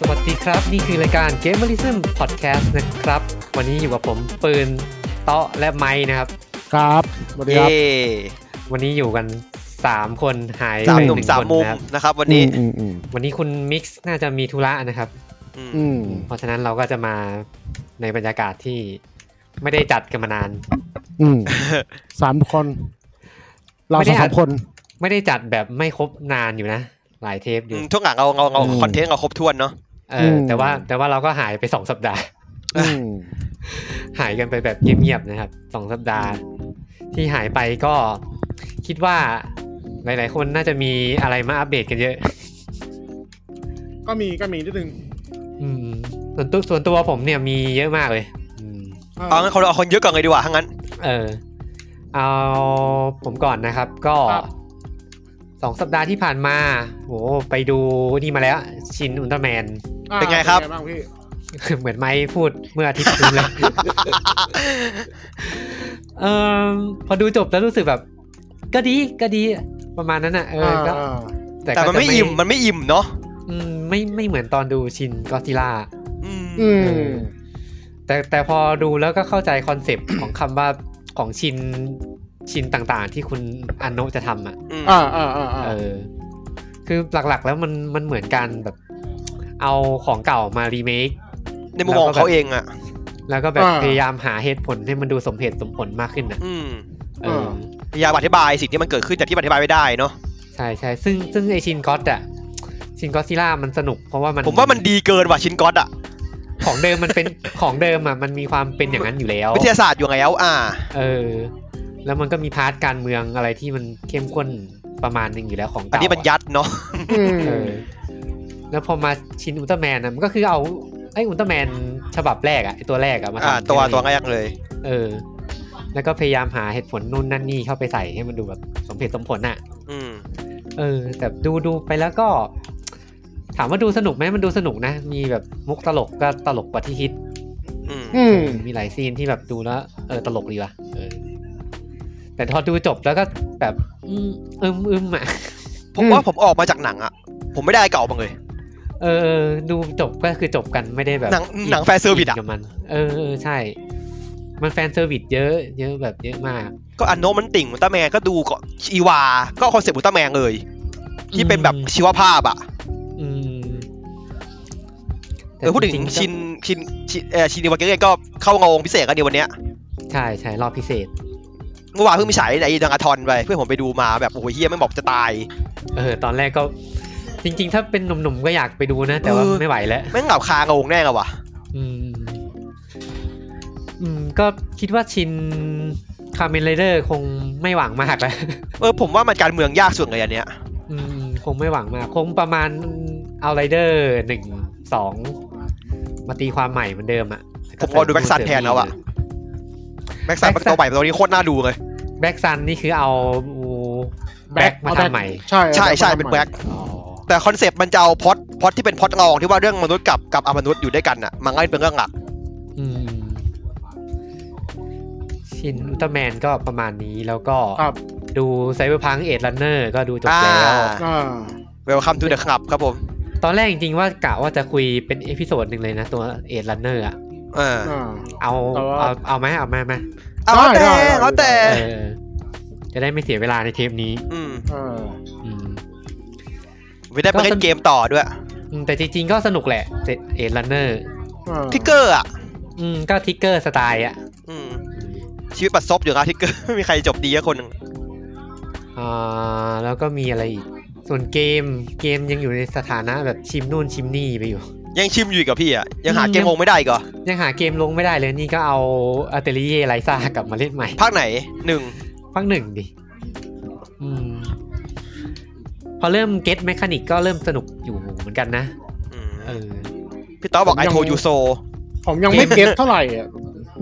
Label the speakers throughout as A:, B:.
A: สวัสดีครับ นี่คือรายการ Gamerism Podcast นะครับ วันนี้อยู่กับผมปืนเตาะและไม้นะครับ
B: ครับสวัสดีครับ
C: เย้
A: วันนี้อยู่กัน 3 คนหาย
C: สาม
A: ไป
C: ห
A: ห
C: นุ่ม
A: นึ่ง
C: สาม
A: คน
C: มุม
A: นะครับ
C: นะครับ วันนี้
B: อืมอืม
A: วันนี้คุณมิกซ์น่าจะมีธุระนะครับ
C: อืม
B: อืม
A: เพราะฉะนั้นเราก็จะมาในบรรยากาศที่ไม่ได้จัดกันมานาน
B: อื มสามคน เรา
A: ไม่ได้
B: สา
A: อ่ะ
B: มคน
A: ไม่ได้จัดแบบไม่ครบนานอยู่นะ หลายเทปอ
C: อื
A: ยู่
C: มช่วงหลังเราเราเรา
B: อืม
C: คอนเทนต์เราครบถ้วนเนาะ
A: เออแต่ว่าแต่ว่าเราก็หายไป 2 สัปดาห์
B: อืม
A: หายกันไปแบบเงียบๆนะครับสองสัปดาห์ ที่หายไปก็คิดว่าหลาย ๆ คนน่าจะมีอะไรมาอัปเดตกันเยอะ
D: ก็มีก็มีนิดนึง
A: อืมส่วนตัวส่วนตัวผมเนี่ยมีเยอะมากเลย อืม
D: เอ่อ
C: เอางั้นเขาเอาคนเยอะก่อนเลยดีกว่าถ้างั้น
A: เออ เอาผมก่อนนะครับ ก็สองสัปดาห์ที่ผ่านมาโหไปดูนี่มาแล้วชินอุลตร้าแมน
D: อ่า
C: เป็นไงครับ
D: เป็นไงบ้างพี่
A: เหมือนไม้พูดเมื่ออาทิตย์นู้นเลย เออพอดูจบแล้วรู้สึกแบบ ก็ดีก็ดีประมาณนั้นอ่ะเออก็
D: าา
C: แต่
A: ก็
C: มัน
A: จะ
C: ไม่อิ่มมันไม่อิ่มเนาะ
A: อืมไม่ไม่เหมือนตอนดูชินก็ซิล่า
C: อืม
B: อืม
A: แต่แต่พอดูแล้วก็เข้าใจคอนเซปต์ ของคำว่าของชินชินต่างๆ ที่คุณอันโนะจะทำอ่ะ
C: อืม
D: อ่าอ่าอ่าอ่า
A: เออ คือหลักๆแล้วมันมันเหมือนการแบบ เอาของเก่ามารีเมค
C: ในมุมมองของเขาเองอ่ะ
A: แล้วก็แบบพยายามหาเหตุผลให้มันดูสมเหตุสมผลมากขึ้นอ่ะ
C: อืม
A: เอออ
C: พยายามอธิบายสิ่งที่มันเกิดขึ้นแต่ที่อธิบายไม่ได้เนาะ
A: ใช่ใช่ซึ่งซึ่งไอชินก็อตอ่ะชินก็อตซิล่ามันสนุกเพราะว่ามัน
C: ผมว่ามันดีเกินว่ะชินก๊อตอ่ะ
A: ของเดิมมันเป็น ของเดิมอ่ะมันมีความเป็นอย่างนั้นอยู่แล้ว
C: วิทยาศาสตร์อยู่แล้ว อ่า
A: เออ แล้วมันก็มีพาร์ทการเมืองอะไรที่มันเข้มข้นประมาณหนึ่งอยู่แล้วของเก่า
C: อันนี้มันยัดเนาะ
D: อืม
A: เออ แล้วพอมาชินอุลตร้าแมนอ่ะมันก็คือเอาไอ้อุลตร้าแมนฉบับแรกอ่ะไอ้ตัวแรกอ่ะมา
C: อ่า
A: ทำ
C: ตัวตัว
A: ไง
C: ง่ายๆเลย
A: เออ แล้วก็พยายามหาเหตุผลนู่นนั่นนี่เข้าไปใส่ให้มันดูแบบสมเหตุสมผลอ่ะ
C: อืม
A: เออ แต่ดูดูไปแล้วก็ ถามว่าดูสนุกไหมมันดูสนุกนะ มีแบบมุกตลกก็ตลกกว่าที่คิด
C: อืม
B: อืม
A: มีหลายซีนที่แบบดูแล้วเออตลกดีว่ะเออ แต่พอดูจบแล้วก็แบบอืมอึมอึมอ่ะ
C: ผมว่าผมออกมาจากหนังอ่ะ ผมไม่ได้อะไรเก่าบ้างเลย
A: เออ ดูจบก็คือจบกันไม่ได้แบบ
C: หนัง
A: อิ
C: หนังแฟนเซอร์วิสอะ
A: นกับมัน เออเออใช่ มันแฟนเซอร์วิสเยอะ เยอะแบบเยอะมาก
C: ก็อันโนมันติ่งอุลตร้าแมนก็ดูก็อีวา ก็คอนเซปต์อุลตร้าแมนเลย ที่เป็นแบบ
A: อืม
C: ชีวภาพอ่ะ
A: อืม
C: เออพูดถึง
A: จริๆก็
C: ชินชินชินเออชินอีวาเกเรนก็เข้าโรงพิเศษกันเดียววันเนี้ย
A: ใช่ใช่รอบพิเศษ
C: เมื่อวานเพิ่งมีฉายในดังอาทอนไปเพื่อนผมไปดูมาแบบโอ้โหเฮียไม่งบอกจะตาย
A: เออ ตอนแรกก็ จริง ๆ ถ้าเป็นหนุ่มๆก็อยากไปดูนะ แต่ว่า
C: เออ
A: ไม่ไหวแล้ว
C: แม่งเหลับคาโรงแน่เลยว่ะ
A: อืม อืม ก็คิดว่าชินคาเมนไรเดอร์คงไม่หวังมากแล้ว
C: เออผมว่ามันการเมืองยากส่วนเลยอันเนี้ย
A: อืม คงไม่หวังมาก คงประมาณเอาไรเดอร์หนึ่งสองมาตีความใหม่เหมือนเดิมอะ
C: ผมรอดูแบ็กซันแทนแล้วอะแบ็กซันเป็นตัวใหม่ตัวนี้โคตรน่าดูเลย
A: แบ็กซันนี่คือเอาแบ็กมาทำใหม่
D: ใช่
C: ใช่ใช่
D: อา
C: เป็น
D: มาทำ
C: แบ็ก
A: อ๋อ
C: แต่คอนเซปต์มันจะเอาพล็อดพล็อดที่เป็นพล็อดรองที่ว่าเรื่องมนุษย์กับกับอมนุษย์อยู่ด้วยกันอ่ะมันก็เป็นเรื่องหลัก
A: อืม ชินอุลตร้าแมนก็ประมาณนี้แล้วก็
D: ครับ
A: ดูไซเบอร์พังเอ็ดลันเนอร์ก็ดูจบแล้ว
D: อ่า
C: เวลคัมทูเดอะคลับครับผม
A: ตอนแรกจริงๆว่ากะว่าจะคุยเป็นเอพิโซดหนึ่งเลยนะตัวเอท r ันเนอร์อะ
C: เออ
D: อ่า
A: เอา
D: แต่ว่า
A: เอาเอาไหมเอาไหมไหม
C: เอาแต่เอาแต่
A: เออ จะได้ไม่เสียเวลาในเทปนี้
C: อืม
D: อ่า
A: อืม
C: ไม่ได้ไปเล่นเกมต่อด้วย
A: อืมแต่จริงๆก็สนุกแหละเอท r ันเนอร์
D: อ่า
C: ทิกเกอร์อ่ะ
A: อืมก็ทิกเกอร์สไตล์อะ
C: อืม ชีวิตปัดซบอยู่นะทิกเกอร์ ไม่มีใครจบดีสักคนหนึ่ง
A: อ่าแล้วก็มีอะไรอีก ส่วนเกมเกมยังอยู่ในสถานะแบบชิมนู่นชิมนี่ไปอยู่
C: ยังชิมอยู่อีกับพี่อ่ะ ยังหา
A: อืม
C: เกมงงไม่ได้อีกเหรอ
A: ยังหาเกมลงไม่ได้เลยนี่ก็เอาอัเต i เย่ไลซ่ากลับมาเล่นใหม่
C: ภาคไหนหนึ่ง
A: ภาคหนึ่งดิอืม พอเริ่มเก็ตแมคานิกก็เริ่มสนุกอยู่เหมือนกันนะ
C: อืม
A: เออ
C: พี่ต้อบอกไอโทยูโซ
D: ผมยังไม่เก็ตเท่าไหร่อ่ะ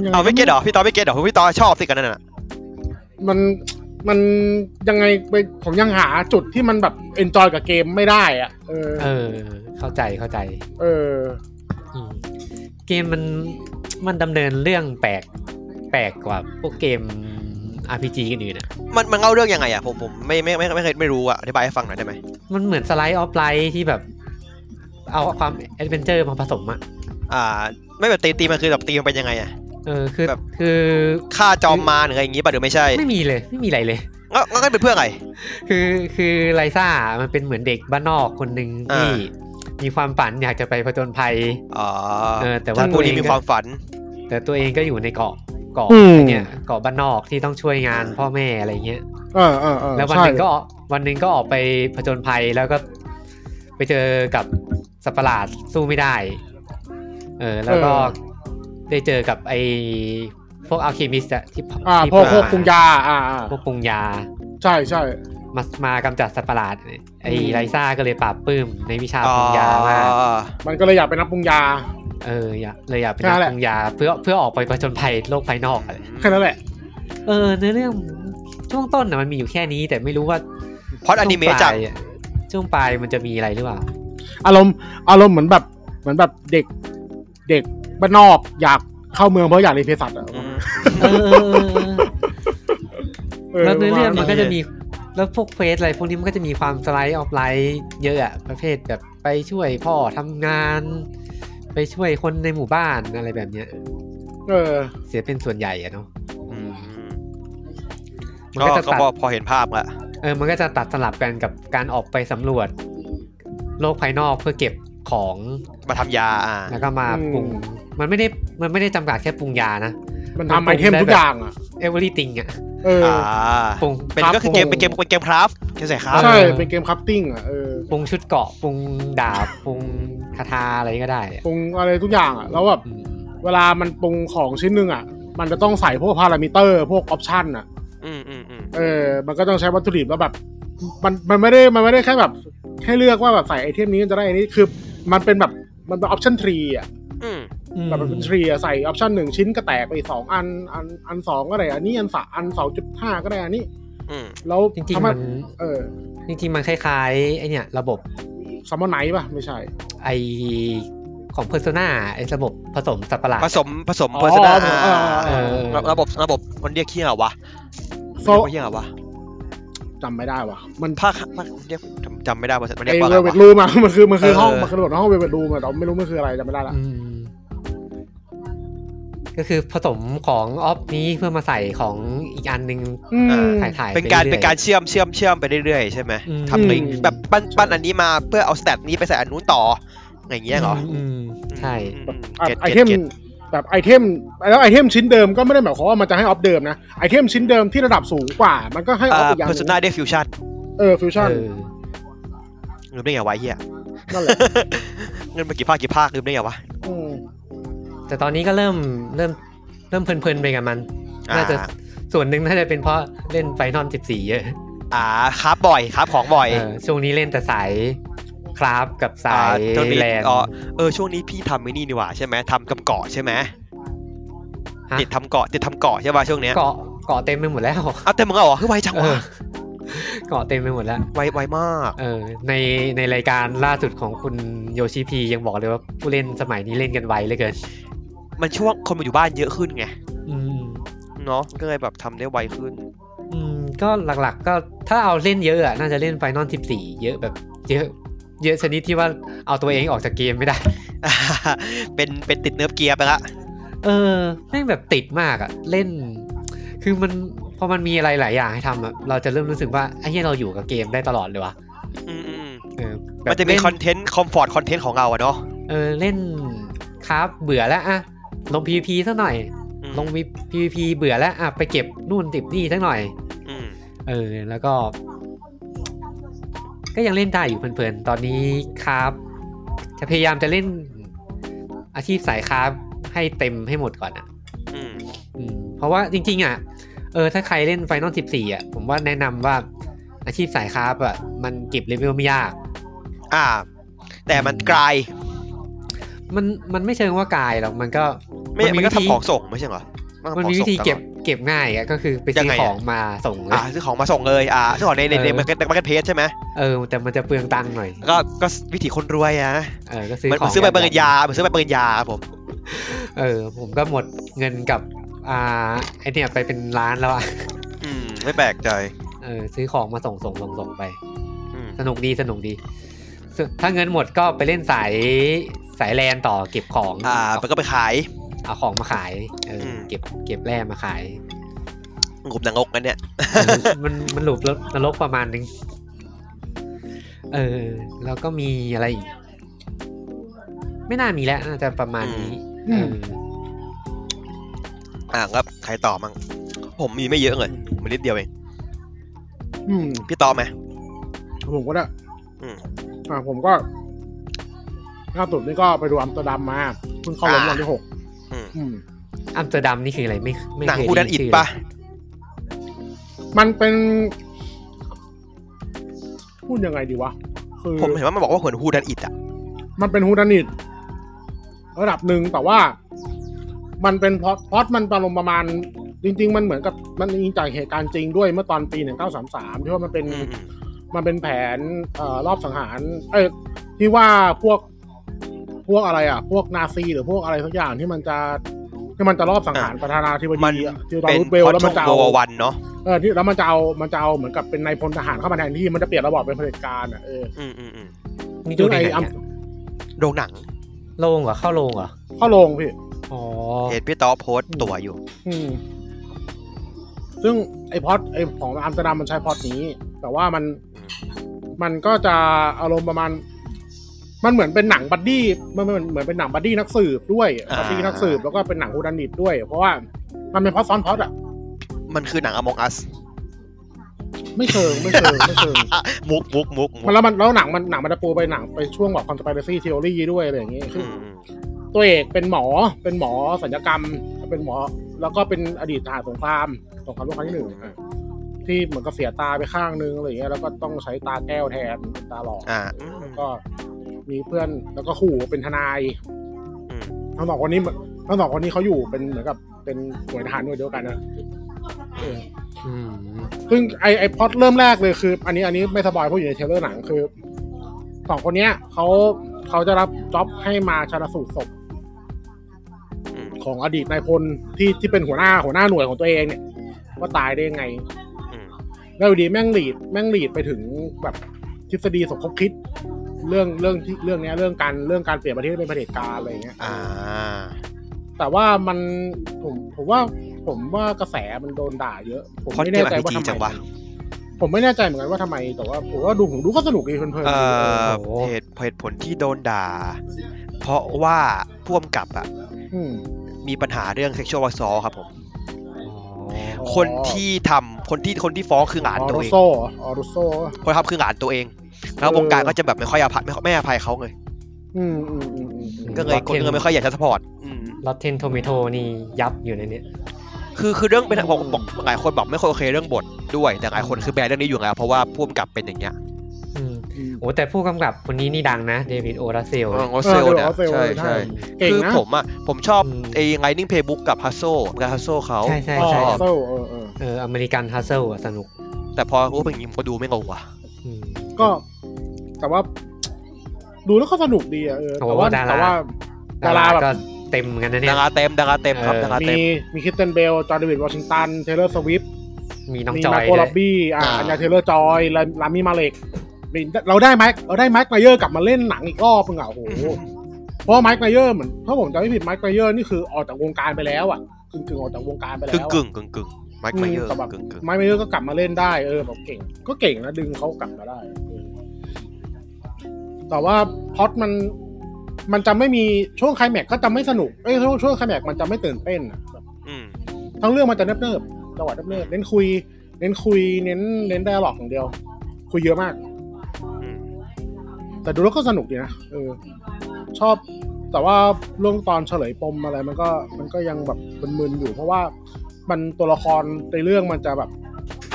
D: ยัง
C: เอาไม่เก็ตเหรอ พี่ต้อไม่เก็ตเหรอพี่ต้อชอบสิกันนั่นน่ะ
D: มันมันยังไงไปผมยังหาจุดที่มันแบบเอนจอยกับเกมไม่ได้อ่ะเออ
A: เออ เข้าใจเข้าใจ
D: เออ
A: อืม เกมมันมันดำเนินเรื่องแปลก แปลกกว่าพวกเกม RPG กันอื่นอ่ะ
C: มันมันเล่าเรื่องยังไงอ่ะ ผมผมไม่ไม่ไม่ไม่เคยไม่รู้อ่ะอธิบายให้ฟังหน่อยได้ไหม
A: มันเหมือนสไลด์ออฟไลน์ที่แบบ เอาความแอดเวนเจอร์มาผสมอะ
C: อ่า ไม่แบบตีตีมันคือแบบตีมันเป็นยังไงอะ
A: เออคือ
C: แบบ
A: คือ
C: ฆ่าจอมมารหรืออะไรอย่างงี้ป่ะหรือไม่ใช่
A: ไม่มีเลยไม่มีอะไรเลย
C: งั้นงั้นเป็นเพื่ออะไร
A: คือคือไลซ่ามันเป็นเหมือนเด็กบ้านนอกคนหนึ่งที่
C: อ่
A: มีความฝันอยากจะไปผจญภัย
C: อ๋อ
A: เออแต่ว่า
C: ท่นผู้
A: ตั
C: นี้
A: วเอง
C: มีความฝัน
A: แต่ตัวเองก็อยู่ในเกาะเกาะ
B: อืม
A: เนี่ยเกาะบ้านนอกที่ต้องช่วยงานพ่อแม่อะไรเงี้ย
B: เออเออเออ
A: แล้ววัน
B: ใช่
A: หนึ่งก็ออกวันหนึ่งก็ออกไปผจญภัยแล้วก็ไปเจอกับสัตว์ประหลาดสู้ไม่ได้ เออ แล้วก็
D: เออ
A: ได้เจอกับไอพวกอัลเคมิสต์ที่
D: อ่า
A: ที่
D: พวก
A: เปิด
D: พวก
A: ม
D: ปรุงยาอ่าอ่า
A: พวกปรุงยา
D: ใช่ใช่
A: มามากำจัดสัตว์ประหลาดเนี่ยไอ
D: อืม
A: ไลซ่าก็เลยปราบปลื้มในวิชา
C: อ๋
A: ปรุงยามาก
C: อ
D: มันก็เลยอยากเป็นนักปรุงยา
A: เอออยากเลยอยากเป็น
D: ใช่
A: นัก
D: แหละ
A: ปรุงยาเพื่อเพื่อออกไปผจญภัยโลกภายนอกอะไร
D: แค่นั้นแหละ
A: เออในเรื่องช่วงต้นน่ะมันมีอยู่แค่นี้ แต่ไม่รู้ว่า
C: พล็อตอนิเมะจัง
A: ช่วงปลายอะช่วงปลายมันจะมีอะไรหรือเปล่า
D: อารมณ์อารมณ์เหมือนแบบเหมือนแบบเด็กเด็กบ้านนอกอยากเข้าเมืองเพราะอยากเรียนเภสัชอะ
C: อืม
A: เออเออเออเออแล้วเนื้อเรื่องมันก็จะมี แล้วพวกเฟสอะไรพวกนี้มันก็จะมีความสไลด์ออฟไลน์เยอะอะประเภทแบบไปช่วยพ่อทำงาน ไปช่วยคนในหมู่บ้านอะไรแบบเนี้ย
D: เออ
A: เสียเป็นส่วนใหญ่อะเนาะ
C: อืม
A: มัน
C: ก็
A: ก็จะ
C: ก็
A: ตัด
C: พอพอเห็นภาพละ
A: เออมันก็จะตัดสลับกันกับการออกไปสำรวจ โลกภายนอกเพื่อเก็บของ
C: มาทำยาอ่า
A: แล้วก็มาปรุง
D: อืม
A: มันไม่ได้มันไม่ได้จำกัดแค่ปรุงยานะ
D: มันทำไอเทมทุกอย่างอ่ะ
A: เอเวอรี่ติงอะ
D: เออ
C: อ่า
A: ปรุง
C: เป็นก็คือเกมเป็นเกมเป็นเกมคราฟเกมใส่คราฟ
D: ใช่
A: เออ
D: เป็นเกมคัพติ้งอ่ะเออ
A: ปรุงชุดเกราะปรุงดาบปรุงคาถาอะไรก็ได้อะ
D: ปรุงอะไรทุกอย่างอ่ะ แล้วแบบ
A: อืม
D: เวลามันปรุงของชิ้นหนึ่งอ่ะ มันจะต้องใส่พวกพารามิเตอร์พวกออปชันอ่ะ
C: อืมอืมอืม
D: เออ มันก็ต้องใช้วัตถุดิบแล้วแบบ มัน มันไม่ได้ มันไม่ได้แค่แบบให้เลือกว่าแบบใส่ไอเทมนี้จะได้อันนี้ คือ มันเป็นแบบ มันเป็นออปชันทรีอ่ะ
C: อืม
D: แบบมันเป็นทรีอ่ะ ใส่ออปชันหนึ่งชิ้นก็แตกไปสองอัน อัน อันสองก็ได้ อันนี้ อันสามอันสองจุดห้าก็ได้ อันนี้
C: อืม
D: แล้ว
A: จริงๆ
D: ทำให้
A: มัน
D: เออ
A: จริงๆมันคล้ายๆไอเนี่ยระบบ
D: ซัมมอนไนท์ป่ะ ไม่ใช่
A: ไอของเพอร์โซนาไอระบบผสมสัตว์ประหลาด
C: ผสมผสม
D: อ๋อ
C: เพอร์ซนา
D: เออเออเออ
A: เออ
C: ระบบระบบมันเรียกที่อะไรวะ
D: โซ
C: เรียกว่าที่อะไรวะ
D: จำไม่ได้ว่ะ มัน
C: ภาคภาคเรียกจำจำไม่ได้ว่ามันเรี
D: ไอย
C: กว่า
D: เว
C: อะไร
D: เว
C: วะ
D: ดรูมอ่ะ มันคือ มันคือห้อง
C: เออ
D: มันคือระบบห้องเวเวดรูมอ่ะแต่ไม่รู้มันคืออะไรจำไม่ได้ละ
A: อืมก็คือผสมของออฟนี้เพื่อมาใส่ของอีกอันหนึ่ง
D: อืม
A: ถ่ายถ่ายๆ
C: เป็นการ
A: ไ
C: เป็นการเชื่อมเชื่อมเชื่อมไปเรื่อยๆใช่ไหม
A: อืม
C: ทำลิง
D: อืม
C: แบบปั้นปั้นอันนี้มาเพื่อเอาสเตตนี้ไปใส่อันนู้นต่ออะไรอย่างเงี้ยเหรอ
A: มมใช่
C: อืม
D: อ่ะ
C: ก็ต
D: ไอเทม
C: ก็ต
D: แบบไอเทมแล้วไอเทมชิ้นเดิมก็ไม่ได้หมายความว่ามันจะให้ออฟเดิมนะ ไอเทมชิ้นเดิมที่ระดับสูงกว่า มันก็ให้อ
C: อ่า
D: อฟอีกอย่างห
C: เพอร์ซ
D: นึ่ง
C: นาได้ฟิวชั่น
D: เออฟิวชั่น
A: เออ
C: ลืมได้ไงวะไอ้เฮีย
D: นั่นแหละ
C: เงินมากี่ภาคกี่ภาคลืมได้ไงวะ
D: อืม
A: แต่ตอนนี้ก็เริ่มเริ่มเริ่มเพลินๆไปกับมัน
C: อ่า
A: น่าจะส่วนหนึ่งน่าจะเป็นเพราะเล่นไฟนอลสิบสี่เยอะ
C: อ่าครับบ่อยครับของบ่อย
A: เออช่วงนี้เล่นแต่สายคราฟกับสา
C: อ่าย ช่วงนี้
A: แลนด์
C: อ๋อเออช่วงนี้พี่ทำไอ้นี่นี่หว่าใช่ไหมทำกำเกาะใช่ไหม
A: ฮะ
C: ติดทำเกาะติดทำเกาะใช่ป่ะช่วงเนี้ย
A: เกาะเกาะเต็มไปหมดแล้ว
C: เอาแต่มึงเอาเหรอคือไวจัง
A: เอ
C: วะ
A: อเกาะเต็มไปหมดแล้ว
C: ไวไวมาก
A: เออ ในในรายการล่าสุดของคุณโยชิพียังบอกเลยว่าผู้เล่นสมัยนี้เล่นกันไวเหลือเกิน
C: มันช่วงคนมาอยู่บ้านเยอะขึ้นไง
A: อืม
C: เนาะมันก็เลยแบบทำได้ไวขึ้น
A: อืมก็หลักๆ ก็ถ้าเอาเล่นเยอะอะน่าจะเล่นไฟนอลสิบสี่เยอะแบบ เยอะเยอะชนิดที่ว่าเอาตัวเองออกจากเกมไม่ได้
C: เป็นเป็นติดเนื้อเกียร์ไปละ
A: เออแม่งแบบติดมากอะเล่น คือมันพอมันมีอะไรหลายอย่างให้ทำอะเราจะเริ่มรู้สึกว่าไอ้เนี้ยเราอยู่กับเกมได้ตลอดเลยวะ
C: อืมอืมอืม
A: เออแบบ
C: มันจะมี
A: เล่
C: คอนเทนต์คอมฟอร์ตคอนเทนต์ของเราอะเนาะ
A: เออเล่นครับเบื่อแล้วอะลง PVP สักหน่อย
C: อืม
A: ลง PVP เบื่อแล้วอะไปเก็บนู่นติบนี่สักหน่อย
C: อืม
A: เออ แล้วก็ ก็ยังเล่นได้อยู่เพลินๆ ตอนนี้ครับ จะพยายามจะเล่นอาชีพสายครับให้เต็มให้หมดก่อนอะ
C: อืม
A: อืมเพราะว่าจริง ๆอะเออถ้าใครเล่น Final 14อะผมว่าแนะนำว่าอาชีพสายครับอะมันเก็บเลเวลไม่ยาก
C: อ่า แต่มันกลาย
A: มันมันไม่เชิงว่ากายหรอกมันก็
C: ไม่มันก็ทำของส่งไม่ใช่เหรอทำขอ
A: มัน
C: ง
A: มีวิ
C: ส่ง
A: ธี
C: ตลอด
A: เก็บเก็บง่ายอะก็คือไป
C: ยั
A: ซื้อ
C: งไงอะ
A: ของมาส่งเล
C: อ่าย ซื้อของมาส่งเลยอ่าซื้อของในในใน
A: เออ
C: มาร์เก็ตมาร์เก็ตเพจใช่ไหม
A: เออ แต่มันจะเปลืองตังค์หน่อย
C: ก็ก็วิถีคนรวยอะนะ
A: เออก็ซื้อ
C: เหมือน
A: ข
C: เห
A: อ
C: มืองนซื้อใบปริญญาเหมือนซื้อใบปริญญาครับผม
A: เออ ผมก็หมดเงินกับอ่าไอเนี่ยไปเป็นร้านแล้วอะ
C: อืม ไม่แปลกใจ
A: เออซื้อของมาส่งส่งส่งส่งไป
C: อืม
A: สนุกดีสนุกดี ถ้าเงินหมดก็ไปเล่นสายสายแลนต่อเก็บของ
C: อ่ามันก็ไปขาย
A: เอาของมาขายเอออ
C: ม
A: เก็บเก็บแร่มา ขาย
C: กลุ่มนางกนั่นเนี่ย
A: มันมันหลุบรถนรกประมาณนึง เออ แล้วก็มีอะไรอีก ไม่น่ามีแล้ว น่าจะประมาณนี้
D: อื
A: เอ
D: ม
A: อ
C: อ่าครับใครต่อมั่งผมมีไม่เยอะเลยมันนิดเดียวเอง
D: อืม
C: พี่ต่อไหม
D: ผมก็ได้
C: อืม
D: อ่า ผมก็ล่าสุดนี่ก็ไปดูอัมสเตอร์ดัมมาเพิ่งเข้าลง
C: อ่า
D: รอบที่หก
C: อืม
D: อืม
A: อัมสเตอร์ดัมนี่คืออะไรไม่ไม่
C: หนัง
A: เคย
C: กูดันอิด
A: ชื่
C: ปะ
D: มันเป็น พูดยังไงดีวะ คือ
C: ผมเห็นว่ามันบอกว่าเหมือนฮูดันอิดอ่ะ
D: มันเป็นฮูดานิดระดับหนึ่งแต่ว่า มันเป็นพล็อดพล็อดมันประลมณ์ประมาณ จริง ๆ มันเหมือนกับมันอิงจากเหตุการณ์จริงด้วยเมื่อตอนปี 1933 ที่ว่ามันเป็น
C: อืมอืม
D: มันเป็นแผนเอ่อรอบสังหาร เอ้ยที่ว่าพวกพวกอะไรอ่ะ พวกนาซีหรือพวกอะไรสักอย่างที่มันจะที่มันจะรอบสังหารประธานาธิบ
C: มัน
D: ดีอะที่ดอ
C: เป็น
D: รูด
C: พ
D: เบล
C: อด
D: แล้ว
C: ช่
D: มั
C: วน ง
D: จะ
C: ว
D: เอา
C: อวันเนาะ
D: เออที่แล้วมันจะเอามันจะเอาเหมือนกับเป็นนายพลทหารเข้ามาแทนที่มันจะเปลี่ยนระบอบเป็นเผด็จการอ่ะเออ
C: อืมอืมอืม
A: นี่ดูในไหน
D: อัม
A: อะ
C: โรงหนัง
A: โรงเหรอ เข้าโรงเหรอ
D: เข้าโรงพี่
A: อ๋อ
C: เห็นพี่ต่อโพสต์ตั๋วอยู่
D: อืม ซึ่งไอพล็อดไอของอัมสเตอร์ดัมมันใช้พล็อดนี้ แต่ว่ามัน มันก็จะอารมณ์ประมาณ มันเหมือนเป็นหนังบัดดี้มันเหมือนเหมือนเป็นหนังบัดดี้นักสืบด้วย
C: อ่า
D: บัดดี้นักสืบแล้วก็เป็นหนังฮูดานิดด้วย เพราะว่ามันเป็นพล็อดซ้อนพล็อดอ่ะ
C: มันคือหนังอมองอัส
D: ไม่เชิงไม่เชิงไม่เชิ ง
C: มุกมุกมุกมุ
D: มัน
C: ก
D: แล้วมันแล้วหนังมันหนังมันจะปูไปหนังไปช่วงแบบคอน s p i r a c y theory ด้วยอะไรอย่างงี้คื
C: อื
D: อ
C: มอืม
D: ตัวเอกเป็นหมอเป็นหมอศัลยกรรม เป็นหมอ แล้วก็เป็นอดีตทหารสงครามสงครามโลกครั้งที่หนึ่งอ่ะที่เหมือนกับเสียตาไปข้างนึงอะไรอย่างเงี้ยแล้วก็ต้องใช้ตาแก้วแทนเป็นตาหลอก
C: อ่าอืม
D: ก็มีเพื่อนแล้วก็ขู่เป็นทนาย
C: อืม
D: ทั้งสองคนนี้ทั้งสองคนนี้เขาอยู่เป็นเหมือนกับเป็นหน่วยทหารหน่วยเดียวกันนะเออ
A: อืม
D: ซึ่งไอไอพล็อดเริ่มแรกเลยคือ อันนี้อันนี้ไม่สบายเพราะอยู่ในเทรลเลอร์หนังคือสองคนเนี้ยเขาเขาจะรับจ็อบให้มาชนะสูตรศพ
C: อืม
D: ของอดีตนายพลที่ที่เป็นหัวหน้าหัวหน้าหน่วยของตัวเองเนี่ยว่าตายได้ยังไง
C: อืม
D: แล้วอยู่ดีแม่งหลีดแม่งหลีดไปถึงแบบทฤษฎีสมคบคิด เรื่องเรื่องที่เรื่องเนี้ยเรื่องการเรื่องการเปลี่ยนประเทศให้เป็นเผด็จการอะไรอย่างเงี้ย
C: อ่า
D: แต่ว่ามันผมผมว่าผมว่ากระแสมันโดนด่าเยอะ ผม
C: พอด
D: ไม่
C: เก
D: แน่
C: ม
D: ใจว่า
C: RPG
D: ทำ
C: จัง
D: ไม
C: วะ
D: ผมไม่แน่ใจเหมือนกันว่าทำไม แต่ว่าผมว่าดูผมดูก็สนุกดีเพลิน
C: เอ่อ
A: โอ้โห
C: เหตุเหตุผลที่โดนด่า เพราะว่าพ่วมกับอะ
D: ๆอืม
C: มีปัญหาเรื่อง sexual assault ครับผม
A: อ๋อ
D: อ๋อ
C: คนที่ทำคนที่คนที่ฟ้องคือหลาน
D: ออ
C: ตัว
D: รุ
C: เอง
D: โซ่ออรุโซ่
C: คนทำคือหลานตัวเอง แล้ววงการ
D: เออ
C: ก็จะแบบไม่ค่อยอภัยไม่ไม่อภัยเขาเลย
D: อืมอืมอืมอืมอืม
C: ก็เลย
A: โอเค
C: คนก็เลยไม่ค่อยอยากจะสปอร์ตอืม
A: ลอตเทนโทมิโตนี่ยับอยู่ในเนี้ย
C: คือคือเรื่องเป็นผมบอกหลายคนบอกไม่ค่อยโอเคเรื่องบทด้วย แต่หลายคนคือแบนเรื่องนี้อยู่แล้วเพราะว่าพ่วมกับเป็นอย่างเงี้ย
A: อืม
D: อืม
A: โอ้แต่ผู้กำกับคนนี้นี่ดังนะ เดวิดโอราเซล
C: เออโอเซลเนี่ย
D: เออโอเซล
C: ใช่
D: ใช่
C: ใช่
D: เก่ง
C: คือ
D: นะ
C: ผมอะผมชอบ
A: อืม
C: ไอ้ Lightning Playbook กับ Hustle กับ Hustle เขา
A: ใช่ใช่
D: ออ
A: ใช่
D: รุโซ่เออเออ
A: เอออเมริกันฮัสเซลสนุก
C: แต่พอรู้เป็นอย่างงี้ผมก็ดูไม่ลงว่ะ
A: อืม
D: ก็ แต่ว่า ดูแล้วก็สนุกดีอะเออแต่ว่า
A: โอ้ดารา
D: แต่ว่า
A: ดา
D: ดา
A: รา
D: ราแบบ
A: ก็เต็มกันนะเนี่ย
C: ดาราเต็มดาราเต็มครับ
A: เออ
C: ดาราเต็
D: มี
C: ม
D: มีคริสเตนเบล จอร์นเดวิดวอชิงตัน เทเลอร์สวิฟต์
A: มีน้อง
D: มี
A: จอ
D: มายโก
A: ด้ว
D: ลอย บบี้อ่า
C: อ่า
D: อัญญาเทเลอร์จอยและลามีมาเล็กมีเราได้ไมค์เราได้ไมค์ไนเยอร์กลับมาเล่นหนังอีกรอบนึงอ่ะโอ้โหเพราะไมค์ไนเยอร์เหมือนถ้าผมจำไม่ผิดไมค์ไนเยอร์นี่คือออกจากวงการไปแล้วอ่ะกึ่งกึ่งๆออกจากวงการไปแล้
C: กึ่ง
D: ว
C: กึ่งกึ่งกึ่งไมค์
D: อืม
C: ไมเยอร์
D: แต่แบบ
C: กึ่งกึ่ง
D: ไมค์ไนเยอร์ก็กลับมาเล่นได้เออแบบเก่ง ก็เก่งนะดึงเขากลับมาได้เออแต่ว่าพล็อตมันมันจะไม่มีช่วงไคลแม็กซ์ก็จะไม่สนุกเอ้ยช่วงช่วงไคลแม็กซ์มันจะไม่ตื่นเต้นอะ
C: อืม
D: ทั้งเรื่องมันจะเนิบเนิบๆจังหวะเนิบเนิบๆเน้นคุย เน้นคุย เน้น เน้นไดอะล็อกอย่างเดียว คุยเยอะมาก
C: อืม
D: แต่ดูแล้วก็สนุกดีนะ เออ ชอบ แต่ว่าเรื่องตอนเฉลยปมอะไรมันก็ มันก็ยังแบบมึนๆอยู่ เพราะว่ามันตัวละครในเรื่องมันจะแบบ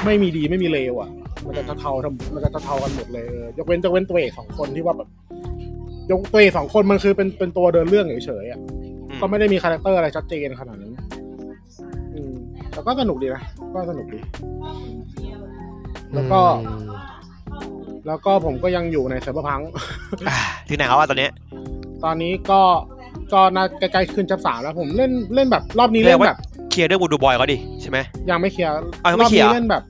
D: ไม่มีดีไม่มีเลวอ่ะ มันจะเทาๆทำมันจะเทาๆกันหมดเลยเออยกเว้นยกเว้นตัวเอกสองคนที่ว่าแบบ ยกตัวเอกสองคนมันคือเป็นเป็นตัวเดินเรื่องเฉยๆอ่ะ
C: อืม
D: ก็ไม่ได้มีคาแรคเตอร์อะไรชัดเจนขนาดนั้นอืมแต่ก็สนุกดีนะ ก็สนุกดี แล้วก็
A: อืม
D: แล้วก็ผมก็ยังอยู่ในไซเบอร์ พัง
C: อ่าถึงไหนแล้วว่าตอนเนี้ย
D: ตอนนี้ก็ก็น่าใกล้ๆขึ้นชับสามแล้วผมเล่นเล่นแบบ รอบนี้เล่นแบบ
C: เคลียร์เรื่องวูดูบอยก็ดิใช่ไหม
D: ยังไม่เคลียร์
C: อ้าวยัง
D: ร
C: ไม่
D: อบ
C: เคลียร์
D: นี้เล่นแบบ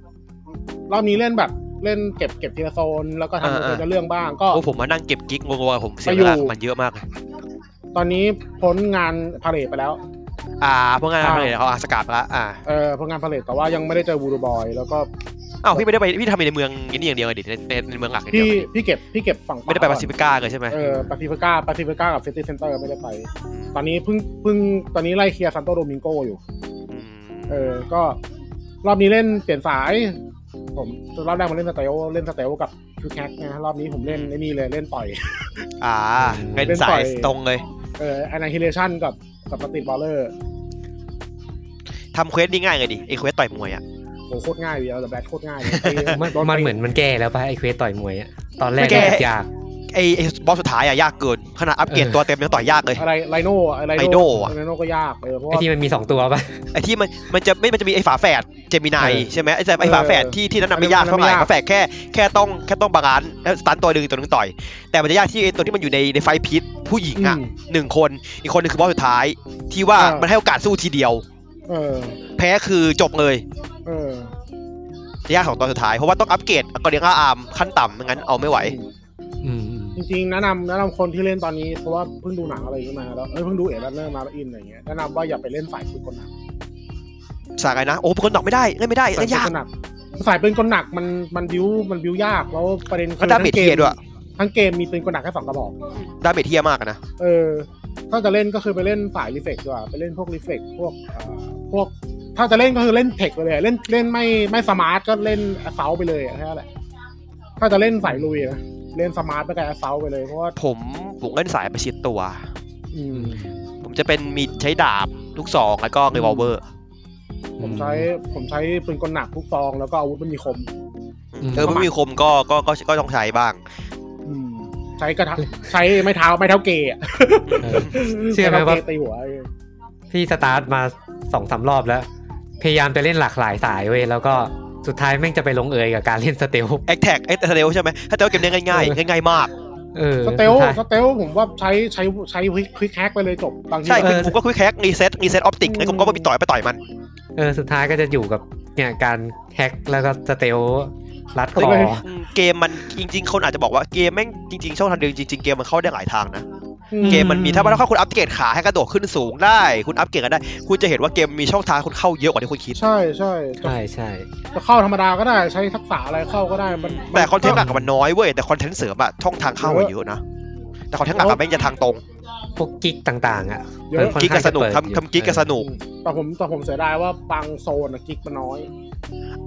D: รอบนี้เล่นแบบ เล่นเก็บเก็บทีละโซน แล้วก็
C: อ่า
D: ทำ
C: อ่า
D: ทีละเรื่องบ้างก็
C: โอ้ผมมานั่งเก็บกิ๊กงงๆผมเสีย
D: ไปอ
C: เว
D: ยู่
C: ลามันเยอะมากเลย
D: ตอนนี้พ้นงานพาเลทไปแล้ว
C: อ่าเพราะงาน
D: อ่า
C: อะไรเขาอาสกัดละอ่า
D: เออพ้นงานพาเลทแต่ว่ายังไม่ได้เจอบูรูบอยแล้วก็
C: อ้าวพี่ไม่ได้ไปพี่ทำในเมืองนี่อย่างเดียวไงดิในในในเมืองหลักอย่างเดีย
D: พี่
C: วไงดิ
D: พี่เก็บพี่เก็บฝั่งขว
C: ไม่ได้ไป
D: ก่อ
C: ปา
D: น
C: ซิฟิก้าเลยใช่ไหม
D: เออปาซิฟิก้าปาซิฟิก้ากับเฟสติเซนเตอร์ไม่ได้ไป ตอนนี้เพิ่งเพิ่งตอนนี้ไล่เคลียร์ซันโตโดมิงโกอยู่
C: ม
D: เออ ก็รอบนี้เล่นเปลี่ยนสาย ผมรอบแรกผมเล่นสเตลเล่นสเตลกับคิวแคกนะรอบนี้ผมเล่นไอ้นี่เลยเล่นต่อย
C: อ่าเงินสายตรงเลย
D: เออแอนาฮิเลชันกับกับปฏิบอลเลอร์
C: ทำเควสนี่ง่ายเลยดิไอเควสต่อยมวยอ่ะ
D: โหโคตรง่ายเลยเอาแต่แบทโคตรง่ายเลย
A: มัน
D: โดตี
A: มันเหมือนมันแก้แล้วป่ะไอเควสต่อยมวยอะตอนแรก
C: แก้
A: แบบยาก
C: ไอไอบอสสุดท้ายอ่ะยากเกินขนาดอัปเกรด
A: เออ
C: ตัวเต็มยังต่อยยากเลย
D: อะไรไลโน่อะไร
C: ไลโน่อะ
D: ไลโน่ก็ยากเออเพราะ
A: ไอ
D: ว่า
A: ที่มันมีสองตัวป่ะ
C: ไอที่มันมันจะไม่มันจะมีไอฝาแฝดเจมินาย
A: เออ
C: ใช่ไหมไอแต่ไอฝาแฝดที่ที่นั้นนะไม่ยากเท่าไหร่
D: ไม่ยาก
C: ฝาแฝดแค่แค่ต้องแค่ต้องบาลานซ์แล้วสตันตัวหนึ่งอีกตัวหนึ่งต่อย แต่มันจะยากที่ไอตัวที่มันอยู่ในในไฟพิษผู้หญิงอ่ะ
D: อืม
C: หนึ่งคนอีกคนหนึงคือบอสสุดท้าย ที่ว่า
D: อ่ามั
C: มันให้โอกาสสู้ทีเดียว
D: เออ
C: แพ้คือจบเลย
D: เออ
C: จะยากสองตอนสุดท้าย เพราะว่าต้องอัปเกรดกอเดียงอาร์มขั้นต่ำไม่งั้นเอาไม่ไหว
A: อืม
D: จริงๆแนะนำแนะนำคนที่เล่นตอนนี้เพราะว่าเพิ่งดูหนังอะไรขึ้นมาแล้วเออเพิ่งดูเอ็ดรันเนอร์มาแล้วอินอะไรเงี้ยแนะนำว่าอย่าไปเล่นสายปืนกลหนัก
C: สายอะไรนะ โอ้เป็นคนดอกไม่ได้เล่นไม่ได้
D: สายปื
C: เล่น
D: น
C: ยาก
D: กลหนักสายปืนกลหนักมันมันบิวมันบิวยากแล้วประเด็น
C: แล้วดาเมจเทียด้วย
D: ทั้งเกมมีปืนกลหนักแค่สองกระบอก
C: ดาเมจเทียมากอะนะ
D: เออถ้าจะเล่นก็คือไปเล่นสายรีเฟกดีกว่าไปเล่นพวกรีเฟกพวกเอ่อพวก ถ้าจะเล่นก็คือเล่นเทคไปเลยเล่นเล่นไม่ไม่สมาร์ทก็เล่นแอสเซลไปเลยอะแค่นั้นแหละถ้าจะเล่นสายลุยนะเล่นสมาร์ทไปกับแอสเซลไปเลยเพราะว่า
C: ผมผมเล่นสายประชิดตัว
D: อืม
C: ผมจะเป็นมีดใช้ดาบลูกศอกแล้วก็เรวอลเวอร์
D: ผมใช้ผมใช้ปืนกลหนักทุกซองแล้วก็อาวุธมันมีคม
C: เออไม่มีคมก็ก็ก็ก็ต้องใช้บ้าง
D: อืม ใช้กระทะใช้ไม้เท้าไม้เท้าเกย์อะ
A: เออ เชื่อไหมว่า
D: เกย์ตีหัวเออ
A: พี่สตาร์ทมาสองสามรอบแล้ว พยายามจะเล่นหลากหลายสายเว้ยแล้วก็สุดท้ายแม่งจะไปลงเอยกับการเล่นสเตล
C: แอคแท็กไอ้สเตลใช่ไหมถ้าเตลเกมเนี้ยง่ายๆง่ายๆมาก
A: เออ
D: สเตล
A: สุดท้าย
D: สเตลผมว่าใช้ใช้ใช้ควิกแฮกไปเลยจบบางที
C: ใช่
A: เอ
C: คือ
A: อ
C: ผมก็คุยแคกรีเซ็ตรีเซ็ตออปติกแล้วผมก็ไปต่อยไปต่อยมัน
A: เออสุดท้ายก็จะอยู่กับเนี่ยการแฮกแล้วก็สเตลรัดคอ
C: อืมเกมมันจริง ๆ คนอาจจะบอกว่าเกมแม่งจริง ๆ ช่องทางเดินจริง ๆ เกมมันเข้าได้หลายทางนะ
D: อื
C: เกมมันมีถ้าว่าถ้าคุณอัปเกรดขาให้กระโดดขึ้นสูงได้ คุณอัปเกรดกันได้ คุณจะเห็นว่าเกมมีช่องทางคุณเข้าเยอะกว่าที่คุณคิด
D: ใช่ใช่จะ
A: ใช่ใช่
D: จะเข้าธรรมดาก็ได้ใช้ทักษะอะไรเข้าก็ได้มัน
C: แต่คอนเทนต์หลักอะมันน้อยเว้ยแต่คอนเทนต์เสริมอะช่องทางเข้าอะเยอะนะ แต่คอนเทนต์หลักอะแม่งจะทางตรง
A: พวกกิ๊กต่างๆ อ่ะ
D: เยอะ
A: มัค่อ
C: กิ๊กก็
A: ข้าง
C: สนุก
A: จะเปิด
C: ทำทำกิ๊กก็ส
A: เออ
C: นุก
D: แต่ผมแต่ผมเสียดายว่าบางโซนอะกิ๊กมันน้อย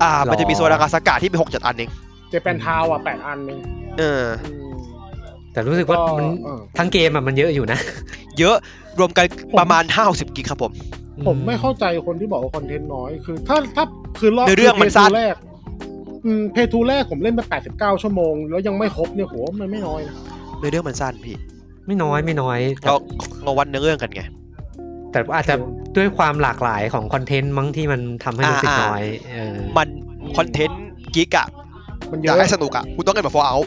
C: อ่า
A: หรอ
C: มันจะมีโซนอากาสากาที่มีหกเจ็ดอันเอง
D: เจแปนทาวอ่ะแปดอันเอง
C: เออ
D: อืม
A: แต่รู้สึกว่า
D: ก็
A: มัน
D: เออ
A: ทั้งเกมอ่ะมันเยอะอยู่นะ
C: เยอะรวมกันประมาณห้าสิบกิกครับผม
D: ผมไม่เข้าใจคนที่บอกว่าคอนเทนต์น้อยคือ ถ้าถ้าคือรอบ
C: เนื้อเรื่องมันสั้น
D: แรกอืมเพทูแรกผมเล่นไปแปดสิบเก้าชั่วโมง แล้วยังไม่ครบเนี่ยโหมันไม่น้อยนะ
C: เนื้อเรื่องมันสั้นพี่
A: ไม่น้อยไม่น้อยแต่
C: เราเราวัดเนื้อเรื่องกันไง
A: แต่อาจจะด้วยความหลากหลายของคอนเทนต์มั้งที่มันทำให้รู้สึก
C: อ่าๆ
A: น้อยเออ
C: มันคอนเทนต์กิ๊กอะ
D: มัน
C: อ
D: เย
C: ยาก
D: อะ
C: ให้สนุกอะคุณต้องเล่นแบบฟอร์เอา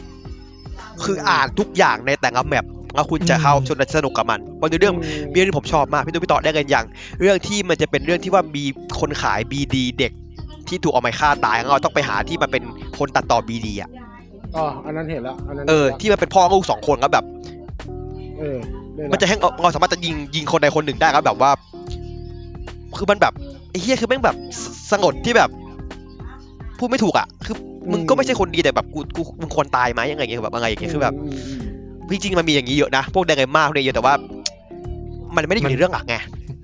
C: คืออ่านทุกอย่างในแต่ละแมปแล้วคุณจะเข้าจนสนุกกับมันเพราะเนื้อเรื่อง
D: ม
C: เรื่องที่ผมชอบมากพี่ตุ้มพี่ต่อได้กันอย่าง เรื่องที่มันจะเป็นเรื่องที่ว่ามีคนขายบีดีเด็ก ที่ถูกเอาไม้ฆ่าตายแล้วเราต้องไปหาที่มันเป็นคนตัดต่อบีดีอ่ะ
D: อ๋ออันนั้นเห็นแล้วอันนั้น
C: เออ
D: ห็นละ
C: ที่มันเป็นพ่อลูกสองคนแล้วแบบ
D: เออเย
C: มันจะให้เราเราสามารถจะยิงยิงคนใดคนหนึ่งได้ครับแบบว่า คือมันแบบไอ้เฮียคือแม่งแบบสสงดที่แบบพูดไม่ถูกอ่ะ คือมึงก็ไม่ใช่คนดีแต่แบบกูกูมึงควรตายไหมยังไงอย่างเงี้ยแบบอะไรอย่างเงี้ยคือแบบ
D: มมม
C: จริงๆมันมีอย่างนี้เยอะนะพวกไดเรม่าพวกเนี่ยเยอะแต่ว่า มันไม่ได้อยู่ในเรื่องหลักไง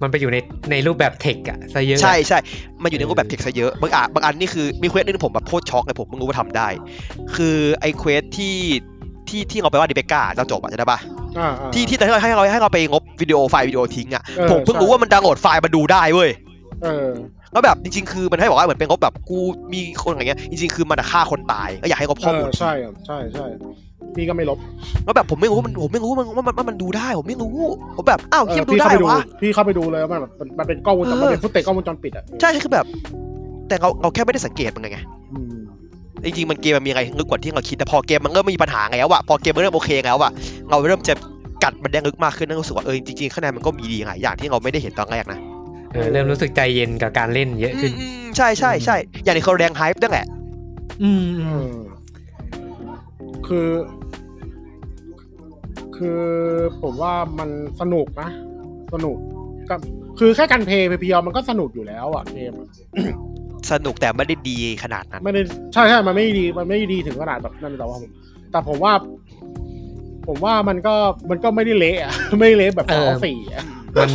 A: มันไปอยู่ในในรูปแบบเทคอะซะเยอะ
C: ใช่ใช่ มันอยู่ในรูปแบบเทคซะเยอะ บางอ่ะบางอันนี่คือมีเควสนึงผมแบบโคตรช็อกเลยผมไม่รู้ว่าทำได้ คือไอ้เควสที่ที่ที่เราไปว่าดิเบก้าเราจบอ่ะจำได้ปะ
D: อ่าอ่า
C: ที่ที่แต่ให้เราให้เราไปงบวิดีโอไฟล์วิดีโอทิ้งอ่ะ
D: เออ
C: ผมเพิ่ง
D: ใช่
C: รู้ว่ามันดาวน์โหลดไฟล์มาดูได้เว้ย
D: เออ
C: แล้วแบบจริง ๆ คือมันให้บอกว่าเหมือนเป็นงบแบบกูมีคนอะไรเงี้ยจริงๆคือมันอะฆ่าคนตายก็อยากให้งบข้อมูล
D: เใช่อะใช่ใช่พี่ก็ไม่ลบ
C: แล้วแบบผมไม่รู้ว่ามันผมไม่รู้ว่ามันว่ามันว่ามันดูได้ผมไม่รู้ผมแบบอ้าว
D: เอ
C: เฮีย
D: อ
C: ดู
D: พี่
C: ได้
D: เข้าไปดู
C: วะ
D: พี่เข้าไปดูเลยว่ามันแบบมันมันเป็นกล้องวงจร
C: เออ
D: มันเป็นฟุตเตจกล้องวงจรปิดอ่ะ
C: ใช่คือแบบ แต่เราเราแค่ไม่ได้สังเกตมันไง
D: อืม
C: จริงๆมันเกมมันมีอะไรลึกกว่าที่เราคิดแต่พอเกมมันเริ่มมีปัญหาแล้วอะพอเกมมันเริ่มโอเคแล้วอะเราเริ่มจะกัดมันได้ลึกมากขึ้นนั่นรู้สึกว่าเออจริงๆข้างในมันก็มีดีหลายอย่างที่เราไม่ได้เห็นตอนแรกนะ
A: เออเริ่มรู้สึกใจเย็นกับการเล่นเยอะขึ้น
C: อืมๆใช่ใช่ใช่อย่างในคอแรงไฮป์นั่นแหละ
A: อืม
D: เออ คือ คือผมว่ามันสนุกนะ สนุกกับคือแค่การเพลย์เพย์พียอมันก็สนุกอยู่แล้วอะเกมอะ
C: สนุกแต่ไม่ได้ดีขนาดนั้น
D: ไม่ได้ใช่ใช่มันไม่ดีมันไม่ดีถึงขนาดแบบนั้นแต่ว่าผมแต่ผมว่า ผมว่ามันก็มันก็ไม่ได้เละอะ ไม่ได้เละแบบ
A: เออ
D: เอาสี่อะ
A: มัน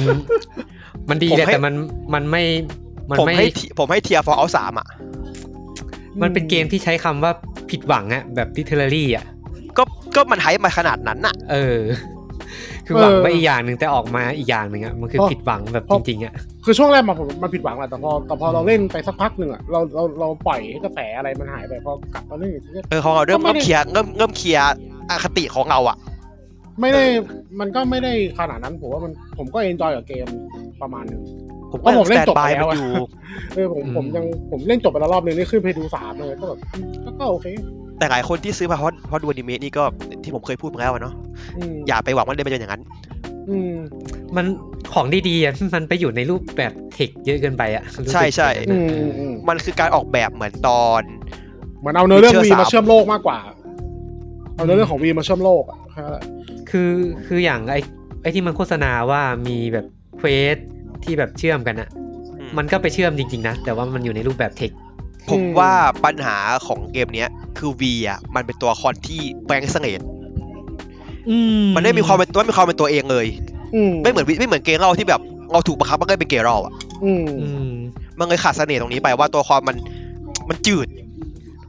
A: มันดี
C: ผม
A: แหละ
C: ให้
A: แต่มันมันไม่มัน
C: ผม
A: ไม่
C: ให้ที่ผมให้เทียฟอร์เอาสามอ่ะ
A: มันเป็นเกมที่ใช้คำว่าผิดหวังอะแบบดิเทอรี่อะ
C: ก็ก็มันไฮป์มาขนาดนั้นน่ะ
A: เออ คือหวังไว้อีกอย่างหนึ่งแต่ออกมาอีกอย่างหนึ่งอะมันคือผิดหวังแบบจริงๆอะ
D: คือช่วงแรกมาผมมันผิดหวังแหละแต่พอแต่พอเราเล่นไปสักพักหนึ่งอะเราเราเราปล่อยให้กระแสอะไรมันหายไปพอกลับมาเล่นอีกทีก็
C: เออของเราเริ่ม
D: ก็ไม่
C: เริ่ม
D: ได้
C: เคลียร์เริ่มเริ่มเคลียร์อคติของเราอ่ะ
D: ไม่ได้มันก็ไม่ได้ขนาดนั้นผมว่ามันผมก็เอนจอยกับเกมประมาณหนึง
C: ผม
D: เพ
C: ก็
D: ราะผมเล่น
C: ส
D: จบ
C: บาย
D: ไปแล้วอะ
C: มันอยู่
D: เออผมผมยังผมเล่นจบไปแล้วรอบนึงนี่ขึ้นไปดูสามเลยก็แบบก็ก็โอเค
C: แต่หลายคนที่ซื้อมาเพราะเพราะดูอนิเมะนี่ก็ที่ผมเคยพูดมาแล้วอะเนาะ
D: อืม
C: อย่าไปหวังว่าเดนมันจะเป็นอย่างนั้น
D: อืม
A: มันของดีๆอะ มันไปอยู่ในรูปแบบเทคเยอะเกินไปอะรู้สึก
C: ใช่ใช่
A: แบบ
D: อื
A: นั้น
D: ม
A: อะ
D: อืมอืม
C: มันคือการออกแบบเหมือนตอน
D: เหมือนเอาเนื้อเรื่อง
C: Witcher
D: วี
C: สาม
D: มาเชื่อมโลกมากกว่า เอาเนื้อเรื่องของวีมาเชื่อมโลกอะแค่นั้นแหละ
A: คือคืออย่างไอไอที่มันโฆษณาว่ามีแบบเควสที่แบบเชื่อมกันอะ
C: อืม
A: มันก็ไปเชื่อมจริงๆนะแต่ว่ามันอยู่ในรูปแบบเทค
C: ผมว่าปัญหาของเกมเนี้ยคือวีอ่ะมันเป็นตัวละคอนที่แบงค์เสน่ห์มันไม่มีความเป็นไม่มีความเป็นตัวเองเลย
D: อืม
C: ไม่เหมือนวิไม่เหมือนเกมเราที่แบบเราถูกบังคับมันก็เป็นเกมเราอ่ะ
D: อืม
A: อืม
C: มันเลยขาดเสน่ห์ตรงนี้ไปว่าตัวละครมันมันจืด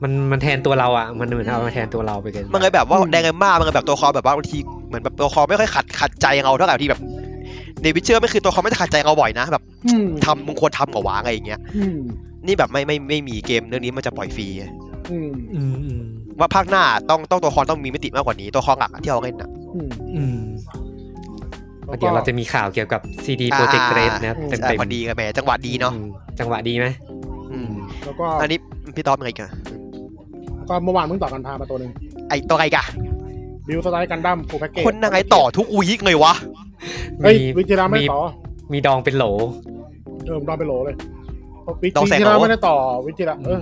A: มันมันแทนตัวเราอ่ะ มันเหมือนเอามาแทนตัวเราไปเกินไป
C: มันเลยแบบว่า
D: อืม
C: แดงเงินมากมันเลยแบบตัวละครแบบว่าบางทีเหมือนแบบตัวละครไม่ค่อยขัดขัดใจเราเท่าไหร่ที่แบบในวิเชอร์ไม่คือตัวละครไม่ได้ขัดใจเราบ่อยนะแบบ
D: อืม
C: ทำมึงควรทำกับวางอะไรอย่างเงี้ย
D: อืม
C: นี่แบบไม่ไม่ไม่มีเกมเรื่องนี้มันจะปล่อยฟรี
D: อืม
A: อืมอืม
C: ว่าภาคหน้าต้องต้องตัวละครต้องมีมิติมากกว่านี้ตัวละครหลักอะที่เราเล่นนะ
D: อืม
A: อืมเดี๋ยวเราจะมีข่าวเกี่ยวกับ CD Project Red นะครับเต็ม
C: ใช่
A: เต็ม
C: พอดีกันแหมจังหวะดีเนาะ
A: จังหวะดีไหม
C: อืม
D: แล้วก็
C: อันนี้พี่ต๊อบเป็นไงกัน
D: ก็เมื่อวานเพิ่งต่อกันพามาตัวหนึ่ง
C: ไอตัวไงกะ
D: บิวสไตล์กันดั้มฟูลแพ็กเกจ
C: คนนางไงต่อทุกวีคเลยวะ
D: เฮ้ยวิจิราไม่ได้ต่อ
A: มีดองเป็นโหล
D: เออมนอนไปโหลเลยวิจิราไม่ได้ต่อวิจิราเออ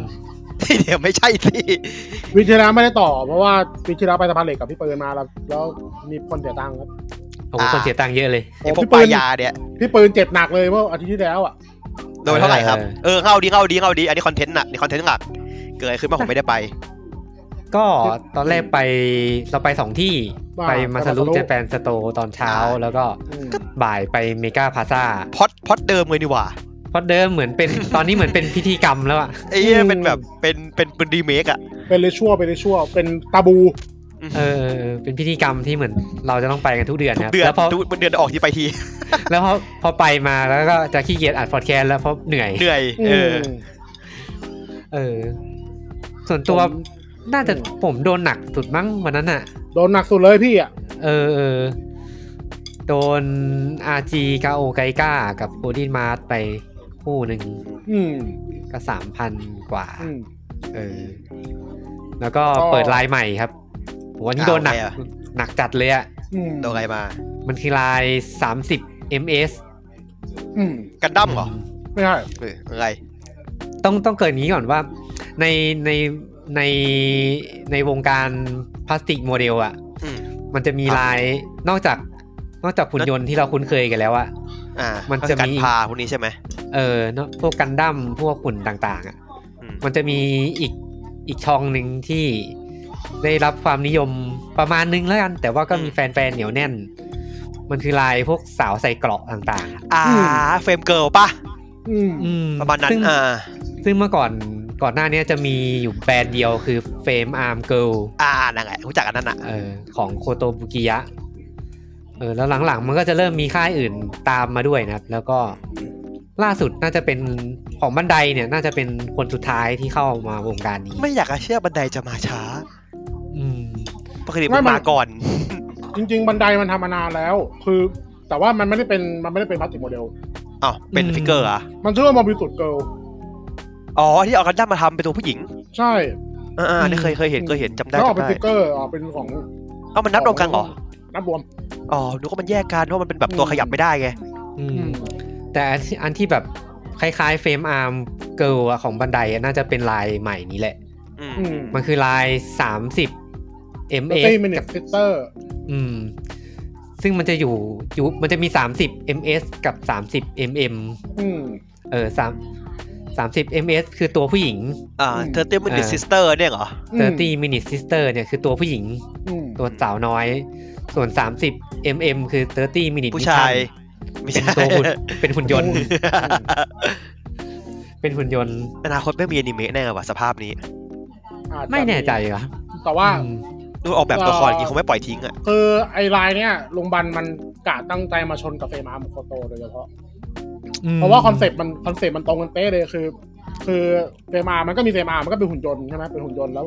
C: เดี๋ยวไม่ใช่สิ
D: วิจิราไม่ได้ต่อ เพราะว่าวิจิราไปสะพานเหล็กกับพี่เปิลมาแล้ว แล้วมีคนเสียตังค์ครับ
A: โอ้โหคนเสียตังค์เยอะเลย
C: ไอพวก
D: พี่
C: ป
D: เปิ
C: ลา
D: ล
C: ยาเนี่ย
D: พี่เปิลเจ็บหนักเลยเมื่ออาทิตย์ที่แล้วอ่ะ
C: โดนเท่าไหร่ครับ
A: เออ
C: เออเข้าดีเข้าดีเข้าดีอันนี้คอนเทนต์น่ะนี่คอนเทนต์หลักเกิดอะไรขึ้นบ้างผมไม่ได้ไป
A: ก็ตอนแรกไปเราไปสองที่ไปมาซารุเจแปนสโตตอนเช้าแล้วก็
D: อืม
A: บ่ายไปเมกาพาซา
C: พล็อดพล็อดเดิมเลยดีกว่า
A: เพราะเดิมเหมือน เป็นตอนนี้เหมือนเป็นพิธีกรรมแล้วอ่ะ
C: ไอ้เหี้ยเป็นแบบเป็นเป็นเป็นรีเมคอะ
D: เป็นเลชั่วเป็นเลชั่วเป็นตาบู
A: เออเออเป็นพิธีกรรมที่เหมือนเราจะต้องไปกันทุกเดือนค
C: ทุก
A: รับ
C: เดือน
A: แล้วพอ
C: ทุกเดือนออกทีไปที
A: แล้วพอพอไปมาแล้วก็จะขี้เกียจอัดพอดแคสต์แล้วเพราะเหนื่อย
C: เหนื่อยเอออ
A: เออ ส่วนตัว
D: ผม
A: น่าจะผมโดนหนักสุดมั้งวันนั้นอ่ะ
D: โดนหนักสุดเลยพี่อ่ะ
A: เออเออโดนอาจีกาโอไกก้ากับโอดินมาร์ไปคู่หนึ่ง
D: อืม
A: ก็สามพันกว่า
D: อืม
A: เออ แล้วก็
D: ก็
A: เปิดลายใหม่ครับโหอันนี้โดนหนักหนักจัดเลยอ่ะ
D: อืม
C: โดนอะไรมา
A: มันคือลายสามสิบ ms
D: อืม
C: กันดั้มเหรอ
D: ไม่ใช่
C: เอออะไร
A: ต้องต้องเกริดนี้ก่อนว่าในในในในวงการพลาสติกโมเดลอะ
C: อืม
A: มันจะมี
C: ครับ
A: ลายนอกจากนอกจากหุ่นยนต์ที่เราคุ้นเคยกันแล้วอะ
C: อ่า
A: มั
C: มัน
A: จะมี
C: การพาพวกนี้ใช่ไหม
A: เออเนอะพวกกันดั้มพวกหุ่นต่างๆอะ
C: อืม
A: มันจะมีอีกอีกช่องหนึ่งที่ได้รับความนิยมประมาณนึงแล้วกัน แต่ว่าก็มีแฟนๆเหนียวแน่น มันคือลายพวกสาวใส่เกราะต่างๆอะ
C: อ่า
D: อืม
C: เฟรมเกิลป่ะ
D: อืม
A: อื
C: ประมาณนั้น
A: ซึ่ง
C: อ่า
A: ซึ่งเมื่อก่อนก่อนหน้าเนี้ยจะมีอยู่แบรนด์เดียวคือเฟมอาร์มเกิล
C: อ่านั่นแหละรู้จักอันนั้นอ่ะ
A: เออของโคโตบุกิยะ เออแล้วหลังๆ มันก็จะเริ่มมีค่ายอื่นตามมาด้วยนะครับ แล้วก็ล่าสุดน่าจะเป็นของบันไดเนี่ย น่าจะเป็นคนสุดท้ายที่เข้ามาวงการนี้
C: ไม่อยากจะเชื่อบันไดจะมาช้า
A: อืม
C: ปกติ
D: ไม่
C: มัน
D: มัน
C: มาก่อน
D: จริง ๆ บันไดมันทำมานานแล้ว คือ แต่ว่ามันไม่ได้เป็น มันไม่ได้เป็นพลาสติกโมเดล
C: อ้าว เป็น
A: อืม
C: ฟิกเกอร์เหรอ่ะ
D: มันชื่อว่าโมบิลสุดเกิล
C: อ๋อ ที่เอากันดั้มมาทำเป็นตัวผู้หญิง
D: ใช่
C: อ่าอ่านี่เคยเคยเห็นเคยเห็นจำได้
D: แล้วออก
C: จำ
D: เป็นส
C: ได้
D: ติกเกอร์ออกเป็นของ
C: เอ้ามันนับรวมกันเหรอ
D: นับรวม
C: อ๋อดูก็มันแยกกันเพราะมันเป็นแบบตัวขยับไม่ได้ไง
A: อืมแต่อันที่อันที่แบบคล้ายๆเฟมอาร์มเกิลของบันไดอะน่าจะเป็นลายใหม่นี้แหละ
C: อืม
D: อืม
A: มันคือลาย 30 M
D: เต้
A: S
D: เมเนจเซเตอร์
A: อืม ซึ่งมันจะอยู่อยู่มันจะมีสามสิบ M S กับสามสิบ M M
D: อืม
A: เออสามสามสิบ M S คือตัวผู้หญิง
C: อ่า
D: อืม
C: เธอเต้มันดิ
A: อ่า
C: ซิสเตอร์เนี่ยเหรอ
D: อืม
A: 30 minute sister เนี่ยคือตัวผู้หญิง
D: อืม
A: ตัวสาวน้อย ส่วน 30 mm คือ 30 minute
C: ผู้ชาย
A: Mission เป็น
C: ไม่ใช่
A: ตัว หุ่นเป็นหุ่นย นต์ เป็นหุ่นยนต์
C: อนาคตไม่มีอนิเมะแน่ว่ะสภาพนี้
D: อาจจะ
A: ไม่แน่ใจเหรอ
D: แต่ว่า
A: อืม
C: ดูออกแบบตัวละครอย่างนี้คงไม่ปล่อยทิ้งอ่ะ
D: คือไอ้ลายเนี่ยโรงพยาบาลมันกะตั้งใจมาชนกับเฟรมาโมโคโตโดยเฉพาะ เพราะว่าคอนเซปต์มันคอนเซปต์มันตรงกันเป๊ะเลยคือ คือเฟรมามันก็มีเฟรมามันก็เป็นหุ่นยนต์ใช่ไหมเป็นหุ่นยนต์แล้ว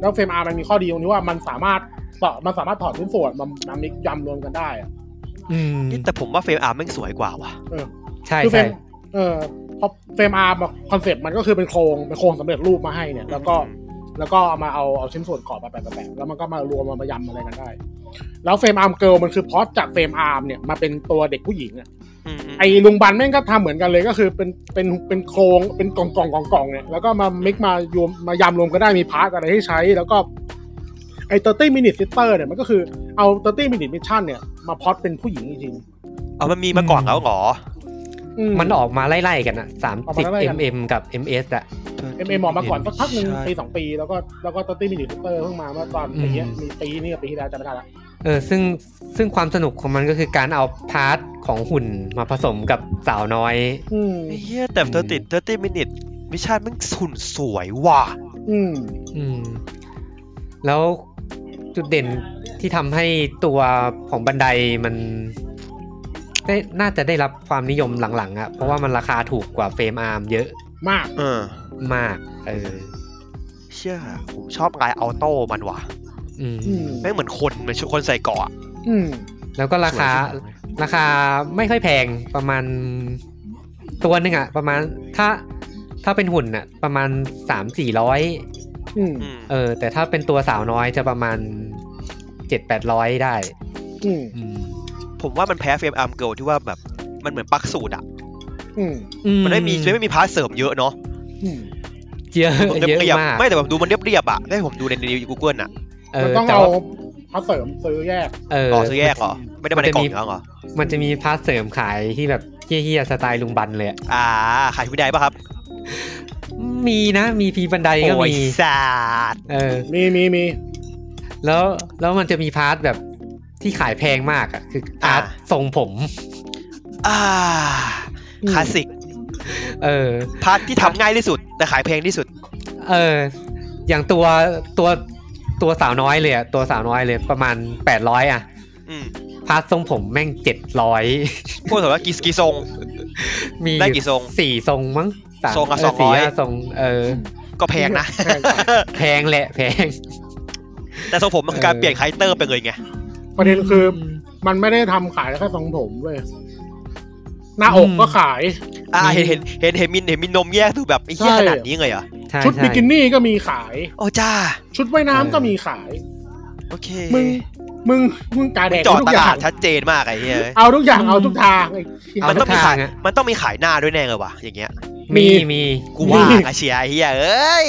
D: แล้วเฟรมามันมีข้อดีตรงที่ว่ามันสามารถต่อมันสามารถถอดชิ้นส่วนมามามิกซ์ยำรวมกันได้อะ
A: อืม
C: นี่แต่ผมว่าเฟรมอาร์มแม่งสวยกว่าว่ะ
D: เออ
A: ใช่
D: คือเฟร
A: ใช่
D: มเออเพราะเฟรมาคอนเซปต์มันก็คือเป็นโครงเป็นโครงสำเร็จรูปมาให้เนี่ย แล้วก็ แล้วก็เอามาเอาเอาชิ้นส่วนกรอบมาแปะแปะแล้วมันก็มารวมมามายำอะไรกันได้ แล้วเฟรมอาร์มเกิลมันคือพล็อดจากเฟรมอาร์มเนี่ยมาเป็นตัวเด็กผู้หญิงอะ
C: อืมอืม
D: ไอ้ลุงบันแม่งก็ทำเหมือนกันเลยก็คือเป็นเป็นเป็นโครงเป็นกล่องกล่องกล่องกล่องเนี่ยแล้วก็มามิกมายมมายำรวมก็ได้มีพาร์กอะไรให้ใช้ แล้วก็ไอ้ 30 minute sister เนี่ยมันก็คือเอา 30 minute mission เนี่ยมาพล็อดเป็นผู้หญิงจริง
C: เอามันมีมาก่อนแล้วเหรอ
D: ๆอื
A: มันออกมาไล่ๆกันอะ
D: ออกมาไล่ๆกั
A: 30
D: น
A: mm กับ ms อะ
D: เอ็มเอ็มออกมาก่อนสักพักหนึ่ง
C: ใช่
D: ปีสองปี แล้วก็แล้วก็ 30 minute sister เพิ่งมาเมื่อตอนปีเนี้ย
A: อืม
D: มีปีนี้กับปีที่แล้วจำไม่ได้ละ
A: เออซึ่งซึ่งความสนุกของมันก็คือการเอาพาร์ทของหุ่นมาผสมกับสาวน้อย
D: อืม
C: ไอ้เฮียแต่เธอติดเธอติดมินิทวิชาแม่งสุนสวยว่ะ
D: อืม
A: อืม แล้วจุดเด่นที่ทำให้ตัวของบันไดมันได้น่าจะได้รับความนิยมหลังๆอะเพราะว่ามันราคาถูกกว่าเฟรมอาร์มเยอะ
D: มาก
C: เออ
A: มาก เออ
C: เชื่อผมชอบลายออโต้มันว่ะ
A: อืม
D: อืม
C: แม่งเหมือนคนเหมือนชุดคนใส่เกราะอะ
D: อืม
A: แล้วก็ราคา
C: สวยชิบหย
A: ราคาไม่ค่อยแพงประมาณตัวหนึ่งอะประมาณถ้าถ้าเป็นหุ่นอะประมาณสามสี่ร้อย
D: อืม
C: อืม
A: เออ แต่ถ้าเป็นตัวสาวน้อยจะประมาณเจ็ดแปดร้อยได้
D: อืม
A: อืม
C: ผมว่ามันแพ้เฟรมอาร์มเกิลที่ว่าแบบมันเหมือนปลั๊กสูตรอ่ะ
D: อืม
C: มันไม่มีมันไม่มีพาร์ทเสริมเยอะเนาะ
D: อืม
A: เยอะ
C: มัน
A: เยอะ
C: เรียบ
A: มาก
C: ๆไม่แต่ผมดูมันเรียบๆอ่ะได้ผมดูในในกูเกิลอ่ะ
A: เอ
D: มัน
A: อ
D: ต้อง
A: แต่
D: เอา
A: ว่า
D: พัสเสริมซื้อแยก
A: เออ
C: ต่อซื้อแยกเหรอ ไม่ได้มาในกล่องอยู่แล้วเหรอ
A: มันจะมีพาร์ทเสริมขายที่แบบเฮี้ยๆสไตล์ลุงบันเลยอะ
C: อ่าขายที่ไดป่ะครับ
A: มีนะมีพีบันไดก็
C: โอ้ย
A: มี
C: สาด
A: เออ
D: มีมีมี
A: แล้วแล้วมันจะมีพาร์ทแบบที่ขายแพงมากอ่ะคืออา ร์ตทรงผม
C: อ่าคลาสสิก
A: เออ
C: พาร์ทที่ทำง่ายที่สุด แต่ขายแพงที่สุด
A: เออ อย่างตัวตัวตัวสาวน้อยเลยอ่ะตัวสาวน้อยเลยประมาณแปดร้อยอ่ะ
C: อืม
A: พาร์ททรงผมแม่งเจ็ดร้อย
C: พวกสมมติว่ากีกีทรง
A: มี
C: ได้กี่ทรง
A: สี่ทรงมั้งสาม
C: ทรงละ
A: เ
C: สองร้อย
A: สี่าทรงเออ
C: ก็แพง นะ
D: แพงกว่า
A: แพงแหละแพง
C: แต่ทรงผมมันคือการเปลี่ยนคาแรคเตอร์ไปเลยไง
D: ประเด็นคือมันไม่ได้ทำขายแค่ทรงผมเว้ยหน้าอกก็ขาย
C: อ่า
A: อืม
C: เห็นเห็นเห็นเห็นมินเห็นมินนมแยกดูแบบไอ้เหี้ย
D: ใช่
C: ขนาดนี้เลยเหรอ
A: ใช่
D: ชุด
A: ใช่
D: บิกินี่ก็มีขาย
C: โอ้จ้า
D: ชุดว่ายน้ำ
A: เออ
D: ก็มีขาย
C: โอเค
D: มึง มึงมึงกาแด
C: มึง
D: ก
C: จอด
D: ทุกอ
C: ตลา
D: ย่าง
C: ดชัดเจนมากไอ้เหี้ย
D: เอาทุกอย่างเอาทุกทางไอ้เหี้ย
A: เอา
C: มัน
A: ทุ
C: ต้อง
A: ก
C: มี
A: ทา
C: ขาง ย
A: อะ
C: มันต้องมีขายหน้าด้วยแน่เลยว่ะอย่างเงี้ย
D: มี
A: มีมี
C: กูว่าอาเชียไอ้เหี้ยเอ้ย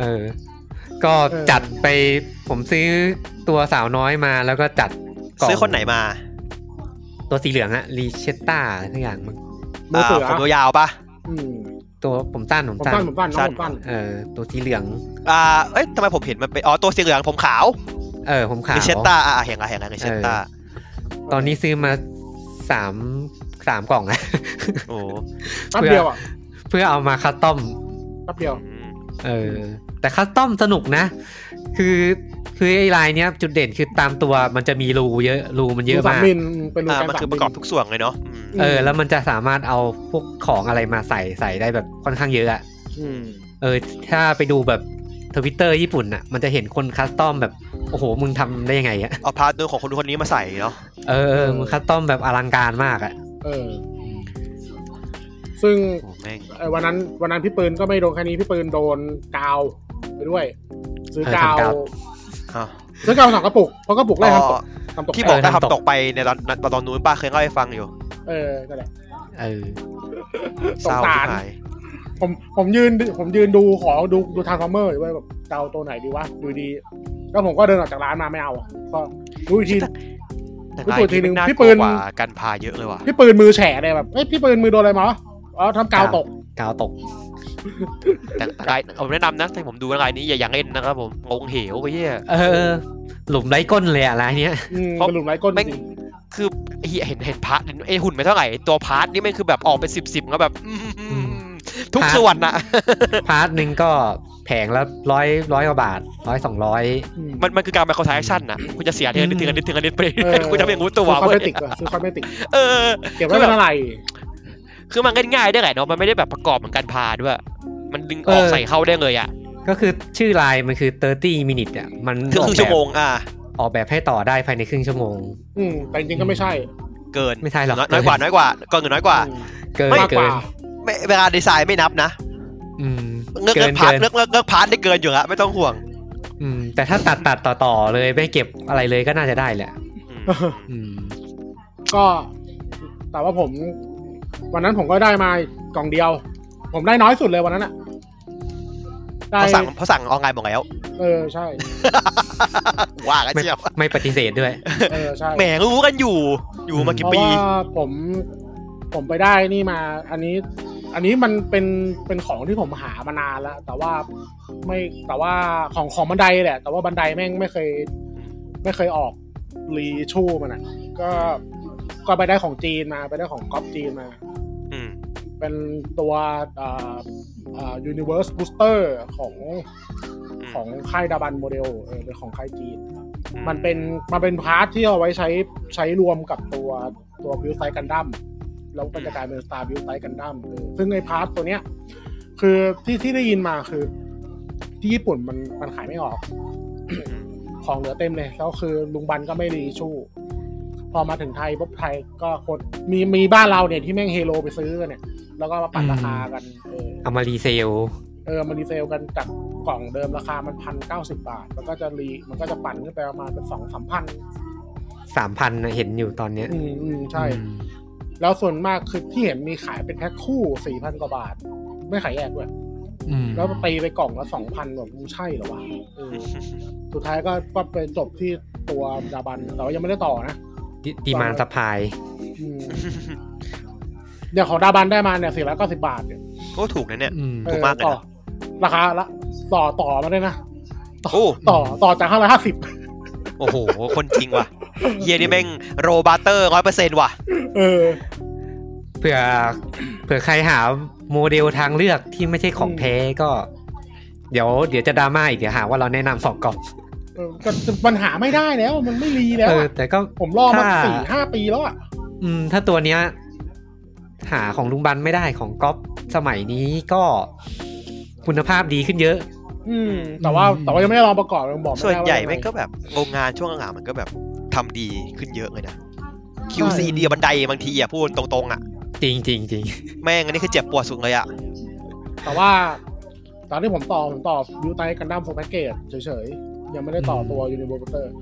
A: เออ ก็
D: เออ
A: จัดไปผมซื้อตัวสาวน้อยมาแล้วก็จัดกล่ง
C: ซื้อคนไหนมา
A: ตัวสีเหลืองอะรีเชตตาทุกอย่างมั้ง
D: มือเสือ
C: ผมยาวๆปะ
D: อืม
A: ตัวผมสั้นผม
D: ผม
A: สั้
D: สั้
A: น
D: นผมสั้นน้องผมสั้น
A: เออตัวสีเหลือง
C: อ่าเอ้ยทำไมผมเห็นมันเป็นอ๋อตัวสีเหลืองผมขาว
A: เออ ผมขาว
C: เชตตาอ่าเห็นละเห็นละเชตตา
A: เออ ตอนนี้ซื้อมาสามสามกล่องอะ
C: โอ้
D: แป๊บเดียวอ่ะ
A: เพื่อเอามาคัสตอม
D: แป๊บเดียว
C: อืม
A: เออ แต่คัสตอมสนุกนะ คือคือไอ้ลายเนี้ยจุดเด่นคือตามตัวมันจะมีรูเยอะรูมันเย
D: รู
A: อะ
D: สาม
A: มาก
D: มิลเป็นรู
C: อ่า
D: แกน
C: มัน
D: สาม
C: คือป
D: มิ
C: ระ
D: ล
C: กอบทุกส่วนเลยเนาะอืม
A: เออ
D: อืม
A: แล้วมันจะสามารถเอาพวกของอะไรมาใส่ใส่ได้แบบค่อนข้างเยอะอะ
D: อืม
A: เออ ถ้าไปดูแบบทวิตเตอร์ญี่ปุ่นอะมันจะเห็นคนคัสตอมแบบ โอ้โห มึงทำได้ยังไงอะ
C: เอาพาร์ทนู้นของคนนู้นคนนี้มาใส่เนาะ
A: เออเออมึงคัสตอมแบบอลังการมากอะ
D: เออ ซึ่ง
C: โอ้แม่ง
D: ไอ้วันนั้นวันนั้นพี่ปืนก็ไม่โดนแค่นี้พี่ปืนโดนกาวไปด้วย ซื้อ
A: เออก
D: าว
A: ทำกาว
C: อ่ะ
D: ซื้อกาวสองกระปุกเพราะกระปุกแรกทำตก
C: อ๋อ
D: ทำตก
C: ที่บอก
A: เออ
C: ถ้า
A: ทำตก
C: ทำตกไปในตอนตอนตอนนู้นป้าเคยเล่าให้ฟังอยู่
D: เออนั่นแหละ
A: เออ
D: สงสาร
C: ที่หาย
D: ผมผมยืนผมยืนดูขอดูดูทางคอมเมอร์อยู่ว่าแบบจะเอาตัวไหนดีวะดูดี แล้วผมก็เดินออกจากร้านมาไม่เอาอะก็รู้อีกที
C: แต่
D: พี่
C: นาย
D: ปืนที
C: ที่
D: นึง
C: น่า
D: พี่
C: ก
D: ปื
C: ลัวน กว่ากันพาเยอะเลยว่ะ
D: พี่ปืนมือแฉะเลยแบบเอ้ยพี่ปืนมือโดนอะไรมาอ๋อทำกาวตก
A: กาวตก
C: แต่แต่นายผมแนะนำนะแต่ผมดูรายนี้อย่าอยังเล่นนะครับผมงงเหวไปเหี้ย
A: เออ หลุมไร้ก้นเลยอะร้านเนี้ย
D: อืม
C: เพราะ
D: เป็นหลุมไร้ก้น
C: แม่ง
D: จริง
C: คือไอ้เหี้ยเห็นเห็นพาร์ทไอ้หุ่นไม่เท่าไหร่ตัวพาร์ทนี่แม่งคือแบบออกเป็นสิบสิบแล้วแบบอืมทุก
A: พาร์ท
C: ส่วนนะ
A: พาร์ทหนึ่งก็แผงละร้อยร้อยกว่าบาทร้อยสองร้อย
D: อืม
C: มันมันคือการไมโครทรานแอคชั่นนะคุณจะเสียเดือนนิดถึงนิดถึงนิดไป
D: เออ
C: คุณจะไม่รู้ตัว
D: ซื้อคอส
C: เว้
D: เม
C: ย
D: ติกเหรอซื้อคอสเมติก
C: เออ
D: เก็บไว้เป็นอะไร
C: คือมันง่ายๆได้แหละเนาะมันไม่ได้แบบประกอบเหมือนกันพาด้วย มันดึงอ
A: เอ
C: อก
A: อ
C: ใส่เข้าได้เลยอ่ะ
A: ก็คือชื่อไลน์มันคือ 30 minute อ่ะมัน
C: คือครึ่งชั่วโมงอ่ะ
A: ออกแบบให้ต่อได้ภายในครึ่งชั่วโมง
D: อืมแต่จริงๆก็ไม่ใช่
C: เกิน
A: ไม่ใช่หรอก
C: น้อยน้อยกว่าน้อยกว่าก่อนหรือน้อยกว่า
D: อืม
A: เกิน
C: ไม่
D: มากก
A: เกิ
D: ว่า
A: น
C: ไม่เวลาดีไซน์ไม่นับนะ
A: อืม
C: เลือก
A: เกิ
C: เลือน กพาร์ท
A: เกิน
C: เลือกเลือกเลือกพาร์ทได้เกินอยู่ละไม่ต้องห่วง
A: อืมแต่ถ้าตัดตัดต่อต่อเลยไม่เก็บอะไรเลยก็น่าจะได้แหละ
C: อืม
D: เออ
A: อืม
D: ก็ แต่ว่าผม วันนั้นผมก็ได้มากล่องเดียว ผมได้น้อยสุดเลยวันนั้นอะได้
C: เขาสั่งเขาสั่งออนไลน์หมดแล้ว
D: เออใช่
C: ว่ากัน
A: ไม่
C: เชียว
A: ไม่ปฏิเสธด้วย
D: เออใช่
C: แหมรู้กันอยู่อยู่มา
D: เพ
C: กี่
D: ราะ
C: ปี
D: ว่าผมผมไปได้นี่มา อันนี้ อันนี้มันเป็นเป็นของที่ผมหามานานแล้วแต่ว่าไม่แต่ว่าของของบันไดแหละ แต่ว่าบันไดแม่งไม่เคย ไม่เคยออกรีชูมันอ่ะ ก็ก็ไปได้ของจีนมา ไปได้ของก๊อปจีนมา
C: อืม
D: เป็นตัวอ่าอ่า universe booster ของ
C: อืม
D: ของค่ายดาบันโมเดลเออเป็นของค่ายจีน
C: อื
D: มันเป็นมันเป็นพาร์ทที่เอาไว้ใช้ใช้รวมกับตัวตัวบิวไซกันดั้มแล้วมันจะกลายเป็นสตาร์บิวไซกันดั้มซึ่งไอ้พาร์ทตัวเนี้ย คือที่ที่ได้ยินมาคือ ที่ญี่ปุ่นมันมันขายไม่ออก ของเหลือเต็มเลยแล้วคือลุงบันก็ไม่รีชู่ พอมาถึงไทยปุ๊บไทยก็คนมีมีบ้านเราเนี่ยที่แม่งเฮโลไปซื้อกันเนี่ย แล้วก็มาปั่นราคากันเออ
A: เอามารีเซล
D: เออมันรีเซลกันจากกล่องเดิมราคามันพันเก้าสิบาท มันก็จะรีมันก็จะปั่นขึ้นไปประมาณเป็นสองสามพัน
A: สามพันะเห็นอยู่ตอนเนี้ย
D: อืมอืมใช่
A: อืม
D: แล้วส่วนมากคือที่เห็นมีขายเป็นแพ็คคู่สี่พันกว่าบาท ไม่ขายแยกด้วย
A: อืม
D: แล้วตีไปกล่องละสองพันแบบมันใช่เหรอวะเออสุดท้ายก็ก็ไปจบที่ตัวดาบัน แต่ว่ายังไม่ได้ต่อนะ
A: ดีมานสปาย
D: อืมอย่างของดาบันได้มาเนี่ยสี่ร้อยเก้าสิบาทเนี่ย
C: โอ้ถูกนะเนี่ย
A: อืม
D: เอ
C: ถู
D: อก
C: มากเลย
D: ต่
C: นะ
D: อราคาละต่อต่อมาด้วยนะ
C: โอ้
D: ต่อต่อจากห้าร้อยห้าสิบ
C: โอ้โห คนจริงว่ะเฮียนี่แม่งโรบัตเตอร์ร้อยเปอร์เซ็นต์ว่ะ
D: เออ
A: เผื่อ เผื่อใครหาโมเดลทางเลือกที่ไม่ใช่ของแท้ก็ เดี๋ยวเดี๋ยวจะดราม่าอีกเดี๋ยวหาว่าเราแนะนำสองกล่อง
D: เออก็ปัญหาไม่ได้แล้ว มันไม่รีแล้ว
A: เออ
D: อะ
A: แต่ก็
D: ผมรอมา
A: ถ้า
D: สี่ห้าปีแล้วอ่ะ
A: อืมถ้าตัวเนี้ย หาของลุงบันไม่ได้ของก๊อฟสมัยนี้ก็คุณภาพดีขึ้นเยอะ
D: อืม แต่ว่าแต่ว่ายังไม่ได้ลองประกอบยังบอกไม่
C: ส่วน
D: ได้า
C: ใหญ่
D: ยังไง
C: แม่งก็แบบโรงงานช่วงหลังๆมันก็แบบทำดีขึ้นเยอะเลยนะ
D: ใช่
C: QC เดียวบันไดบางทีอ่ะพูดตรงๆอ่ะ
A: จริงจริงจริง
C: แม่งอันนี้คือเจ็บปวดสุดเลยอ่ะ
D: แต่ว่า ตอนที่ผมต่อผมต่อบิวไตกันดั้มโฟร์แพ็กเกจเฉยๆ ยังไม่ได้ต่อตัวยูนิเวอร์เตอร์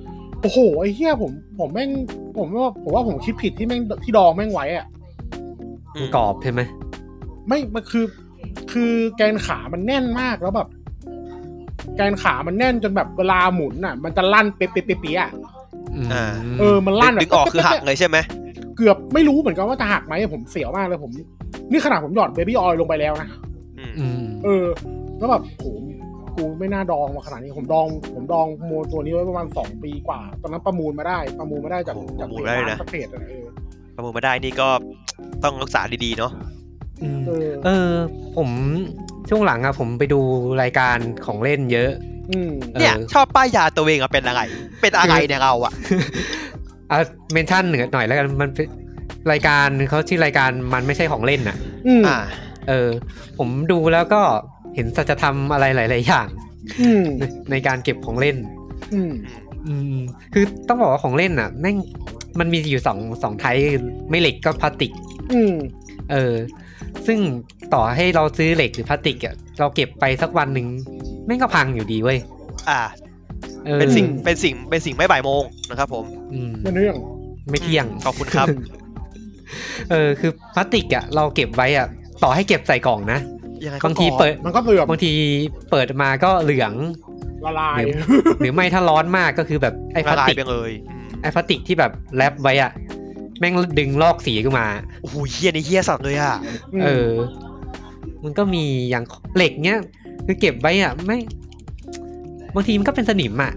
D: โอ้โห ไอ้เหี้ยผม ผมแม่ง ผมว่าผมว่าผมคิดผิดที่แม่งที่ดองแม่งไว้อะ
C: อืม
A: กรอบใช่ไหม
D: ไม่มันคือ คือแกนขามันแน่นมากแล้วแบบ แกนขามันแน่นจนแบบเวลาหมุนอ่ะ มันจะลั่นเป๊ะเป๊ะเป๊ะเป๊ะอะ
A: ม
C: อ่า
D: เออมันลั่นแบบ
C: ดึงออกคือหักเลยใช่ไหม
D: เกือบไม่รู้เหมือนกันว่าจะหักไหมผมเสียวมากเลยผม นี่ขนาดผมหยอดเบบี้ออยลงไปแล้วนะ
C: อืม
A: ม
D: เออ แล้วแบบโหกูไม่น่าดองมาขนาดนี้ผมดอง ผมดองโมตัวนี้ไว้ประมาณสองปีกว่า ตอนนั้นประมูลมาได้ ประมูลมาได้จากจากเพจร้านสกเพจอะไรเออ
C: ประมูลมาได้นี่ก็ต้องรักษาดีๆเนาะ
A: อืม
D: เออ
A: เออ ผมช่วงหลังอะผมไปดูรายการของเล่นเยอะ
D: อืม
A: เออ
C: เนี่ย ชอบป้ายยาตัวเองอะเป็นอะไร เป็นอะไรเนี่ยเราอ่ะ
A: เอาเมนชั่นหนึ่งหน่อยแล้วกันมันเป็นรายการเขาชื่อรายการมันไม่ใช่ของเล่นน่ะ
D: อืม
C: อ่า
A: เออ ผมดูแล้วก็เห็นสัจธรรมอะไรหลาย ๆ อย่าง
D: อืม
A: ในในการเก็บของเล่น
D: อืม
A: อืมคือต้องบอกว่าของเล่นอ่ะแม่งมันมีอยู่สองสองไทป์คือไม่เหล็กก็พลาสติก
D: อืม
A: เออ ซึ่งต่อให้เราซื้อเหล็กหรือพลาสติกอ่ะเราเก็บไปสักวันหนึ่งแม่งก็พังอยู่ดีเว้ย
C: อ่า
A: ออ
C: เป็นสิ่ง เป็นสิ่ง เป็นสิ่งไม่บ่ายโมงนะครับผม
A: อืม
D: เป็นเรื่อง
A: ไม่เที่ยง
C: ขอบคุณ ครับ
A: เออคือพลาสติกอ่ะเราเก็บไว้อ่ะ ต่อให้เก็บใส่กล่องนะ
C: ยังไงก็
A: บางที
C: กรอบ
A: เปิด
D: มันก็เสื่อม
A: บางทีเปิดมาก็เหลือง
D: ละลาย
A: เดี๋ยว หรือไม่ถ้าร้อนมากก็คือแบบไอ้พ
C: ละ
A: ลาส
C: ลาย
A: ติก
C: ไปเลยอืม
A: ไอ้พลาสติกที่แบบแรปไว้อะแม่งดึงลอกสีขึ้นมา
C: โอ้โหเฮียนี่เฮียสัตว์เลยอ่ะ
A: เออ มันก็มีอย่างเหล็กเนี้ยคือเก็บไว้อ่ะไม่บางทีมันก็เป็นสนิมอ่ะ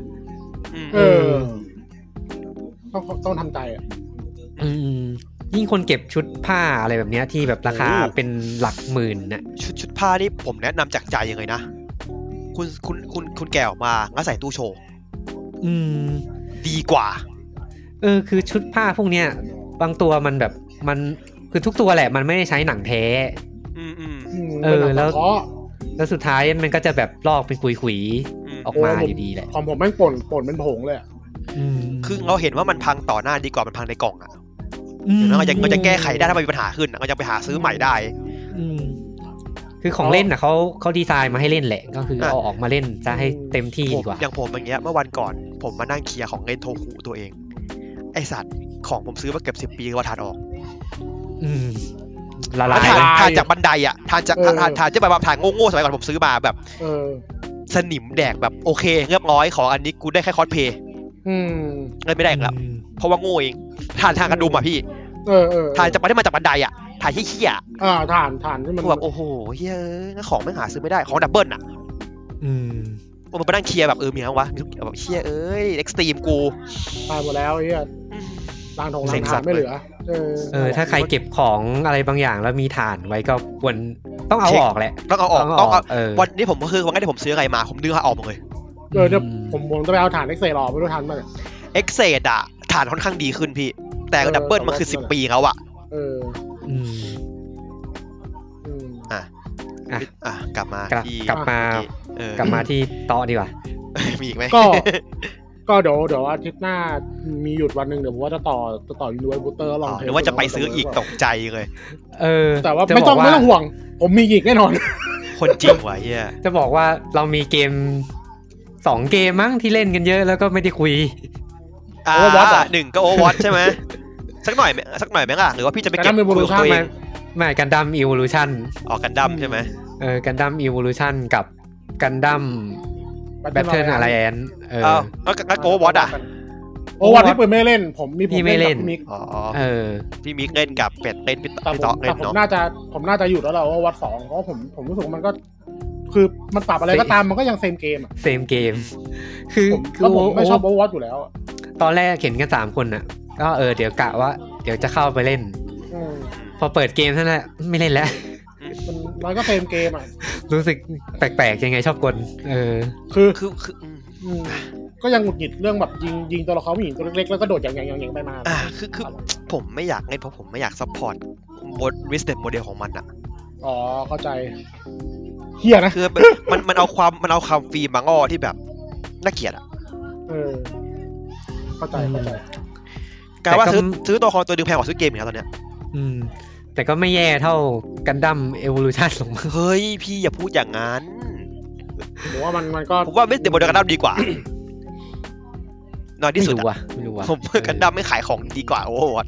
C: อืม
D: เออ ต้องต้องทำใจอ่ะ
A: อืมยิ่งคนเก็บชุดผ้าอะไรแบบเนี้ยที่แบบราคาเป็นหลักหมื่นน่ะ
C: ชุดชุดผ้านี่ผมแนะนำจากใจยังไงนะ คุณคุณคุณคุณแกะออกมางั้นใส่ตู้โชว์
A: อืม
C: ดีกว่า
A: เออ คือชุดผ้าพวกเนี้ยบางตัวมันแบบมันคือทุกตัวแหละมันไม่ได้ใช้หนังแท้
C: อืมอืม
D: อืม
A: เออ
D: ป็นหนัง
A: แล้ว
D: สังเคราะห์
A: แล้วสุดท้ายมันก็จะแบบลอกเป็นขุย
C: อืม
A: ๆออกมาอยู่ดีแหละ
D: ของผมแม่งป่นป่นเป็นผงเลยอะ
A: อืม
C: คือเราเห็นว่ามันพังต่อหน้าดีกว่ามันพังในกล่องอ่ะ
A: ม
C: แล้วเราจะเราจะแก้ไขได้ถ้ามันมีปัญหาขึ้นอะเราจะไปหาซื้อใหม่ได้
A: อืมคือของเล่นน่ะเขาเขาดีไซน์มาให้เล่นแหละ ก็คือเอาออกมาเล่นจะให้เต็มที่
C: ผ
A: ดี
C: ม
A: กว่า
C: อย่างผมอย่างเงี้ยเมื่อวันก่อน ผมมานั่งเคลียร์ของเล่นโทคุตัวเอง ไอสัตว์ของผมซื้อมาเก็บสิบปีว่าทานออก
A: อืมละ
C: อ่ะ
A: ลาย
C: ทานทานจากบันไดอ่ะทานจากทานทานจะไปแบบทานโง่ๆสมัยก่อนผมซื้อมาแบบ
D: เออ
C: สนิมแดกแบบโอเคเรียบร้อยของอันนี้กูได้แค่คอสเพย์
D: อืม
C: เงินไม่ได้อีกแล้ว
A: อืม
C: เพราะว่าโง่เองทานทางกระดุมอ่ะพี่
D: เออเออ
C: ทานจากไปได้มาจากบันไดอ่ะทานที่เขี้ยๆอ่ะ
D: อ่าฐานฐานที่มัน
C: กูแบบโอ้โหเฮ้ยงั้นของไม่งหาซื้อไม่ได้ของดับเบิลอ่ะ
A: อืม
C: กูมันไปนั่งเคลียร์แบบเออมีอะไรวะมีทุกอย่างแบบเชี่ยเอ้ยเอ็กซ์ตรีมกู
D: ตายหมดแล้วไอ้เหี้ย
C: อืม
D: ล้างถง
C: เซ็
D: ล้าง
C: งสั
D: ฐา
C: ต
D: น
C: ว์
D: ไม่เหลือ เออ
A: เออถ้าใครเก็บของอะไรบางอย่างแล้วมีฐานไว้ก็ควรต้องเอาออกแหละ
C: ต้องเอาออกต้องเอา
A: เออ
C: วันนี้ผมก็คือวันนี้ผมซื้ออะไรมา ผมดึงเอาออกหมดเลย
D: เออเดี๋ยวผมผมจะไปเอาฐานเอ็กเซย์รอไม่รู้ทันป่ะเนี่ย
C: เอ็กเซดอะฐานค่อนข้างดีขึ้นพี่ แต่
D: เออ
C: ดับเบิลมัน
D: แต่ว่า
C: คือสิบปีแล้วอะ
D: เออ
A: อืม
D: อืม
A: อ่ะ
C: อ่ะกลับมาก
A: ลับ
C: ที่
A: กลับมา
C: เออก
A: ลับมาที่โต๊ะดีกว่า
C: มีอีกไหม
D: ก็ ก็เดี๋ยวเดี๋ยวอาทิตย์หน้ามีหยุดวันหนึ่งเดี๋ยวผมว่าจะต่อจะต่อยูนิเวอร์บูเตอร์ล
C: อ๋
D: อง
C: อ
D: เทส
C: นึกว่าจะไปซื้ออีกตกใจเลย
A: เออ
D: แต่ว่า
A: จะ
D: ไม่ต้อง
A: บก
D: ไม่ต้องห่วง ผมมีอีกแน่นอน
C: คนจริงว่ะเฮี ย
A: จะบอกว่าเรามีเกมสองเกมมั้งที่เล่นกันเยอะแล้วก็ไม่ได้คุย
C: อ่า
D: Overwatch อะ
C: หนึ่งก็โอวอตใช่ไหมสักหน่อยไหมสักหน่อยไหมล่ะ หรือว่าพี่จะไปเก็บ
D: Gundam
C: คุย
D: Evolution
C: ตัวเอง
A: ไม่กันดั้มอีว l ลูชัน
C: ออกกันดั้มใช่ไหม
A: เออกันดั้มอีว l ลูชันกับกันดั้มแบทเทิลอะไรแอนเออ
C: อ้าวแล้วแล้วโอวอตอ่ะ
D: โอวัตที่เปิดไม่เล่น ผมมีผม
A: พี่ไม่เล่น
D: กับพี่มิก
C: อ๋อ
A: เออ
C: พี่มิกเล่นกับเป็ดเล่นพี่
D: แต่ผ
C: พี่ต่อ
D: ม
C: เล่
D: แต่ผม
C: นเนาะ
D: น่าจะผมน่าจะหยุดแล้วแหละโอวัตสองเพราะผมผมรู้สึกว่ามันก็ คือมันปรับอะไรก็ตามมันก็ยังเซมเกมอ่ะ
A: เซมเกม คือ
D: ผม
A: คื
D: แล้วผมไม่ชอบ
A: โ
D: โอวัตอยู่แล้วอะ
A: ตอนแรกเห็นกันสามคนอ่ะ ก็เออเดี๋ยวกะว่า เดี๋ยวจะเข้าไปเล่น
D: อืม
A: พอเปิดเกมเท่านั้นแหละไม่เล่นแล้ว
D: มันมันก็เซมเกมอ่ะ
A: รู้สึกแปลกๆยังไงชอบกลเออ
D: คือ
C: คือคืออืม
D: อืมก็ยังหงุดหงิดเรื่องแบบยิงยิงตัวละครผู้หญิงตัวเล็กๆแล้วก็โดดอย่างอย่างอย่างอย่างไปมา
C: อ่าคือคือผมไม่อยากเล่นเพราะผมไม่อยากซัพพอร์ตบทริสเดนโมเดลของมันอะ
D: อ๋อ เข้าใจเฮียนะ
C: คือมัน มันมันเอาความมันเอาคำฟรีมมาง้อที่แบบน่าเกลียดอ่ะ
D: เออ เข้าใจ เข้าใจ
C: กลายว่า
A: แต่ก็
C: ซื้อซื้อตัวคอตัวดึงแพงกว่าซื้อเกมอีกแล้วตอนเนี้ย
A: อืม แต่ก็ไม่แย่เท่ากันดั้มเอว l ลูชันหรอกมั้ง
C: เฮ้ยพี่อย่าพูดอย่างนั้น
D: ผมว่ามัน มันก็
C: ผมว่าไม่เดี๋ยวบนกันดั้มดีกว่า น้อยที่สุด
A: ไม่รู้
C: อะ
A: ว่ะไม่รู้ว่ะ
C: ผมว่ากันดั้มไม่ขายของดีกว่าโอ้โห
D: ผม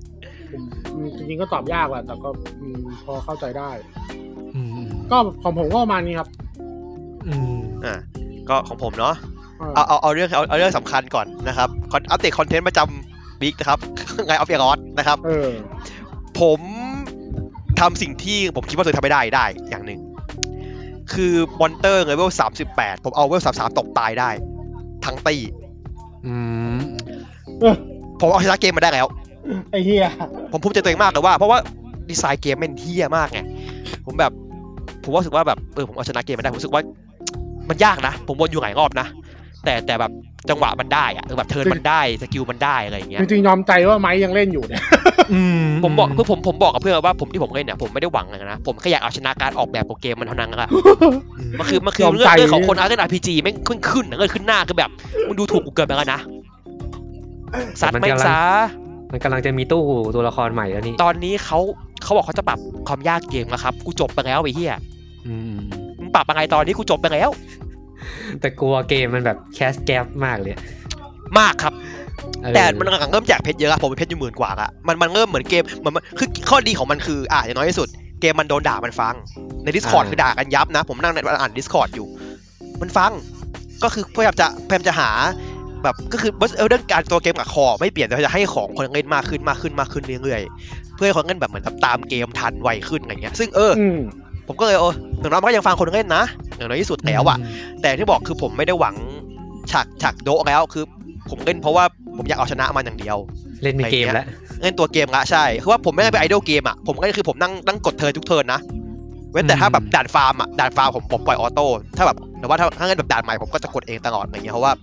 D: อืมจริงๆ ก็ตอบยากแหละแต่ก็อืมพอเข้าใจได้
A: อืมอืม
D: ก็ของผมก็ประมาณนี้ครับ
A: อืม
C: อ่ะก็ของผมเนาะ
D: เออ
C: เอาเอาเอาเรื่องเอาเอาเรื่องสำคัญก่อนนะครับคอนอัปเดตคอนเทนต์ประจำบิ๊กนะครับ ไงออฟเอรอสนะครับ
D: เออ
C: ผมทำสิ่งที่ผมคิดว่าตัวเองทำไม่ได้ได้อย่างหนึ่ง คือมอนเตอร์เลเวลสามสิบแปดผมเอาเวลสามสามตกตายได้ ทั้งตี
A: อืม
C: ผมเอาชนะเกมมาได้แล้ว
D: ไอเฮีย
C: ผมภูมิใจตัวเองมากเลยว่า เพราะว่าดีไซน์เกมแม่นเที่ยมากไงผมแบบ ผมว่ารู้สึกว่าแบบเออผมเอาชนะเกมมาได้ผมรู้สึกว่า มันยากนะ ผมวนอยู่หลายรอบนะ แต่แต่แบบจังหวะมันได้อะเออแบบเทิร์นมันได้สกิลมันได้อะไรอย่างเงี้ย
D: จริงๆ ยอมใจว่าไม้ยังเล่นอยู่เนี่ย
A: อืม
C: ผมบอกคือผมผมบอกกับเพื่อนว่าผมที่ผมเล่นเนี่ยผมไม่ได้หวังอะไรนะผมแค่อยากเอาชนะการออกแบบของเกมมันเท่านั้นแหละ มันคือมันคือย
D: อม
C: เรื่อง
D: ใจ
C: เรื่องของคนอาร์เล่นอาร์พีจีแม่งขึ้นขึ้นนะเงินขึ้นหน้าคือแบบมึงดูถูกกูเกินไปแล้วนะซัดแม่งซะ
A: มันกำลังจะมีตู้ตัวละครใหม่แล้วนี่
C: ตอนนี้เขาเขาบอกเขาจะปรับความยากเกมแล้วครับ กูจบไปแล้วไอ้เหี้ย
A: อืม
C: มึงปรับยังไงตอนนี้กูจบไปแล้ว
A: แต่กลัวเกมมันแบบแคสแกปมากเลย
C: มากครับ
A: เออ
C: แต่มันหลังๆเริ่มแจกเพชรเยอะครับผมเป็นเพชรอยู่หมื่นกว่าละมันมันเริ่มเหมือนเกมเหมือนมันคือข้อดีของมันคืออ่ะอย่างน้อยที่สุด เกมมันโดนด่ามันฟัง ใน Discord
E: อ่า
C: คือด่ากันยับนะ ผมนั่งในอ่าน Discord อยู่ มันฟัง ก็คือพยายามจะพยายามจะหาแบบก็คือเออเรื่องการตัวเกมกับคอไม่เปลี่ยนแต่จะให้ของคนเล่นมากขึ้นมากขึ้นมากขึ้นเรื่อยๆเพื่อให้คนเล่นแบบเหมือนแบบตามเกมทันไวขึ้นอะไรเงี้ย ซึ่งเอออ
D: อืม
C: ผมก็เลยโอ้อย่างน้อยมันก็ยังฟังคนเล่นนะอย่างน้อยที่สุดแล้วอะแต่ที่บอกคือผมไม่ได้หวังฉากฉากโดะแล้วคือ ผมเล่นเพราะว่าผมอยากเอาชนะมันอย่างเดียว
A: เล่นมีเกมแล้ว
C: เล่นตัวเกมละใช่ คือว่าผมไม่ได้ไปไอดอลเกมอ่ะ ผมก็คือผมนั่งนั่งกดเทิร์นทุกเทิร์นนะ เว้นแต่
A: อืม
C: ถ้าแบบด่านฟาร์มอ่ะ ด่านฟาร์มผมผมปล่อยออโต้ ถ้าแบบแต่ว่าถ้าถ้าเล่นแบบด่านใหม่ผมก็จะกดเองตลอดอย่างเงี้ยเพราะว่า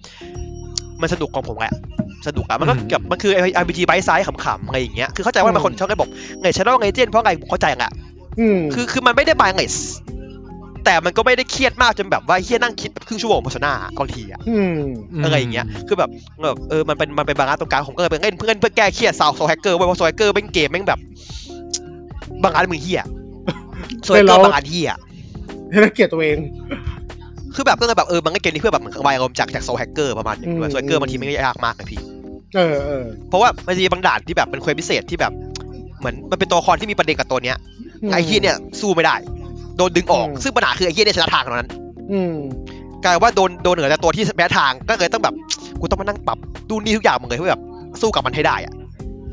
C: มันสนุกของผมแหละ สนุกอะมันก็เกือบมันคือ RPG ไบซ์ไซส์ขำๆอะไรอย่างเงี้ย คือเข้าใจว่ามันคนชอบเล่นบอกไงชาร์ลไงเจนเพราะไงผมเข้าใจแหละ
D: อืม
C: คือคือมันไม่ได้บายไงแต่มันก็ไม่ได้เครียดมากจนแบบว่าเฮียนั่งคิดแบบครึ่งชั่วโมงพัฒนาบางทีอะ
D: อืม
C: อะไรอย่างเงี้ย คือแบบแบบเออ มันเป็น มันเป็นบาลานซ์ตรงกลาง ผมก็เลยไปเล่นเพื่อนเพื่อแก้เครียดซาวโซแฮกเกอร์ไว้เพราะโซแฮกเกอร์เป็นเกมแม่งแบบ บางอันมึงเฮี้ยโซแฮกเกอร์บางอันเฮี้ย
D: ให้รังเกียจตัวเอง
C: คือแบบก็เลยแบบเออ มันก็เกมนี้เพื่อแบบเหมือนวายอารมณ์จากจากโซแฮกเกอร์ประมาณอย่างนี้ด้ว
D: อืม
C: ยโซแฮกเกอร์บางทีมันก็ยากมากนะพี่
D: เออเออ
C: เพราะว่ามันจะมีบางด่านที่แบบเป็นเควสพิเศษที่แบบ เหมือนมันเป็นตัวละครที่มีประเด็นกับตัวเนี้ย
D: ม
C: ไอ้เฮี้ยเนี่ยสู้ไม่ได้ โดนดึงออก
D: อืม
C: ซึ่งปัญหาคือไอ้เฮี้ยเนี่ยชนะทางเท่านั้น
D: อืม
C: กลายเป็นว่าโดนโดนเหนือแต่ตัวที่แพ้ทางก็เลยต้องแบบ กูต้องมานั่งปรับดูนี่ทุกอย่างหมึงเลยเพื่อแบบสู้กับมันให้ได้อะ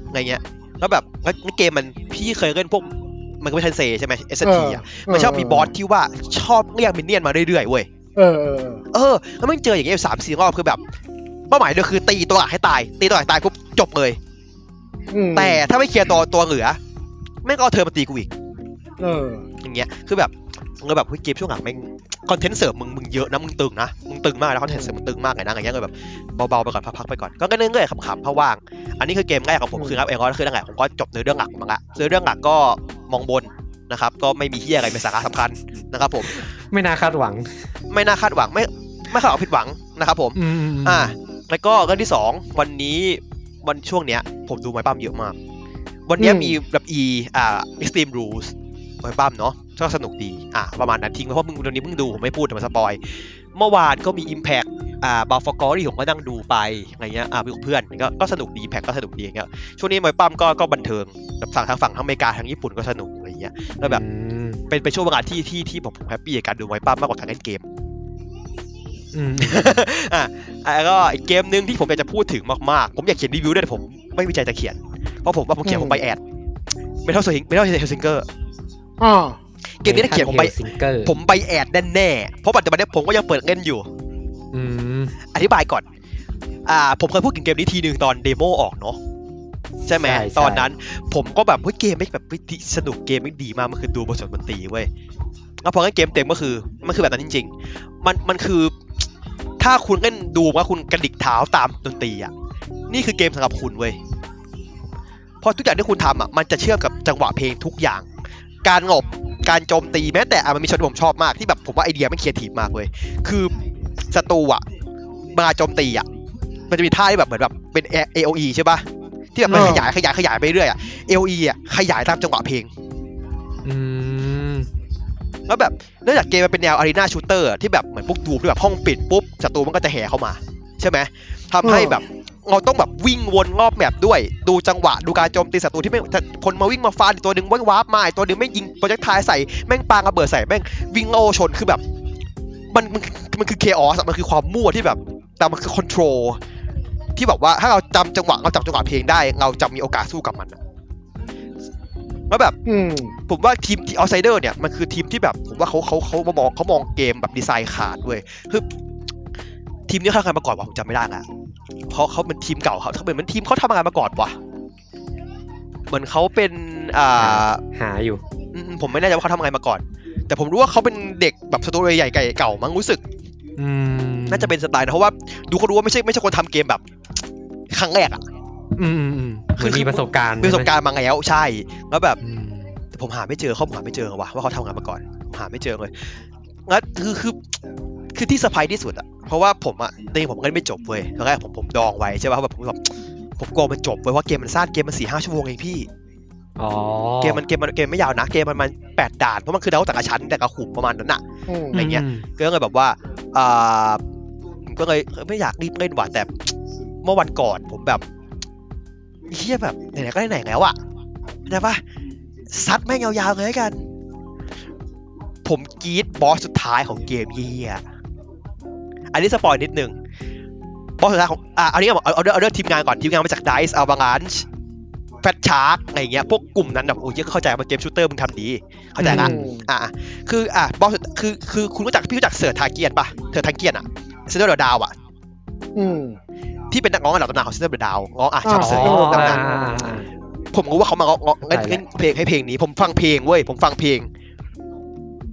C: อะไรเงี้ย แล้วแบบแล้วเกมมันพี่เคยเล่นพวกมันก็ไม่ใช่เซใช่ไหมเอสทีอ่ะมันชอบมีบอสที่ว่าชอบเรียกมินเนี่ยนมาเรื่อยๆเว้ย
D: เออเออ
C: เออแล้วมันเจออย่างเงี้ยอยู่สามสี่รอบคือแบบเป้าหมายเดียวคือตีตัวหลักให้ตาย ตีตัวหลักตายปุ๊บจบเลย
D: อืม
C: แต่ถ้าไม่เคลียร์ตัวตัวเหลือแม่งก็เอาเธอมาตีกูอีก
D: เออ
C: อย่างเงี้ย คือแบบเออแบบเฮ้ยเกมช่วงหลังแม่งคอนเทนต์เสริมมึงมึงเยอะนะ มึงตึงนะ มึงตึงมากนะคอนเทนต์เสริมมึงตึงมากเลยนะอย่างเงี้ยเลยแบบเบาๆไปก่อนพักๆไปก่อน ก็เรื่อยๆขำๆเพราะว่าง อันนี้คือเกมแรกของผม
D: อืม
C: คือรับเองก็คือนั่นแหละผมก็จบเนื้อเรื่องหลักของมันละเนื้อเรื่องหลักก็มองบนนะครับ ก็ไม่มีเฮียอะไรเป็นสาระสำคัญนะครับผม
A: ไม่น่าคาดหวัง
C: ไม่น่าคาดหวังไม่ไม่คาดหวังผิดหวังนะครับผม
A: อืม
C: อ่ะแล้วก็เรื่องที่สองวันนี้วันช่วงเนี้ย ผมดูไม้ปั้มเยอะมาก วันเนี้ย
D: อืม
C: มีแบบอีอ่า extreme rules ไม้ปั้มเนาะก็สนุกดี อ่ะประมาณนั้นทิ้งไว้เพราะมึงตอนนี้มึงดูผมไม่พูดแต่มาสปอย เมื่อวานก็มี impact อ่าบาฟกอรี่ผมก็นั่งดูไปอะไรเงี้ยอ่าไปกับเพื่อนก็ก็สนุกดีแพ็กก็สนุกดีอย่างเงี้ยช่วงนี้ไม้ปั้มก็ก็บันเทิงแบบฝั่งทั้งฝั่งทั้งอเมริกาทั้งญี่ปุ่นก็สนุกอะไรเงี้ยแล้วแบบ เป็นเป็นช่วงเวลาที่ที่ที่ผมผมแฮปปี้กับการดูไม้ปั้มมากกว่าการเล่นเกม
A: อืม
C: อ่ะแล้วก็อีกเกมหนึ่งที่ผมอยากจะพูดถึงมากๆ ผมอยากเขียนรีวิวด้วยแต่ผมไม่มีใจจะเขียน เพราะผมว่าผมเขียน
D: อืม
C: ผมไปแอดเมทัลซิงเมทัลซิงเกอร์
D: อ่า
C: เกมนี้ถ้าเขียนผมไป
A: ซิงเกอร์
C: ผมไปแอดแน่ๆเพราะปัจจุบันเนี้ยผมก็ยังเปิดเล่นอยู่
A: อืม
C: อธิบายก่อน อ่า ผมเคยพูดถึงเกมนี้ทีหนึ่งตอนเดโมออกเนาะใช่ไหม
A: ใช่ใช่
C: ตอนนั้น ผมก็แบบเฮ้ยเกมไม่งแบบเฮ้ยสนุกเกมไม่งดีมากมันคือดูบทสวดมนตรีเว้ยแล้วพอเล่นเกมเต็มก็คือมันคือแบบนั้นจริง ๆ มันมันคือ ถ้าคุณเล่นดูว่าคุณกระดิกเท้าตามดนตรีอ่ะนี่คือเกมสำหรับคุณเว้ยเพราะทุกอย่างที่คุณทำอ่ะมันจะเชื่อมกับจังหวะเพลงทุกอย่าง การงบการโจมตีแม้แต่อ่ะมันมีช็อตที่ผมชอบมากที่แบบผมว่าไอเดียไม่ครีเอทีฟมากเว้ยคือศัตรูอ่ะ เวลาโจมตีอ่ะ มันจะมีท่าที่แบบเหมือนแบบเป็น AOE ใช่ป่ะ ที่แบบมันขยายขยายขยายไปเรื่อยอ่ะ AOE อ่ะขยายตามจังหวะเพลง
A: อืม
C: แล้วแบบเนื่องจากเกมมันเป็นแนวอารีนาชูเตอร์ที่แบบเหมือนพวกดูมที่แบบห้องปิดปุ๊บศัตรูมันก็จะแห่เข้ามา ใช่ไหมทำให้แบบเราต้องแบบวิ่งวนรอบแมปด้วย ดูจังหวะดูการโจมตีศัตรูที่ไม่งคนมาวิ่งมาฟาดอีกตัวหนึ่งวิ่งวาร์ปมาอีกตัวหนึ่งไม่งยิงโปรเจกต์ทายใส่แม่งปางระเบิดใส่แม่งวิ่งโอชนคือแบบ มันมันมันคือเคออสมันคือความมั่วที่แบบแต่มันคือคอนโทรลที่แบบว่าถ้าเราจำจังหวะเราจำจังหวะเพลงได้ เราจะมีโอกาสสู้กับมันอะแล้วแบบ
D: อืม
C: ผมว่าทีมที่ outsider เนี่ยมันคือทีมที่แบบผมว่าเขาเขาเขามามองเขามองเกมแบบดีไซน์ขาดเว้ยคือทีมนี้เขาทำงานมาก่อนวะผมจำไม่ได้ละเพราะเขาเป็นทีมเก่าเขาเขาเหมือนมันทีมเขาทำงานมาก่อนวะเหมือนเขาเป็นอ่า
A: หาอยู่
C: อืมผมไม่แน่ใจว่าเขาทำงานมาก่อน แต่ผมรู้ว่าเขาเป็นเด็กแบบสตูดิโอใหญ่ไก่เก่ามั้งรู้สึก
A: อืม
C: น่าจะเป็นสไตล์นะเพราะว่าดูเขารู้ว่าไม่ใช่ไม่ใช่คนทำเกมแบบ ครั้งแรกอะ
A: อืมอืมอืมเหมือน
C: คือ
A: มีประสบการณ์
C: มีประสบการณ์มาแล้วใช่แล้วแบบ
A: ใช่ไหมอืม
C: แต่ผมหาไม่เจอเขาผมหาไม่เจอว่ะว่าเขาทำงานมาก่อนผมหาไม่เจอเลยงั้นคือคือคือที่สะพายที่สุดอะเพราะว่าผมอะในผมก็ไม่จบเว้ยตอนแรกผมผมดองไว้ใช่ป่ะแบบผมแบบผมกลัวมันจบเว้ยเพราะเกมมันสั้นเกมมันสี่ห้าชั่วโมงเองพี่
A: อ๋อ
C: เกมมันเกมมันเกมไม่ยาวนะเกมมันมันแปดด่านเพราะมันคือเดาแต่ละชั้นแต่ละขุมประมาณนั้นอะ
D: อืม
C: อะไรเงี้ย ก็เลยแบบว่าอ่าผมก็เลยไม่อยากรีบเล่นว่ะแต่ เมื่อวันก่อนผมแบบเฮียแบบไหนๆก็ไหนๆแล้วอะนะปะซัดแม่งยาวๆเลยละกัน ผมกรีดบอสสุดท้ายของเกมเฮียอันนี้สปอยนิดนึงบอสสุดท้ายของอ่ะอันนี้เอาเอาเอาเอาเรื่องทีมงานก่อนทีมงานมาจาก Dice a v a l a n c h f a t Shark อะไรอย่างเงี้ยพวกกลุ่มนั้นแบบโอ้ยเข้าใจว่าเกมชูเตอร์มึงทำดี เข้าใจละ
A: อืม
C: อ่ะคืออ่ะบอสคือคือคุณรู้จักพี่รู้จักเสิร์ชทาเกียนปะเสิร์ชทาเกียนอ่ะเซนเตอร์ดาวอ่ะ
D: อืม
C: ที่เป็นนักร้องอันดับตำนานของเซนเตอร์ดาวร้องอ่ะ
D: อ๋อ
C: ชอบเสิร์ชร้องตำนาน
A: อ่า
C: ผมรู้ว่าเขามาร้องร้อง
A: ได้
C: เล่น
A: แหละ
C: เล่นเพลงให้เพลงนี้ ผมฟังเพลงเว้ยผมฟังเพลง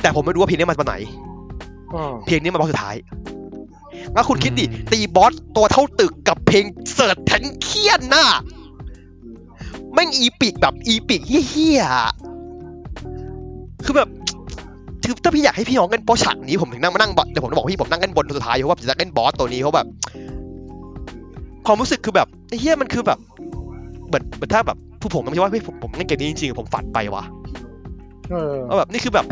C: แต่ผมไม่รู้ว่าเพลงนี้มาจากไหน
D: อ่า
C: เพลงนี้มาบอสสุดท้ายแล้วคุณคิดดิตีบอสตัวเท่าตึกกับเพลงเสิร์ชแทนเคียนน่ะแม่งอีปิกแบบอีปิกเฮี้ยๆอะคือแบบคือถ้าพี่อยากให้พี่น้องเล่นโปฉากนี้ผมถึงนั่งมานั่งบอสเดี๋ยวผมจะบอกว่าพี่ผมนั่งเล่นบนตัวสุดท้ายเพราะว่าผมจะเล่นบอสตัวนี้เพราะแบบความรู้สึกคือแบบไอ้เฮี้ยมันคือแบบเหมือนเหมือนถ้าแบบผู้ผมมันคิดว่าเฮ้ยผมผมเล่นเกมนี้จริงๆผมฝันไปว่ะ
D: เออ
C: ว่าแบบนี่คือแบบ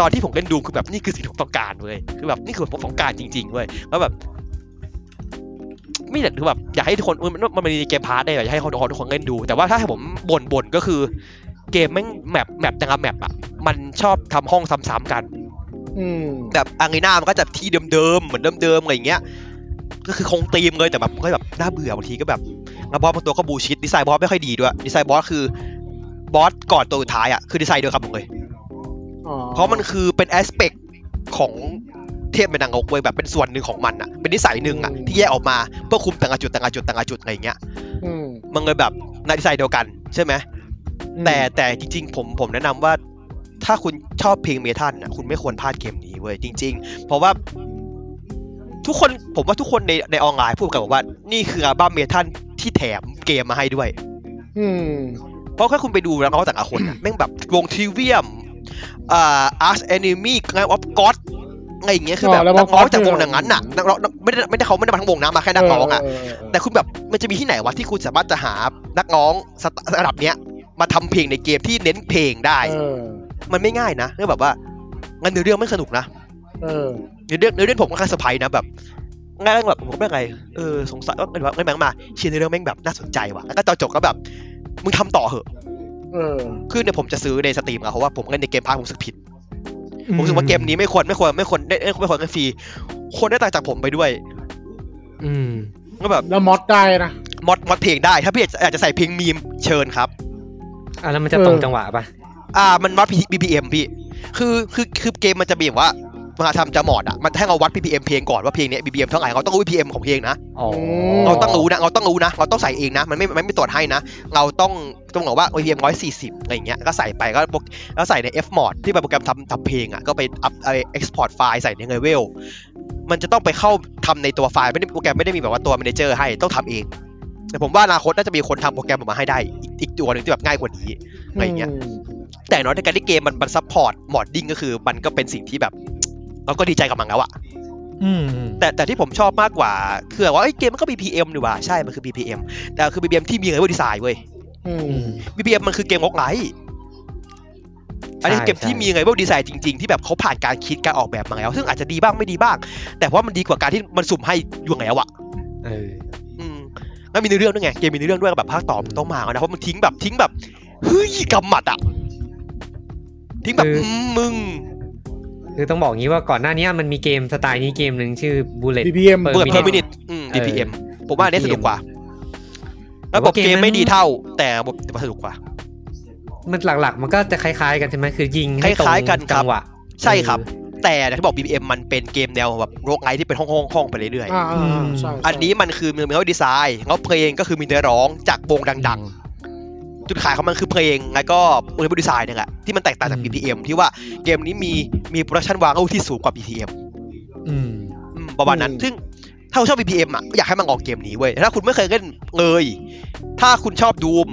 C: ตอนที่ผมเล่นดูมคือแบบนี่คือสิ่งที่ผมต้องการเว้ยคือแบบนี่คือผมต้องการจริงๆเว้ยแล้วแบบ ไม่แต่คือแบบอยากให้ทุกคนมันมันมันมีเกมพาร์ทได้อยากให้ทุกคนทุกคนเล่นดู แต่ว่าถ้าให้ผมบ่นบ่นก็คือ เกมแม่งแมปแมปแต่ละแมปอ่ะมันชอบทำห้องซ้ำๆกัน
D: อืม
C: แบบอารีนามันก็จะที่เดิมๆเหมือนเดิมๆอะไรอย่างเงี้ย ก็คือคงตีมเลยแต่แบบมันก็แบบน่าเบื่อบางทีก็แบบแล้วบอสบางตัวก็บูชิดดีไซน์บอสไม่ค่อยดีด้วยดีไซน์บอสคือบอสก่อนตัวสุดท้ายอ่ะคือดีไซน์เดียวกันหมดเลย
D: อ๋อ
C: เพราะมันคือเป็นแอสเปกของเทพเป็นนางอกเว้ยแบบเป็นส่วนหนึ่งของมันอะเป็นนิสัยหนึ่งอะที่แยกออกมาเพื่อคุมแต่างจุดแต่างจุดแต่างจุดอะไรอย่างเงี้ย
D: อืม
C: มันเลยแบบในนิสัยเดียวกัน ใช่ไหมแต่แต่จริงๆ ผมผมแนะนำว่าถ้าคุณชอบเพลงเมทัลนะคุณไม่ควรพลาดเกมนี้เว้ยจริง ๆ เพราะว่าทุกคนผมว่าทุกคนในในออนไลน์พูดกันบอกว่านี่คืออัลบั้มเมทัลที่แถมเกมมาให้ด้วย
D: อืม
C: เพราะแค่คุณไปดูแล้วเขาแต่ละคนน่ะ แม่งแบบวงทิเวียมอ่าอาร์ชแอนิมีงานออฟก็อดอะไรอย่างเงี้ยคือแบบนักร้องจากวงดังนั้นน่ะนักร้องไม่ได้ไม่ได้เขาไม่ได้มาทั้งวงนะมาแค่นักร้องอ่ะ
D: เเเ
C: แต่คุณแบบมันจะมีที่ไหนวะที่คุณสามารถจะหานักร้องสไตระดับเนี้ยมาทำเพลงในเกมที่เน้นเพลงได้
D: เออ
C: มันไม่ง่ายนะเรื่องแบบว่างั้นเนื้อเรื่องไม่สนุกนะ
D: เออ
C: เนื้อเรื่องเนื้อเรื่องผมก็แค่อนข้างเซอร์ไพรส์นะแบบง่ายๆแบบผมก็ไม่ไงเออสงสัยว่าเออว่าไม่แม่งมาเชียร์ในอเรื่องแม่งแบบน่าสนใจว่ะแล้วก็ตอนจบก็แบบมึงทำต่อเหอะ
D: เออ
C: คือเนี่ยผมจะซื้อในสตรีมอะเพราะว่าผมเล่นในเกมพาร์ทผมรู้สึกผิด ผมรู้สึกว่าเกมนี้ไม่ควรไม่ควรไม่ควรได้เอ้ยไม่ควรเล่นฟรีคนได้ตังค์จากผมไปด้วย
A: อืม
C: ก็แบบ
D: แล้วมอดได้นะ
C: มอดมอดเพลงได้ถ้าพี่อยากจะอยากจะใส่เพลงมีมเชิญครับ
A: อ่ะแล้วมันจะ
D: เออ
A: ตรงจังหวะปะ
C: อ่ามันวัด BPM พี่คือคือคือเกมมันจะมีแบบว่ามหาทำจะมอดอะมันให้เราวัด BPM เพลงก่อนว่าเพลงเนี้ย BPM เท่าไหร่เราต้องรู้ BPM ของเพลงนะ
A: อ๋อ
D: ม
C: เราต้องรู้นะเราต้องรู้นะเราต้องใส่เองนะมันไม่มันไม่ตรวจให้นะ เราต้องต้องบอกว่า BPM ร้อยสี่สิบอะไรอย่างเงี้ยก็ใส่ไปก็โปรแล้วใส่ใน F mod ที่เป็นโปรแกรมทำทำเพลงอะก็ไปอัพไอ export ไฟล์ใส่ในเงยเวล มันจะต้องไปเข้าทำในตัวไฟล์ไม่ได้โปรแกรมไม่ได้มีแบบว่าตัวแมเนเจอร์ให้ต้องทำเอง แต่ผมว่าอนาคตน่าจะมีคนทำโปรแกรมออกมาให้ได้ อีกอีกตัวหนึ่งที่แบบง่ายกว่านี้อะไรอย่างเงี้ยแต่น้อยในการที่เกมมันมันซัพพอร์ตมอดดิ้งก็คือ มันก็เป็นสิ่งที่แบบ เราก็ดีใจกับมันแล้วอะ
A: อืม
C: แต่แต่ที่ผมชอบมากกว่าคือว่าเอ้ยเกมมันก็ BPM นี่หว่าใช่มันคือ BPM แต่คือ BPM ที่มีเลเวลดีไซน์เว้ย
D: อืม
A: อืม
C: BPM มันคือเกมวอล์กไลท์อันนี้คือเกม
A: ใช่
C: ที่มีไงว่าดีไซน์จริง ๆ ที่แบบเขาผ่านการคิดการออกแบบมาแล้ว ซึ่งอาจจะดีบ้างไม่ดีบ้าง แต่ว่ามันดีกว่าการที่มันสุ่มให้อยู่แล้วอะ
A: เออ
C: อืมแล้วมีในอเรื่องด้วยไง เกมมีในอเรื่องด้วยแบบภาคต่อมันต้องมาแล้วนะ เพราะมันทิ้งแบบทิ้งแบบเฮ้ยกำหมัดอะทิ้งแบบ
A: คืออื
C: มมึง
A: คือต้องบอกงี้ว่าก่อนหน้านี้มันมีเกมสไตล์นี้เกมหนึ่งชื่อ Bullet
D: BPM
C: เปิ
A: Minute
C: ดเพอร์มินิต DPM ผมว่าอันนี้สนุกกว่า
A: แต่
C: ระบ
A: ว่า
C: บ
A: เกม
C: เกม
A: นั้น
C: ไม่ดีเท่า แต่ระบบสนุกกว่า
A: มันหลักๆ มันก็จะคล้ายๆ กันใช่ไหมคือยิงให้ตรง
C: คล้ายๆกันครับ
A: จังหวะ
C: ใช่ครับ แต่อย่างที่บอก BPM มันเป็นเกมแนวแบบโรคไลท์ที่เป็นห้องๆห้องไปเรื่อยๆ
D: อ่าอ่าใช่ใช่
C: อันนี้มันคือมีเนื้อดีไซน์แล้วเพลงก็คือมีเนื้อร้องจากวงดังๆ จุดขายของมันคือเพลงแล้วก็เนื้อดีไซน์เนี่ยแหละที่มันแตกต่างจาก BPM ที่ว่าเกมนี้มีมีโปรดักชันวางเอาที่สูงกว่า BPM
A: อืม
C: อืมประมาณนั้น ซึ่งถ้าคุณชอบ BPM อ่ะก็อยากให้มันออกเกมนี้เว้ยแต่ถ้าคุณไม่เคยเล่นเลย ถ้าคุณชอบดูม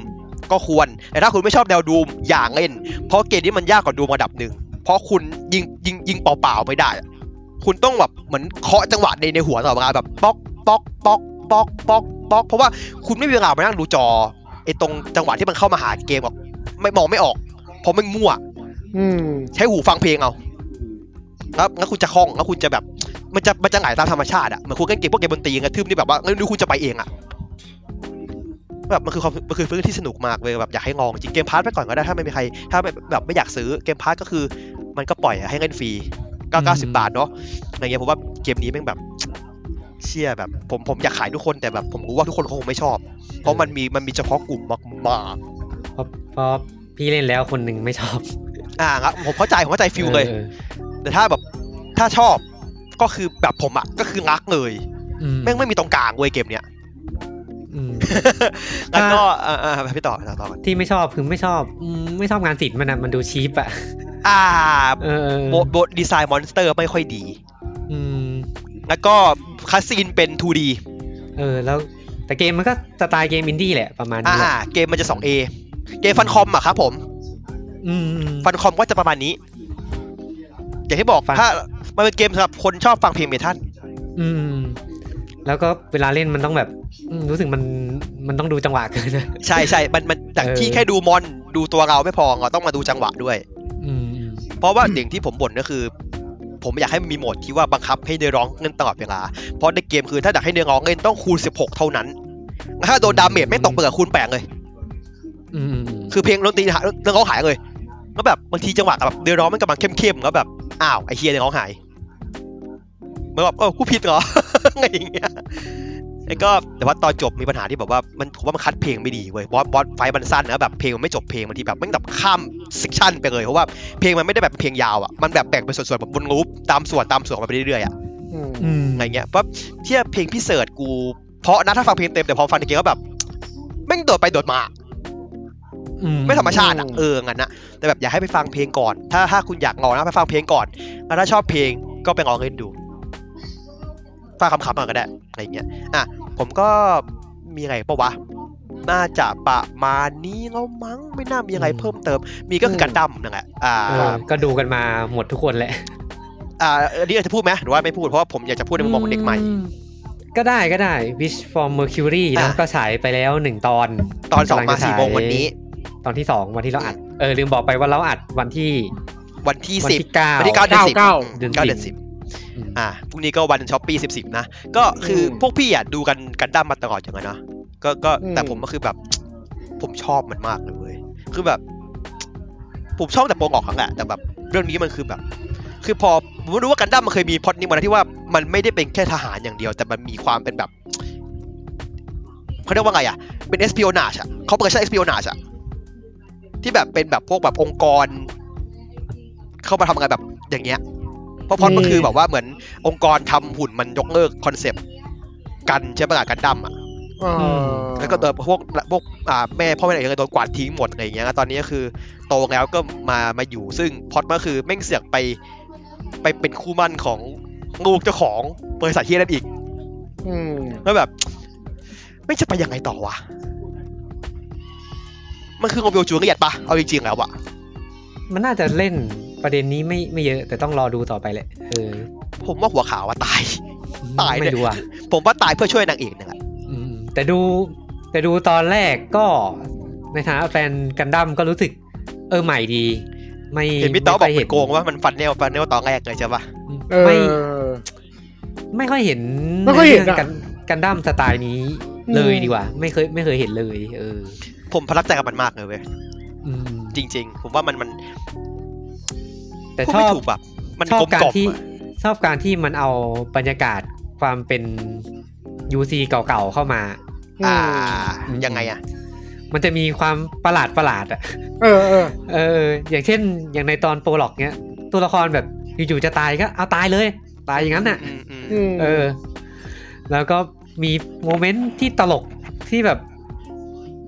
C: ก็ควร แต่ถ้าคุณไม่ชอบแนวดูมอย่าเล่น เพราะเกมนี้มันยากกว่าดูมระดับหนึ่ง เพราะคุณยิงยิงยิงเปล่าๆไม่ได้อะคุณต้องแบบเหมือนเคาะจังหวะในในหัวตลอดเวลาแบบป๊อกป๊อกป๊อกป๊อกป๊อกป๊อก เพราะว่าคุณไม่มีเวลามานั่งดูจอไอ้ตรงจังหวะที่มันเข้ามาหาเกมหรอกไม่มองไม่ออก เพราะมันมั่ว
D: อืม
C: ใช้หูฟังเพลงเอาแล้วแล้วคุณจะคล่อง แล้วคุณจะแบบ มันจะ มันจะไหลตามธรรมชาติอะเหมือนคุณเล่นเกมพวกเกมดนตรีกระทืบนี่แบบว่าแล้วคุณจะไปเองอะแบบมันคือความมันคือพื้นที่สนุกมากเลยแบบอยากให้ลองจริงเกมพาร์ทไปก่อนก็ได้ถ้าไม่มีใคร ถ้าไม่แบบไม่อยากซื้อเกมพาร์ทก็คือ มันก็ปล่อยให้เล่นฟรีเก้าเก้าสิบบาทเนาะอะไรเงี้ยผมว่าเกมนี้แม่งแบบ เชี่ยแบบ ผมผมอยากขายทุกคนแต่แบบ ผมรู้ว่าทุกคนคงไม่ชอบ เพราะมันมีมันมีเฉพาะกลุ่มมาก
A: พอพอพี่เล่นแล้วคนหนึ่งไม่ชอบ
C: ๆอ่าครับผมเข้าใจผมเข้าใจฟิลเลย
A: ออ
C: แต่ถ้าแบบถ้าชอบก็คือแบบผมอ่ะก็คือรักเลย
A: อื
C: แม่งไม่มีตรงกลางเว้ยเกมเนี้ย
A: อืม
C: แล้วก็อ่าอ่าพี่ต่อต่อต่อก่อน
A: ที่ไม่ชอบคือไม่ชอบอืมไม่ชอบงานศิลป์มันอะมันดูชีพอะ
C: อ่า
A: เออ
C: โบโบดีไซน์มอนสเตอร์ไม่ค่อยดี
A: อืม
C: แล้วก็คาสซีนเป็น 2D
A: เออแล้วแต่เกมมันก็สไตล์เกมอินดี้แหละประมาณ
C: อ่า
A: นี้แหละ
C: เกมมันจะ 2A เกมฟันคอมอะครับผม
A: อืม
C: ฟันคอมก็จะประมาณนี้ อย่างที่บอก
A: ฟัน
C: ถ้ามันเป็นเกมสำหรับคนชอบฟังเพลงเมทัล
A: อืม แล้วก็เวลาเล่นมันต้องแบบอืมรู้สึกมันมันต้องดูจังหวะเกินนะ
C: ใช่ใช่มันมันจากที่
A: เออ
C: แค่ดูมอนดูตัวเราไม่พอเราต้องมาดูจังหวะด้วย
A: อืม
C: เพราะว่าหนึ่งที่ผมบ่นก็คือ ผมอยากให้มันมีโหมดที่ว่าบังคับให้เนื้อร้องเงินตลอดเวลา เพราะในเกมคือถ้าอยากให้เนื้อร้องเงินต้องคูณ 16 เท่านั้น ถ้าโดนดาเมจไม่งตกเปิดคูณแปดเลย
A: อืมอืม
C: คือเพลงดนตรีหายเนื้อร้องหายเลยแล้วแบบบางทีจังหวะแบบเนื้อร้องมันกำลังเข้มๆแล้วแบบอ้าวไอเฮียเนื้อร้องหายเหมันแบบเออผู้ผิดเหรอ อะไรอย่างเงี้ยแล้วก็แต่ว่าตอนจบมีปัญหาที่แบบว่ามันผมว่ามันคัดเพลงไม่ดีเว้ยบอสบอสไฟท์มันสั้นนะแบบเพลงมันไม่จบเพลงบางทีแบบแมันแบบข้ามเซกชันไปเลยเพราะว่าเพลงมันไม่ได้แบบเป็นเพลงยาวอ่ะมันแบบแบ่งเป็นส่วนๆแบบวนลูปตามส่วนตามส่วนไปเรื่อยๆอ่ะ
D: อืม
A: อืม
C: อะไรเงี้ยปั๊บเทียบเพลงพิเศษกู เพราะนะถ้าฟังเพลงเต็มแต่พอฟังในเกมก็แบบแม่งโดดไปโดดมา
A: อื
C: ไม่ธรรมชาติอ่ะเอองั้นนะแต่แบบอยากให้ไปฟังเพลงก่อน ถ้าถ้าคุณอยากลองนะไปฟังเพลงก่อนแล้วถ้าชอบเพลงก็ไปลองเล่นดูฟังคำๆก่อนก็ได้อะไรอย่างเงี้ยอ่ะผมก็มีอะไรปะวะน่าจะประมาณนี้แล้วมั้งไม่น่ามีอะไรเพิ่มเติม มีก็คือกันดั้มนั่นแหละอ่า
A: เออก็ดูกันมาหมดทุกคนแหละ
C: อ่าอันนี้อาจจะพูดไหมหรือว่าไม่พูดเพราะว่าผมอยากจะพูดในมุมมองของเด็กใหม่
A: อืก็ได้ก็ได้ Wish for Mercury
C: อ่ะ
A: นะก็ฉายไปแล้วหนึ่งตอน
C: ตอนสอง
A: กำลั
C: มา
A: จะ
C: สี่โมงวันนี้
A: ตอนที่สองวันที่เราอัดเออลืมบอกไปว่าเราอัดวันที่
C: วันที่
A: วั
C: สิบ
A: ที่เก้า
C: วันที่เก้าเดือนสิบ
B: เก้า
A: เดือนสิบ
C: เก้าเดือนสิบ
A: อืม
C: อ่าพรุ่งนี้ก็วันช้อปปี้สิบสิบนะ ก็คือพวกพี่อ่ะดูกันกันดั้มมาตลอดอย่างนั้นเนาะก็ก็แต่ผมก็คือแบบ ผมชอบมันมากเลยเว้ยคือแบบ ผมชอบแต่โปรงออกครั้งแหละแต่แบบ เรื่องนี้มันคือแบบ คือพอผมรู้ว่ากันดั้มมันเคยมีพล็อดนี้มานะที่ว่ามันไม่ได้เป็นแค่ทหารอย่างเดียว แต่มันมีความเป็นแบบเขาเรียกว่าไงอ่ะ เป็น espionage อ่ะเขาเปิดใช้ espionage อ่ะที่แบบเป็นแบบพวกแบบองค์กร เข้ามาทำงานแบบอย่างเงี้ยเพราะพล็อดมันคือแบบว่าเหมือน องค์กรทำหุ่นมันยกเลิกคอนเซปต์กันใช่ปะล่ะกันดั้มอ่ะ
D: เอ่ออ
A: ม
C: แล้วก็เออพวกพวกอ่าแม่พ่อแม่อะไรเงี้ยโดนกวาดทิ้งหมดอะไรอย่างเงี้ยแล้วตอนนี้ก็คือโตแล้วก็มามาอยู่ซึ่งพล็อดมันก็คือแม่งเสือกไป ไปเป็นคู่มั่นของลูกเจ้าของบริษัทที่นั่นอีก
D: อืม
C: แล้วแบบ ไม่จะไปยังไงต่อวะ มันคือโรเบลจูเลียดปะเอาจริงๆแล้วอะ
A: มันน่าจะเล่นประเด็นนี้ไม่ไม่เยอะ แต่ต้องรอดูต่อไปแหละเออ
C: ผมว่าหัวขาวอะตาย ตายเลย
A: ไม่รู้อ่ะ
C: ผมว่าตายเพื่อช่วยนางเอกนี่แหละ
A: อืมแต่ดู แต่ดูตอนแรกก็ ในฐานะแฟนกันดั้มก็รู้สึก เออใหม่ดี ไม่
C: เห็นพี่ต้อบอก
A: ไม่ค่ย
C: เหโกงว่ามันฟันแนวฟันแนวตอนแรกเลยใช่ปะ
D: เอ
A: ไม่
D: อ
A: ไม่ค่อยเห็น
D: ไม่ค่อยเห็นอะ
A: ใรื่องกันกันดั้มสไตล์นี้เลยดีกว่า ไม่เคยไม่เคยเห็นเลย เออ
C: ผมประทับใจกับมันมากเลยเว้ย
A: อืม
C: จริง ๆ ผมว่ามันมัน
A: แต่
C: พู
A: ชอ
C: ดไม่
A: บ
C: ถูกแบบมัน
A: ชอก
C: ล
A: บ
C: ม
A: การ
C: กล่อม
A: ที่
C: อะ
A: ชอบการที่มันเอาบรรยากาศความเป็น UC เก่าๆเข้ามา
C: อ่า
A: อืม
C: ยังไงอะ
A: มันจะมีความประหลาดประหลาดๆอ่ะ
D: เออเออ
A: เออ อย่างเช่น อย่างในตอนโปรล็อกเนี้ย ตัวละครแบบอยู่ๆจะตายก็เอาตายเลย ตายอย่างนั้นน่ะ
C: อืมอืม
D: อืม
A: เออ แล้วก็มีโมเมนต์ที่ตลกที่แบบ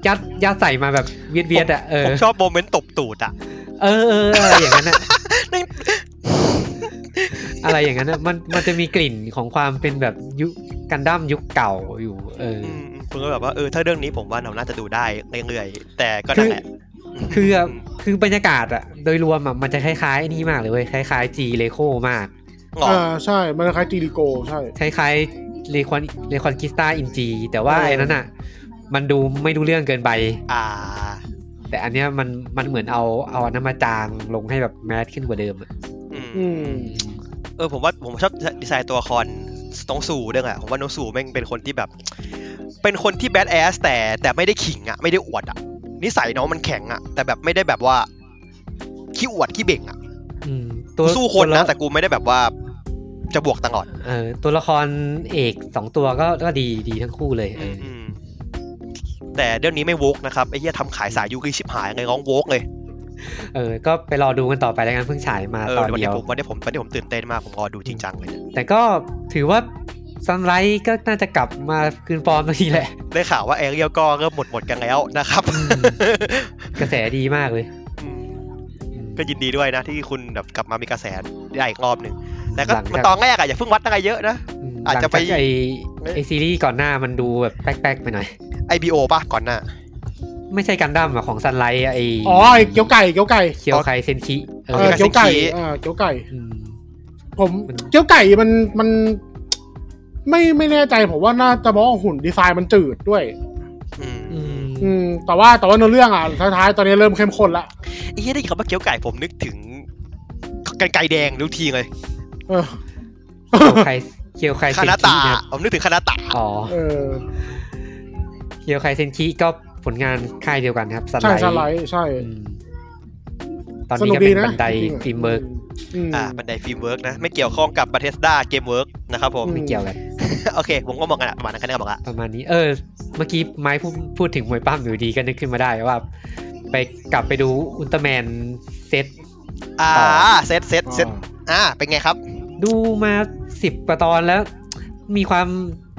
A: ยัดยัดใส่มาแบบเวียดเวียดๆอ่ะ เออ
C: ผมชอบโมเมนต์ตบตูดอะ
A: เออเออเอออะไรอย่างนั้น อะ อะไรอย่างนั้นอะมันมันจะมีกลิ่นของความเป็นแบบยุคกันดั้มยุคเก่าอยู่ เออ
C: อืมผมก็แบบว่าเออถ้าเรื่องนี้ผมว่าเราน่าจะดูได้เรื่อยๆแต่ก็นั่นแหละ
A: คือ
C: ม
A: คือบรรยากาศอะโดยรวมอะมันจะคล้ายๆนี่มากเลยเว้ยคล้ายๆจีเลโคมาก
C: หรอ
D: อ่าใช่มันคล้ายจีริโกใช่
A: คล้ายๆเลคอนเลคอนคิสตาอินจี แต่ว่า
D: เออ
A: ไอ้นั้นอะมันดูไม่ดูเรื่องเกินไป
C: อ่า
A: แต่อันเนี้ยมันมันเหมือนเอาเอาอันน้ำมาจางลงให้แบบแมสขึ้นกว่าเดิมอะ
C: อืม
D: อืม
C: เออผมว่าผมชอบดีไซน์ตัวละครน้องสู่ด้วยอะผมว่าน้องสู่แม่งเป็นคนที่แบบ เป็นคนที่แบดแอสแต่แต่ไม่ได้ขิงอะไม่ได้อวดอะนิสัยน้องมันแข็งอะแต่แบบไม่ได้แบบว่าขี้อวดขี้เบ่งอะ
A: อืม ตัว
C: กูสู้คน
A: ตัว
C: นะ
A: ล
C: แต่กูไม่ได้แบบว่าจะบวกตลอด
A: เออตัวละครเอกสองตัวก็ก็ดีดีทั้งคู่เลยเอออ
C: อืมแต่เรื่องนี้ไม่โวกนะครับไอ้เหี้ยทำขายสายยูกิชิบหายไงร้องโวกเลย
A: เออ ก็ไปรอดูกันต่อไปแล้วกันเพิ่งฉายมา
C: เอ
A: ต
C: อ
A: อน
C: วัน
A: เดี
C: นี้
A: ยว
C: ผมวันนี้ผมวันนี้ผมตื่นเต้นมากผมรอดูจริงจังเลยเนี่ย
A: แต่ก็ถือว่าซันไลท์ก็น่าจะกลับมาคืนฟอร์มสักทีแหละ
C: ได้ข่าวว่าแอรียลก็เริ่มหมดหมดกันแล้วนะครับ
A: อืม กระแสดีมากเลย
C: อืมก็ยินดีด้วยนะ ที่คุณแบบกลับมามีกระแสได้อีกรอบหนึ่งแต่ก็
A: หลังจาก
C: มันตอนแรกอะอย่าเพิ่งวัดอะไรเยอะนะ
A: ม
C: อาจจะไป
A: หลังกไอไอซีรีส์ก่อนหน้ามันดูแบบแป๊กๆไปหน่อย
C: IBO ป่ะก่อนหน้า
A: ไม่ใช่กันดั้มอะของซันไลท์อะไอ
D: อ๋อไอ้เกี๊ยวไก่เกี๊ยวไก่
A: เคียวไคเซนคิเอ
D: เอ
A: อ
D: อ
C: เกี๊
D: เกี๊ย
C: ย
D: ว ว
C: ไก่
D: ไก่เออเกี๊ยวไก่
A: อืม
D: ผม
A: มัน
D: เกี๊ยวไก่มันมัน ไม่ไม่แน่ใจผมว่าน่าจะมองหุ่นดีไซน์มันจืดด้วย
C: อืม
A: อืม
D: อืม แต่ว่าแต่ว่าเนื้อเรื่องอ่ะท้ายๆตอนนี้เริ่มเข้มข้นละ
C: ไอ้เหี้ยได้ยินคำว่าเกี๊ยวไก่ผมนึกถึงกันไก่แดงรู้ทีเลย
D: เออ
A: ไคเคียวไคเซ
C: คาน นา
A: คิ
C: ตะ
A: เนี่ย
C: ผมนึกถึงคานาตะ
A: อ๋อ
D: เออ
A: เคียวไคเซนคิก็ผลงานค่ายเดียวกันครับซัน
D: ใช่
A: ไลท์
D: สไลด์ใช่
A: อืมตอน
D: ส
A: นี้
D: นุก
A: ก็เป็
D: ดี
A: น
D: นะ
A: บันได
D: จริงๆะ
A: ฟิล์มเบิร์ก
D: อืม
C: อ่าบันไดฟิล์มเวิร์กนะ ไม่เกี่ยวข้องกับบัตเทสดาเกมเวิร์กนะครับผม
D: อื
A: ไม่เกี่ยวกัน
C: โอเค ผมก็มองกันอะประมาณนั้นแค่นี้ก็บอกละ
A: ประมาณนี้เออ เมื่อกี้ไม้พูดพูดถึงมวยปั้มอยู่ดีก็นึกขึ้นมาได้ว่า ไปกลับไปดูอุลตร้าแมนเซต
C: อ่า
A: ต่
C: เซตเซตเซตอ่า เป็นไงครับ
A: ดูมาสิบกว่าตอนแล้ว มีความ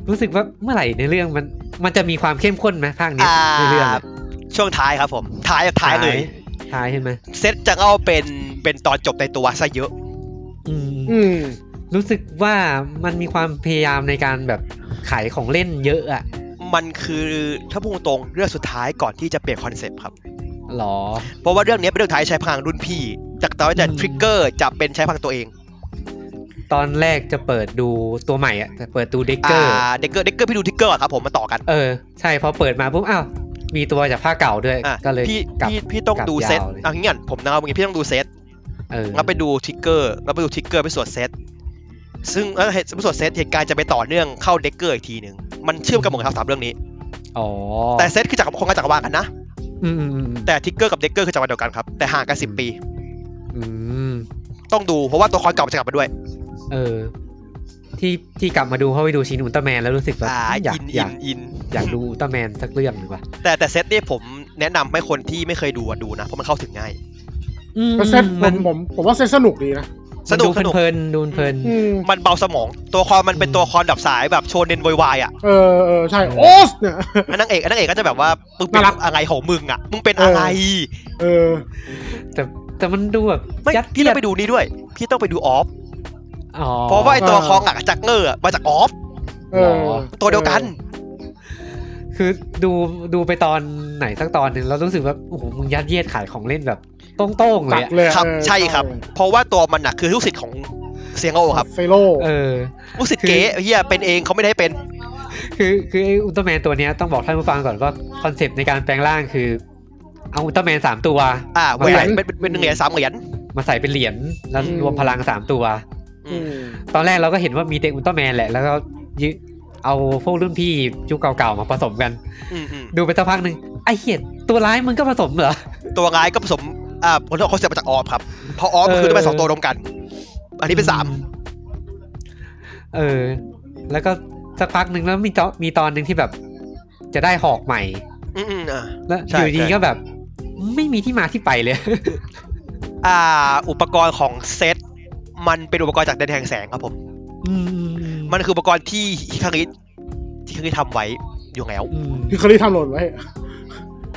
A: รู้สึกว่าเมื่อไหร่ในเรื่องมันมันจะมีความเข้มข้นไหมภาคเนี้ย
C: อ่า
A: ในเรื่องอะ
C: ช่วงท้ายครับผม ท้ายท้ายเลย
A: ท้ายใช่ไหม
C: เซตจะเอาเป็น เป็นตอนจบในตัวซะเยอะ
A: อืม
D: อืม
A: รู้สึกว่ามันมีความพยายามในการแบบขายของเล่นเยอะอะ
C: มันคือถ้าพูดตรงๆเรื่องสุดท้ายก่อนที่จะเปลี่ยนคอนเซปต์ครับ
A: หรอ
C: เพราะว่าเรื่องนี้เป็นเรื่องท้ายใช้พลังรุ่นพี่ จากตอนจะ
A: อืม
C: ทริกเกอร์จะเป็นใช้พลังตัวเอง
A: ตอนแรกจะเปิดดูตัวใหม่อะแต่เปิดดูเด็กเก
C: อ่า
A: อร์
C: เด็กเกอร์เด็กเกอร์พี่ดูทริกเกอร์ก่อนครับผมมาต่อกัน
A: เออ ใช่พอเปิดมาปุ๊บอ้าวมีตัวจากภาคเก่าด้วย
C: อ่ะ
A: ก็เลย
C: พี่
A: กลับ
C: พี่พี่ต้อง
A: กลับ
C: ดูเซต
A: ยาวเลย
C: เอ่ะงี้ก่อนผมนะเอาอย่างงี้พี่ต้องดูเซต
A: เออ
C: แล้วไปดูทริกเกอร์แล้วไปดูทริกเกอร์ไปสวดเซต ซึ่งแล้วเหตุสวดเซตเหตุการณ์จะไปต่อเนื่องเข้าเด็กเกอร์อีกทีหนึ่งมันเชื่อมกันหมดทั้งสามเรื่องนี้
A: อ๋อ
C: แต่เซตคือจากคนกับจักรวาลกันนะ
A: อืมอืมอืม
C: แต่ทริกเกอร์กับเด็กเกอร์คือจักรวาลเดียวกันครับ แต่ห่างกันสิบปี
A: อืม
C: ต้องดูเพราะว่าตัวละครเก่ามันจะกลับมาด้วย
A: เออ ที่ที่กลับมาดูเพราะไปดูชินอุลตร้าแมนแล้วรู้สึกว่า
C: อ่า
A: อยากอ
C: อินอิ
A: ยาน ก
C: อิน
A: อยากดูอุลตร้าแมนสักเรื่องหนึ่งว่ะ
C: แต่แต่เซตเนี่ยผมแนะนำให้คนที่ไม่เคยดูอะดูนะ เพราะมันเข้าถึงง่าย
A: อืม
D: เซตผ
A: มั
D: ม
A: น
D: ผมผมว่าเซตสนุกดีนะ
C: สนุกส
A: มัน
C: นุ
A: ดู
C: ก
A: เพลินๆดูเพลิน
D: อืม
C: มันเบาสมอง ตัวละครมันเป็น
A: อืม
C: ตัวละครดับสายแบบโชเนนวอยวายอ่ะ
D: เออเออใช่
A: เออ
D: โอ้สเนี่ย
C: อันนางเอกอันนางเอกก็จะแบบว่ามึงเป็น
D: น่ารัก
C: อะไรของมึงอ่ะมึงเป็น
D: เออ
C: อะ
D: อ
C: ไร
D: เออ
A: ๆแต่แต่มันดูแบบ
C: ไม่
A: ยัด
C: พี่
A: เยียด
C: ต้องไปดูนี่ด้วยพี่ต้องไปดูออฟ
A: อ๋อ
C: เพราะว่าไอตัว
D: อ่า
C: คองหลักจากเงอร์อะมาจากออฟ
D: เออ
A: หรอ
C: ตัวเดียวกัน
A: คือดูดูไปตอนไหนสักตอนหนึ่งแล้วรู้สึกว่าโอ้โหมึงยัดเยียดขายของเล่นแบบโต้งๆเล
D: ตั
A: ย
D: ด
A: อะ
D: เลยอะ
C: ครับ
D: เออ
C: ใช่ครับ เพราะว่าตัวมันน่ะคือลูกศิษย์ของเซียงโอครับ
D: เซโร่
A: เออ
C: ลูกศิษย์เก๋เฮียเป็นเองเขาไม่ได้ให้เป็น
A: คือคือไอ้อุลตร้าแมนตัวเนี้ยต้องบอกท่านผู้ฟังก่อนว่าคอนเซปต์ในการแปลงร่างคือ เอาอุลตร้าแมนสามตัว
C: อ่า
A: เหรี
C: เวย
A: ญ
C: นเป็นเป็นเป็นหนึ่งเหรียญสามเหรียญ
A: มาใส่เป็นเหรียญแล้วรวมพลังสามตัว
C: อืม
D: ม
A: ตอนแรกเราก็เห็นว่ามีแต่อุลตร้าแมนแหละแล้วก็ยึเอาพวกรุ่นพี่ยุคเก่าๆมาผสมกัน
C: อืมอืม
A: ดูไปสักพักหนึ่งไอเหี้ยตัวร้ายมึงก็ผสมเหรอ
C: ตัวร้ายก็ผสมอ่าคนที่เขาเสียมาจากออฟครับเพราะออฟ
A: เออ
C: คือได้มาสองตัวรวมกัน อันนี้เป็นสาม
A: เออ แล้วก็สักพักหนึ่งแล้วมีตอนมีตอนหนึ่งที่แบบ จะได้หอกใหม่
C: อืมอืมอ่า
A: แล้ว
C: ใช่
A: อยู่ดี
C: ใช่
A: ก็แบบ ไม่มีที่มาที่ไปเลย
C: อ่า อุปกรณ์ของเซตมันเป็นอุปกรณ์จากแดนแห่งแสงครับผม
A: อื
C: มันคืออุปกรณ์ที่ฮิคาริที่ฮิคาริทำไว้อยู่แล้ว
A: อืม
D: คือเขาได้ทำหล่นไว้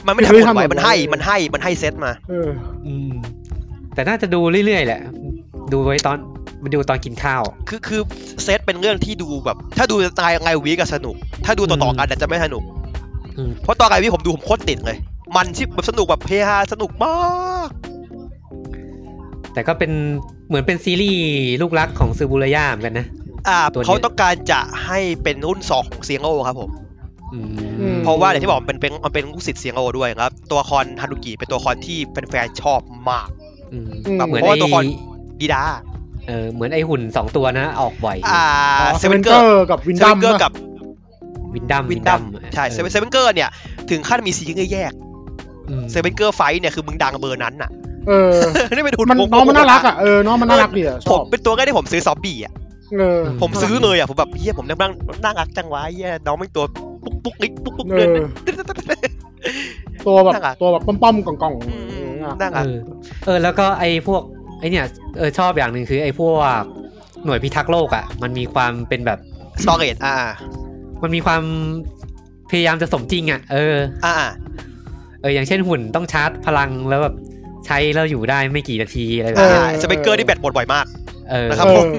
C: มันไม่ได้ทำ
D: ฮิ
C: ห
D: คาริ
C: มดไว้
D: ทำหมด
C: มันให้
D: ไว้
C: มันให้มันให้เซตมา
D: เออ
A: อืมแต่น่าจะดูเรื่อยๆแหละ ดูไว้ตอนมันดูตอนกินข้าว
C: คือคือเซตเป็นเรื่องที่ดูแบบ ถ้าดูตายไงวีก็สนุก ถ้าดูต่อ
A: อื
C: ต่อ
A: ม
C: กันอาจจะไม่สนุก
A: อืม
C: เพราะตอนไงวีผมดูผมโคตรติดเลย มันที่แบบสนุกแบบเฮฮาสนุกมาก
A: แต่ก็เป็นเหมือนเป็นซีรีส์ลูกรักของซูบูระย่าเหมือนกันนะ
C: อ่า
A: ตัวเนี้ย
C: เขาต้องการจะให้เป็นรุ่นสองของเซียงโอครับผม
A: อื
D: อื
A: ม
D: ม
C: เพราะว่าอย่างที่บอกมันเป็นมันเป็นลูกศิษย์เซียงโอด้วยครับ ตัวละครฮานุกิเป็นตัวละครที่แฟนๆชอบมาก
A: อืม
D: อืม
A: เหมือน
C: เพราะ
A: ไอ
C: ว่าตัวก่อน ดีดา
A: เออเหมือนไอหุ่นสองตัวนะ ออกบ่อย
C: อ่าเซ
D: เซ
C: เว่
D: เว่
C: น
D: น
C: เก
D: เก
C: อ
D: อ
C: ร์
D: ร์กับวิน
C: เซ
D: ดั
C: เว่
D: ม
C: นเกอร์กับ
A: วินดัม
C: วินดัมใช่เซเว่นเซเว่นเกอร์เนี่ยถึงขั้นมีซีรีส์แยก
A: อืม
C: เซเว่นเกอร์ไฟท์เนี่ยคือมึงดังเบอร์นั้นน่ะ
D: เออ
C: นี่ไปดู
D: มัน
C: ว
D: น้องมันน่ารักอ่ะเออน้องมันน่ารักดีอ่ะช
C: ผ
D: อ
C: ม
D: บ
C: เป็นตัวง่ายที่ผมซื้อซอมบี้อ่ะ
D: เออ
C: ผมซื้อเลยอ่ะผมแบบเฮียผมนั่งนั่งนั่งรักจังวะเฮียน้องไม่งตัวปุ๊กปุ๊กนิกปุ๊กปุ๊ก
D: เอ
C: เดิน
D: อตัวแบบ
C: น่ารัก
D: ตัวแบบป้อมๆกล่องๆ
C: อื
D: เอ
C: ม
D: อน่ารัก
A: เอ
C: นั่งอ่ะ
A: อเออ แล้วก็ไอ้พวกไอ้เนี่ยเออชอบอย่างหนึ่งคือไอ้พวกหน่วยพิทักษ์โลกอ่ะ มันมีความเป็นแบบ
C: สตอเรจอ่า
A: มันมีความพยายามจะสมจริงอ่ะเออ
C: อ่า
A: เอออย่างเช่นหุ่นต้องชาร์จพลังแล้วแบบใช้แล้วอยู่ได้ไม่กี่นาทีอะไรแบบ
C: อ่า
A: เนี้ย
C: สเปกเกอร์นี่แบตหมดบ่อยมาก
A: เออ
C: นะครับ
D: เอ
C: ผม
D: อ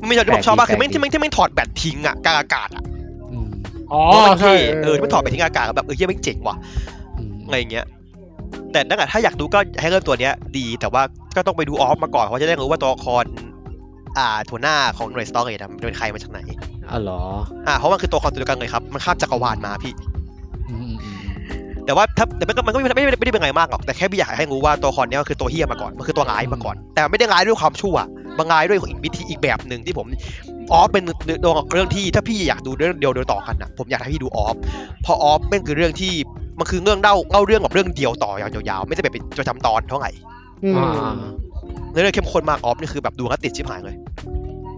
C: มันมีอย่างที่ผมชอบมากคือแม่ง
A: แปลกดี
C: ที่แม่งที่แม่งถอดแบตทิ้งอ่ะกลางอากาศอ่ะ
A: อืม
D: อ๋อ
C: เพราะมัน
D: ใช่
C: เท่เออที่แม่งถอดไปทิ้งกลางอากาศแบบเออเฮียแม่งเจ๋งว่ะ
A: อืม
C: อะไรอย่างเงี้ย แต่นั่นแหละถ้าอยากดูก็ให้เริ่มตัวเนี้ยดีแต่ว่าก็ต้องไปดูออฟมาก่อนเพราะจะได้รู้ว่าตัวละครอ่าหัวหน้าของหน่วยสตอเรจอะมันเป็นใครมาจากไหน
A: อ๋อเหรอ
C: อ่าเพราะมันคือตัวละครตัวเดียวกันเลยครับ มันข้ามจักรวาลมาพี่
A: อืมอืมอืม
C: แต่ว่าถ้าแต่มันก็มันก็ไม่ไม่ไม่ได้ไม่ได้เป็นไงมากหรอกแต่แค่พี่อยากให้รู้ว่าตัวละครเนี้ยมันคือตัวเฮียมาก่อนมันคือตัวร้ายมาก่อน แต่ไม่ได้ร้ายด้วยความชั่วมันร้ายด้วยอีกวิธีอีกแบบหนึ่งที่ผมออฟเป็นเรื่องที่ถ้าพี่อยากดูเรื่องเดียวโดยต่อกันอ่ะผมอยากให้พี่ดูออฟเพราะออฟแม่งคือเรื่องที่มันคือเรื่องเล่าเล่าเรื่องแบบเรื่องเดียวต่อยาวๆไม่ได้แบบเป็นประจำตอนเท่าไหร่
D: อืม
A: อ่า
C: เรื่องเข้มข้นมากออฟนี่คือแบบดูแล้วติดชิบหายเลย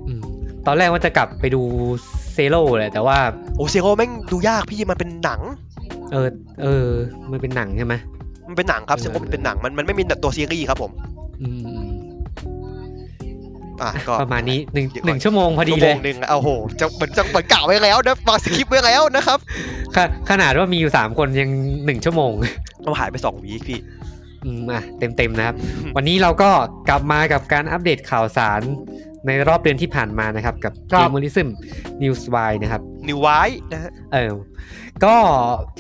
A: อืมตอนแรกว่าจะกลับไปดูเซโร่เลยแต่ว่า
C: โอเซโรแม่งดูยากพี่มันเป็นหนัง
A: เออ เออ มันเป็นหนังใช่ไหม
C: มันเป็นหนังครับเซโรมันเป็นหนังมันมันไม่มีตัวซีรีส์ครับผม
A: อืมอืม
C: อ่ะ
A: อ่ะ
C: ก็
A: ประมาณนี้หนึ่ง
C: เดี๋ยวก่อน
A: หนึ่งชั่วโมงพอดี
C: ชั่ว
A: เล
C: โม
A: ย
C: งหนึ่งเอาโหจะเหมือนจะเหมือนกล่าวไว้แล้วนะมาสคริปต์ไว้แล้วนะครับ
A: ขขนาดว่ามีอยู่สามคนยังหนึ่งชั่วโมง
C: เราหายไปสองวีคพี่
A: อืมอ่ะเต็มเต็มๆนะครับ วันนี้เราก็กลับมากับการอัปเดตข่าวสารในรอบเดือนที่ผ่านมานะครับ กับเกมมอริซึมนิวส์วนะครับ
C: นิวไว้นะฮะ
A: เออ ก็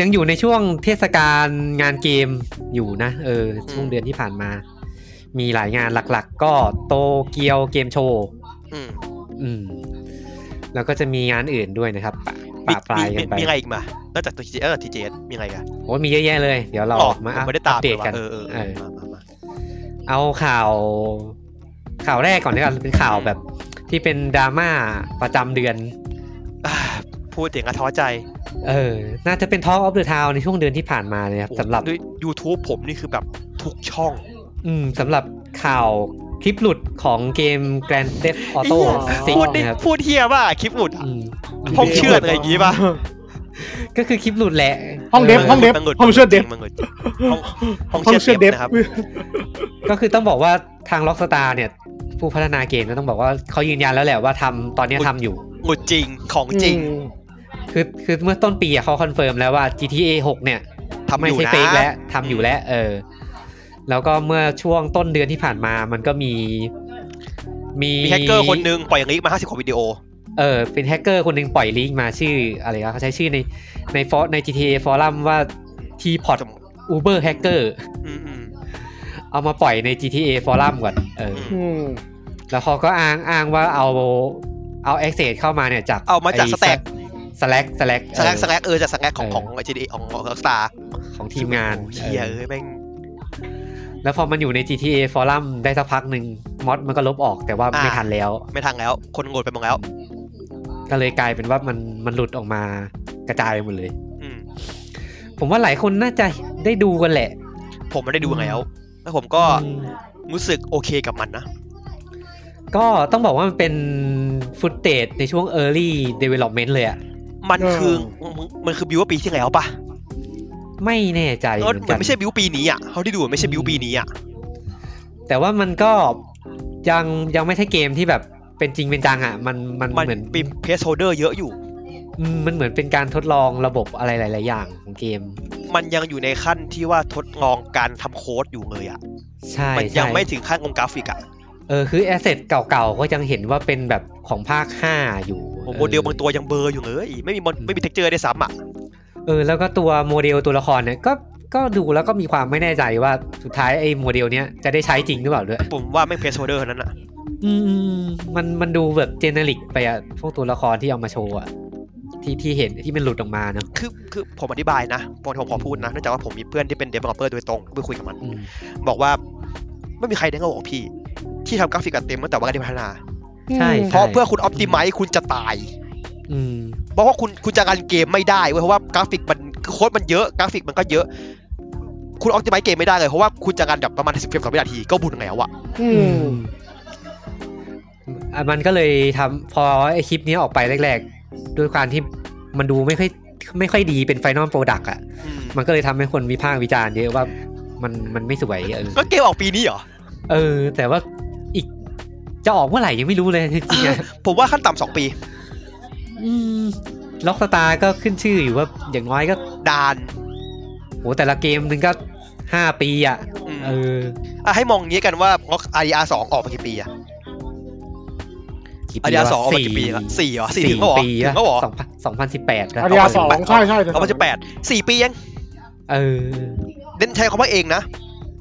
A: ยังอยู่ในช่วงเทศกาลงานเกมอยู่นะ เออ ช่วงเดือนที่ผ่านมา มีหลายงานหลักๆ ก็โตเกียวเกมโชว์
C: อืม
A: อืม แล้วก็จะมีงานอื่นด้วยนะครับปะ
C: มี
A: ปะปลายกั
C: มี
A: นไป
C: มีอะไรอีกมานอกจากตัวทีเออทีเจมีอะไรกัน
A: โอ้มีเยอะแยะเลย เดี๋ยวเรา
C: หรอ
A: มา
C: ผ
A: อั
C: ม
A: ป
C: ไม่ได้ตาม
A: เด
C: เล
A: ต
C: ยว่ะ
A: กัน
C: เออเออเอ
A: เอ
C: อ
A: อ
C: มามามา
A: เอาข่าว ข่าวแรกก่อนด้วยกันเป็นข่าวแบบที่เป็นดราม่าประจำเดือน
C: อ่าพูดถึงอะท้อใจ
A: เออ น่าจะเป็น Talk of the Town ในช่วงเดือนที่ผ่านมาเลยครับสำหรับ
C: ด้วย YouTube ผมนี่คือแบบทุกช่อง
A: อืมสำหรับข่าวคลิปหลุดของเกม Grand Theft Auto
C: ไอ้
A: 6
C: เหี้ยพูดได้
A: นะครับ
C: พูดเฮียว่าคลิปหลุดอะ
A: อืม
C: ห้องเชื่อดอะไรอย่างงี้ป่ะ
A: ก็คือคลิปหลุดแหละ
D: ห้องเดฟห้องเดฟ
C: มันหลุด
D: ห้องเชื่อดเดฟ
C: มันหลุดจริงมันหลุดจริงห้องห้
D: ห้อ
C: อง ง
D: เชื่
C: เชื่
D: อ
C: อ
D: ด
C: ด
D: เด
C: เด
D: ฟ
C: ฟนะครับ
A: ก็คือต้องบอกว่าทาง Rockstar เนี่ย ผู้พัฒนาเกมก็ต้องบอกว่าเขายืนยันแล้วแหละว่าทำตอนเนี้ยทำอยู่
C: หลุดจริงของจริง
D: อืม
A: คือคือเมื่อต้นปีอะเขาคอนเฟิร์มแล้วว่า GTA 6 เนี่ย
C: ทำอ
A: ไม่
C: ยู่
A: ใช่
C: นะ
A: เฟกแล้วทำอยู่แล้วเออ แล้วก็เมื่อช่วงต้นเดือนที่ผ่านมามันก็มี มี
C: มีแฮกเกอร์คนหนึงปล่อยลิงก์มา 50กว่าวิดีโอ
A: เออเป็นแฮกเกอร์คนหนึ่งปล่อยลิงก์มาชื่ออะไรนะเขาใช้ชื่อในในฟอใน GTA ฟอรัมว่า T-Pod Uber Hacker
C: อืมอืม
A: เอามาปล่อยใน GTA ฟอรัมก่อนเออ
C: อืม
D: อืม
A: แล้วเขาก็อ้างอ้างว่าเอาเอา access เข้ามาเนี่ยจาก
C: เอามาจาก
A: ไอ้
C: สแต็ก
A: Slack Slack
C: สแลก
A: เออ
C: สแลกเออจะสแลกของ
A: เออ
C: ของไอจีดีของของล็อกตา
A: ของทีมงาน
C: เฮีย
A: เออ
C: เอ้ยแม่ง
A: แล้วพอมันอยู่ใน GTA Forum ได้สักพักหนึ่งมอดมันก็ลบออกแต่ว่าไม่ทันแล้ว
C: ไม่ทางแล้ว คนโงดไปหมดแล้ว
A: ก็เลยกลายเป็นว่ามันมันหลุดออกมากระจายไปหมดเลย
C: อืม
A: ผมว่าหลายคนน่าจะได้ดูกันแหละ
C: ผมไม่ได้ดูแล้ว แล้วผมก็
A: อืม
C: รู้สึกโอเคกับมันนะ
A: ก็ต้องบอกว่ามันเป็นฟุตเ g จในช่วง Early Development เลยอะ
C: มันคือมันมันคือบิวว่าปีที่แล้วปะ
A: ไม่แน่ใจ
C: เอ
A: เห
C: อ
A: มือน
C: มั
A: กัน น
C: ไม่ใช่บิวปีนี้อ่ะเขาที่ดูมันไม่ใช่บิวปีนี้อ่ะ
A: แต่ว่ามันก็ยังยังไม่ใช่เกมที่แบบเป็นจริงเป็นจังอะมันมัน
C: มัน
A: เหมือน
C: เป็นเพสโฮเดอร์เยอะอยู่
A: อืมมันเหมือนเป็นการทดลองระบบอะไรหลาย ๆ อย่างของเกม
C: มันยังอยู่ในขั้นที่ว่าทดลองการทำโค้ดอยู่เลยอ่ะ
A: ใช่
C: มัยั
A: ใช่
C: ไม่ถึงขั้นองค์กราฟิกอ่ะ
A: เออคือแอสเซทเก่าๆ ก็ยังเห็นว่าเป็นแบบของภาค 5 อยู่
C: ผมโมเดลบางตัวยังเบลอร์อยู่เลยไม่มีโมไม่มีเท็กเจอร์ได้วยซ้ำอ่ะ
A: เออแล้วก็ตัวโมเดลตัวละครเนี่ยก็ก็ดูแล้วก็มีความไม่แน่ใจว่าสุดท้ายไอ้โมเดลเนี้ยจะได้ใช้จริงหรือเปล่าด้วย
C: ผมว่าแม่งเพสโฮเดอร์นั้นอ่ะ
A: อืมอืมอืมมันมันดูแบบเจเนริกไปอะพวกตัวละครที่เอามาโชว์อะที่ที่เห็นที่มันหลุดออกมาเนอะ
C: คือคือผมอธิบายนะผมผมขอพูดนะเนื่องจากว่าผมมีเพื่อนที่เป็นเดเวลลอปเปอร์โดยตรงไปคุยกับมัน
A: อืม
C: บอกว่าไม่มีใครได้เงาของพี่ ที่ทำกราฟิกกันเต็มตั้งแต่วันแรกที่พัฒนา
A: ใช่
C: เพ
A: ใช่
C: ราะเพื่อคุณออ t ติ i ม e คุณจะตาย
A: อืม
C: เพราะว่าคุณคุณจะรันเกมไม่ได้เว้ยเพราะว่ากราฟิกมันคือโค้ดมันเยอะกราฟิกมันก็เยอะ คุณออกจะไปเกมไม่ได้เลย เพราะว่าคุณจะกันแบบประมาณสิบเฟรมต่อวินาทีก็บุญแล้วอะ
D: อื
B: อื
D: ม
B: ม
A: อ่ะมันก็เลยทำพอไอคลิปนี้ออกไปแรกๆด้วยการที่มันดูไม่ค่อยไม่ค่อยดีเป็นไฟนอลโปรดักต์อ่ะ
C: อืม
A: มันก็เลยทำให้คนวิพากษ์วิจารณ์เยอะว่ามันมันไม่สวยเออ
C: ก็เกมออกปีนี้เหรอ
A: เออ แต่ว่าอีกจะออกเมื่อไหร่ยังไม่รู้เลยจริงๆอ่ะ
C: ผมว่าขั้นต่ำสองปี
A: อืมล็อกสตาร์ก็ขึ้นชื่ออยู่ว่าอย่างน้อยก็
C: ดาน
A: โหแต่ละเกมหนึงก็ห้าปีอ่ะ
C: อืม
A: เออ
C: อ่ะให้มองอย่างนี้กันว่า RDR สองออกมากี่ปีอะ
A: กี่ปี
C: RDR
A: วะ
C: สองออกมากี่ปีละสี่เหรอสี่ถึงก็หรอ
A: ปี
C: ถึ
A: อะ
C: งก็หรอ
A: สองพันสองพันสิบแปด
D: อาริยาสอง
C: เอาไป
D: ใช่ใช่แต่
C: เอามาจะแปดสี่ปียัง
A: เออ
C: เน้นใช้คำว่าเองนะ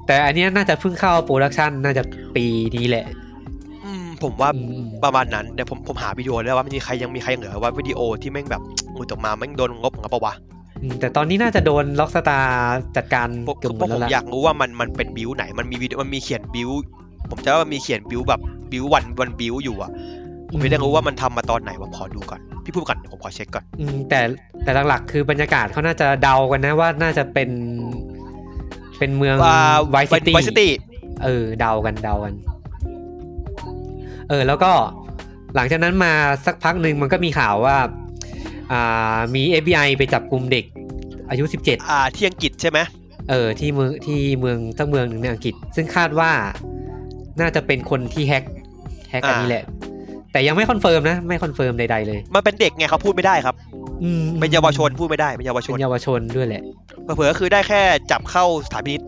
A: แต่อันเนี้ยน่าจะเพิ่งเข้าโปรดักชันน่าจะปีนี้แหละ
C: อืมผมว่า
A: อืม
C: ประมาณนั้นเดี๋ยวผมผมหาวิดีโอได้ว่ามันมีใครยังมีใครยังเหลือว่าวิดีโอที่แม่งแบบ อุยตกมาแม่งโดนงบของปะวะ
A: อืมแต่ตอนนี้น่าจะโดนล็อกสตาร์จัดการ
C: พวก
A: เกือบหม
C: พว
A: ด
C: ก
A: แล้
C: ผ
A: ว
C: ม
A: ล่ะ
C: อยากรู้ว่ามันมันเป็นบิวไหนมันมีวิดีโอมันมีเขียนบิวผมจะว่ามันมีเขียนบิวแบบบิววันวันบิวอยู่อ่ะผมไม่ได้รู้ว่ามันทำมาตอนไหนผมขอดูก่อนพี่พูดก่อนเดี๋ยวผมขอเช็คก่อน
A: อืมแต่แต่หลักๆ คือบรรยากาศเขาน่าจะเดากันนะว่าน่าจะเป็น เป็นเมือง
C: ว่า
A: ไวซิตี้
C: ไวซิตี้
A: เออเดากันเดากัน เออ แล้วก็หลังจากนั้นมาสักพักหนึ่งมันก็มีข่าวว่า อ่ามี FBI ไปจับกลุ่มเด็ก อายุ 17
C: อ่าที่อังกฤษใช่ไหม
A: เออที่เมืองที่เมืองสักเมืองหนึ่งในอังกฤษ ซึ่งคาดว่าน่าจะเป็นคนที่แฮกแฮกอันนี้แหละ แต่ยังไม่คอนเฟิร์มนะ ไม่คอนเฟิร์มใดๆเลย
C: มันเป็นเด็กไงเขาพูดไม่ได้ครับ
A: อืม
C: เป็นเยาวชนพูดไม่ได้เป็นเยาวช
A: เป็น นเยาวชนด้วยแหละ
C: เผลอๆคือได้แค่จับเข้าสถานพินิจ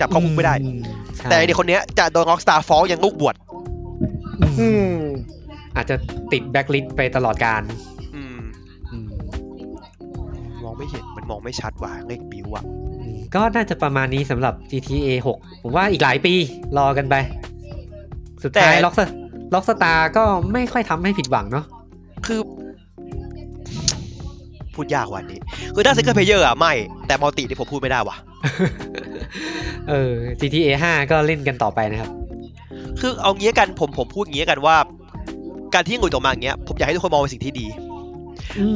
C: จับเข้าคุกไม่ได้
A: อืใช่
C: แต่เด็กคนเนี้ยจะโดนล็อกสตาร์ฟ้องยังลูกบวช
A: อื
D: อื
A: ม
D: ม
A: อาจจะติดแบ็คลิสไปตลอดการ
C: อืม
A: อืม
C: มองไม่เห็น มันมองไม่ชัดว่ะเลขบิวอะ
A: อืมก็น่าจะประมาณนี้สำหรับ GTA 6 ผมว่าอีกหลายปีรอกันไป สุดท้ายล็อกล็อกสตาก็ไม่ค่อยทำให้ผิดหวังเนาะ
C: คือ พูดยากว่ะอันนี้ คือด้านซิงเกิลเพลเยอร์อะไม่ แต่มัลติเนี่ยผมพูดไม่ได้ว่ะ
A: เออ GTA 5 ก็เล่นกันต่อไปนะครับ
C: คือเอางี้กันผมผมพูดงี้กันว่า การที่งูตกมาอย่างเงี้ย ผมอยากให้ทุกคนมองเป็นสิ่งที่ดี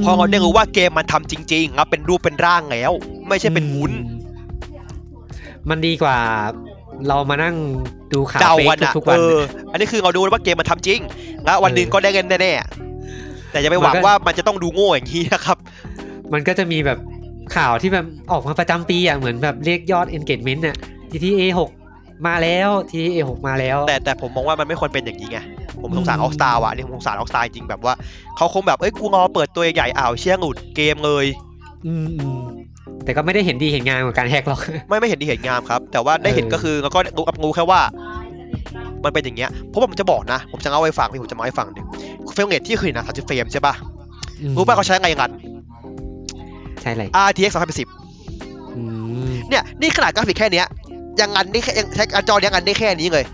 C: พอเราได้รู้ว่าเกมมันทำจริงๆแล้วเป็นรูปเป็นร่างแล้ว ไม่ใช่เป็นวุ้น
A: อืมมันดีกว่าเรามานั่งดูข่าว
C: เจ้า
A: เฟ
C: วัน
A: ซ
C: อะ
A: ทุกๆ
C: เอ
A: วัน
C: อ อันนี้คือเราดูว่าเกมมันทำจริง แล้ววันหนึ่งก็ได้เงินแน่ๆ แต่อย่าไปหวั
A: มั
C: ง
A: นก็
C: ว่ามันจะต้องดูโง่อย่างนี้นะครับ
A: มันก็จะมีแบบข่าวที่แบบออกมาประจำปีอ่ะเหมือนแบบเรียกยอด engagement เนี่ย GTA 6 มาแล้ว GTA 6 มาแล้ว
C: แต่แต่ผมมองว่ามันไม่ควรเป็นอย่างนี้ไง ผมสงสาร
A: อืม
C: ออกสตาร์ว่ะนี่ผมสงสารออกสตาร์จริงแบบว่าเขาคงแบบ เอ้ย กูงอเปิดตัวใหญ่ๆอ้าวเชี่ยงหลุดเกมเลย
A: อืมอืมแต่ก็ไม่ได้เห็นดีเห็นงามกับการแฮกหรอก
C: ไม่ไม่เห็นดีเห็นงามครับ แต่ว่าได้เห็น
A: เออ
C: ก็คือแล้วก็งูกับงูแค่ว่า มันเป็นอย่างเงี้ยเพราะว่าผมจะบอกนะ ผมจะเล่าให้ฟังนี่ผมจะมาให้ฟังหนึ่งเฟรมเรทที่คือนะสามสิบเฟรมใช่ป่ะ
A: อืม
C: รู้ป่ะเขาใช้ไงกัน
A: ใช่เลย
C: RTX 3010
A: อืม
C: เนี่ยนี่ขนาดกราฟิกแค่เนี้ยยังงันได้แค่ยังใช้จอยังงันได้แค่นี้เลย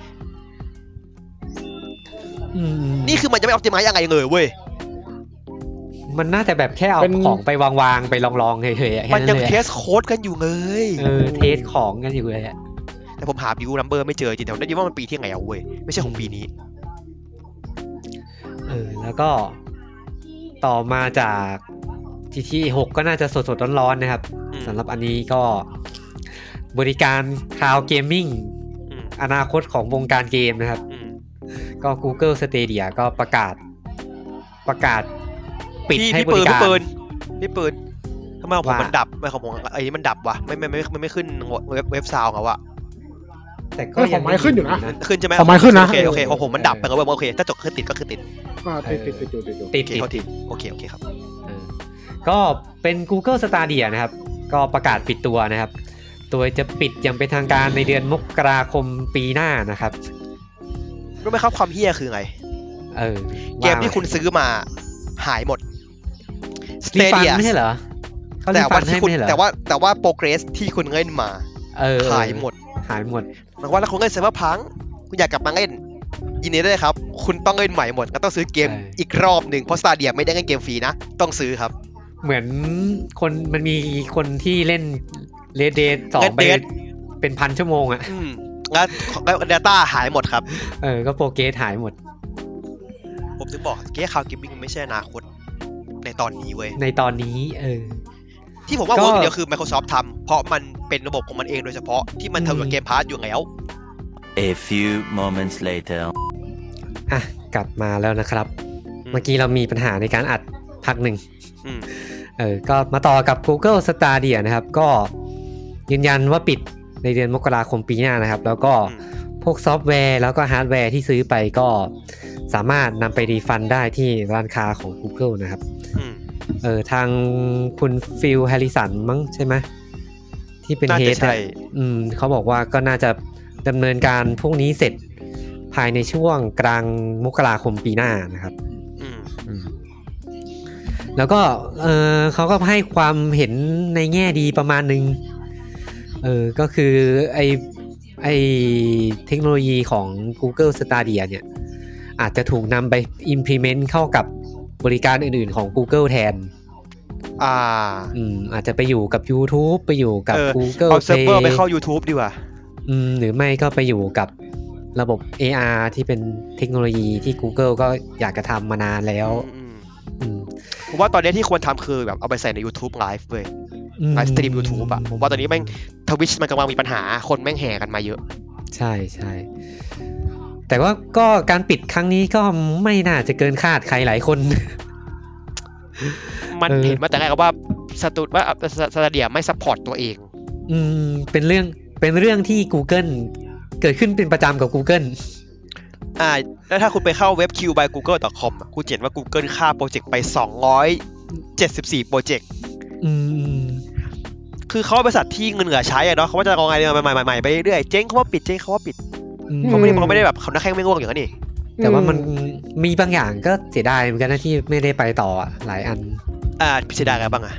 A: อืม
C: นี่คือมันจะไม่ออพติมัยยังไงเลยเว้ย
A: มันน่าจะแบบแค่เอาของไปวางๆไปลองๆเฉยๆอะแค่
C: มันยั
A: นั้
C: ง
A: นเลย
C: เท
A: อะ
C: สโค้ดกันอยู่เลย
A: เออเทสของกันอยู่เลยอ่ะ
C: แต่ผมหาบิวนัมเบอร์ไม่เจอจริงแต่ผมได้ยินว่ามันปีที่แล้วเว้ยไม่ใช่ของปีนี้
A: เออแล้วก็ต่อมาจาก GTA 6 ก็น่าจะสดๆร้อนๆนะครับ
C: อืม
A: สำหรับอันนี้ก็บริการคลาวเกมมิ่ง
C: อืม
A: อนาคตของวงการเกมนะครับ
C: อืม
A: ก็ Google Stadia ก็ประกาศประกาศปิด
C: พี่
A: ให้
C: พี่
A: บ
C: ปื
A: ริ
C: น
A: การ
C: พี่ปืนพี่ปืนทำไมของผม
A: ว่ามั
C: มันดับไม่ของผมไอ้นี่มันดับวะไม่ไม่ไม่ไม่ไม่ขึ้นเว็บเว็บซาวเขาอะ
A: แต่ก็
D: เฮ้ยของไม้ขึ้นอยู่นะ
C: ขึ้นใช่ไหม
D: ของมันขึ้นนะ
C: โอเคโอเคของผมมันดับไปก็แบบโอเค ถ้าจบคือติดก็คือติด
D: อ่าติดติดติดอยู่ติดอยู่
A: ติดติด
C: โอเคเขาติดโอเคโอเคครับ
A: เออก็เป็น Google Stadia นะครับ ก็ประกาศปิดตัวนะครับ ตัวจะปิดอย่างเป็นทางการในเดือนมกราคมปีหน้านะครับ
C: รู้ไหมครับความเฮี้ยคือไง
A: เออ
C: เกม
A: ว่าา
C: ที่คุณซื้อมาหายหมดส
A: รี
C: เต
A: ฟัน
C: เดีย
A: ไม่ใช่เหรอเขารี
C: แต่
A: ฟั
C: ว่าน
A: ให้
C: ที่คุณ
A: ไม่ใช่เหรอ
C: แต่ว่าแต่ว่าโปรเกรสที่คุณเล่นมา
A: เออ
C: หายหมด
A: หายหมด
C: หมายความว่าถ้าคุณเล่นเซิร์ฟเวอร์พังคุณอยากกลับมาเล่นยินดีด้วยครับ คุณต้องเล่นใหม่หมดก็ต้องซื้อเกม
A: ใช่
C: อีกรอบหนึ่งเพราะสตาเดียไม่ได้เล่นเกมฟรีนะต้องซื้อครับ
A: เหมือนคนมันมีคนที่เล่นเลดเดทสองไป
C: Red Dead
A: เป็นพันชั่วโมงอ่ะ
C: อืมแล้วแล้วเดต้าหายหมดครับ
A: เออก็โปรเกสหายหมด
C: ผมถึงบอกเกมข่าวเกมมิ่งมันไม่ใช่อนาคตในตอนนี้เว้ย
A: ในตอนนี้ เออ
C: ที่ผมว่า
A: ก็
C: เวิร์กเดียวคือ Microsoft ทำเพราะมันเป็นระบบของมันเองโดยเฉพาะที่มันทำกับเกมพาร์อยู่แล้ว
E: A few moments later.
A: อ่ะกลับมาแล้วนะครับ
C: อืม
A: เมื่อกี้เรามีปัญหาในการอัดพักหนึ่ง
C: อืม
A: เออก็มาต่อกับ Google Stadia นะครับ ก็ยืนยันว่าปิดในเดือนมกราคมปีหน้านะครับ แล้วก็พวกซอฟต์แวร์แล้วก็ฮาร์ดแวร์ที่ซื้อไปก็สามารถนำไปรีฟันได้ที่ร้านค้าของ Google นะครับ
C: อืม
A: เออทางคุณฟิลแฮริสันมั้งใช่ไหมที่เป็น
C: น่า
A: เฮ
C: จะ
A: ด
C: ใช่
A: อืมเขาบอกว่าก็น่าจะดำเนินการพวกนี้เสร็จภายในช่วงกลางมกราคมปีหน้านะครับ
C: อืม
A: อืมแล้วก็เออเขาก็ให้ความเห็นในแง่ดีประมาณหนึ่งเออก็คือไอไอเทคโนโลยีของ Google Stadia เนี่ย อาจจะถูกนำไป implement เข้ากับบริการอื่นๆของ Google แทน
C: อ่า
A: อืมอาจจะไปอยู่กับ YouTube ไปอยู่กับ
C: เออ
A: Google
C: เอาเซิร์ฟเวอร์
A: Play
C: ไปเข้า YouTube ดีกว่า
A: อืมหรือไม่ก็ไปอยู่กับระบบ AR ที่เป็นเทคโนโลยีที่ Google ก็อยากจะทำมานานแล้ว
C: อืม
A: อืม
C: ผมว่าตอนนี้ที่ควรทำคือแบบเอาไปใส่ใน YouTube ไลฟ์เว้ย
A: อื
C: ไลฟ์สตรีม YouTube อะผมว่าตอนนี้แม่งทวิชมันกำลังมีปัญหาคนแม่งแห่กันมาเยอะ
A: ใช่ใช่ แต่ว่าก็การปิดครั้งนี้ก็ไม่น่าจะเกินคาดใครหลายคน
C: มัน
A: เออ
C: เห็นมาแต่แรกแล้วว่าสตูดว่าสตาเดียไม่ซัพพอร์ตตัวเอง
A: อืมเป็นเรื่องเป็นเรื่องที่ Google เกิดขึ้นเป็นประจำกับ Google
C: อ่า แล้วถ้าคุณไปเข้าเว็บ q by google com อะคุณจะเห็นว่า Google ค่าโปรเจกต์ไป 274 โปรเจกต์
A: อืม
C: คือเขาเป็นบริษัทที่เงินเหลือใช้อะเนาะเขาก็จะเอาไงใหม่ๆใหม่ๆไปเรื่อยๆเจ๊งเขาว่าปิดเจ๊งเขาว่าปิด
A: อืม
C: เขาไม่ได้เขาไม่ได้แบบเขาหน้าแข้งไม่ง่วงอย่างนั้นนี่
A: แต่ว่ามันมีบางอย่างก็เสียดายเหมือนกันนะที่ไม่ได้ไปต่ออะหลายอัน
C: อ่าพิจารณาอะไรบ้างอะ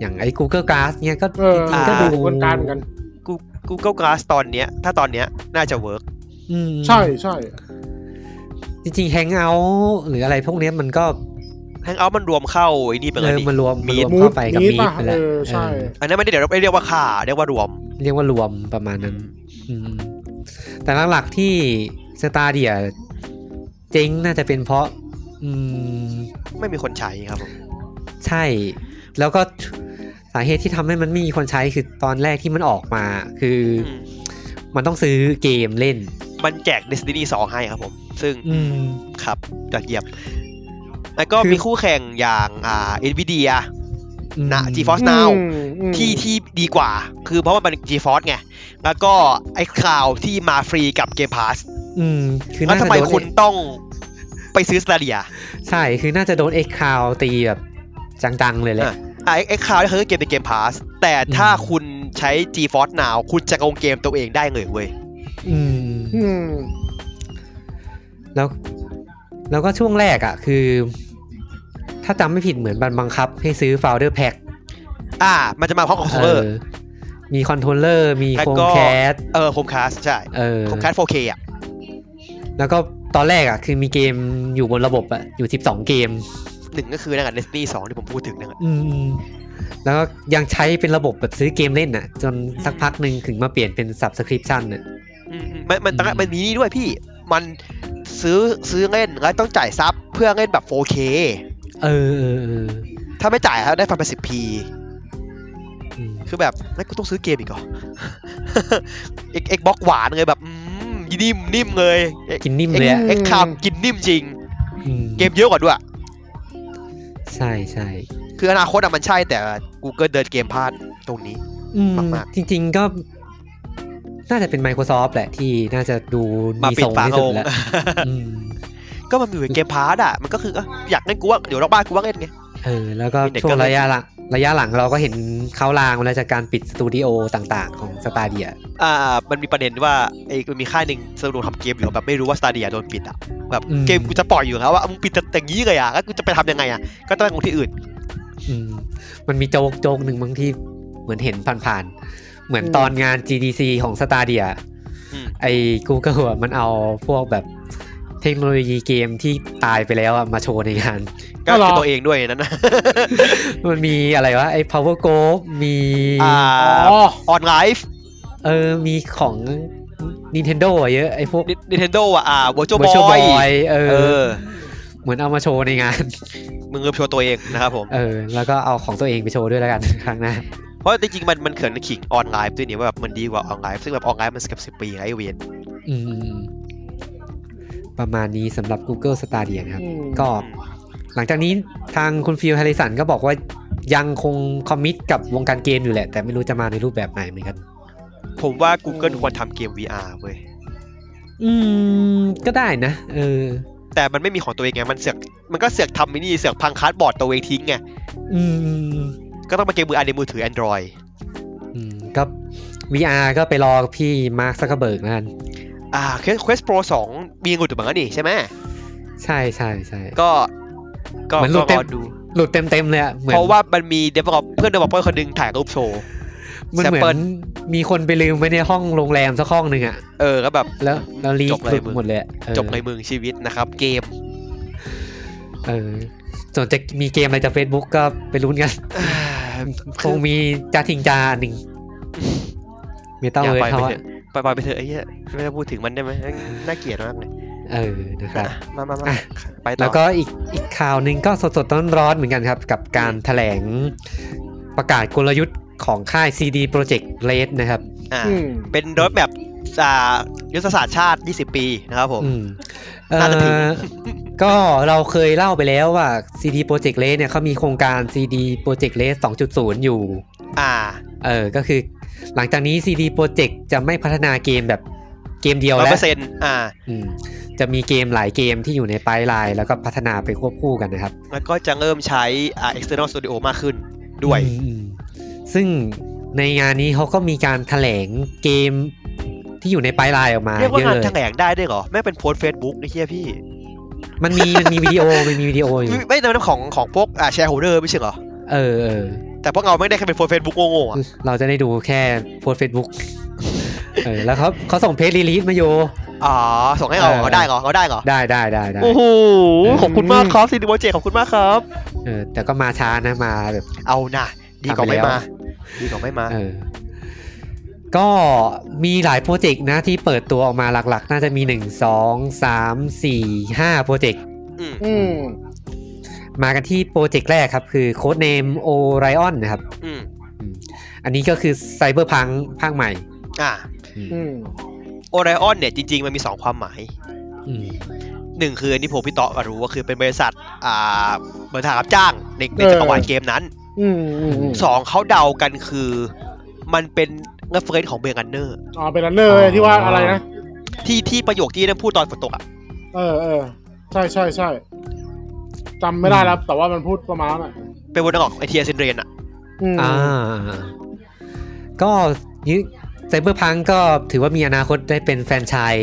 A: อย่างไอ้ Google Glass เนี่ยก็
D: เออ
A: จริงๆ
C: อ่า
A: ก็ดู
D: คนการเหมือนกัน
C: Gu- Google Glass ตอนเนี้ย ถ้าตอนเนี้ยน่าจะเวิร์ก
A: อืม
D: ใช่ใช่
A: จริงๆ Hangout หรืออะไรพวกเนี้ยมันก็
C: แฮงเอามันรวมเข้าไอ้นี่ไป
A: เอ
C: เลย
A: อ
C: นี่
A: มันรวมมันรวม
C: Meet
A: เข้าไปกับ
D: Meet
A: Meet
D: ป่ะ
A: ไปแล้ว
D: เออใช่
A: เออ
C: อันนั้นไม่ได้เดี๋ยวเรียกว่าข่าเรียกว่ารวม
A: เรียกว่ารวมประมาณนั้น อืมแต่หลักๆที่สตาเดียเจ๊งน่าจะเป็นเพราะ อืม
C: ไม่มีคนใช้ครับผม
A: ใช่ แล้วก็สาเหตุที่ทำให้มันไม่มีคนใช้คือตอนแรกที่มันออกมา คืออ
C: ม
A: มันต้องซื้อเกมเล่น
C: มันแจก Destiny 2 ให้ครับผม ซึ่ง
A: อืม
C: ครับยอดเยี่ยมแล้วก็
A: คือ
C: มีคู่แข่งอย่างอ่า Nvidia
A: อืม
C: นะ GeForce Now
D: อืมอืม
C: ที่ที่ดีกว่า คือเพราะว่ามัน GeForce ไง แล้วก็ไอ้คลาวที่มาฟรีกับ Game Pass
A: อืม คือ
C: แล้ว
A: น่า
C: ทำ
A: จะ
C: ไม
A: โดน
C: คุณต้องไปซื้อ Stadia
A: ใช่ คือน่าจะโดนเอ็กคาวตีแบบจังๆเลยแหละ
C: อ่ะไอ้คลาวนี่คือเกมใน Game Pass แต่ถ้า
A: อืม
C: คุณใช้ GeForce Now คุณจะเอาเกมตัวเองได้เลยเว้ย
A: อืม
D: อืม
A: แล้วแล้วก็ช่วงแรกอ่ะ คือ ถ้าจำไม่ผิดเหมือนบันบังคับ ให้ซื้อ Founder Pack
C: อ่า มันจะมาพร้อมกับคอม
A: เอ
C: เอร์
A: อ มีคอนโทรลเลอร์ มี
C: แล้
A: โฟ
C: ว
A: ม
C: ก็
A: แคส
C: เออคมคาสใช่
A: เออ
C: คมคาส 4K อ่ะ
A: แล้วก็ตอนแรกอ่ะ คือมีเกมอยู่บนระบบอ่ะ อยู่ 12 เกม
C: หนึ่งก็คือนั่นแหละ Destiny 2 ที่ผมพูดถึงนั่นแหละ
A: อืม แล้วก็ยังใช้เป็นระบบแบบซื้อเกมเล่นอ่ะ จนสักพักหนึ่งถึงมาเปลี่ยนเป็น Subscription น่ะ
C: อืมๆมันมันตั้งแต่
A: อืม
C: มันมีนี่ด้วยพี่ มันซื้อซื้อเล่นแล้วต้องจ่ายซับเพื่อเล่นแบบ 4K
A: เออเออเออ
C: ถ้าไม่จ่ายแล้วได้ฟังเป็น 10p
A: อืม
C: คือแบบไม่กูต้องซื้อเกมอีกเหรอ เอ็กเอ็กบ็อกหวานเลยแบบอืมนิ่มนิ่มเลยเอ็ก
A: กินนิ่มเลยอ่ะ
C: เอ็กคามกินนิ่มจริง
A: อืม
C: เกมเยอะกว่าด้วย
A: ใช่ใช่
C: คืออนาคตอะมันใช่แต่ Google เดินเกมพลาดตรงนี้
A: อืม
C: มาก
A: จริงๆก็ น่าจะเป็น Microsoft แหละที่น่าจะดู
C: มา
A: มี
C: ปิด
A: ทรง
C: ฝา
A: ที่สุด
C: โลง
A: แล้วอืม
C: ก็มันมีอยู่ในเกมพาร์ทอะมันก็คืออ่ะอยากเล่นกูว่าเดี๋ยวรอบบ้านกูว่าเล่นไง
A: เออ แล้วก็
C: มีเด็ก
A: ช่ว
C: ก็
A: ง
C: เล่น
A: ระยะหลังระยะหลังเราก็เห็นเขาลางมาแล้วจากการปิดสตูดิโอต่างๆ ของสตาเดีย
C: อ่า มันมีประเด็นว่าไอ้มันมีค่ายหนึ่งสะดวกทำเกมอยู่แบบไม่รู้ว่าสตาเดียโดนปิดอ่ะ แบบเกมกูจะปล่อยอยู่แล้วว่ามึงปิดแต่อย่างนี้เลยอ่ะแล้วกูจะไปทำยังไงอ่ะ ก็ต้องไปลงที่อื่น
A: อืม มันมีโจกโจกหนึ่งบางที่เหมือนเห็นผ่านๆ เหมือนตอนงาน GDC ของสตาเดีย
C: อืม
A: ไอ้ Google อะมันเอาพวกแบบเทคโนโลยีเกมที่ตายไปแล้วอะมาโชว์ในงาน
C: ก็
D: อ๋อเหร
C: คือ อตัวเองด้วยนั้นนะ
A: มันมีอะไรวะไอ้ Power Go มี
C: อ่า
D: อ๋อ
C: ออนไลฟ์
A: เออ มีของ Nintendo อะเยอะ ไอ้พวก
C: นินเทนโดอ่ะ อ่า Virtual
A: Virtual
C: Boy
A: Boy เอ
C: เอ
A: อ
C: อ
A: เหมือนเอามาโชว์ในงาน
C: มึงเริ่มโชว์ตัวเองนะครับผม
A: เออ แล้วก็เอาของตัวเองไปโชว์ด้วยแล้วกัน ครั้งหน้า
C: เพราะจริงๆมันมันเขินขิงออนไลน์ด้วยเนี่ยว่าแบบมันดีกว่าออนไลน์ ซึ่งแบบออนไลน์มันเกือบสิบปีไงไอเวน
A: อืม ประมาณนี้สำหรับ Google Stadia นะครับ
D: อืม
A: ก็หลังจากนี้ทางคุณฟิลแฮริสันก็บอกว่ายังคงคอมมิตกับวงการเกมอยู่แหละ แต่ไม่รู้จะมาในรูปแบบไหนเหมือนกัน
C: ผมว่า Google ควรทำเกม VR เว้ย
A: อืม ก็ได้นะ เออ
C: แต่มันไม่มีของตัวเองไง มันเสือก มันก็เสือกทำมินี่เสือกพังคาร์ดบอร์ดตัวเองทิ้งไง
A: อืม
C: ก็ต้องมาเกมมืออันในมือถือ Android
A: อืมก็ VR ก็ไปรอพี่มาร์คซักเกอร์เบิร์กนั่น
C: อ่า Quest Pro 2 มีหลุดเหมือนกันนี่ใช่ไหม
A: ใช่ใช่ใช่
C: ก็ ก็
A: เหมือนหลุ
C: ก็
A: ดเต็
C: ร
A: ม
C: อดู
A: หลุดเต็มเต็มๆเลยอะเหมือน
C: เพราะว่ามันมี develop เพื่อน developer คนหนึงถ่ายรูปโชว์
A: มันเหมือ
C: sample
A: นมีคนไปลืมไว้ในห้องโรงแรมสักห้องหนึ่งอะ
C: เออ ก็แบบ
A: แล้วแล้วรี
C: จบเล
A: ห
C: ย
A: ลุด
C: มึง
A: หมดเลยอะออ
C: จบในเมืองชีวิตนะครับ เกม
A: เออส่วนจะมีเกมอะไรจาก Facebook ก็ไปลุ้น กัน คงมีจาทิงจาหนึ่งเมตา
C: อ
A: เวิร์
C: ย่าไป
A: เขา
C: ไป
A: อะ
C: เถอะไปไปไปเถอะไอ้เหี้ยไม่ต้องพูดถึงมันได้ไหมน่าเกลียดมากเลย
A: เออนะครับ
C: อ่ะมามามา
A: อ่ะ
C: ไปต่อ
A: แล้วก็อีกอีกข่าวหนึ่งก็สดๆร้อนๆเหมือนกันครับ กับการแถลงประกาศกลยุทธ์ของค่าย CD Projekt Red นะครับ
C: อ่า
D: อืม
C: เป็นรถแบบอ่ายุทธศาสตร์ชาติ 20 ปีนะครับผม
A: อืมเอ่
C: น่าจะถึง
A: อก็เราเคยเล่าไปแล้วว่า CD Projekt Red เนี่ยเขามีโครงการ CD Projekt Red 2.0 อยู่
C: อ่า
A: เออ ก็คือหลังจากนี้ CD Projekt จะไม่พัฒนาเกมแบบเกมเดียว
C: 100%
A: แล้ว
C: เปอร์เซ็นต์อ่า
A: อืมจะมีเกมหลายเกมที่อยู่ในไพป์ไลน์แล้วก็พัฒนาไปควบคู่กันนะครับ
C: แล้วก็จะเริ่มใช้อ่า external studio มากขึ้นด้วย
A: อืมอืมซึ่งในงานนี้เขาก็มีการแถลงเกมที่อยู่ในไพป์ไลน์ออกมา
C: เรียกว่างาน
A: เล
C: แถลงได้ด้วยเหรอ ไม่งเป็นโพสเฟซบุ๊กไอ้เหี้ยพี่
A: มันมีมันมีวิดีโอมันมีวิดีโออยู่
C: ไม่ใช่ของของพวกอ่าแชร์โฮเดอร์ไม่ใช่เหรอ
A: เออเออ
C: แต่พวกเราไม่ได้แค่เป็นโพสเฟซบุ๊กโง่ๆอ่ะ
A: เราจะได้ดูแค่โพสเฟซบุ๊กเออแล้วเขาเขาส่งเพจรีลีสมาโย
C: อ๋อ ส่งให้เรา
A: เออ
C: เขาได้เหรอเขาได้เหรอ
A: ได้ได้ได้ได้
C: โอ้โห ขอบคุณมากครับซีดีโปรเจกขอบคุณมากครับ
A: เออแต่ก็มาช้านะมาแบบ
C: เอาน่ะ ดีกว่าไม่
A: ทำไป
C: มา
A: แล้ว
C: ดีกว่าไม่มา
A: เออ ก็มีหลายโปรเจกต์นะที่เปิดตัวออกมาหลักๆ น่าจะมี 1 2 3 4 5 โปรเจกต์
C: อืม
D: อืม
A: มากันที่โปรเจกต์แรกครับ คือโค้ดเนม Orion นะครับ
C: อืม
A: อันนี้ก็คือไซเบอร์พังภาคใหม่
C: อ่า
D: อืม
C: โอไรออนเนี่ยจริงๆ มันมีสองความหมาย
A: อืม
C: หนึ่งคืออันนี้ผมพี่เตาะก็รู้ว่าคือเป็นบริษัท อ่าบริษัทรับจ้างในใน
D: เออ
C: จักรวาลเกมนั้น
D: อืมอืมอืม
C: สองเขาเดากันคือ มันเป็นเงเฟรนของเบรกันเนอร์
D: อ๋อเป็นรันเนอร์ที่ว่าอะไรนะ
C: ที่ที่ประโยคที่นั่นพูดตอนฝนตกอ่ะ
D: เออเออใช่ใช่ใช่จำไม่ได้แล้ว แต่ว่ามันพูดประมาณน่ะ
C: เป็นวนออกไอเทียเซนเรนอ่ะ
D: อืม
A: อ่า ก็นี่ไซเบอร์พังก็ถือว่ามีอนาคตได้เป็นแฟรนไชาย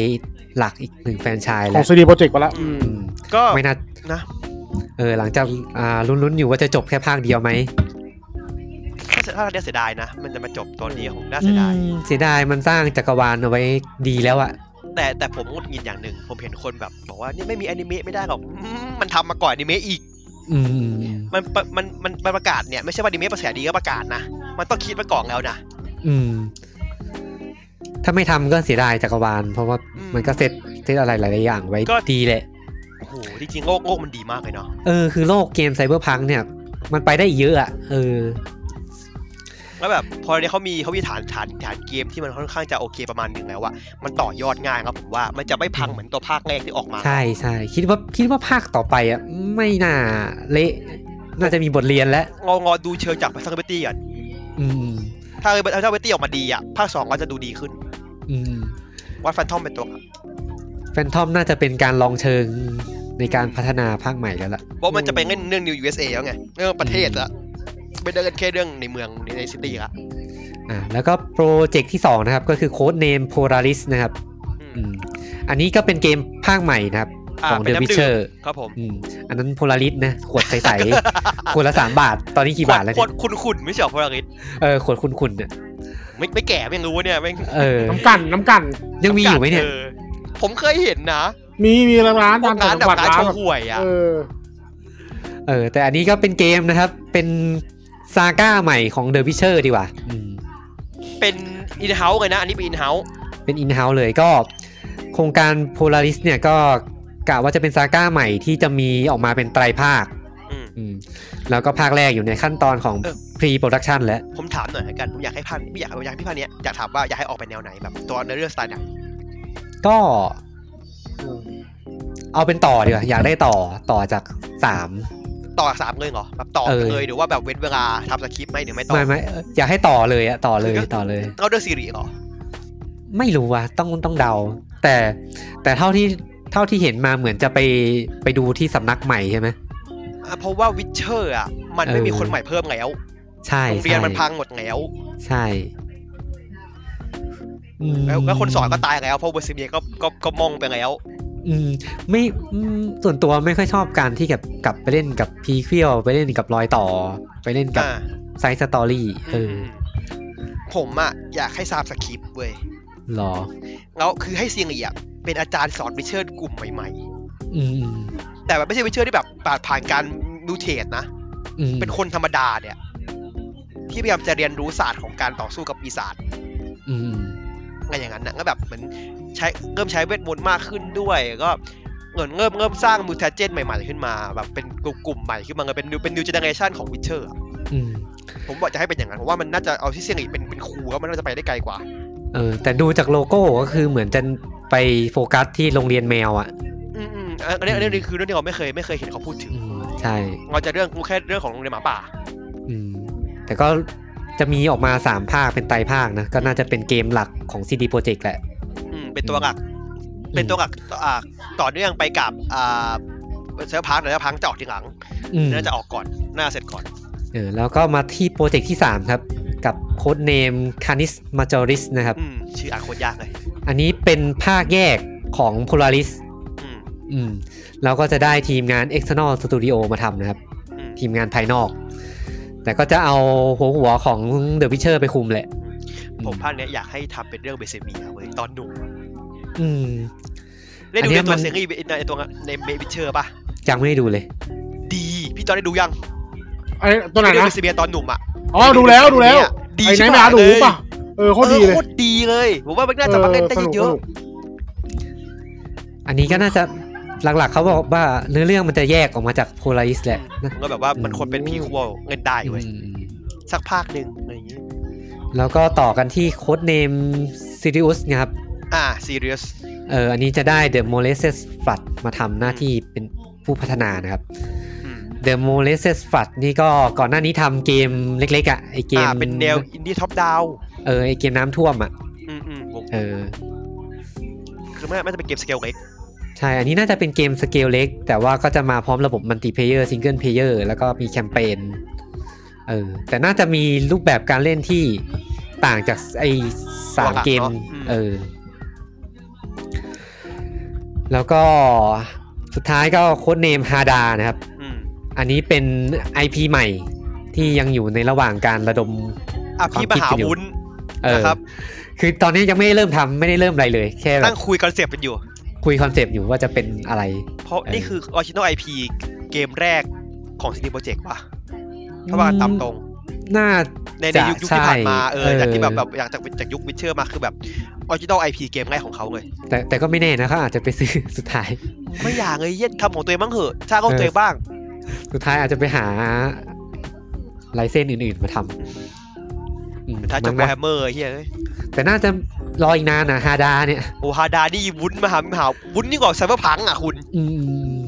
A: หลักอีกหนึ่งแฟรนไชาย
D: ขอ
A: แล้
D: ง
A: ว
D: ซีดีโปรเจกต์ไปแล้ว
C: อืม
A: อืม
C: ก็
A: ไม่น่า
C: นะ
A: เออหลังจากอ่าลุ้นๆอยู่ว่าจะจบแค่ภาคเดียวไหม
C: ถ้าถ้าเราเสียดายนะ มันจะมาจบตอนนี้ของน่าเสียดาย
A: อืมเสียดายมันสร้างจักรวาลเอาไว้ดีแล้วอะ
C: แต่แต่ผมงดหงินอย่างหนึ่ง ผมเห็นคนแบบบอกว่าเนี่ยไม่มีอนิเมะไม่ได้หรอกอืมมันทำมาก่อนอนิเมะอีก
A: อืม
C: มันมันมันมันมันประกาศเนี่ยไม่ใช่ว่าอนิเมะประแสดีก็ประกาศนะ มันต้องคิดมาก่อนแล้วนะ
A: อืม ถ้าไม่ทำก็เสียดายจักรวาล เพราะว่า
C: อืม
A: มันก็เซตเซตอะไรหลายๆอย่างไว้
C: ก็
A: ดีแหละ
C: โอ้โหจริงๆโลกโลกมันดีมากเลยเนาะ
A: เออ คือโลกเกมไซเบอร์พังเนี่ย มันไปได้อีกเยอะอะเออ
C: แล้วแบบพอเนี้ยเขามีเขามีฐานฐานฐานเกมที่มันค่อนข้างจะโอเคประมาณหนึ่งแล้วอะมันต่อยอดง่ายครับผมว่ามันจะไม่พังเหมือนตัวภาคแรกที่ออกมา
A: ใช่ใช่คิดว่าคิดว่าภาคต่อไปอะไม่น่าเละ น่าจะมีบทเรียนแล้ว
C: งองอดูเชิงจากพัซซ์เบตี้ก่อน
A: อืม
C: ถ้าเบอร์เบตี้ออกมาดีอะภาคสองก็จะดูดีขึ้น
A: อืม
C: วัดแฟนทอมเป็นตัวครับ
A: แฟนทอมน่าจะเป็นการลองเชิงในการพัฒนาภาคใหม่แล้วล่ะ
C: เพราะมันจะไปเล่นเรื่อง New USA แล้วไงเรื่องประเทศละไม่ได้เล่นแค่เรื่องในเมืองในในซิตี้ละ
A: อ่าแล้วก็โปรเจกต์ที่ 2 นะครับ ก็คือโค้ดเนม Polaris นะครับ
C: อื
A: อื
C: ม
A: มอันนี้ก็เป็นเกมภาคใหม่นะครับ
C: อ่า
A: ของ
C: เป็น
A: The
C: น้ำดื่ม
A: Witcher
C: ครับผม
A: อืมอันนั้น Polaris นะ ขวดใสๆ ขวดละ 3 บาท ตอนนี้กี่บาทแล้ว
C: ขว
A: เนี่
C: ด
A: ย
C: คุณคุณไม่ใช่เหรอพลังฤทธิ์
A: เออ ขวดคุณๆเนี่ย
C: ไม่ไม่แก่ไม่รู้เนี่ยไม่
A: เออ
D: น้ำกันน้ำกัน
A: ยังมีอยู่ไหมเนี่ย
C: ผมเคยเห็นนะ
D: มีมีร้าน
C: พว
D: ตาก ม
C: ร้า
D: ต่าน งจังห
C: แบบ
D: วัด
C: ร้าน
D: ร้าน
C: โช
D: แบบ
C: ว์หวยอะ
D: เออ
A: เออ แต่อันนี้ก็เป็นเกมนะครับ เป็นซาก้าใหม่ของ The Witcher ดีกว่าอืม
C: เป็นอินเฮ้าเลยนะอันนี้เป็นอินเฮ้า
A: เป็นอินเฮ้าเลยก็ โครงการ Polaris เนี่ยก็ กะว่าจะเป็นซาก้าใหม่ที่จะมีออกมาเป็นไตรภาค
C: อืม
A: อืมแล้วก็ภาคแรกอยู่ในขั้นตอนของ
C: เออ
A: พรีโปรดักชันแล้ว
C: ผมถามหน่อยละกันผมอยากให้พันไม่อยากอยากให้พี่พันเนี้ยอยากถามว่าอยากให้ออกไปแนวไหนแบบตัวเนื้อเรื่องสไตล์ไหน
A: ก็เอาเป็นต่อดีกว่าอยากได้ต่อต่อจากสาม
C: ต่อสามเลยเหรอแบบต่อ
A: เออ
C: เลยหรือว่าแบบเว้นเวลาทำสคริปต์ไหมหรือไม่ต่อ
A: ไม่ไม่เอ่ออยากให้ต่อเลยอะต่อเลย
C: คือก็
A: ต่อเลย
C: เอาเรื่องซีรีส์เหรอ
A: ไม่รู้ว่ะต้องต้องเดา แต่แต่เท่าที่เท่าที่เห็นมาเหมือนจะไปไปดูที่สำนักใหม่ใช่ไหม
C: อ่ะเพราะว่าวิเชอร์อ่ะมันไม่มี
A: เออ
C: คนใหม่เพิ่มแล้ว
A: ใช่
C: โรงเรียน
A: ใช่
C: มันพังหมดแล้ว
A: ใช่อืม
C: แล้วแล้วคนสอนก็ตายแล้วเพราะเวอร์ซิเมียก็ก็ก็มองไปแล้ว
A: อืมไม่อืมส่วนตัวไม่ค่อยชอบการที่กับกลับไปเล่นกับพีเคียวไปเล่นกับรอยต่อ ไปเล่นกับ
C: อ่า
A: ไซส์สตอรี่เออ
C: มผมอ่ะอยากให้ซามสคริปต์เว้ย
A: หรอ
C: แล้วคือให้ซีรีส์อ่ะเป็นอาจารย์สอนวิเชอร์กลุ่มใหม่
A: อืม
C: ๆ แต่แบบไม่ใช่วิเชอร์ที่แบบผ่านการมิวเทสนะ
A: อืม
C: เป็นคนธรรมดาเนี่ย ที่พยายามจะเรียนรู้ศาสตร์ของการต่อสู้กับปีศาจ
A: อืม
C: อะไรอย่างนั้นนะก็แบบเหมือนใช้เริ่มใช้เวทมนต์มากขึ้นด้วยก็เหมือนเริ่มเริ่มสร้างมูทาเจนใหม่ๆขึ้นมา แบบเป็นกลุ่มๆใหม่ขึ้นมาเป็นเป็นนิวเจเนเรชันของวิเชอร์
A: อืม
C: ผมบอกจะให้เป็นอย่างนั้นผมว่ามันน่าจะเอาที่เซี่ยงอีเป็นเป็นครูแล้วมันน่าจะไปได้ไกลกว่า
A: เออ แต่ดูจากโลโก้ก็คือเหมือนจะไปโฟกัสที่โรงเรียนแมวอ่ะ
C: อืมอืมอันนี้อันนี้คือเรื่องที่เราไม่เคยไม่เคยเห็นเขาพูดถึง
A: อืมใช่
C: เราจะเรื่องรู้แค่เรื่องของโรงเรียนหมาป่า
A: อืม แต่ก็จะมีออกมาสามภาคเป็นไตรภาคนะ ก็น่าจะเป็นเกมหลักของ CD Projekt แหละ
C: อืมเป็นตัวหลัก เป็นตัวหลักต่ออ่าต่อเนื่องไปกับอ่าเซอร์พังเซอร์พังจะออกทีหลัง
A: อืม
C: น่าจะออกก่อนน่าเสร็จก่อน
A: เออแล้วก็มาที่โปรเจกต์ที่ 3 ครับ กับโค้ดเนม Canis Majoris นะครับ
C: อืมชื่ออ่านโคตรยากเลย
A: อันนี้เป็นภาคแยกของ Polaris
C: อืม
A: อืมแล้วก็จะได้ทีมงาน External Studio มาทำนะครับ
C: อืม
A: ทีมงานภายนอก แต่ก็จะเอาหัวหัวของ The Witcher ไปคุมแหละ
C: ผมภาคเนี้ยอยากให้ทำเป็นเรื่องเบเซเมียเว้ยตอนหนุ่ม
A: อืม
C: ได้ดู
A: อันเนี้
C: ใน
A: ย
C: ตั
A: มั
C: วน เซีรีส์ในตัวในเมบิเชอร์ป่ะ
A: ยังไม่ได้ดูเลย
C: ดีพี่จอร์นได้ดูยัง
D: ไอ้ตัวไหน
C: เรื่องเบ
D: นะ
C: เซเมียตอนหนุ่มอ่ะ
D: อ๋อดูแล้วดูแล้ว
C: ดี
D: ไอ้ไหน
C: ชิบ
D: มา
C: หาย
D: ดู
C: เลย
D: ป่ะเออโคตรดีเลย
C: โคตรดีเลยผมว่ามันน่าจะมาเล่นได้เยอะ
A: อันนี้ก็น่าจะหลักๆเขาบอกว่าเนื้อเรื่องมันจะแยกออกมาจาก Polaris แหละนะ
C: ๆก็แบบว่ามันควรเป็นพี่ครัวเงินได้เว้ย
A: อืม
C: สักภาคหนึ่งอะไรอย่างงี้
A: แล้วก็ต่อกันที่โค้ดเนม Sirius นะครับ
C: อ่า serious
A: เอออันนี้จะได้ The Molasses Flood มาทำหน้าที่เป็นผู้พัฒนานะครับ
C: อืม
A: The Molasses Flood นี่ก็ก่อนหน้านี้ทำเกมเล็กๆอ่ะไอเกม
C: อ่าเป็นแนวอินดี้ท็อปดาว
A: เออไอเกมน้ำท่วมอ่ะ
C: อืมอืมผม
A: เออ
C: คือไม่ไม่จะเป็นเกมสเกลเล็ก
A: ใช่ อันนี้น่าจะเป็นเกมสเกลเล็ก แต่ว่าก็จะมาพร้อมระบบมัลติเพเยอร์ซิงเกิลเพเยอร์แล้วก็มีแคมเปญเออแต่น่าจะมีรูปแบบการเล่นที่ต่างจากไอสามเกมเออแล้วก็สุดท้ายก็โค้ดเนมฮาดานะครับ
C: อืม
A: อันนี้เป็น IP ใหม่ที่ยังอยู่ในระหว่างการระดม
C: อ่ะพี่มหาวุ้น
A: เออ
C: นะครับ
A: คือตอนนี้ยังไม่ได้เริ่มทำไม่ได้เริ่มอะไรเลย แค่แบ
C: นั่
A: บ
C: งคุยคอนเซปต์กันอยู่
A: คุยคอนเซปต์อยู่ว่าจะเป็นอะไร
C: เพราะ
A: เออ
C: นี่คือออริจินอลไอพีเกมแรกของซีดีโปรเจกต์ป่ะถ้าว่าตามตรง
A: น่า
C: ในในยุคยุคที่ผ่านมาเออ
A: ใช่
C: จากที่แบบแบบอยากจากจากยุควิเชอร์มาคือแบบออริจินอลไอพีเกมแรกของเขาเลย
A: แต่แต่ก็ไม่แน่นะครับอาจจะไปซื้อ สุดท้าย
C: ไม่อยากเลยเย็นทำของตัวเองบ้างเหอะสร้างของตัวเองบ้าง
A: สุดท้ายอาจจะไปหาลายเส้นอื่นๆมาทำอืม
C: ถ้าจบ
A: มั้
C: แฮ
A: ง
C: มเมอร์เฮียเอ้ย
A: แต่น่าจะรออีกนานนะฮาดาเนี่ย
C: โอฮาดานี่วุ้นมหามหาวุ้นยิ่งกว่าไซเบอร์พังอ่ะคุณ
A: อืม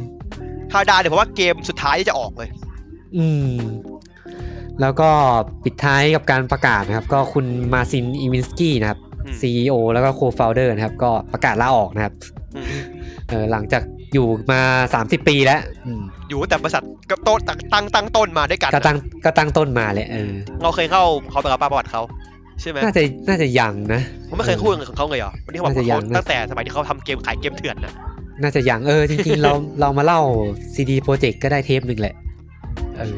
C: ฮาดาเนี่ยผมว่าเกมสุดท้ายที่จะออกเลย
A: อืม แล้วก็ปิดท้ายกับการประกาศนะครับ ก็คุณมาซินอีวินสกี้นะครับ
C: อืม
A: CEO แล้วก็โคฟ o u เดอร์นะครับ ก็ประกาศลาออกนะครับ
C: อืม
A: เออหลังจากอยู่มา 30 ปีแล้วอืม
C: อยู่ตั้งแต่บริษัทกับโต๊ะตั้งตั้งตั้งต้นมาด้วยกัน
A: ก็
C: อะ
A: ตั้งก็ตั้งต้นมาเลยเออ
C: เราเคยเข้าเขาไปรับประวัติเขาใช่ไหม
A: น่าจะน่าจะยังนะ
C: ผมไม่เคยพูดกับเขาเลยเหรอวันนี้เขาบอก
A: น่าจะยัง
C: เขา
A: นะ
C: ตั้งแต่สมัยที่เขาทำเกมขายเกมเถื่อนนะ
A: น่าจะยังเออ จริงๆ เราเรามาเล่า CD Project ก็ได้เทปหนึ่งแหละเออ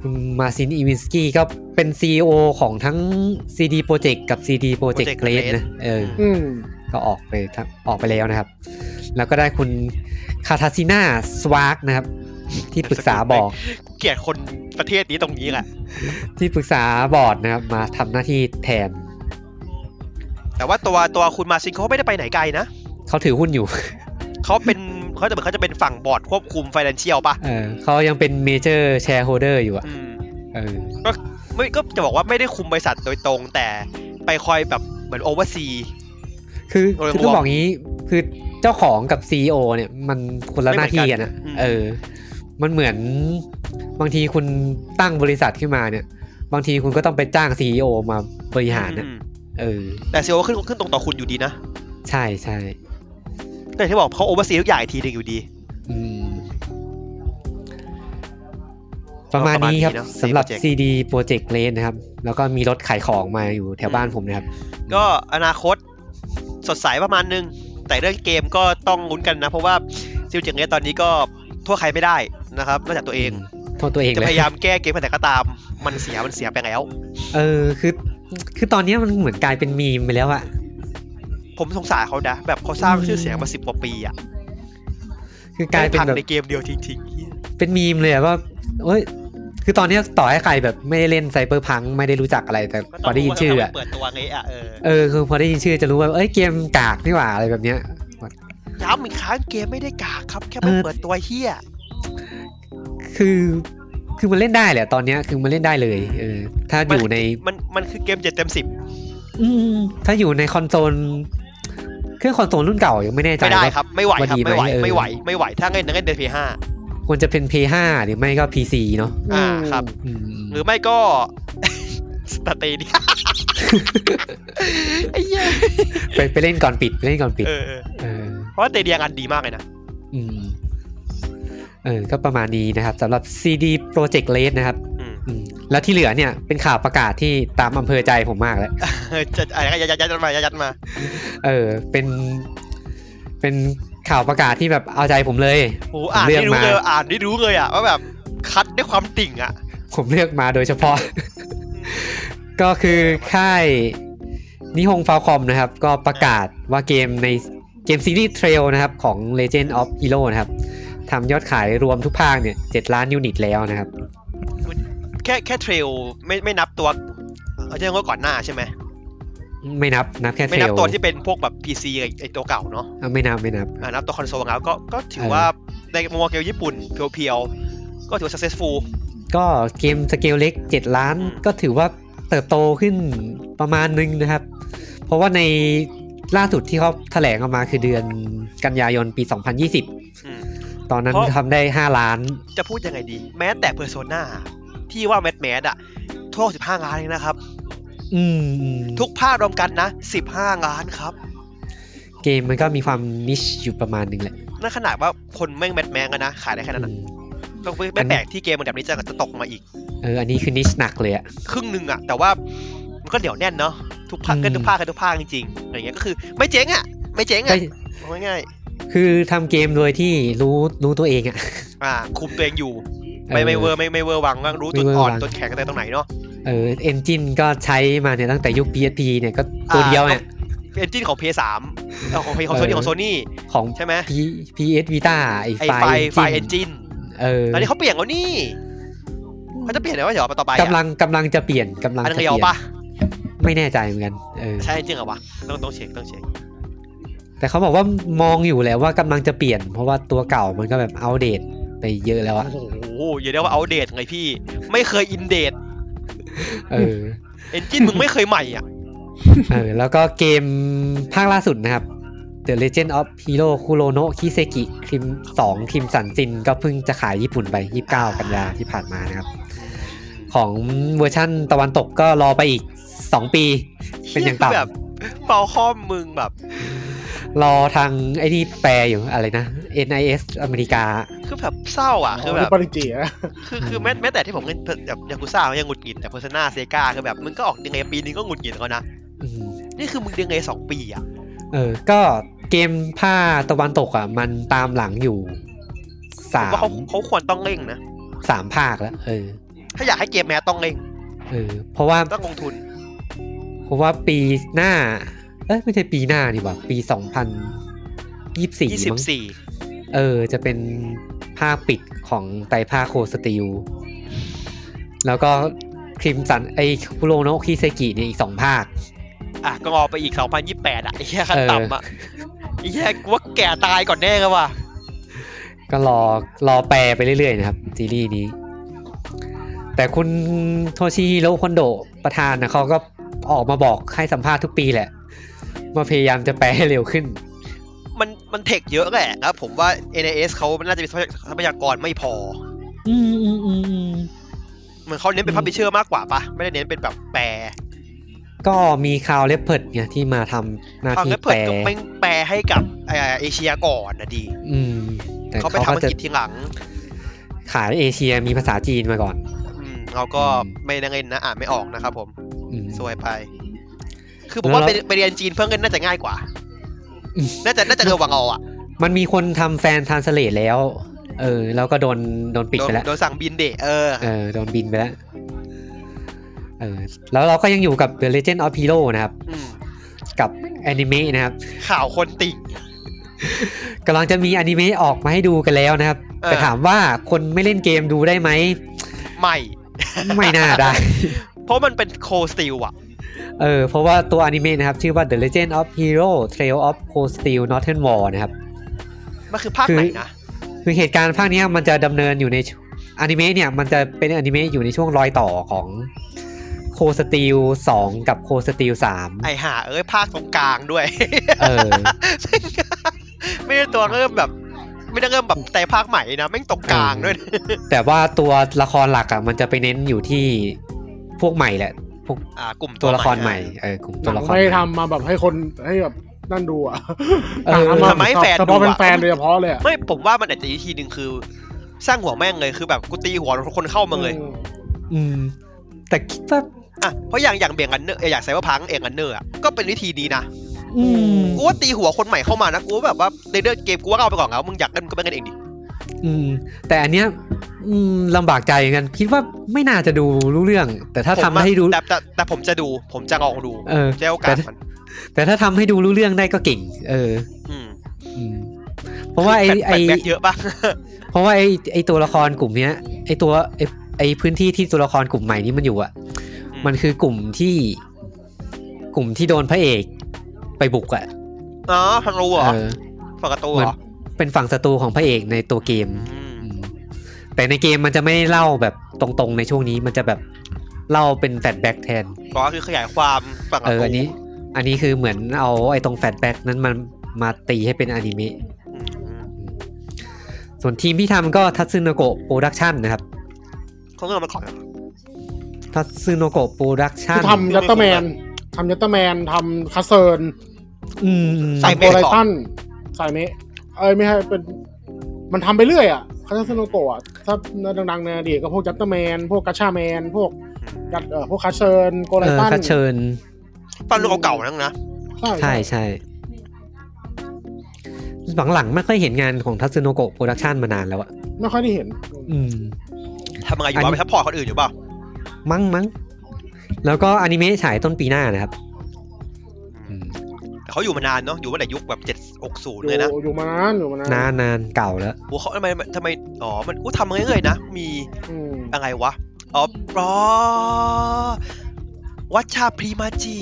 A: คุณมาซินอีวินสกี้ก็เป็น CEO ของทั้ง CD Project กับ CD Project r e d นะเออ
D: อืม
A: ก็ออกไปทั้งออกไปแล้วนะครับ แล้วก็ได้คุณคาทาซิน่าสวากนะครับ ที่ปรึกษาบอร์ด
C: เกลียดคนประเทศนี้ตรงนี้แหละ
A: ที่ปรึกษาบอร์ดนะครับ มาทำหน้าที่แทน
C: แต่ว่าตัวตัวคุณมาซินเขาไม่ได้ไปไหนไกลนะ
A: เขาถือหุ้นอยู่
C: เขาเป็น เขาจะเหมือนเขาจะเป็นฝั่งบอร์ดควบคุม financial ป่ะ
A: เออเขายังเป็นเมเจอร์แชร์โฮเดอร์อยู่อ่ะ
C: อืม
A: เออ
C: ไม่ก็จะบอกว่าไม่ได้คุมบริษัทโดยตรง แต่ไปคอยแบบเหมือนโอเวอร์ซี
A: คือ
C: โดยรวม
A: คือต้องบอกงี้คือเจ้าของกับซีอเนี่ยมันคนละหน้าที่กันนะ
C: ไม่เหมือนกัน
A: เออ มันเหมือนบางทีคุณตั้งบริษัทขึ้นมาเนี่ย บางทีคุณก็ต้องไปจ้างซีอมาบริหารนะเออ
C: แต่ซีโอขึ้นขึ้นตรงต่อคุณอยู่ดีนะ
A: ใช่ใช่
C: แต่ที่บอกเขาโอเวอร์ซีทุกอย่างอีกทีหนึ่งอยู่ดี
A: อืมประมาณนี้ครับ
C: ประมาณนี้เนอะ
A: สำหรับ
C: CD
A: CD
C: Projekt
A: Project Red นะครับ แล้วก็มีรถขายของมาอยู่แถวบ้าน
C: อืม
A: ผมนะครับ
C: ก็อนาคตสดใสประมาณนึง แต่เรื่องเกมก็ต้องลุ้นกันนะ เพราะว่าซีเจงเนี้ยตอนนี้ก็ทั่วใครไม่ได้นะครับนอกจากตัวเอง
A: โทษตัวเอง
C: จะ
A: เล
C: พ
A: ย
C: ยายามแก้เกมแต่ก็ตาม มันเสียมันเสียไปแล้ว
A: เออคือ คือตอนเนี้ยมันเหมือนกลายเป็นมีมไปแล้วอะ
C: ผมสงสารเขานะ แบบเขาสร้างชื่อเสียงมาสิบกว่าปีอะ
A: คือกลายเป็น
C: พัง
A: แบบ
C: ในเกมเดียวจริงๆเหี้ย
A: เป็นมีมเลยอะว่าเอ้ยคือตอนเนี้ยต่อให้ใครแบบไม่ได้เล่นไซเบอร์พังไม่ได้รู้จักอะไรแต่
C: ก็
A: พอได้ยินชื่อ
C: ว่า
A: อะ
C: เปิดตัวไงอะเออ
A: เออคือพอได้ยินชื่อจะรู้ว่าเอ้ยเกมกากนี่หว่าอะไรแบบเนี้ย
C: ย้ำอีกครั้งเกมไม่ได้กากครับ แค่ไม่
A: เออ
C: เปิดตัวเฮีย
A: คือ คือมันเล่นได้แหละตอนเนี้ยคือมันเล่นได้เลยเออถ้าอยู่ใน
C: มันมันคือเกมเจ็ดเต็มสิบ
A: อืมถ้าอยู่ในคอนโซลเครื่องคอนโซลรุ่นเก่ายังไม่แน่ใจ
C: ไม่ได้
A: ว่า
C: ครับ ไม่ไหวค
A: ว่า
C: รับ
A: ดี
C: ไม่ไหว
A: ไหมเออ
C: ไม่ไหว ไม่ไหว ถ้าเล่นเล่นเดนเพย์ห้า
A: ควรจะเป็น P5 หรือไม่ก็ PC เนาะ
C: อ่าครับ
A: อืม
C: หรือไม่ก็ สตาร์เตเดียไอ้เหี้ย
A: ไปไปเล่นก่อนปิดไปเล่นก่อนปิด
C: เออ
A: เออ
C: เพราะว่าเตเดียงานดีมากเลยนะ
A: อืมเออ ก็ประมาณนี้นะครับสำหรับ CD Project Red นะครับ
C: อืม
A: อืมแล้วที่เหลือเนี่ยเป็นข่าวประกาศที่ตามอำเภอใจผมมากแล้ว
C: เออจะอะไรยัดยัดยัดมายัดยัดมา
A: เออ เป็น เป็นข่าวประกาศที่แบบเอาใจผมเลย
C: โอ้
A: ผม
C: อ่าน
A: เลืก
C: ได้รู้
A: มา
C: เลย อ่านได้รู้เลยอ่ะว่าแบบคัดด้วยความติ่งอ่ะ
A: ผมเลือกมาโดยเฉพาะ ก็คือค่ายนิฮงฟาวคอมนะครับ ก็ประกาศว่าเกมในเกมซีรีส์เทรลนะครับ ของ Legend of Hero นะครับทำยอดขายรวมทุกภาคเนี่ย7ล้านยูนิตแล้วนะครับ
C: แค่แค่เทรลไม่ไม่นับตัวเอาเรื่องว่าก่อนหน้าใช่ไหม
A: ไม่นับนับแค่เท
C: ไม่
A: ร
C: นับ
A: ล
C: ตัวที่เป็นพวกแบบ PC กับไอตัวเก่าเนาะ
A: อ่ะไม่นับไม่นับ
C: อ่านับตัวคอนโซลแล้วก็ก็ถือ
A: เออ
C: ว่าในมุมมองเกมญี่ปุ่นเพียวๆ ก็ถือว่า successful
A: ก็เกมสเกลเล็ก 7 ล้าน
C: อืม
A: ก็ถือว่าเติบโตขึ้นประมาณนึงนะครับ เพราะว่าในล่าสุดที่เขาแถลงออกมาคือเดือนกันยายนปี 2020
C: อืม
A: ตอนนั้น
C: เพราะ
A: ทำได้ 5 ล้าน
C: จะพูดยังไงดี แม้แต่ Persona ที่ว่าแม d แม d อะโทษ15 ล้านเองนะครับ
A: อืมอืม
C: ทุกภาครวมกันนะ 15 ล้านครับ
A: เกมมันก็มีความนิชอยู่ประมาณนึงแหละ
C: นั่นขนาดว่าคนแม่งแม d แม d กันนะ ขายได้แค่นั้น
A: อืม
C: นะต้องไม่ไม่แปลกที่เกมมันแบบนี้จะจะตกมาอีก
A: เอออันนี้คือนิชหนักเลยอะ
C: ครึ่งหนึ่งอะแต่ว่ามันก็เดี๋ยวแน่นเนาะทุกภาค
A: อืม
C: กันทุกภาคกันทุกภาคจริงๆอะไรเงี้ยก็คือไม่เจ๊งอะไม่เจ๊ง
A: ก็
C: อะเอาง่าย
A: คือทำเกมโดยที่รู้รู้ตัวเองอะ
C: ๆอ่า คุมตัวเองอยู่ ไม่ไม่เวอร์ไม่ไม่เวอร์วังว่ารู้จุด
A: ไม่เวอร์
C: อ่อน
A: วัง
C: จุดแข็งอะไรตรงไหนเนาะ
A: เออเอนจินก็ใช้มาเนี่ยตั้งแต่ยุค PSP เนี่ยก็ตัวเดียวเนี่ย
C: เอนจินของ PS3 เอ่อของของโซ
A: เออ
C: นี่ของโซนี่
A: ของ
C: ใช่ไหม
A: P PS Vita ไอ้
C: ไอ
A: ไฟ
C: ไฟไฟ
A: ล์
C: เอนจิน
A: เออ
C: ตอนนี้เขาเปลี่ยนแล้วนี่เขาจะเปลี่ยนอะไรวะเดี๋ยวเอาไปต่อไปอะ
A: กำลังกำลังจะเปลี่ยนกำลัง
C: อัน
A: จะ
C: นั้น
A: เป
C: เดี
A: ลี่
C: ยวย
A: น
C: ปะ
A: ไม่แน่ใจเหมือนกันเออ
C: ใช่เอนจินเหรอวะต้องต้องเช็คต้องเช็ค
A: แต่เขาบอกว่ามองอยู่แหละว่ากำลังจะเปลี่ยน เพราะว่าตัวเก่ามันก็แบบอัปเดตไปเยอะแล้วอะ
C: โอ้โหอย่าเรียกว่าอัปเดตไงพี่ ไม่เคยอินเดต
A: เออ
C: เอนจินมึงไม่เคยใหม่อ่ะ
A: เออ แล้วก็เกมภาคล่าสุดนะครับ The Legend of Hero Kurono Kiseki คริม2คริมสันซินก็เพิ่งจะขายญี่ปุ่นไป 29 กันยาที่ผ่านมานะครับ ของเวอร์ชั่นตะวันตกก็รอไปอีก 2 ปี เป็นอย่าง
C: หี้คื
A: ต่ำ
C: แบบเป่าข้อมมึงแบบ
A: รอทางไอ้นี่แปลอยู่อะไรนะ NIS อเมริกา
C: คือแบบเศร้าอ่ะคือแบบ
D: ปริจีอะ
C: คือคือแม้แม้แต่ที่ผมเล่นแบบยากุซ่ายังหงุดหงิดแต่เพอร์ซนาเซกาคือแบบมึงก็ออกยังไงปีนึงก็หงุดหงิดแล้วนะ
A: อืม
C: นี่คือมึงยังไงสองปีอ่ะ
A: เออ ก็เกมผ้าตะวันตกอ่ะ มันตามหลังอยู่สา
C: ผ
A: ม
C: มว่าเขาเขาควรต้องเร่งนะ
A: สามภาคแล้ว เออ
C: ถ้าอยากให้เกมแมสต้องเร่ง
A: เออ เพราะว่า
C: ต้องลงทุน
A: เพราะว่าปีหน้า เอ้ยไม่ใช่ปีหน้านี่หว่า ปีสองพันยี่สี่มั้ง
C: 24
A: เออ จะเป็นภาคปิดของไตรภาคโคสติลแล้วก็คริมสันไอคุโรโนะคิเซกิเนี่ยอีกสองภาค
C: อ่ะก็งอไปอีก 2028 อ่ะไอ้แค่ขั้น
A: เออ
C: ต่ำอ่ะไอ้แค่ว่าแก่ตายก่อนแน่กันว่ะ
A: ก็รอรอแปลไปเรื่อยๆนะครับ ซีรีส์นี้ แต่คุณโทชิฮิโร่คอนโดประธานนะเขาก็ออกมาบอกให้สัมภาษณ์ทุกปีแหละว่าพยายามจะแปลให้เร็วขึ้น
C: มันมันเทคเยอะแหละครับ ผมว่า NAS เขาน่าจะมีทรัพยากรไม่พอ
A: อืมอืมอืมอืม
C: เหมือนเขาเน้นเป็นพับลิเชอร์มากกว่าปะไม่ได้เน้นเป็นแบบแปล
A: ก็มีคาวเลปเพิร์ดเนี่ยที่มาทำหน้า
C: เอา
A: ที่
C: งั้น
A: แป
C: เปิ
A: ล
C: ดก็ไม่แปลให้กับเอ่อเอเชียก่อนนะดี
A: อืม แต่
C: เขา
A: เขา
C: ไปทำอัง
A: ก็จะ
C: กฤษทีหลัง
A: ขายเอเชียมีภาษาจีนมาก่อน
C: อืมเราก็ไม่นังเงินนะอ่านไม่ออกนะครับผม
A: อืม
C: สวยไป คือผมว่า
A: แล้ว
C: ไป
A: เรา
C: ไปเรียนจีนเพิ่มเงินน่าจะง่ายกว่า
A: อืม
C: น่าจะน่าจะเร็วกว่าเราอ่ะ
A: มันมีคนทำแฟนทานสเลตแล้ว เออ แล้วก็โดนโดนปิด
C: โดน
A: ไปแล้ว
C: โดนสั่งบินเดะเออ
A: เออโดนบินไปแล้ว เออ แล้วเราก็ยังอยู่กับ The Legend of Hero นะครับ
C: อืม
A: กับแอนิเมะนะครับ
C: ข่าวคนติ่ง
A: กำลังจะมีแอนิเมะออกมาให้ดูกันแล้วนะครับ
C: เออ
A: แต่ถามว่าคนไม่เล่นเกมดูได้ไหม
C: ใหม่
A: ไม่น่าได้
C: เพราะมันเป็นโคสติลอ่ะ
A: เออ เพราะว่าตัวอนิเมะนะครับ ชื่อว่า The Legend of Hero Trail of Cold Steel Northern War นะครับ
C: มันคือภาค
A: คือ
C: ไหนนะ
A: คือเหตุการณ์ภาคเนี้ยมันจะดำเนินอยู่ในชอนิเมะเนี่ยมันจะเป็นอนิเมะอยู่ในช่วงรอยต่อของโคสติลสองกับโคสติลสาม
C: ไอห่าเอ้ยภาคตรงกลางด้วย
A: เออ
C: ไม่ได้ตัวเริ่มแบบ ไม่ได้เริ่มแบบแต่ภาคใหม่นะแม่งตรงกลางด้วยนะ
A: แต่ว่าตัวละครหลักอ่ะมันจะไปเน้นอยู่ที่พวกใหม่แหละพวก
C: อ่ากลุ่ม
A: ตัวละครใหม่
C: น
A: เออกลุ่ม
D: ห
A: ตัว
D: นัง
A: ละคร
D: ไม่ได้
A: ใหม่
D: ทำมาแบบให้คนให้แบบนั่นดูอ่ะ
A: เออ
D: หนัง
C: ทำไมให้แฟน
D: เฉพาะ
C: ดู
D: เป็น
C: อะ
D: แฟนโดยเฉพาะเลยอะ
C: ไม่ผมว่ามันอาจจะอีกทีหนึ่งคือ สร้างหัวแม่งเลยคือแบบกูตีหัวคนเข้ามาเลย
D: อืม
A: อืม แต่คิดว่า
C: อ่ะเพราะอย่างอย่างเบียงอันเนอร์เอ่ออย่างไซเบอร์พังเองอันเนอร์อ่ะก็เป็นวิธีนี้นะ
A: อืม
C: กูว่าตีหัวคนใหม่เข้ามานะกูว่าแบบว่าในเรื่องเกมกูว่าเอาไปก่อนแล้วมึงอยากเล่นก็ไปเล่นเองดิ
A: อืม แต่อันเนี้ยอืมลำบากใจเหมือนกัน คิดว่าไม่น่าจะดูรู้เรื่อง แต่ถ้าทำ
C: ผมอะ
A: ให้ดู
C: แต่แต่แต่ผมจะดูผมจะลองดู
A: เออ
C: จะให้โอกาส
A: แต่
C: มัน
A: แต่ถ้าทำให้ดูรู้เรื่องได้ก็เก่ง เออ
C: อืม
A: อืม เพราะว่าไอ
C: แปด
A: ไอ
C: แปดแบ็คเยอะปะ
A: เพราะว่าไอไอตัวละครกลุ่มเนี้ยไอตัวไอไอพื้นที่ที่ตัวละครกลุ่มใหม่นี้มันอยู่อะ
C: อืม
A: มันคือกลุ่มที่ กลุ่มที่โดนพระเอกไปบุกอะ
C: อ๋อพันรูเหรอ
A: เออ
C: ฝั่งการะตูน
A: เห
C: เห
A: มื
C: ร
A: อน
C: อ
A: เป็นฝั่งศัตรูของพระเอกในตัวเกม
C: อืม
A: อืมแต่ในเกมมันจะไม่ได้เล่าแบบตรงๆในช่วงนี้มันจะแบบเล่าเป็นแฟลชแบ็กแทน
C: ก็คือขยายความฝั่งการะ
A: เอ
C: ตู
A: อน อันนี้ อันนี้คือเหมือนเอาไอตรงแฟลชแบ็กนั้นมันมาตีให้เป็นอนิเมะ
C: อืม
A: ส่วนทีมที่ทำก็ทัตซึโนโกะโปรดักชันนะครับ
C: เขาเริ่มมาก่อนเหรอ
A: ทัตซึโนโกะโปรดักชั
D: คื
A: น
D: อทำยัตเตอร์แมนทำยัตเตอร์แมนทำคัสเซิร์น
A: อืม
D: สายโบไลตันสายเมะเอ้ยไม่ใช่เป็น มันทำไปเรื่อยอ่ะคาซาโนโกะอะถ้าดังๆในอดีตก็พวกจัตเตอร์แมน พวกกาชาแมน พวกกัดเอ่อพวกคาเชินโกไล
A: เออ
D: ตัน
A: คัดเชิญ
C: ฟันรูเก่าๆนั่งนะ
D: ใช่
A: ใช่ใช่หลังหลังๆไม่ค่อยเห็นงานของทัตสึโนโกะโปรดักชันมานานแล้วอะ
D: ไม่ค่อยได้เห็น
A: อืม
C: ทำอะไรอ
A: อัน
C: ยู่
A: นี้
C: วะไปซัพพอร์ตคนอื่นอยู่เปล่า
A: มั้งมั้งแล้วก็อนิเมะฉายต้นปีหน้านะครับอืม
C: แต่เขาอยู่มานานเนาะอยู่มาแต่ยุคแบบเจ็ดกศูนย์
D: อยู่
C: เลยนะ
D: อยู่มานานอยู่มานาน
A: นานนานเก่าแล้ว
C: โอ้เขาทำไมทำไมอ๋อมันอู้ทำมาเรื่อยๆนะมี
D: อืม
C: อะไรวะ อ๋อปรอวัชชาพรีมาจี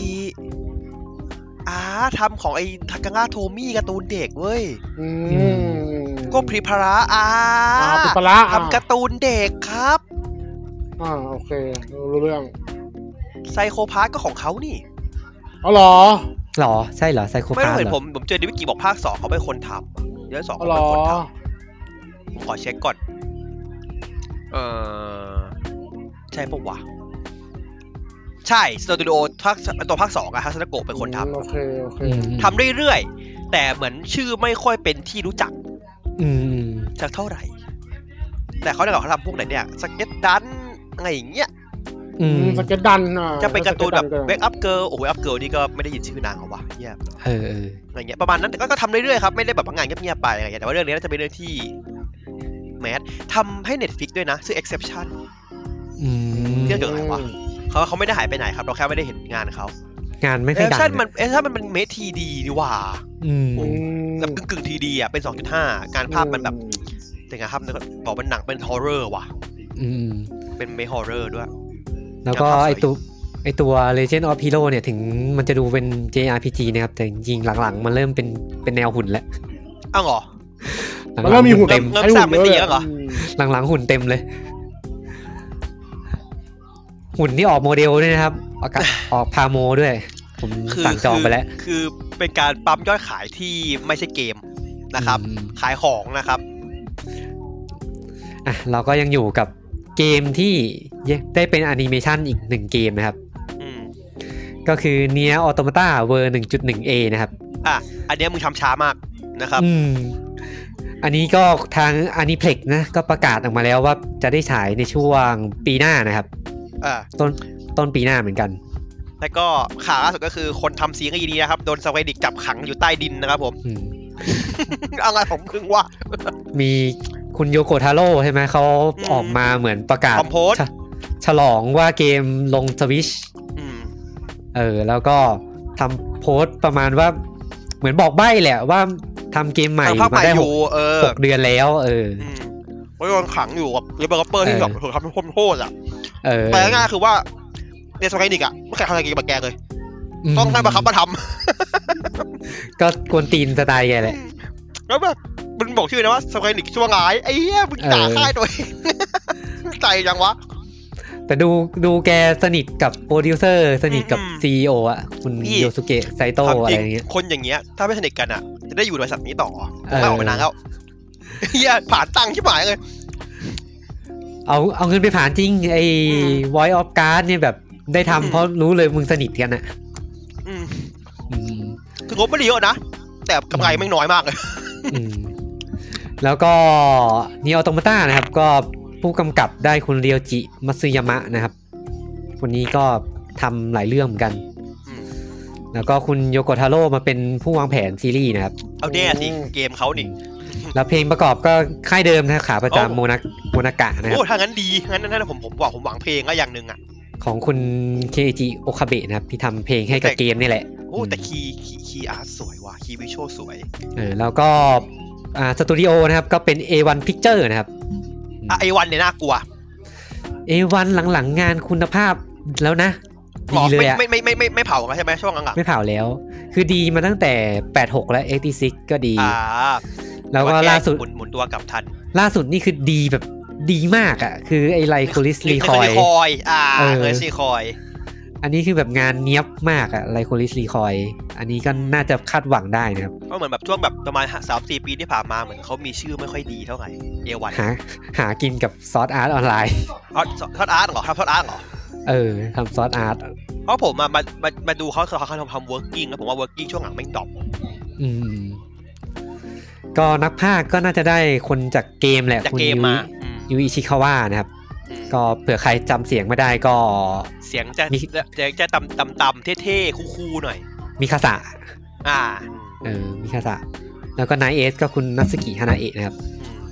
C: อ่าทำของไอ้ทากางาโทมี่การ์ตูนเด็กเว้ย
D: อืม
C: ก็พรีพาระอ่า
D: อ่าปิปลาร้าอ่า
C: ทำการ์ตูนเด็กครับ
D: อ่าโอเครู้เรื่อง
C: ไซโคพาร์ก็ของเขานี่
D: เอาเหรอ
A: หรอ ใช่เหรอไซโค
C: ไม่ต้
A: พา
C: อง
A: ส
C: เห็น
A: เหร
C: ผ
A: อ
C: ม ผมเจอดิวิกิบอกภาคสองเขาเป็นคนทำเดี๋ยวสอง
D: เอา
C: เขา
D: เหรอ
C: เป็นคนทำผมขอเช็คก่อน เออใช่ปะวะ ใช่สตูดิโอภาคตัวภาคสองอะฮัสนาโกะเป็นคนทำ
D: โอเคโอเค
A: อืม
C: ทำเรื่อยๆ แต่เหมือนชื่อไม่ค่อยเป็นที่รู้จัก
A: อืมอืม
C: สักเท่าไหร่ แต่เขาได้บอกเขาทำพวกไหนเนี่ย สเก็ตดันอะไรอย่างเงี้ย
A: อื
D: อื
A: ม
D: มสเก็ตดันอ่า
C: จะเป็นการ์ตูนแบบ
D: สเก็ตดั
C: เวกอัพเกิร์ลโอ้ยอัพเกิร์ลนี่ก็ไม่ได้ยินชื่อนางเขาว่ะเยี่ย
A: เออเออ
C: อะไรเงี้ย ประมาณนั้น แต่ก็ก็ทำเรื่อยๆครับ ไม่ได้แบบว่างานเงียบๆไปอะไรเงี้ย แต่ว่าเรื่องนี้น่าจะเป็นเรื่องที่แมสทำให้ Netflix ด้วยนะชื่อ Exception
A: อืม
C: เรื่องเกี่ยวกับอะไรวะเขาเขาไม่ได้หายไปไหนครับ เราแค่ไม่ได้เห็นงานเขา
A: งานไม่ค่อยดัง
C: Exception มัน
A: อะ
C: Exception มันเป็นเมทีดีนี่หว่า
A: อืม
D: อืม
C: แบบกึ่งๆทีดีอ่ะ เป็น 2.5 การภาพมันแบบ แต่ไงครับบอกมันหนังเป็นฮอร์เรอร์ว่ะ
A: อืม
C: เป็นเมฮอร์เรอร์ด้วย
A: แล้วก็
C: ครับ
A: ไอตัวไอตัว Legend of Hero เนี่ยถึงมันจะดูเป็น JRPG นะครับ แต่จริงๆหลังๆ มันเริ่มเป็นเป็นแนวหุ่นแล้ว
C: อ้าวเหรอ
A: หลัง
D: มันเริ่มมีหุ่น
A: เต็ม
C: เริ่ม
D: ใช้หุ่
C: สร้าง
D: น
C: เป็น
D: เย
C: เสีย
D: อะ
C: งเหรอ
D: ม
A: หลังๆหุ่นเต็มเลย หุ่นที่ออกโมเดลด้วยนะครับ อ อกกะออกพาโมด้วย ผม
C: คื
A: สั่งจองไปแล้ว
C: คือคือเป็นการปั๊มยอดขายที่ไม่ใช่เกมนะครับ
A: อืม
C: ขายของนะครับ
A: อ่ะเราก็ยังอยู่กับเกมที่ได้เป็นแอนิเมชันอีกหนึ่งเกมนะครับ
C: อืม
A: ก็คือเนียออโตมาตาเวอร์หนึ่งจุดหนึ่งเอนะครับ
C: อ่ะอันเนี้ยมึงทำช้ามากนะครับ
A: อืม อันนี้ก็ทางอ n นิเพล็กนะ ก็ประกาศออกมาแล้วว่าจะได้ฉายในช่วงปีหน้านะครับ
C: อ่า
A: ต้นต้นปีหน้าเหมือนกัน
C: แล้วก็ข่าวล่าสุดก็คือคนทำซีรีส์นี้นะครับ โดนสวีดิกจับขังอยู่ใต้ดินนะครับผม
A: อืม
C: อะไรของมึงวะ
A: มีคุณโยโกทาโร่ใช่ไหมเขา
C: อืม
A: ออกมาเหมือนประกาศ
C: คอมโพส
A: ฉฉลองว่าเกมลงสวิช
C: อืม
A: เออ แล้วก็ทำโพสต์ประมาณว่า เหมือนบอกใบ้แหละว่าทำเกมใหม่
C: ทางภาคให
A: มา
C: ม่
A: ได้
C: อ
A: ห
C: ยู่
A: ก
C: เออ
A: หกเดือนแล้ว เออ
C: อืมไว้โดนขังอยู่กับเดเวลลอปเปอร์ที่
A: เออ
C: แบบถูกทำให้พ้นโทษอ่ะ
A: เออ
C: แต่ง่ายๆคือว่าในสวีดิกอ่ะไม่เคยทำอะไรเกี่ยวกับแกเลย ต้องให้บังคับมาท
A: ก็กวนตีนสไตล์แกแหละ
C: ำ แล้วแบบมันบอกชื่อนะว่าสวีดิกชั่วร้ายไอ้เหี้ยมึงด่า
A: เออ
C: ค่ายตัวเอง ใจยังวะ
A: แต่ดูดูแกสนิทกับโปรดิวเซอร์ สนิทกับ
C: อืม
A: ซีอโออะคุณ
C: นี่
A: โยสุเกะไซโตะ
C: ทำ
A: อะ
C: จ
A: ไร
C: ริง
A: อย่างเงี้ย
C: คนอย่างเงี้ย ถ้าไม่สนิทกันอ่ะ จะได้อยู่บริษัทนี้ต่อ
A: เออ
C: ไม่ออกไปนานแล้วเฮียผ่านตังค์ที่หมายเลย
A: เอาเอาเงินไปผ่านจริง ไอ้
C: อืม
A: Voice of Card เนี่ยแบบได้ทำเพราะรู้เลยมึงสนิทกันอะ
C: อืม
A: อืม
C: คืองบไม่ได้เยอะนะ แต่กำไรไม่งน้อยมากเลย
A: อืมแล้วก็นีออโตมาต้านะครับ ก็ผู้กำกับได้คุณเรียวจิมัตสึยามะนะครับคนนี้ก็ทำหลายเรื่องเหมือนกัน
C: อืม
A: แล้วก็คุณโยโกทาโร่มาเป็นผู้วางแผนซีรีส์นะครับ
C: เอาแน่สิเกมเขานี่
A: แล้วเพลงประกอบก็ค่ายเดิมนะครับขาประ
C: โอ้
A: จำโมนักโมนากะนะครั
C: โอ้
A: บ
C: ถ้างั้นดีงั้นนั่นนะผมผมบอกผมหวังเพลงก็อย่างหนึ่งอ่ะ
A: ของคุณเคจิโอคาเบะนะครับ ที่ทำเพลงให้กับ
C: แต่
A: เกมนี่แหละ
C: โอ้แต่คีย์คีย์คีย์อาร์ตสวยว่ะคีย์วิชวลสวย
A: เออแล้วก็อ่าสตูดิโอนะครับ ก็เป็น A1 Picture นะครับ
C: อ่ะไอวันเนี่ยน่ากลัว
A: A1 หลังๆงานคุณภาพแล้วนะ
C: หร
A: ดี
C: อ
A: เลย
C: ไม่
A: อะ
C: ไม่ไม่ไม่ไม่ไม่เผากันใช่ไหมช่วงหลัง
A: ไม่เผาแล้ว คือดีมาตั้งแต่ 86 แล้ว86ก็ดี
C: ๆอ่า
A: แล้วก็ล่าสุด
C: หมุนหมุนตัวกลับทัน
A: ล่าสุดนี่คือดีแบบดีมากอะ่ะ คือไอไลคูลิสรีคอย
C: คอยอ่า
A: เออ
C: เฮ้ยซีคอย
A: อันนี้คือแบบงานเนี้ยบมากอะ่ะไลคูลิสรีคอย อันนี้ก็น่าจะคาดหวังได้นะครับ
C: ก็เหมือนแบบช่วงแบบประมาณสามสี่ปีที่ผ่านมาเหมือนเขามีชื่อไม่ค่อยดีเท่าไหร่เอวัน
A: หาหากินกับซอสอาร์ตออนไลน์
C: เอาทอดอาร์ตเหรอทอดอาร์ตเหรอ
A: เออทำซอสอาร์ต
C: เพราะผมมามามามาดูเขาเขาเขาทำทำ working แล้วผมว่า working ช่วงหลังแม่งดรอป
A: อืม ก็นักภาคก็น่าจะได้คนจากเกมแหละ
C: จาก
A: คุณ
C: เกม
A: ยู
C: มา
A: อิ
C: อืม
A: ยูอิชิคาวะนะครับ
C: อืม
A: ก็เผื่อใครจำเสียงไม่ได้ก็
C: เสียงจะ
A: มี
C: จะจะจะตำตำตำเท่ๆ คู่ๆหน่อย
A: มิคาสะ
C: อ่า
A: เออมิคาสะแล้วก็นายเอสก็คุณนัตสกิฮานาเอะนะครับ
C: อืม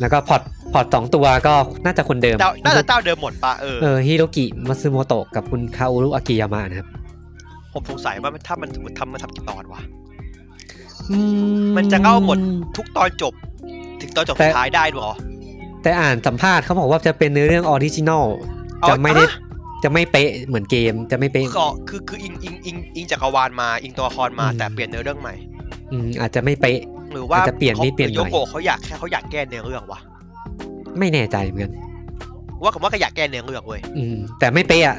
A: แล้วก็พอร์ตพอร์ตสองตัวก็น่าจะคนเดิม
C: เจ้าน่าจะเจ้าเดิมหมดปะเออ
A: เออฮิโรกิมัซึโมโตะกับคุณคาโอรุอากิยามะนะครับ
C: ผมสงสัยว่ามันถ้ามันทำมันทำกี่ตอนวะ
A: อื
C: มันจะเข้าหมด ทุกตอนจบ ถึงตอนจบสุดท้ายได้ด้วยเหรอ
A: แต่อ่านสัมภาษณ์เขาบอกว่าจะเป็นเนื้อเรื่องออริจินอล
C: เอา
A: จะไม่ได้
C: อ่ะ
A: จะไม่เป๊ะเหมือนเกมจะไม่เป๊ะ
C: ก็คือคืออิงอิงอิงอิงจักรวาลมาอิงตัวละครมา
A: อืม
C: แต่เปลี่ยนเนื้อเรื่องใหม่
A: อืมอาจจะไม่เป๊ะ
C: หรือว่า
A: อาจจะเปลี่ยนนิดเปลี่ยนหน่อ
C: โย
A: ย
C: โกะเขาอยากแค่เขาอยากแก้เนื้อเรื่องวะ
A: ไม่แน่ใจเหมือนกัน
C: ว่าคำว่าก็อยากแก้เนื้อเรื่องเว้ย
A: อืม แต่ไม่เป๊ะอ่ะ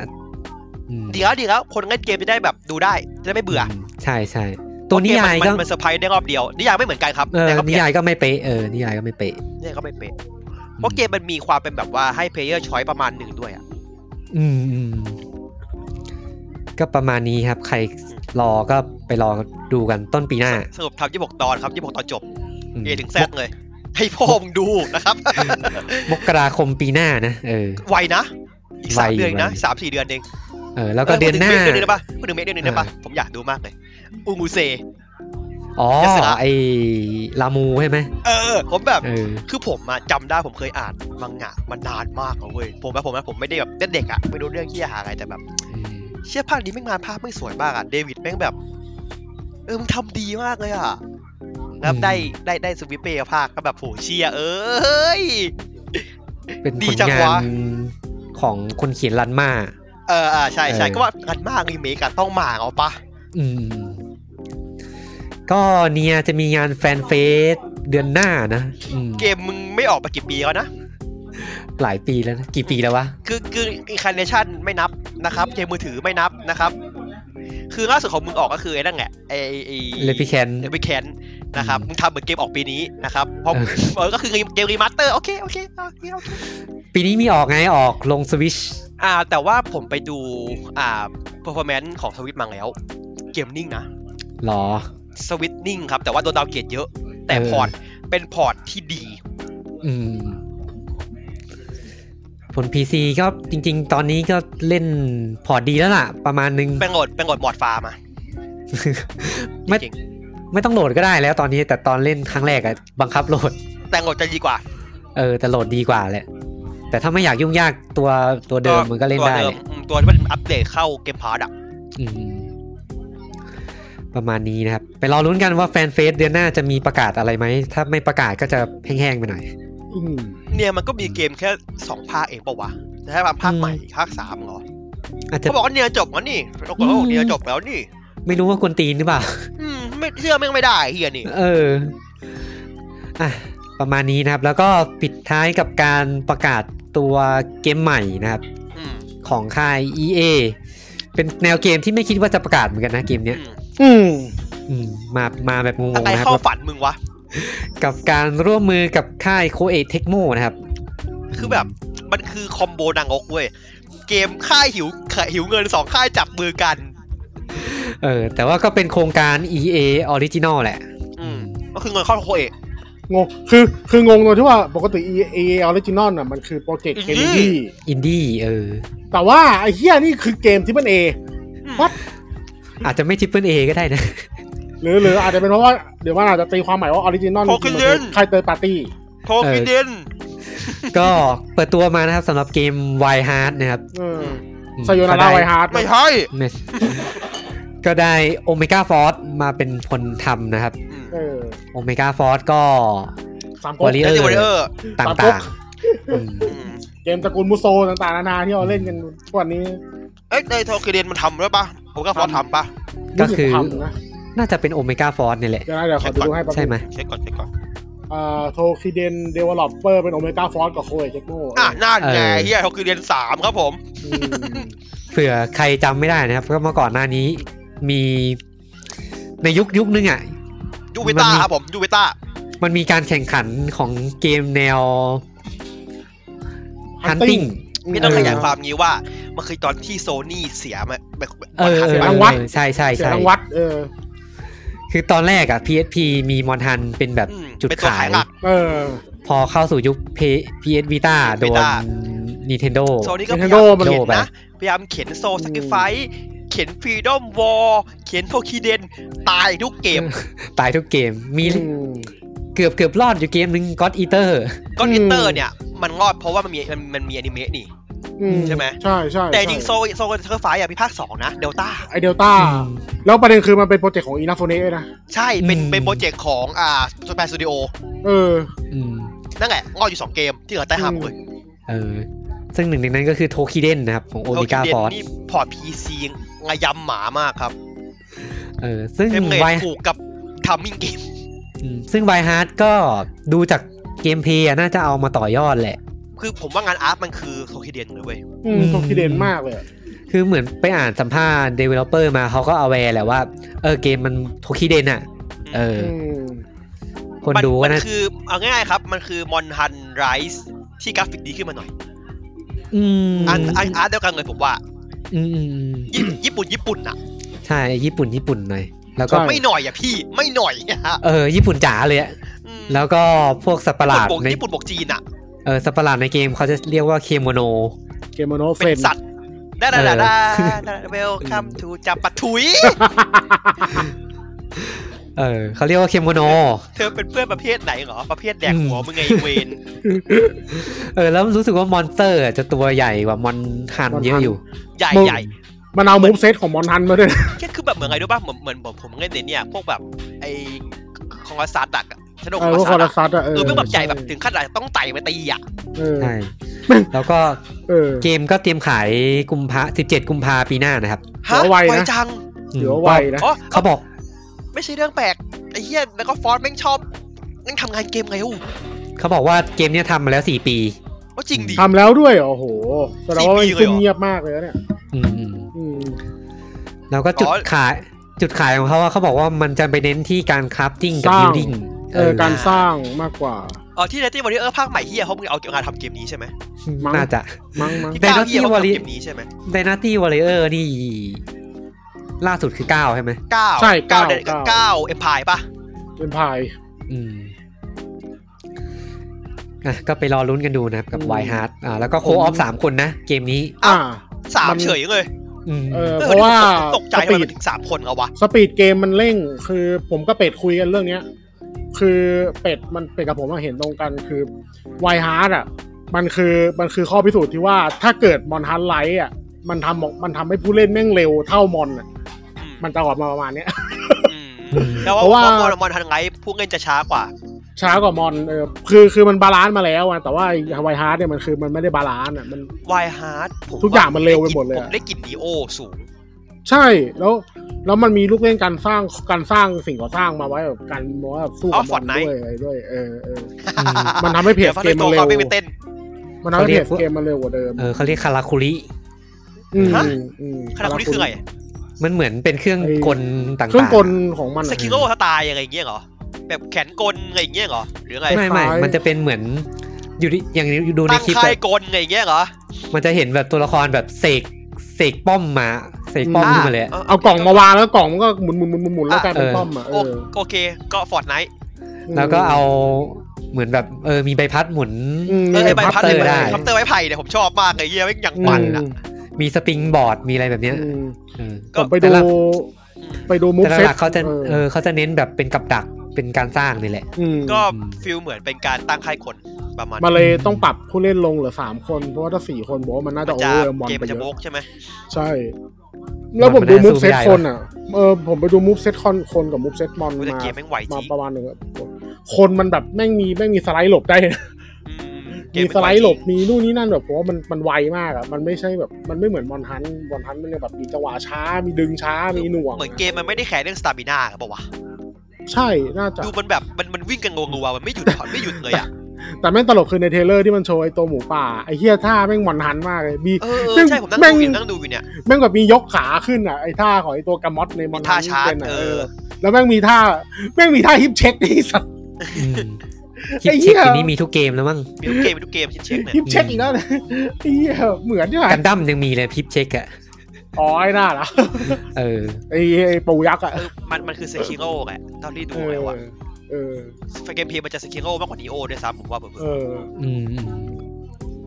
A: อืม
C: ดีแล้วดีแล้วคนเล่นเกมจะได้แบบดูได้จะได้ไม่เบื่อ
A: มใช่ใช่ตัวนิยาย
C: เพระเก
A: ก็
C: มมันมันมันเซอร์ไพรส์ได้รอบเดียวนิยายไม่เหมือนกันครับ
A: เออ
C: แต่ก็
A: นิ
C: เปลี่ยน
A: ยายก็ไม่เป๊ะเออนิยายก็ไม่เป๊ะ
C: เนี่ยก็ไม่เป็นเพราะเกมมันมีความเป็นแบบว่าให้เพลเยอร์ช้อยประมาณหนึ่งด้วยอ่ะ
A: อืมอืมก็ประมาณนี้ครับ ใครรอก็ไปรอดูกันต้นปีหน้า
C: สรุปทำยี่บกตอนครับยี่บกตอนจบ
A: อืม
C: เอถึงแซดเลย ให้พ่อมึงดูนะครับ
A: มกราคมปีหน้านะเออ
C: ไวนะอีกสาม
A: ไว
C: เดือนนะ
A: ไว
C: สามสี่เดือนเอง
A: เออ แล้วก็เดือนหน้า
C: พูถึงเมฆเดือนนึงได้ปะพูดถึงเมฆเดือนนึงได้ปะ
A: เออ
C: ผมอยากดูมากเลยอูงูเซ
A: อ๋อ
C: ยาสึระ
A: ไอลามูใช่ไหม
C: เออ ผมแบบ
A: เออ
C: คือผมอะจำได้ผมเคยอ่านมังงะมานานมากแล้วเว้ยผมแบบผมนะผมไม่ได้แบบเด็กๆอะไม่รู้เรื่องที่หาอะไรแต่แบบ เชื่อภาคนี้แม่งมาภาพไม่งสวยมากอะเดวิดแม่งแบบ เออมึงทำดีมากเลยอะแล้ว
A: อืม
C: ได้ได้ได้สวิปเปอร์ภาคก็แบบโหเชียเอ้ย
A: เป็น
C: ดี
A: ผล
C: จัง
A: งาน
C: วะ
A: ของคนเขียนรันมา
C: เอออ่ะใช่ใช่
A: เออ
C: ก็ว่ากันมากรีเมคอะต้องมาเอาปะ
A: อืม ก็เนียจะมีงานแฟนเฟส เดือนหน้านะอืม
C: เกมมึงไม่ออกมากี่ปีแล้วนะ
A: หลายปีแล้วนะ กี่ปีแล้ววะ
C: คือคืออินคาเนชันไม่นับนะครับ เกมมือถือไม่นับนะครับ คือล่าสุดของมึงออกก็คือไอ้นั่นแหละไอ้ไอ้
A: Replicant
C: เลปิแคนนะครับ
A: อืม
C: มึงทำเหมือนเกมออกปีนี้นะครับเพราะ
A: เออ
C: เออก็คือเกมรีมาสเตอร์โอเคโอเคโอเคโอเค
A: ปีนี้มีออกไงออกลงสวิช
C: อ่าแต่ว่าผมไปดูอ่า performance ของสวิตมาแล้ว เกมนิ่งนะ
A: หรอ
C: สวิตนิ่งครับ แต่ว่าโดนดาวน์เกรดเยอะ แต่
A: เออ
C: พอร์ตเป็นพอร์ตที่ดี
A: อืม ผล PC ก็จริง ๆ ตอนนี้ก็เล่นพอร์ตดีแล้วล่ะ ประมาณนึง
C: ไปโหลดไปโหลดมอดฟ้ามา
A: ไม่
C: จริง
A: ไม่ต้องโหลดก็ได้แล้วตอนนี้ แต่ตอนเล่นครั้งแรกอะบังคับโหลด
C: ๆแต่โหลดจะดีกว่า
A: เออ แต่โหลดดีกว่าแหละ แต่ถ้าไม่อยากยุ่งยากตัวตัวเดิมมันก็เล่น
C: ตัว
A: ได้
C: ดิ
A: แห
C: ม
A: ละ
C: อืมตัวที่มันอัปเดตเข้าเกมพาร์ตอ่ะ
A: อืม ประมาณนี้นะครับ ไปรอลุ้นกันว่าแฟนเฟสเดือนหน้าจะมีประกาศอะไรไหม ถ้าไม่ประกาศก็จะแห้งๆไปหน่อย
D: อืม
C: เนี่ยมันก็มีเกมแค่สองภาคเองเปะวะแต่ถ้าภาคใหม่ภาคสามเหรอ
A: อาจจะ
C: เขาบอกว่าเนี่ยจบแล้วนี่เขาบอกว่าเนี่ยจบแล้วนี่
A: ไม่รู้ว่ากวนตีนหรือเปล่า
C: อืมไม่เชื่อแม่งไม่ได้เฮียนี่
A: เออ อ่ะ ประมาณนี้นะครับ แล้วก็ปิดท้ายกับการประกาศตัวเกมใหม่นะครับ
C: อืม
A: ของค่าย EA เป็นแนวเกมที่ไม่คิดว่าจะประกาศเหมือนกันนะเกมเนี้ย
C: อืม
B: อืม
A: อืมมามาแบบงง
C: อะ
A: ๆ
C: ไร
A: นะครับ
C: เข้า
A: ว่า
C: ฝันมึงวะ
A: กับการร่วมมือกับค่ายโคเอเทคโมนะครับ
C: คือแบบมันคือคอมโบนางอกเว้ย เกมค่ายหิวขหิวเงินสองค่ายจับมือกัน
A: เออ แต่ว่าก็เป็นโครงการ EA Original แหละ
C: อืมก็คือเงินเข้าโคเอะ
D: งงคือคืองงตรงที่ว่าปกติ EA Original น่ะมันคือโปรเจกต์เกมดี
A: อินดี้เออ
D: แต่ว่าไอ้เฮียนี่คือเกมที่มันเอ What?
A: อาจจะไม่ทิปเปิลเอก็ได้นะ
D: หรือหรืออาจจะเป็นเพราะว่าเดี๋ยวมันอาจจะตีความหมายว่า Original จริงๆมันคือใครเตยปาร์ตี้
C: โคฟิเดน
A: ก็เปิดตัวมานะครับสำหรับเกม Wild Heart นะครับ
D: เออ
A: อืม
D: สยนา
A: ก็
D: รา
A: ด้
D: ไวฮาร์ด
C: ไม่ใช่
A: ไม่ ก็ได้โอเมก้าฟอร์สมาเป็นคนทำนะครับ
C: อืม
D: เออ
A: โอเมก้าฟอร์สก็
D: สามก๊ก
A: Warrior
C: แล้วดิวอริเออร์
A: ต่า
D: ตาม
A: ง
D: พวก
A: ต่างอืม
D: เกมตระกูลมูโซต่างๆนานาที่เราเล่นกันทุกวันนี้
C: เอ้ยในโทคิเดนมันทำด้วยปะผมก็ฟอสทำปะ
A: ก็
D: รู้สึ
A: คือ
D: ทำนะ
A: น่าจะเป็นโอเมก้าฟอร์สนี่แหละ
D: เดี๋ยวนะเดี๋ยวขอดูให้แป๊บ
A: ใช่ไหม
C: เช็คก่อนเช็คก่อน
D: เอ่อโทคิเดนเดเวลลอปเปอร์เป็นโอเมก้าฟอสกับโคเอเจโก
C: อ่ะน่าไงเฮียโทคิเดนสามครับผม
A: เผื่อใครจำไม่ได้นะครับก็เมื่อก่อนหน้านี้มีในยุคยุคนึงอ่ะ
C: ยูเวต้าครับผม ยูเวต้า
A: มันมีการแข่งขันของเกมแนว
D: ฮัน
A: Hunting
D: ติ้ง
C: ไม่ต้องขยายความนี้ว่า มันคือตอนที่โซนี่เสียมาแบบ
A: เออ
D: เสี
A: เอยอ
D: รางวัล
A: เออใช่ใช่
D: เสีย
A: ใช่
D: รางวัดเออ
A: คือตอนแรกอ่ะ PSP มีมอนทันเป็นแบบ
C: อืม
A: จุด
C: เป็นตัว
A: ขาย
C: ขายหลัก
D: เออ
A: พอเข้าสู่ยุค P- PS Vita โดน
C: Vita
A: Nintendo
C: โซนี่ก็พยายาม
D: Nintendo มัน
C: เข็น
A: โล่ไป
C: นะ พยายามเข็นโซสกิฟายเข็นฟรีดอมวอลเข็นโทคิเดน ตายทุกเกม
A: ตายทุกเกม มี
D: อืม
A: เกือบเกือบรอดอยู่เกมหนึ่ง God Eater
C: ก็
D: อืม
C: อินเตอร์เนี่ย มันรอดเพราะว่ามันมีมันมันมีอนิเมะนี่
D: อื
C: ใช่ไหม
D: ใช่ใช่
C: แต่จริงโซ
D: ใช่
C: โซสกิฟายอ่ะมีภาคสองนะ เดลต้า
D: ไอเดลต้า แล้วประเด็นคือมันเป็นโปรเจกต์ของอีนาโฟเนะ
C: ใช่ เป็น
A: อืม
C: เป็นโปรเจกต์ของอ่าสเปซสตูดิโอ
D: เออ
A: อืม
C: นั่นแหละรอดอยู่สองเกม ที่เหลือใต้ห้ามหมดเลย
A: เออ ซึ่งหนึ่งในนั้นก็คือโทคิเดนนะครับ ของโอ
C: โท
A: ติ
C: คิ
A: กา
C: เด
A: ฟ
C: น
A: อร์
C: นี่พอร์ตพีซีระยำหมามากครับ
A: เออ ซึ่ง
C: เทมเพล
A: ไว
C: ตถูกกับทัมมิ่งเกม
A: ซึ่งไวฮาร์ดก็ดูจากเกมเพลย์อะน่าจะเอามาต่อยอดแหละ
C: คือผมว่างานอาร์ตมันคือโทคิเดนเลยเว้ย
D: อืม
A: อืม
D: โทคิเดนมากเลยอะ
A: คือเหมือนไปอ่านสัมภาษณ์ developer มาเขาก็เอาแวร์แหละว่า เออเกมมันโทคิเดนอ่ะ เออ
D: ม
A: คน
C: มั
A: ดูก็
C: มั
A: น่า
C: คือเอาง่ายๆครับ มันคือมอนฮันไรส์ที่กราฟิกดีขึ้นมาหน่อย
A: อืม
C: อันอันอาร์ตเดียวกันเลยผมว่า
A: อืมอืมอืม
C: ญี่ญี่ปุ่นญี่ปุ่นอะ
A: ใช่ญี่ปุ่นญี่ปุ่นหน่อย แล้วก็
C: ไม่หน่อยอะพี่ไม่หน่อยอะ
A: เออ ญี่ปุ่นจ๋าเลยอะ
C: อืม
A: แล้วก็พวกสัตว์ประหลาด
C: ญี่ปุ่นบวก
A: ใน
C: ญี่ปุ่นบวกจีนอะ
A: เออสัตว์ประหลาดในเกมเขาจะเรียกว่าเคโมโน
D: เกมโนเฟ
C: เป็น นสัตว์ได้ได้
A: เออ
C: ได้ได้ เวลคัมทูจับปะถุย
A: เออเขาเรียกว่าเคโมโน
C: เธอเป็นเพื่อนประเภทไหนเหรอ ประเภทแดกหัว
A: อืม
C: มึงไงเวน
A: เออ แล้วรู้สึกว่ามอนสเตอร์จะตัวใหญ่กว่ามอนฮันเยอะอยู่
C: ใหญ่ใหญ่
D: มันเอามูฟเซตของมอนทันมาด้วยนะ
C: แค่คือแบบเหมือนไงรู้ป่ะเหมือนเหมือนผมผมเล่นในเนี่ย พวกแบบไอของอาซาดักอะชนก
D: เอ
C: ของ
D: อ
C: อา
D: ว่าค
C: ซา
D: อ
C: ดั
D: ร์
C: ก
D: ซัตอะเอ
C: เอ
D: อ
C: อแม่งแบบใหญ่แบบถึงขั้นอาจจะต้องไต่ไปตีอะ
D: เออ
A: ใช่ แล้วก็
D: เออ
A: เกมก็เตรียมขายกุมภา17 กุมภาปีหน้านะครับ
C: ฮะ
D: หัวไวนะ
C: ไวจัง
A: อืม
D: เดี๋ยวไวนะ
C: อ๋อ
A: เขาบอก
C: ไม่ใช่เรื่องแปลกไอ้เหี้ยแล้วก็ฟอนต์แม่งชอบ งั้นทำงานเกมไงอู้
A: เขาบอกว่าเกมเนี้ยทำมาแล้วสี่ปี
C: ก็จริงดิ
D: ทำแล้วด้วยเหรอโอ้โหแสดงว่า
C: สี่
D: มัน
C: ปีเลยเหรอ
D: ซุ่มเงียบมากเลยนะเนี่ย
A: อืม
D: อืม
A: แล้วก็จุ
C: อ๋
A: ด
C: อ
A: ขายจุดขายของเขาว่าเขาบอกว่ามันจะไปเน้นที่การคราฟติ้งกับบิลดิ้ง
D: เออการสร้างมากกว่า
C: เออที่ Naughty Warrior ภาคใหม่เฮียเขาเพิ่งเอางานทำเกมนี้ใช่ไหม
D: มั้ง
A: น่าจะ
D: มั้งมั้ง
C: ที่
A: แต่
C: ก้าว
A: Naughty
C: เฮียเขาทำ
A: Warrior
C: เกมนี้ใช่ไหม
A: ดนาตี้วอลเลอร์นี่ ล่าสุดคือเก้าใช่ไหม
C: เก้า
D: ใช่
C: เก้า
D: เก้า
C: เดน
D: เก้า
C: เก้าเอ็มพายป่ะ
D: เป็นพาย
A: อืมอ่ะก็ไปรอลุ้นกันดูนะครับกับ
D: อืม
A: ไวฮาร์ดอ่าแล้วก็โคออฟสามคนนะ เกมนี้
D: อ่า
C: สาม
D: มัน
C: เฉยเลย
A: อืม
D: เออเพราะว่า
C: ผมตกใจ
D: ส
C: ทำ
D: ปี
C: ไม
D: ด
C: มันถึงสามคนเอาวะ
D: สปีดเกมมันเร่ง คือผมก็เป็ดคุยกันเรื่องเนี้ย คือเป็ดมันเป็ดกับผมอะเห็นตรงกันคือไวฮาร์ดอ่ะ มันคือมันคือข้อพิสูจน์ที่ว่าถ้าเกิดมอนฮันไลท์อ่ะมันทำออกมันทำให้ผู้เล่นแม่งเร็วเท่ามอนอะมันจะออกมาประมาณเนี้ย
C: อืมแล้ว
D: เพราะ
C: ว่า
D: ว่า
C: มอนมอนทันไงพวกเล่นจะช้ากว่า
D: ช้ากว่ามอนเออคือคือมันบาลานซ์มาแล้วอะแต่ว่าไวฮาร์ดเนี่ยมันคือมันไม่ได้บาลานซ์อะมัน
C: วายฮาร์ดผม
D: ทุกอย่างมันเร็วไปหมดเลยอะ
C: ผมได้กลิ่นดีโอสูง
D: ใช่แล้วแล้วมันมีลูกเล่นการสร้างการสร้างสิ่งก่อสร้างมาไว้แบบกันว่าแบบสู้
C: อ๋
D: กั
C: อ
D: บมอน
C: Fortnite
D: ด้วยอะไรด้วยเออเออ
A: อืม
D: มันทำให้เพจ
C: ดี๋ยว
D: เกมมันเร็
C: เขา
D: ว
C: ไม่ไปเต้น
D: มันทำให้เพจ
A: เขาเรียก
D: เกมมันเร็วกว่าเดิม
A: เออเขาเรียกคาราคุริ
D: อืม
C: ฮะ
D: อืม
C: ขนาดคนนี้คือไง
A: มันเหมือนเป็นเครื่องกลต่างๆ
D: เครื่องกลของมันอะ
C: สกิลโลสไตล์อะไรอย่างเงี้ยเหรอ แบบแขนกลอะไรอย่างเงี้ยเหรอ หรือไง
A: ไม่
D: ค
A: ไม่
D: ล้ายๆ
A: มันจะเป็นเหมือนอยู่ดิอย่างดูใน
C: ตั้ง
A: คลิป
C: ค่าย
A: อะ
C: กลอะไรอย่างเงี้ยเหรอ
A: มันจะเห็นแบบตัวละครแบบเสกเสกป้อมมาเสกป้อม
D: อ่า
A: ขึ้นมาเลยอะ
D: เอากล่องมาวางแล้วกล่องมันก็หมุนหมุนหมุนหมุนหมุนแล้วกลายเป็น
A: เออ
D: ป้อมอ่ะเอ
C: โอ
D: อ
C: โอเค ก็ฟอร์ดไนท์
A: แล้วก็เอาเหมือนแบบเออมีใบพัดหมุน
D: อืม
C: เออไอ้ใบพัด
A: เตอ
C: เล
A: ร์
C: ย
A: ได้
C: พับเตอร์ไม้ไผ่เนี่ยผมชอบมากไอ้เหี้ยแม่งอย่าง
A: ปั่
C: มัน
A: อื
C: อะ
A: มีสปริงบอร์ดมีอะไรแบบเนี้ย
D: อืม
A: เออ
C: ก็
D: ผมไป
A: แต่
D: ดู
A: ละ
D: ไปดูมุก
A: แต่ละ
D: เซ็ต
A: หลักเขาจะเอ
D: เออ
A: อเขาจะเน้นแบบเป็นกับดักเป็นการสร้างนี่แหละ
D: ม
C: ก็
A: อืม
C: ฟิลเหมือนเป็นการตั้งค่ายคนประมาณ
D: มาเลยต้องปรับผู้เล่นลงเหลือสามคน เพราะว่าถ้าสี่คนบอกว่ามันน่า
C: มั
D: จะ
C: น
D: โอ
C: จะ
D: เวอร์มอน
C: เกม
D: ไป
C: มัน
D: เย
C: จะโบ
D: อะ
C: กใช่ไหม
D: ใช่ แล้วผม
A: มัน
D: ดู
A: น่า
D: มุก
A: สู้
D: เซ็ต
A: ไม่ได้
D: คนอ่ะเออผมไปดูมุกเซ็ตคนคนกับมุกเซ็ตมอน
C: แต่
D: มา
C: เกมแม่งไหวจ
D: มา
C: ริง
D: ประมาณหนึ่งอะคนมันแบบแม่งมีแม่งมีสไลด์หลบได้นะ
C: อืมเก
D: มี
C: แม่ง
D: ส
C: ว
D: ไลด์หลบ
C: จริง
D: มีนู่นนี่นั่นแบบผมว่ามันมันไวมากอะมันไม่ใช่แบบมันไม่เหมือนบอลฮันบอลฮันมันเนี่ยแบบมีจังหวะช้ามีดึงช้ามีหน่วง
C: เหมือนเกมมันไม่ได้แคร์เรื่องสตามินาครับบอกว่า
D: ใช่น่าจะ
C: ดูมันแบบมันมันวิ่งกันงงๆว่ะมันไม่หยุดไม่หยุดเลยอ่ะ
D: แต่แม่งตลกคือในเทรลเลอร์ที่มันโชว์ไอ้ตัวหมูป่าไอ้เฮียท่าแม่งบอลฮันมากเลยมี
C: เออเออใช่ผมนั่งดูอยู่นั่งดูอยู่เนี่ย
D: แม่งแบบมียกขาขึ้นอะไอ้ท่าของไอ้ตัวกามอตในบอลฮัน
C: มีท่าชาร์จ
D: เป็นอะ
C: เออ
D: เออแล้วแม่งมีท่าแม่งมีท่าฮิปเช็คที่สัตว์
A: อืม
D: ไอ้
A: ฮิป
D: เหี้
A: เช็ค
D: ย
A: ทีนี้มีทุกเกมแล้วมั้ง
C: มีทุกเกมมีทุกเกมชิ้นเช็คเนี่ย
D: ฮิปเช็คอีกแล้วนะ ไอ้เฮียเหมือนใช่ไหม
A: กันดั้มยังมีเลยฮิปเช็คอะ
D: อ๋อไอ้หน้า ละ
A: เออ
D: ไอ้ไอ้ปูยักษ์อะ
C: เออมันมันคือเซคิโร่แหละเท่าที่ดู
D: เออ
C: แล้วอ่ะ
D: เออ
C: เกมเพลย์มันจะเซคิโร่มากกว่านีโอด้วยซ้ำผมว่าเบอ
D: เอ
C: ร์
D: อ
A: อืมอืม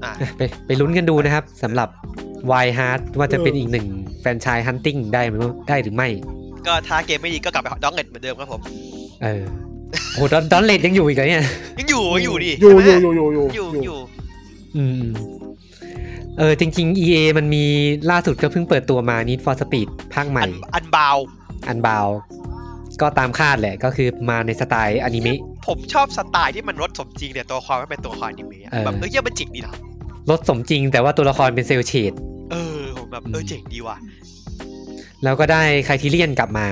C: อ่ะ
A: อ่ะไปไปลุ้นกันดูนะครับสำหรับวายฮาร์ดว่าจะเป็นอีกหนึ่งแฟรนไชายฮันติ้งได้หรือไม่ได้หรือไม่
C: ก็ถ้าเกมไม่ดีก็กลับไปดองเน็ตเหมือนเดิมครับผม
A: เออโหดอนดอนเลดยังอยู่อีกเหรอเนี่ย
C: ยังอยู่ยังอยู่ดิ
D: อยู่อ
C: ใช่
D: ยู่
C: ไหม
D: อยู่อยู่
C: อยู่อยู่
A: อืม เออจริง ๆ EA มันมีล่าสุดก็เพิ่งเปิดตัวมา Need for Speed ภาคใหม่
C: อันอันบาว
A: อันบาว ก็ตามคาดแหละก็คือมาในสไตล์อนิเมะ
C: ผมชอบสไตล์ที่มันรถสมจริงเนี่ยตัวความไม่เป็นตัวความอนิเมะอะ
A: เออ
C: แบบเออเยี่ยมันเจ๋งดีนะ
A: รถสมจริงแต่ว่าตัวละครเป็นเซลลเชด
C: เออผมแบบเออเจ๋งดีว่ะ
A: แล้วก็ได้ไคทีเลียนกลับมา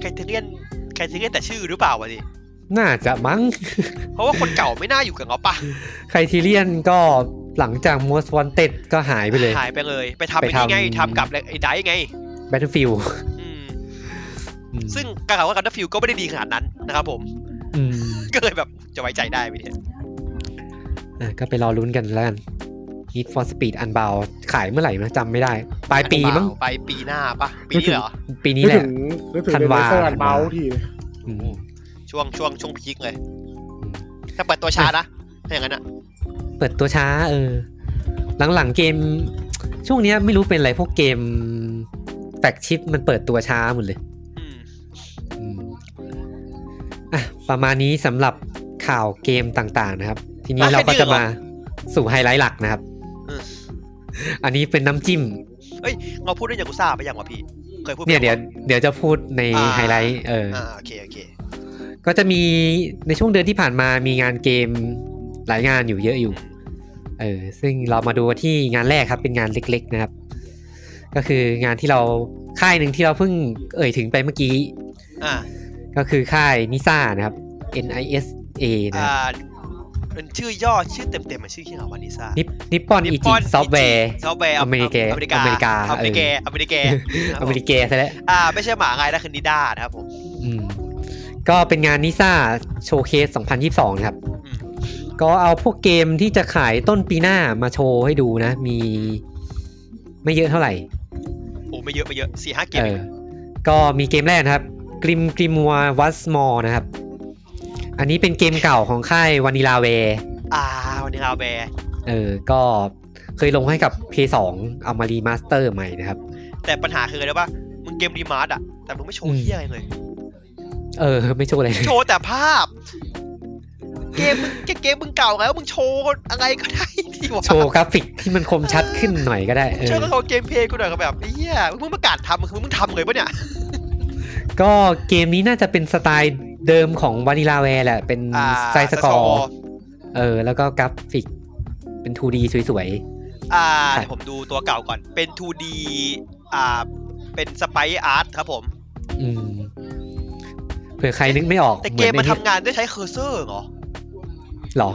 C: ไคเทเรียนไคเทเรียนแต่ชื่อหรือเปล่าวะดิ
A: น่าจะมั้ง
C: เพราะว่าคนเก่าไม่น่าอยู่กับเขาปะ
A: ไคทีเลียนก็หลังจาก Most Wanted ก็หายไปเลย
C: หายไปเลย ไปทำ
A: ไป
C: ไปนี่
A: ทำ
C: ไงทำกับไอ้ไดไง
A: Battlefield
C: อืม
A: อืม
C: ซึ่งการกับว่ากันดัฟิลก็ไม่ได้ดีขนาดนั้นนะครับผม
A: อืม
C: ก็เลยแบบจะไว้ใจได้ไหมเนี่ย
A: อ่ะก็ไปรอลุ้นกันแล้วกัน Need for Speed อันบาวขายเมื่อไหร่นะจำไม่ได้ ปลายปีมั้ง
C: ไปลายปีหน้าปะปีนี้เหรอ
A: ปีนี้
D: นึก
A: แห
D: ถึ
A: ละ
D: งนึกถึง
A: ธัน
D: เดน
A: วา
D: เซอร์อัน
A: ธันวา
D: เบาทีเลย
A: อืม
C: ช่วงช่วงช่วงพีคเลย ถ้าเปิดตัวช้านะถ้าอย่างนั้นอะ
A: เปิดตัวช้า เออ หลังๆเกม ช่วงเนี้ยไม่รู้เป็นอะไรพวกเกมแฟกชิปมันเปิดตัวช้าหมดเลย
C: อืม
A: อืมอ่ะประมาณนี้สำหรับข่าวเกมต่างๆนะครับ ทีนี้เราก็จะมาสู่ไฮไลท์หลักนะครับ อันนี้เป็นน้ำจิ้ม
C: เราพูดเรื่องยากุซ่าไปยังวะพี่ เคยพูดไป
A: เนี่ยเดี๋ยว
C: งะ
A: เดี๋ยวจะพูดใน
C: อ่า
A: ไฮไลท์เอออ
C: อ่าโอเคโอเค
A: ก็จะมีในช่วงเดือนที่ผ่านมามีงานเกมหลายงานอยู่เยอะอยู่ เออ ซึ่งเรามาดูที่งานแรกครับ เป็นงานเล็ก ๆนะครับ ก็คืองานที่เราค่ายหนึ่งที่เราเพิ่งเอ่ยถึงไปเมื่อกี้
C: อ่า
A: ก็คือค่ายนิซ่านะครับ NISA นะ
C: อ่าเป็นชื่อย่อชื่อเต็มๆมันชื่อที่เราวานิซา
A: นิปนิปปอนอีจิซอฟต์แวร์
C: ซอฟต์แวร์
A: อเมริกา
C: อเมริกา
A: อเมริกา
C: อเมริกา
A: เออ
C: อ
A: อบ
C: เมริกาคผ
A: เมริเกซะแล้ว
C: อ่า ไม่ใช่หมาไงนะคือนิด้านะครับผม
A: อืมก็เป็นงานนิซ่าโชว์เคส 2022 นะครับ
C: อืม
A: ก็เอาพวกเกมที่จะขายต้นปีหน้ามาโชว์ให้ดูนะ มีไม่เยอะเท่าไหร่
C: โอ้ไม่เยอะไม่เยอะสี่ห้าเก
A: เออ
C: ม
A: ก็มีเกมแรกนะครับกริมกริมวัววัสมอนะครับ อันนี้เป็นเกมเก่าของค่ายวานิลาเว
C: อ่าวันนี้เราแบร์
A: เออ ก็เคยลงให้กับ P2 เอามารีมาสเตอร์ใหม่นะครับ
C: แต่ปัญหาคืออะไรรู้ป่ะมึงเกมรีมาร์ดอ่ะ แต่มึงไม่โช
A: อื
C: ว์
A: ม
C: เฮียอะไรเลย
A: เออ ไม่โชว์อะไรเลย
C: โชว์แต่ภาพ เกมมึงเกมมึงเก่าไงว่ามึงโชว์อะไรก็ได้ที่วะ
A: โชว์กราฟิกที่มันคมชัดขึ้นหน่อยก็ได้เออ
C: โชว์ก็โชว์เกมเพลย์กูหน่อยก็แบบเฮียมึงประกาศทำคือมึงทำเลยปะเนี่ย
A: ก็เกมนี้น่าจะเป็นสไตล์เดิมของวานิลาแวร์แหละ เป็น
C: อ่า
A: ไซส์สกอ
C: Score
A: ร์เออ แล้วก็กราฟิกเป็น 2D สวย
C: อ่า
A: ครับ
C: เดี๋ยวผมดูตัวเก่าก่อน เป็น 2D อ่า เป็นสไปอาร์ตครับผม
A: ๆ อืมเผื่อใครนึกไม่ออก
C: แต่เกมมัน
A: หอ
C: ทำงานด้วยใช้เคอร์เซอร์เหรอ
A: ไอ้นี่หรอ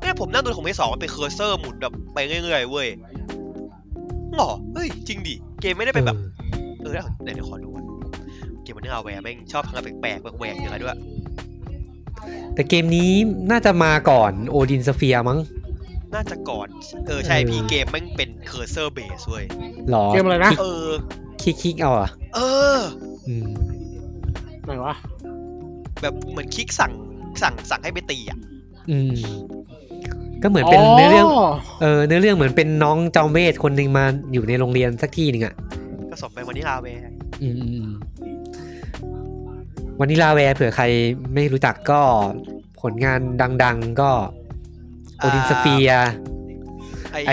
C: เนี่ยผมนั่งดูของเพสองมันเป็นเคอร์เซอร์หมุนแบบไปเรื่อยๆเว้ยหรอเฮ้ย จริงดิ เกมไม่ได้เป็นแบบ เออเดี๋ยวเดี๋ยวขอดูก่อนเกมมันเนี่ยเอาแหวแม่งชอบทำงานแปลกๆแหวกๆอย่างไรด้วย
A: แต่เกมนี้น่าจะมาก่อนโอดินสเฟียมั้ง
C: น่าจะก่อน เออ ใช่
A: เออ
C: พี่เกมแม่งเป็นเคอร์เซอร์เบสเว้ย
A: หรอ
D: เกมอะไรนะ
C: เออ
A: คิกคิกเอาอ่ะ
C: เออ
A: อืม
D: ไหนวะ
C: แบบเหมือนคลิกสั่งสั่งสั่งให้ไปตีอ่ะ
A: อืม ก็เหมือนเป็นเนื้อเรื่อง
D: อ
A: เออ เนื้อเรื่องเหมือนเป็นน้องจอมเวทคนหนึ่งมาอยู่ในโรงเรียนสักที่หนึ่งอ่ะ
C: ก็สมไปวันนี้ลาเว
A: อืมอืมอืมวานิลาแวร์เผื่อใครไม่รู้จักก็ผลงานดังๆก็โอดินสเฟีย
C: ไอ้
A: ไอ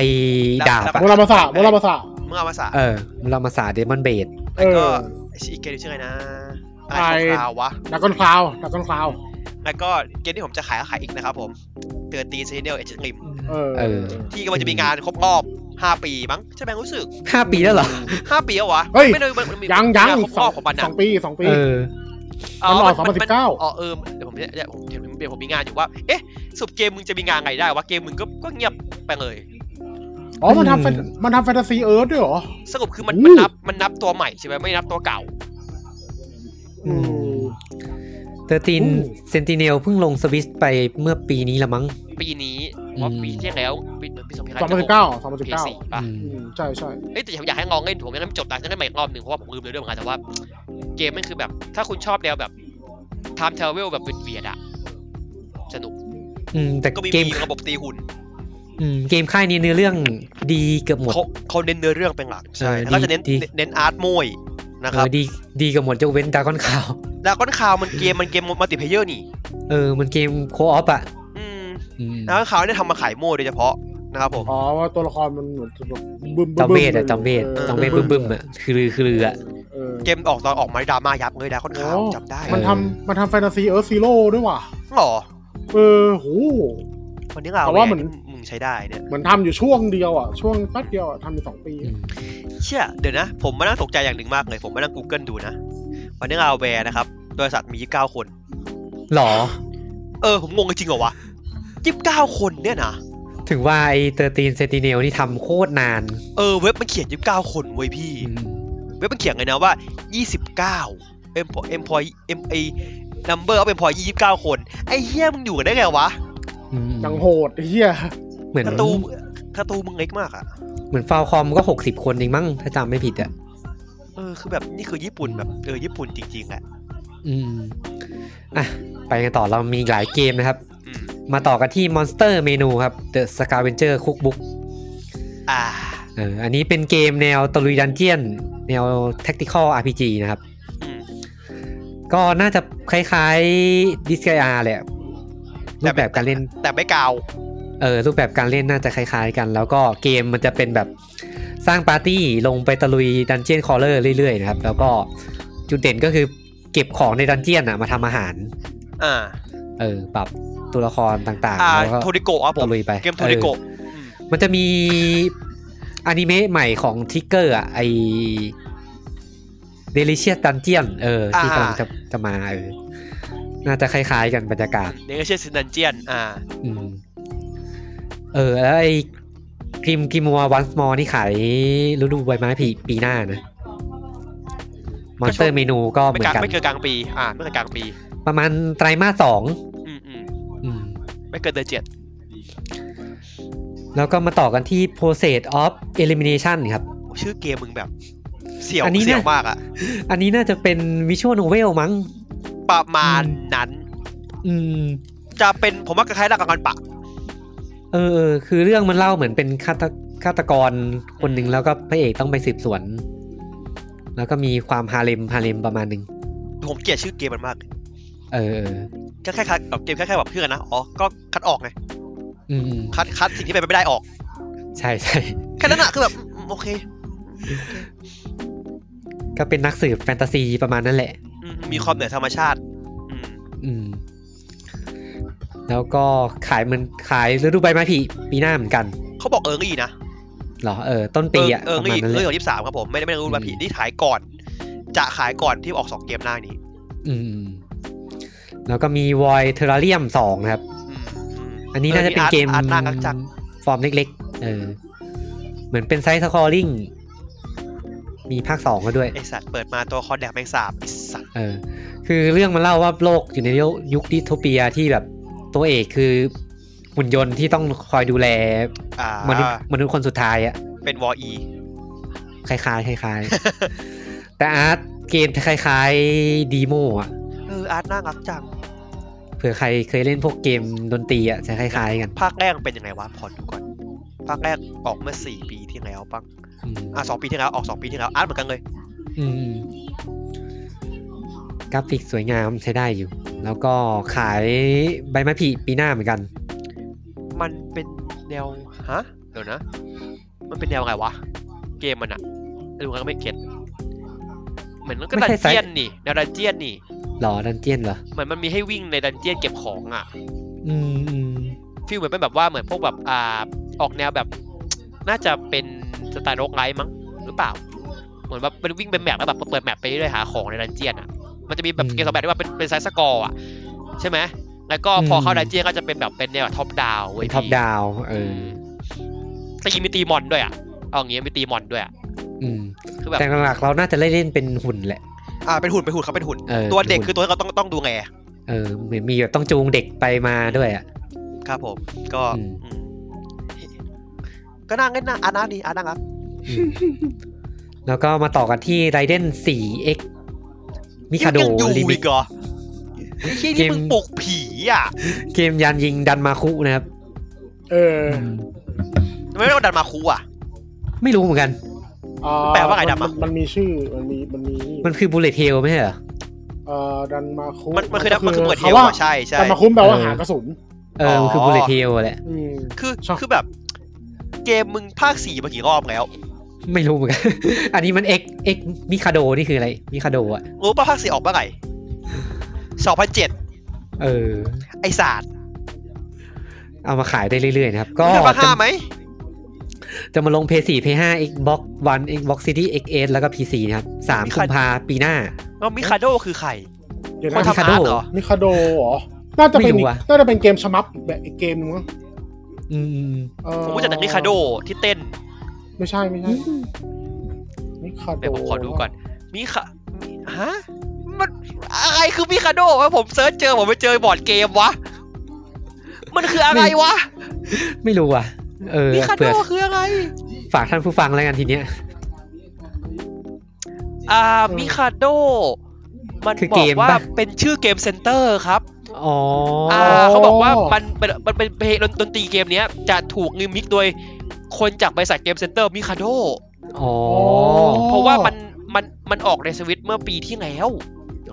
A: ดาบอะ
D: โมรามาสะโมรามาสะ
C: มึงเอามาสะ
A: เออมุรามาสาเดมอนเบด
D: เอ
C: แล้วก็
D: อ
C: ไอ้ชื่ออีกเกมที่ชื่ออะไรนะ
D: ไอ้
C: อะไรของคราววะ
D: ดักกอนคลาวดักกอนคลาว
C: แล้วก็เกมที่ผมจะขายก็ขายอีกนะครับผมเตือนตีเซเนียลเอเจนต์ริม
D: เออ
A: เออ
C: ที่กำลังจะมีงานครบรอบ 5 ปีมั้งใช่ไหมรู้สึก
A: ห้าปีแล้วเหรอ
C: 5 ปีแล้ววะ
D: เฮ้ย
C: ไม่ได้มันมันมี
D: ยังยัง
C: งานครบ
D: ส
C: ร
D: อ
C: อง บของมัน
D: ส
C: อะ
D: องปีสองปี
A: เออ
D: มันออก
C: มัมั
D: 2019
C: อ๋อเออเดี๋ยวผมเนี่ยเดี๋ยวผมเห็นผมเดี๋ยวผมมีงานอยู่ว่า เอ๊ะสรุดเกมมึงจะมีงานไงได้วะเกมมึงก็ก็เงียบไปเลย
D: อ๋อ มันทำแฟน
A: อืม
D: มันทำแฟนตาซีเอิร์ธด้วยเหรอ
C: สรุปคือมัน
D: อู้
C: มันนับมันนับตัวใหม่ใช่ไหมไม่นับตัวเก่า
A: อืม
D: อืม
A: เตอร์ติน
D: อู้
A: เซนติเนลเพิ่งลงสวิสไปเมื่อปีนี้ละมั้ง
C: ปีนี้ผมว่าปีที่แล้วปีเหมือนปีสองพัน
D: สองพันสิบเก้าสองพันสิบ
C: ปี
D: เก้า
C: สี่ปะ
A: อืม
D: อืมใช่ใช่
C: เอ้ยแต่ผมอยากให้ลองเล่นผมยังไม่จบนะจะได้ใหม่อีกรอบหนึ่งเพราะว่าผมลืมเลยด้วยเหมือนกันแต่ว่า เกมมันคือแบบ ถ้าคุณชอบแนวแบบไทม์ทราเวลแบบเวียดๆอะสนุก
A: อืม แต่
C: ก็มี
A: เกม
C: มีระบบตีหุ่น
A: อืมเกมค่ายนี้เนื้อเรื่องดีเกือบหมด
C: เขาเขาเน้นเนื้อเรื่องเป็นหลักใช่
A: เออ
C: แล้วก็จะเน้น
A: ดี
C: เน้นอาร์ตโมยนะ
A: เอ
C: ครับ
A: อดีดีเกือบหมดยกเว้นดาก้อนขาว
C: แล้วก้อนข่าวมันเกมมันเกมมัลติเพเยอร์นี่
A: เออ มันเกมโคออฟอ่ะ
C: อืม
A: อืม
C: แล้วก้อนข่าวเนี่ยทำมาขายโมยโดยเฉพาะนะครับผม
D: อ๋อว่าตัวละครมันเหมือนแบบบึ้ม
A: จอมเวท
D: ล
A: อะ
D: ย
A: จอมเวทจอมเวทบึ้มๆอะคือลือคือลืออะ
D: เออ
C: เกมออกตอนออกมาดราม่ายับเลยนะก้อนข่าว
D: โอ้
C: จำได้
D: มันทำมันทำแฟนตาซีเอิร์ธซีโร่ด้วยว่ะ
C: หรอ
D: เออโห
C: วันนี้เรา
D: แต่ว่ามัน
C: มึงใช้ได้เนี่ย
D: เหมือนทำอยู่ช่วงเดียวอ่ะ ช่วงแป๊บเดียวอะทำอยู่สองปี
C: เชี่ยเดี๋ยวนะ ผมมานั่งตกใจอย่างหนึ่งมากเลยผมมานั่ง Google ดูนะวันนี้เราแวร์นะครับบริษัทมีเก้าคน
A: หรอ
C: เออ ผมงงจริงเหรอวะยี่สิบเก้าคนเนี่ยนะ
A: ถึงว่าไอ้เตอร์ตีนเซติเนลนี่ทำโคตรนาน
C: เออ เว็บมันเขียนยี่สิบเก้าคนเว้ยพี่ เว็บมันเขียนเลยนะว่ายี่สิบเก้าเอ็มเอ็มพอยเอ็มไอ number of employee ยี่สิบเก้าคน ไอ้เฮียมึงอยู่กันได้ไงวะ
A: อืม
D: ยังโหดไอ้เฮีย
A: เหมือน
C: กระตูกระตูมึงเล็กมากอะ
A: เหมือนฟาวคอมก็หกสิบคนเองมั้งถ้าจำไม่ผิดอ่ะ
C: เออ คือแบบนี่คือญี่ปุ่นแบบเออ ญี่ปุ่นจริงๆอะ
A: อืมอ่ะ ไปกันต่อเรามีอีกหลายเกมนะครับ
C: อืม
A: มาต่อกันที่ Monster Menu ครับ The Scavenger Cookbook
C: อ่า
A: เอออันนี้เป็นเกมแนวตะลุยดันเจียน แนว Tactical RPG นะครับ
C: อืม
A: ก็น่าจะคล้ายๆ d i s c i r แหละรูปแบบการเล่น
C: แต่ไม่กาว
A: เออรูปแบบการเล่นน่าจะคล้ายๆกัน แล้วก็เกมมันจะเป็นแบบสร้างปาร์ตี้ลงไปตะลุยดันเจียนคอลเลอร์เรื่อยๆนะครับ แล้วก็จุดเด่นก็คือเก็บของในดันเจียนอ่ะมาทำอาหาร
C: อ่า
A: เออปรับตัวละครต่าง
C: อ่า
A: ๆ แล้วก็
C: โทริโกะอ่ะผม
A: ตะลุยไป
C: เกมโทริโกะ
A: เอ
C: อืม
A: อมันจะมีอนิเมะใหม่ของทิกเกอร์อ่ะไอเดลิเชียสดันเจียนเออ ที่กำลังจะจะมาเออ น่าจะคล้ายๆกันบรรยากาศ
C: เนเกเชียซินดันเจียน อ่า
A: อืม เออ แล้วไอ้กิมกิมัววันสมอนี่ขายฤดูใบไม้ปีปีหน้านะมอนสเตอร์เมนูก็เห
C: ไม่
A: มือก
C: ลาน ง
A: กัน
C: ไม่เกินกลางปี อ่าไม่เกินกลางปี
A: ประมาณไตรมาสสอง
C: อืมอืม
A: อืม
C: ไม่เกินเดือนเจ็ด
A: แล้วก็มาต่อกันที่ process of elimination ครับ
C: ชื่อเกมมึงแบบ เสี่ยว
A: อันนี้เนี่ย
C: เสี่ยวมากอะ
A: อันนี้น่าจะเป็น visual novel มั้ง
C: ประมาณนั้น
A: อืม
C: จะเป็นผมว่าคล้ายๆดักกันปะ
A: เออเออ คือเรื่องมันเล่าเหมือนเป็นฆาตฆาตกรคนหนึ่งแล้วก็พระเอกต้องไปสืบสวน แล้วก็มีความฮาเลมฮาเลมประมาณหนึ่ง
C: ผมเกลียดชื่อเกมมันมาก
A: เออเออ
C: ก็คล้ายๆแบบเกมคล้ายๆแบบเพื่อนนะ อ๋อ ก็คัดออกไง
A: อืมอืม
C: คัดคัดสิ่งที่เป็นไปไม่ได้ออก
A: ใช่ใช่
C: แค่นั้นอะคือแบบอืมโอเค
A: ก็เป็นนักสืบแฟนตาซีประมาณนั้นแหละ
C: อืมมีความเหนือธรรมชาติ อืม
A: อืม แล้วก็ขายเหมือนขายฤดูใบไม้ผลิปีหน้าเหมือนกัน
C: เขาบอกเอิงอีนะ
A: เหรอ เออ ต้นปีอะ
C: เออ
A: ประ
C: เอ
A: มาณ
C: อ
A: นั้น
C: เรื่
A: เล
C: อง
A: ย
C: ยี่สิบสามครับผม ไม่ได้ไม่ได้รู้ว่า
A: อืม
C: ผิดที่ขายก่อน จะขายก่อนที่ออกสองเกมหน้านี้
A: อืม แล้วก็มีวอยเทอร์เรียมสองนะครับ
C: อืมอืม
A: อันนี้น่าจะเป็น
C: ออ
A: เกม
C: อาร์ตอาร์ตหน้ากักจัก
A: ฟอร์มเล็กๆ เออ เหมือนเป็นไซส์สคอริงมีภาคสองมาด้วย
C: ไอสัตว์เปิดมาตัวคอนแดกแมงสาบไอสัตว์
A: เออ คือเรื่องมันเล่าว่าโลกอยู่ในยุคดิสโทเปียที่แบบตัวเอกคือหุ่นยนต์ที่ต้องคอยดูแล
C: อ่าม
A: นุษย์มนุษย์คนสุดท้ายอะ
C: เป็นวออี
A: คล้ายๆคล้าย ๆ แต่อาร์ตเกมจะคล้ายๆดีโมอะ
C: เอออาร์ตหน้ากักจัง
A: เผื่อใครเคยเล่นพวกเกมดนตรีอะจะคล้ายๆกัน
C: ภาคแรกเป็นยังไงวะขอดูก่อน ภาคแรกออกเมื่อสี่ปีที่แล้วปัง
A: อืม
C: อ่ะสองปีที่แล้วออกสองปีที่แล้วอาร์ตเหมือนกันเลย
A: อืมกราฟิกสวยงามใช้ได้อยู่ แล้วก็ขายใบไม้ผลิปีหน้าเหมือนกัน
C: มันเป็นแนวฮะเดี๋ยวนะ มันเป็นแนวไงวะเกมมันอะดูกันก็ไม่เก็ตเหมือนมันก็
A: ไม่
C: ดัน
A: ใช่ไซส์
C: เจียนนี่แนวดันเจียนนี่
A: หรอดันเจียนเหรอ
C: เหมือนมันมีให้วิ่งในดันเจียนเก็บของอ่ะ
A: อืมอืม
C: ฟีลเหมือนเป็นแบบว่าเหมือนพวกแบบอ่าออกแนวแบบ น่าจะเป็นสไตล์โรกไลท์มั้งหรือเปล่า เหมือนแบบเป็นวิ่งเป็นแมปแล้วแบบเปิดแมปไปเรื่อยหาของในดันเจียนอ่ะมันจะมีแบบเกมสองแบบที่ว่าเป็นเป็นไซส์สกอร์อ่ะใช่ไหมแล้วก็พอเข้าดันเจียนก็จะเป็นแบบเป็นแนวท็อปดาวเว้
A: เป็
C: ย
A: นท็อป
C: พี่
A: ดาวเออ
C: ตีมีตีมอนด้วยอ่ะเอาอย่างเงี้ยมีตีมอนด้วยอ่ะ
A: อืม
C: คือแบบ
A: แต่หลักๆเราน่าจะได้เล่นเป็นหุ่นแหละ
C: อ่าเป็นหุ่นเป็นหุ่นเขาเป็นหุ่น
A: เออ
C: ตัวเด็กคือ
A: ป็นหุ่น
C: ตัวที่เราต้องต้องดูแล
A: เออเหมือนมีแบบต้องจูงเด็กไปมาด้วยอะ
C: ครับผมก็
A: อืม
C: อืมก็นั่งเล่นนั่งอานั่งดีอานั่งครับ
A: อืมแล้วก็มาต่อกันที่ไรเดน 4x มิคาโด
C: ยังอยู่
A: ลิมิ
C: อี
A: ต
C: กเหรอไอ้ที่
A: เก
C: นี่
A: ม
C: มึงปลุกผีอ่ะ
A: เกมยานยิงดันมาคุนะครับ
D: เออ
C: ทำไมไม่เอาดันมาคูอ่ะ
A: ไม่รู้เหมือนกัน
D: อ่
C: แปลว่าไงดำอะ
D: มันมันมีชื่อมันมีมันมี
A: มันคือบูเลตเทลไม่ใช่เหรอ
D: เอ่อดันมาคุ
C: มันมันคือดันมันคือเหมือนเท
D: ขา
C: ล
D: ว่า
C: อ่ะใช่ใช่
D: ดันมาคุ้มแปลว่า
A: เออ
D: หากระสุน
A: เออ มันคือ
C: อ
A: บูเลตเทลแหละ
D: อืม
C: คือ
D: ชอบ
C: คือแบบ เกมมึงภาคสี่มากี่รอบแล้ว
A: ไม่รู้เหมือนกัน อันนี้มัน x x มิคาโดนี่คืออะไรมิคาโดอ่ะ
C: รู้ป่ะภาคสี่ออกเมื่อไหร่สองพันเจ็ด
A: เออ
C: ไอศาสตร์
A: เอามาขายได้เรื่อยๆนะครับ ก็
C: มึงได้ภาค
A: จะ
C: ห้าไหม
A: จะมาลง p พ4 p 5 Xbox One Xbox Series X8 แล้วก็ PC นะครับสามกุมภาปีหน้า
C: แล้วมิคาโดคือใคร
D: เดี๋ยว
C: คน
D: นะ
C: ทำอาร์ตเหรอ
D: มิคาโดเหรอ น่าจะเป็น
A: ไม่รู้อะ
D: น่าจะเป็นเกมชมับแบบอีกเกมหนึงมั้ง
A: อืม
D: เอ่อ
C: ผมรู้จักแต่มิคาโดที่เต้น
D: ไม่ใช่ไม่ใช่มิคาโด
C: เดี๋ยวผมขอดูก่อนมิคาฮะมันอะไรคือมิคาโดวะผมเซิร์ชเจอผมไปเจอบอร์ดเกมวะมันคืออะไรวะ
A: ไม่รู้อ่ะ เออ
C: มิคาโด
A: เผื่อ
C: คืออะไร
A: ฝากท่านผู้ฟังแล้วกันทีเนี้ย
C: อ่ามิคาโด มัน
A: คือบ
C: อ
A: เก
C: ก
A: ม
C: ว่า
A: ปะ
C: เป็นชื่อเกมเซ็นเตอร์ครับ
A: อ๋ออ
C: อ่าเขาบอกว่ามันเป็นมันเป็นเพลงดนตรีเกมเนี้ยจะถูกนิมิกโดยคนจากบริษัทเกมเซ็นเตอร์มิคาโด
A: อ๋อ
C: เพราะว่ามันมันมันออกในสวิตเมื่อปีที่แล้ว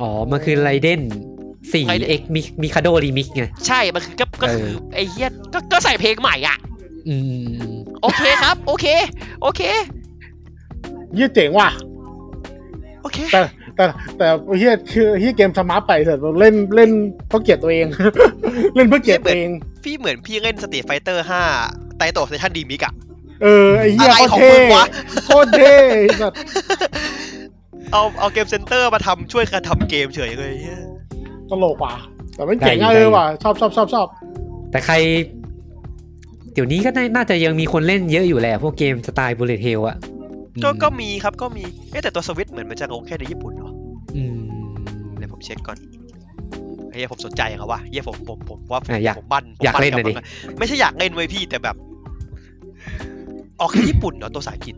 A: อ๋อ มันคือไรเดน
C: Raiden
A: 4X มิมิคาโดรีมิกไง
C: ใช่ มันคือก็ก็
A: เออ
C: คือไอ้เฮียก็ก็ใส่เพลงใหม่อ่ะ
A: อืม
C: โอเคครับ โอเค โอเค
D: เยี่ยเจ๋งว่ะ
C: โอเค
D: แต่แต่แต่เฮียคือเฮียเกมสมาร์ทไปเถอะเล่นเล่นเพราะเกลียดตัวเอง เล่นเพราะเกลียดตัวเอง
C: พี่เหมือนพี่เล่นสตรีทไฟเตอร์5ไตโตสเตชันดีมิกอะ
D: เออไอ้เฮีย
C: อะไร
D: โคตร
C: ของ
D: เท่
C: มึงวะ
D: โคตรเท่ไอ้สัส
C: เอาเอาเกมเซ็นเตอร์มาทำช่วยกันทำเกมเฉยเลยเหี้ย
D: ตลกว่ะ แต่ไม่เจ๋ง
A: ได้อ
D: อะ
A: ยู่
D: เออว่ะชอบชอบชอบชอบ
A: แต่ใคร เดี๋ยวนี้ก็น่าน่าจะยังมีคนเล่นเยอะอยู่แหละ พวกเกมสไตล์ Bullet Hell อะ
C: ก็
A: อืม
C: ก็มีครับก็มีเอ๊ะแต่ตัวสวิตเหมือนมันจะลงแค่ในญี่ปุ่นเหรอ
A: อืม
C: เดี๋ยวผมเช็คก่อนเฮียผมสนใจครับว่ะเฮียผมผมผมว่าผม
A: อ่ะอยาก
C: ผมบันผม
A: อยาก
C: บั้
A: เล่น
C: บ
A: น่ะดิ
C: มัไม่ใช่อยากเล่นเว้ยพี่แต่แบบ ออกแค่ญี่ปุ่นเหรอตัวภาษาอังกฤษ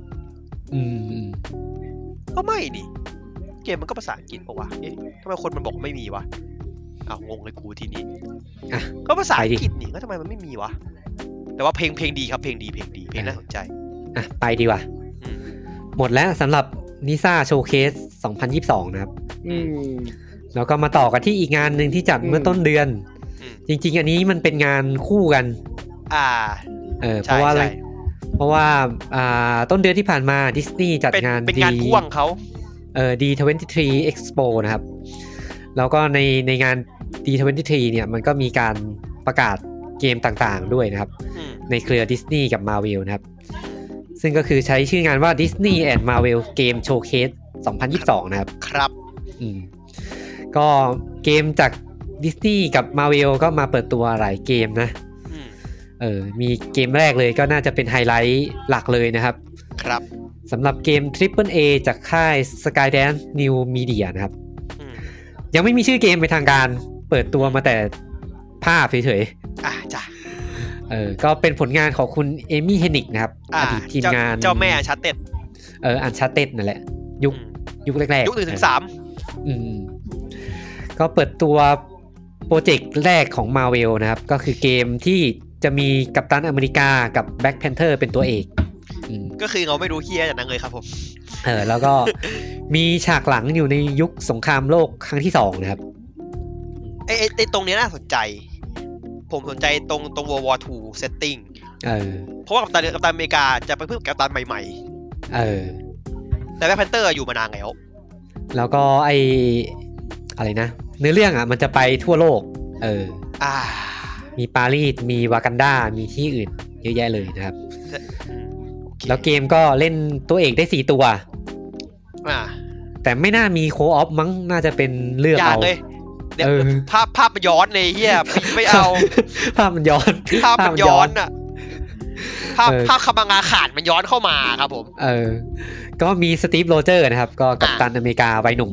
A: อืมอืม
C: ก็ไม่นี่ เกมมันก็ภาษาอังกฤษปะวะเอ๊ะทำไมคนมันบอกไม่มีวะอ้าวงงเลยกูทีนี้
A: อ่ะ
C: ก็ภาษา
A: ไป
C: อั
A: ดิ
C: งกฤษนี่ก็ทำไมมันไม่มีวะ แต่ว่าเพลงเพลงดีครับเพลงดีเพลงดีเพลงน่า
A: อ่ะ
C: สนใจ
A: อ่ะ ไปดีกว่า
C: อืม
A: หมดแล้วสำหรับนิซ่าโชว์เคส 2022 นะครับ
D: อืม
A: แล้วก็มาต่อกันที่อีกงานหนึ่งที่จัด
D: อืม
A: เมื่อต้นเดือน
C: อืม
A: จริง ๆ อันนี้มันเป็นงานคู่กัน
C: อ่า
A: เออเพ
C: ใช่
A: ราะว่าอะไร
C: ใช่
A: เพราะว่าอ่าต้นเดือนที่ผ่านมาดิสนีย์จัด
C: เป็น
A: งาน
C: เป็นงาน
A: ดี
C: พ่วงเขา
A: เอ่อ D23 Expo นะครับ แล้วก็ในในงาน D23 เนี่ยมันก็มีการประกาศเกมต่างๆด้วยนะครับ
C: อืม
A: ในเครือดิสนีย์กับ Marvel นะครับ ซึ่งก็คือใช้ชื่องานว่า Disney and Marvel Game Showcase 2022 นะครับ
C: ครับ
A: อืมก็เกมจากดิสนีย์กับ Marvel ก็มาเปิดตัวหลายเกมนะ
C: อืม
A: เออมีเกมแรกเลยก็น่าจะเป็นไฮไลท์หลักเลยนะครับ
C: ครับ
A: สำหรับเกม Triple A จากค่าย Skydance New Media นะครับ
C: อืม
A: ยังไม่มีชื่อเกมเป็นทางการเปิดตัวมาแต่ภาพเฉย
C: อ่ะจ้ะ
A: ๆเออก็เป็นผลงานของคุณเอมี่เฮนิกนะครับ
C: อ่า
A: ดีตทีม
C: เจ้าง
A: าน
C: เจ้าแม่ชาเต็ด
A: เอออันชาเต็ดนั่นแหละ ยุค
C: อืม
A: ยุคแรกๆ
C: ยุคหนึ่งถึงสาม
A: อืมก็เปิดตัวโปรเจกต์แรกของ Marvel นะครับ ก็คือเกมที่จะมีกัปตันอเมริกากับ Black Panther เป็นตัวเอกอืม
C: ก็คือเราไม่รู้เฮียจากนั้นเลยครับผม
A: เออแล้วก็ มีฉากหลังอยู่ในยุคสงครามโลกครั้งที่สองนะครับ
C: ไอ้ไอ้ไอ้ตรงเนี้ยน่าสนใจ ผมสนใจตรงตรง World War II setting
A: เออ
C: เพราะว่ากัปตันกัปตันอเมริกาจะไปเพิ่มกัปตันใหม่
A: เออ
C: ๆ แต่แบ็คแพนเตอร์อยู่มานานแล้ว
A: แล้วก็ไออะไรนะ เนื้อเรื่องอ่ะ มันจะไปทั่วโลก เออ
C: อ่า
A: มีปารีส มีวากันดา มีที่อื่น เยอะแยะเลยนะครับ
C: โอเค
A: แล้วเกมก็เล่นตัวเอกได้สี่ตัว
C: อ่า
A: แต่ไม่น่ามีโคออฟมั้งน่าจะเป็นเลือก
C: อยาก
A: เอา
C: เลยเดี๋ยว
A: เออ
C: ภาพภาพมันย้อนใน เฮียไม่เอา
A: ภาพมันย้อน
C: ภาพมันย้อนอ่ะ ภาพ
A: เออ
C: ภาพคำมางาขาดมันย้อนเข้ามาครับผม
A: เออ ก็มีสตีฟโรเจอร์นะครับ ก็กัปตันอเมริกาวัยหนุ่ม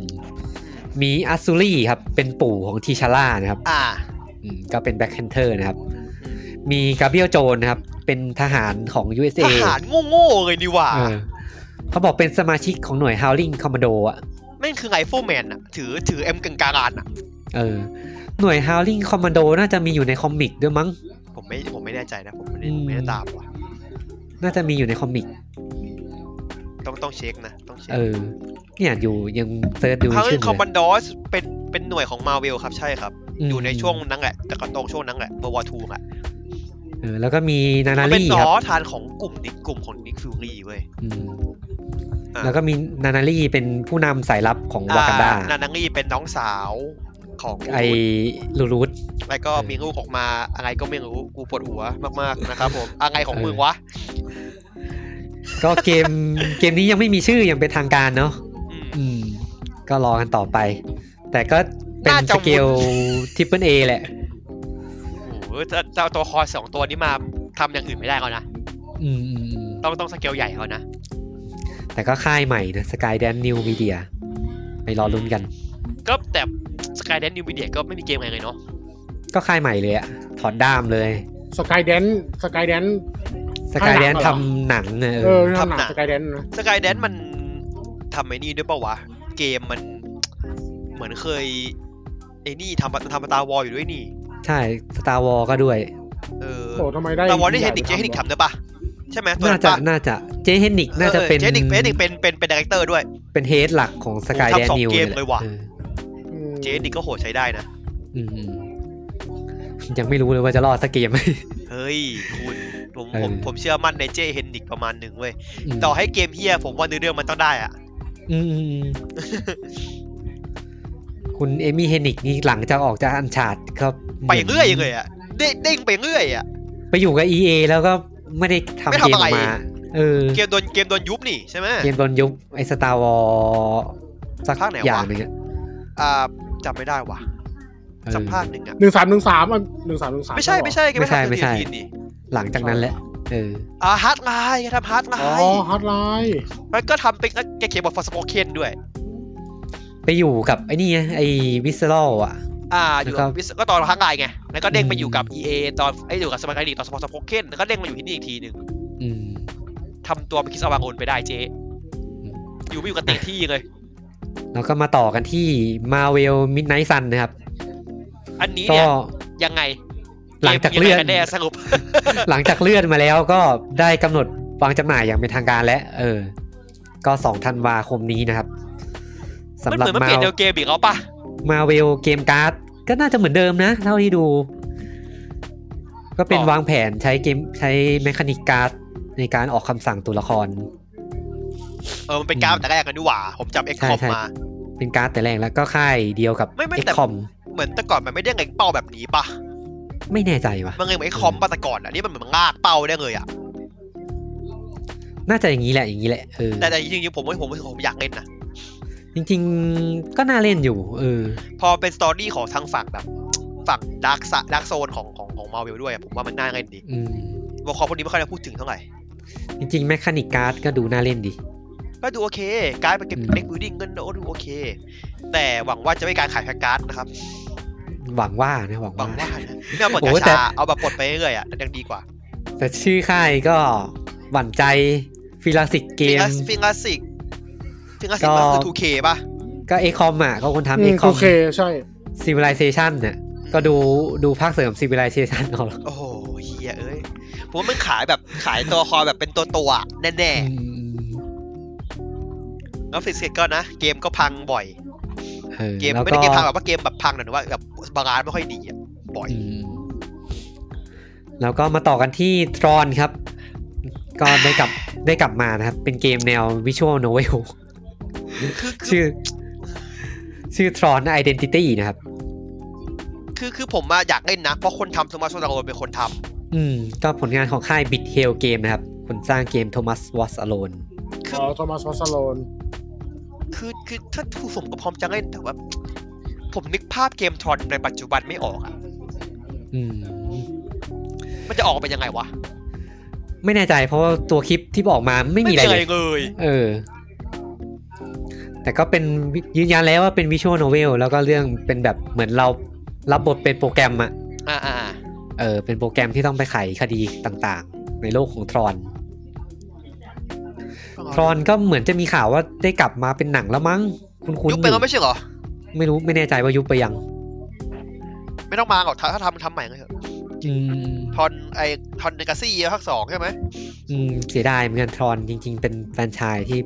A: มีอัสซูรี่ครับ เป็นปู่ของทีชาร่านะครับ
C: อ่า
A: อืมก็เป็นแบ็คแฮนเทอร์นะครับ มีกาเบียลโจนนะครับ เป็นทหารของ USA
C: ทหารโง่ๆเลยนี่หว่า
A: เออเขาบอกเป็นสมาชิกของหน่วย Howling Commando อ่ะ
C: แม่งคือไงโฟแมนอ่ะ ถือถือเอ็มกึ่งกลางอันอ่ะ
A: เออ หน่วย Howling Commando น่าจะมีอยู่ในคอมิกด้วยมั้ง
C: ผมไม่ผมไม่แน่ใจนะ ผมไม่ได้
A: อืม
C: ไม่ได้ตามว่ะ
A: น่าจะมีอยู่ในคอมิก
C: ต้องต้องเช็คนะ ต้องเช็ค
A: เออ เนี่ยอยู่ยังเซิร์ชดู
C: พาวเวอ
A: ชื่อ
C: ร์
A: เล
C: คอมบั
A: ย
C: นดอสเป็นเป็นหน่วยของมาเวลครับ ใช่ครับ
A: ม
C: อยู่ในช่วงนั้นแหละ แต่ก็ตรงช่วงนั้นแหละเบอร์วอทูอ่ะ
A: เออแล้วก็มีนานา
C: มันเป็น
A: ลี่
C: หน
A: ค
C: อ
A: รับ
C: ทานของกลุ่มนิกกลุ่มของนิกฟิวรีเว้ย
A: อืม
C: อ่า
A: แล้วก็มีนานาลี่เป็นผู้นำสายลับของวากันดา
C: อ่นานังลี่เป็นน้องสาวของ
A: ไอลูรูธ
C: แล้วก็
A: เออ
C: มีลูกออกมาอะไรก็ไม่รู้กูปวดหัวมากๆนะครับผมอะไรของมึงวะ
A: ก็เกม เกมนี้ยังไม่มีชื่ออย่างเป็นทางการเนาะ
C: อืม
A: อืม ก็รอกันต่อไป แต่ก็เป็น
C: น่าจะ
A: สเกลทริปเปิลเอแหละ
C: โอ้โหถ้าเจ้าตัวคอสองตัวนี้มาทำอย่างอื่นไม่ได้แล้วนะ
A: อืมอืมอืม
C: ต้องต้องสเกลใหญ่เขานะ
A: แต่ก็ค่ายใหม่นะสกายแดนนิวมีเดียไปรอลุ้นกัน
C: ก็แต่สกายแดนนิวมีเดียก็ไม่มีเกมอะไรเลยเนาะ
A: ก็ค่ายใหม่เลยอะถอดด้ามเลย
D: สกายแดนสกายแดน
A: สกายแด
D: ค่าย
A: น
D: หนังเหรอ
A: ทำหนังเนอะ
D: เอ
A: เอ
D: อ
A: อ
D: ทำหนังสกายแดนนะ
C: สกายแดนมันทำไอ้นี่ด้วยปะวะ เกมมัน เหมือนเคยไอ้นี่ทำมาทำมาตาวอลอยู่ด้วยนี่
A: ใช่สตาร์วอลก็ด้วย
C: เออ
D: โอ้ทำไมได้
C: ตาวอลนี่เฮนิก
D: ให
C: เจ
D: ญ่
C: เฮนิกทำได้ปะใช่ไหมตัว
A: น่า
C: นั้น
A: จะ
C: ปะ
A: น่าจะเจเฮนิกน่าจะเป็น
C: เจนิกเฮนิกเป็นเป็นเป็นดีเรคเตอร์ด้วย
A: เป็นเฮดหลักของสกาย
C: โอ้
A: แดน
C: ทำสอง
A: นิว
C: เกมเลยว่ะ
D: อืม
C: เจนิกก็โหดใช้ได้นะ
A: อืมอืมยังไม่รู้เลยว่าจะรอดสักเกม ไหม
C: เฮ้ย คุณผม
A: เออ
C: ผมผมเชื่อมั่นในเจเฮนดิกประมาณหนึ่งเว้ย
A: ม
C: ต่อให้เกมเฮียผมว่าเนื้อเรื่องมันต้องได้อะ
A: อืมอืมอื มคุณเอมี่เฮนิกนี่หลังจากออกจากอันชาดครับ
C: ไปเรื่อยเลยอะเด้งเด้งไปเรื่อยอะ
A: ไปอยู่กับ EA แล้วก็ไม่ได้ทำ
C: ไม่
A: เกมอ
C: ทำอะไร
A: อกมา เออ
C: เกมโดนเกมโดนยุบนี่ใช่ไหม
A: เกมโดนยุบไอสตาร์วอสัก
C: ภาคไหนวะ
A: อย่างหนึ่งอะ
C: อ่าจำไม่ได้ว่ะ สัมภาษณ์หนึ่งอะ
D: หนึ่งสามหนึ่งสามหนึ่งสามหนึ่งสาม
C: ไม่ใช่ไม่ใช่แกไม่ทำ
A: ไม่
C: เดีย
A: ใช่
C: วทีนี่
A: หลังจากนั้นแหละเออ
C: อ่าฮาร์ดไลน์แกทำฮาร์ดไล
D: อ๋อ
C: น์
D: ฮาร์ดไลน์
C: มันก็ทำเป็นแกเขียนบทฟอร์สโปเคนด้วย
A: ไปอยู่กับไอ้นี่ไงไอ้วิสเซอรอลอ่ะ
C: อ่าอยู่
A: ครั
C: กับบ วิสก็ตอนฮาร์ดไลน์ไงแล้วก็เด้งไป
A: อืม
C: อยู่กับ EA ตอนไอ้ยอยู่กับสมาร์ทไอดีตอนสปอร์สโปเคนแล้วก็เด้งมาอยู่ที่นี่อีกทีหนึ่ง
A: อืม
C: ทำตัวเป็นคิสอวังโอนไปได้เจ๊
A: อืม
C: อยู่ไม่อยู่กับเตะที่เลย
A: แล้วก็มาต่อกันที่ Marvel Midnight Sun นะครับ
C: อันนี้
A: ก็
C: เนี่ยยังไง
A: หลังจากเลื่อน
C: มยังไงแน่สรุป
A: หลังจากเลื่อนมาแล้วก็ได้กำหนดวางจำหน่ายอย่างเป็นทางการแล้ว เออ ก็สองธันวาคมนี้นะครับสำ
C: มัน
A: ห
C: เห
A: รับ
C: มือนมัน
A: มา
C: เปลี่ยนเดียวเกมอีกแล้วปะ
A: มาเวลเกมการ์ดก็น่าจะเหมือนเดิมนะ เท่าที่ดู ก็เป็นวางแผนใช้เกมใช้แมคานิกการ์ดในการออกคำสั่งตัวละคร
C: เออมันเป็นกราฟแต่แรกกันดีกว่า ผมจำเอ็กคอม
A: ใช่ใช่
C: มา
A: เป็นการ์ดแต่แรกแล้วก็ค่ายเดียวกับ
C: ไม่ไม่
A: เอ็ก
C: แต่
A: คอม
C: เหมือนแต่ก่อนมันไม่ได้เล็งเป้าแบบนี้ปะ
A: ไม่แน่ใจว่ะ
C: มันเล็งเหมือนไอ้คอมปะแต่ก่อนอันนี้มันเหมือนมันลากเป้าได้เลยอ่ะ
A: น่าจะอย่างนี้แหละอย่างนี้แหละเออ
C: แต่แต่จริงๆผมว่าผมผมอยากเล่นนะ
A: จริง ๆ ก็น่าเล่นอยู่ เออ
C: พอเป็นสตอรี่ของทางฝั่งแบบฝั่งดาร์กซดาร์กโซนของของของมาเวลด้วยอะผมว่ามันน่าเล่นดี
A: อืม
C: วอลคอมพวกนี้ไม่ค่อยได้พูดถึงเท่าไหร่
A: จริงๆแมคานิกการ์ดก็ดูน่าเล่นดี
C: ก็ดูโอเค การ์ดเป็นเก็บ
A: อืม
C: เด็กบิวดิ้งก็ดูโอเค แต่หวังว่าจะไม่การขายแพ็กการ์ดนะครับ
A: หวังว่านะหวัง
C: หวังว่า
A: ว่า
C: นะไม่เอาปลด
A: โอ้
C: กา
A: แต่
C: ชาเอาแบบปลดไปเรื่อยๆอ่ะยังดีกว่า
A: แต่ชื่อค่ายก็หวั่นใจฟิลาสิกเก
C: ฟิ
A: ม
C: งลาฟิงลาสิกฟิงลาสิกมันคือ 2K ป่ะ
A: ก็เอคอมอ่ะ ก็คนทำ
D: อื
A: เอ
D: ม
A: คอ
D: โอ
A: ม
D: เคใช่
A: ซิวิลิเซชันเนี่ยก็ดูดูภาคเสริมซิวิลิเซชันเอาหรอก
C: โอ้โหเฮียเอ้ย ผมว่ามันขายแบบขายตัวละคอแบบเป็นตัวตัวๆอะแน่
A: อืม
C: ๆแล้วฟิสิกส์ก็นะ เกมก็พังบ่อย
A: เออ
C: เกม
A: แล้ว
C: ไม่
A: ก็
C: ได้เกมพังแบบว่าเกมแบบพังหรอกแต่ว่าแบบบาลานซ์ไม่ค่อยดีอ่ะบ่อย
A: อืมแล้วก็มาต่อกันที่ทรอนครับ ก็ได้กลับได้กลับมานะครับ เป็นเกมแนววิชวลโนเวล
C: คือคือ
A: ชื่อ ชื่อ Tron Identity นะครับ
C: คือคือผมอะอยากเล่นนะ เพราะคนทำสมาร์ทโซนโรเป็นคนท
A: อืม ก็ผลงานของค่าย Bit Hell Game นะครับ คนสร้างเกม Thomas Was Alone
C: ำคือ
D: อ๋อโทมัสวอสโลน
C: คือคือถ้าถูกผมก็พร้อมจะเล่นแต่ว่า ผมนึกภาพเกมทรอนในปัจจุบันไม่ออกอะ
A: อืม
C: มันจะออกเป็นยังไงวะ
A: ไม่แน่ใจเพราะว่าตัวคลิปที่ออกมาไม่มีอะไรเลย
C: เลย
A: เออ แต่ก็เป็นยืนยันแล้วว่าเป็นวิชวลโนเวลแล้วก็เรื่องเป็นแบบเหมือนเรารับบทเป็นโปรแกรมอะ
C: อ่าอ่า
A: เออ เป็นโปรแกรมที่ต้องไปไขคดีต่างๆ ในโลกของทรอน ทรอนก็เหมือนจะมีข่าวว่าได้กลับมาเป็นหนังแล้วมั้ง คุณคุณ
C: ยุบไปแล้วไม่ใช่เหรอ
A: ไม่รู้ไม่แน่ใจว่ายุบไปยัง
C: ไม่ต้องมาหรอกถ้าถ้าทำทำใหม่ก็เถอะ
A: อืม
C: ทอนไอทอนเนกาซี่ภาคสองใช่ไหม
A: อืมเสียดายเหมือนกันทรอนจริง ๆ เป็นแฟรนไชายที่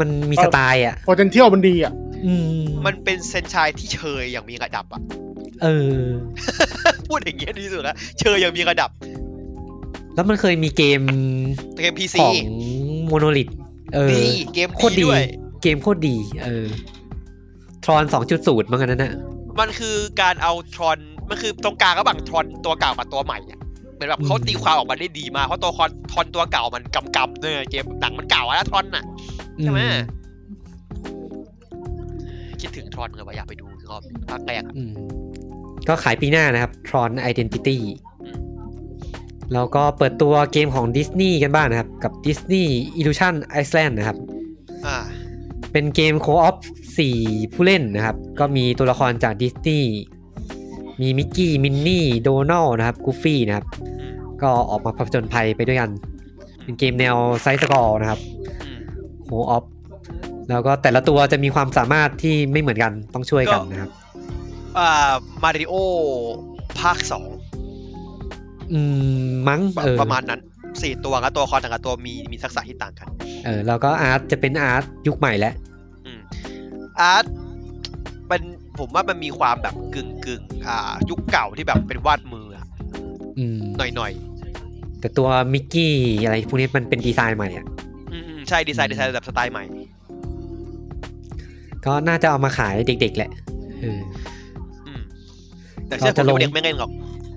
A: มันมี
D: เออ
A: สไตล์อ่ะ
D: potential มันดีอ่ะ
A: อืม
C: มันเป็นเซนชายที่เชยอย่างมีระดับอ่ะ
A: เออ
C: พูดอย่างเงี้ยดีสุดละเชยอย่างมีระดับ
A: แล้วมันเคยมีเกม
C: แต่เกมพี
A: ข
C: ซี
A: องโมโนลิทเออ
C: ดีเกม
A: โคตร
C: ดี
A: ดี
C: ด้วย
A: เกมโคตรดี เออทรอนสองจุดศูนย์มั้งอันนั้นน่ะ
C: มันคือการเอาทรอน มันคือตรงกลางระหว่างทรอนตัวเก่ากับตัวใหม่เนี่ยเหมือนแบบเขา
A: อืม
C: ตีความออกมาได้ดีมากเพราะตัวคอนทรอนตัวเก่ามันกำกำเนื้อเกมหนังมันเก่าอะนะทรอนน่ะ ใช่ไหม
A: อืม
C: คิดถึงทรอนเลยว่าอยากไปดูอีกรอบหนึ่งภาคแรกอะ
A: อืมก็ขายปีหน้านะครับทรอน Identity แล้วก็เปิดตัวเกมของดิสนีย์กันบ้างนะครับ กับ Disney Illusion Iceland นะครับ
C: อ่า
A: เป็นเกมโคออฟสี่ผู้เล่นนะครับ ก็มีตัวละครจากดิสนีย์มีมิกกี้ มินนี่ โดนัลนะครับกูฟี่นะครับ
C: อืม
A: ก็ออกมาผจญภัยไปด้วยกัน เป็นเกมแนวไซส์สกอร์นะครับ
C: อืม
A: โคออฟแล้วก็แต่ละตัวจะมีความสามารถที่ไม่เหมือนกันต้องช่วยกันนะครับ
C: อ่ามาริโอภาคสอง
A: อืม มั้ง
C: ประ
A: เออ
C: ประมาณนั้นสี่ตัวกับตัวละคอนแต่ละตัวมีมีทักษะที่ต่างกัน
A: เออแล้วก็อาร์ตจะเป็นอาร์ตยุคใหม่แล้ว
C: อืมอาร์ตมันผมว่ามันมีความแบบกึ่งกึ่งๆอ่า ยุคเก่าที่แบบเป็นวาดมืออะ
A: อืม
C: หน่อยหน่อย
A: แต่ตัวมิกกี้อะไรพวกนี้มันเป็นดีไซน์ใหม่อ่ะ
C: ๆอืมอืมใช่ดีไซน์ดีไซน์แบบสไตล์ใหม่
A: ก็น่าจะเอามาขายเด็กๆ แหละเออ
C: อืมแต่เชื่อผ
A: ก็จะ
C: ม
A: ลง
C: ดูเด็กไม่เล่นหรอก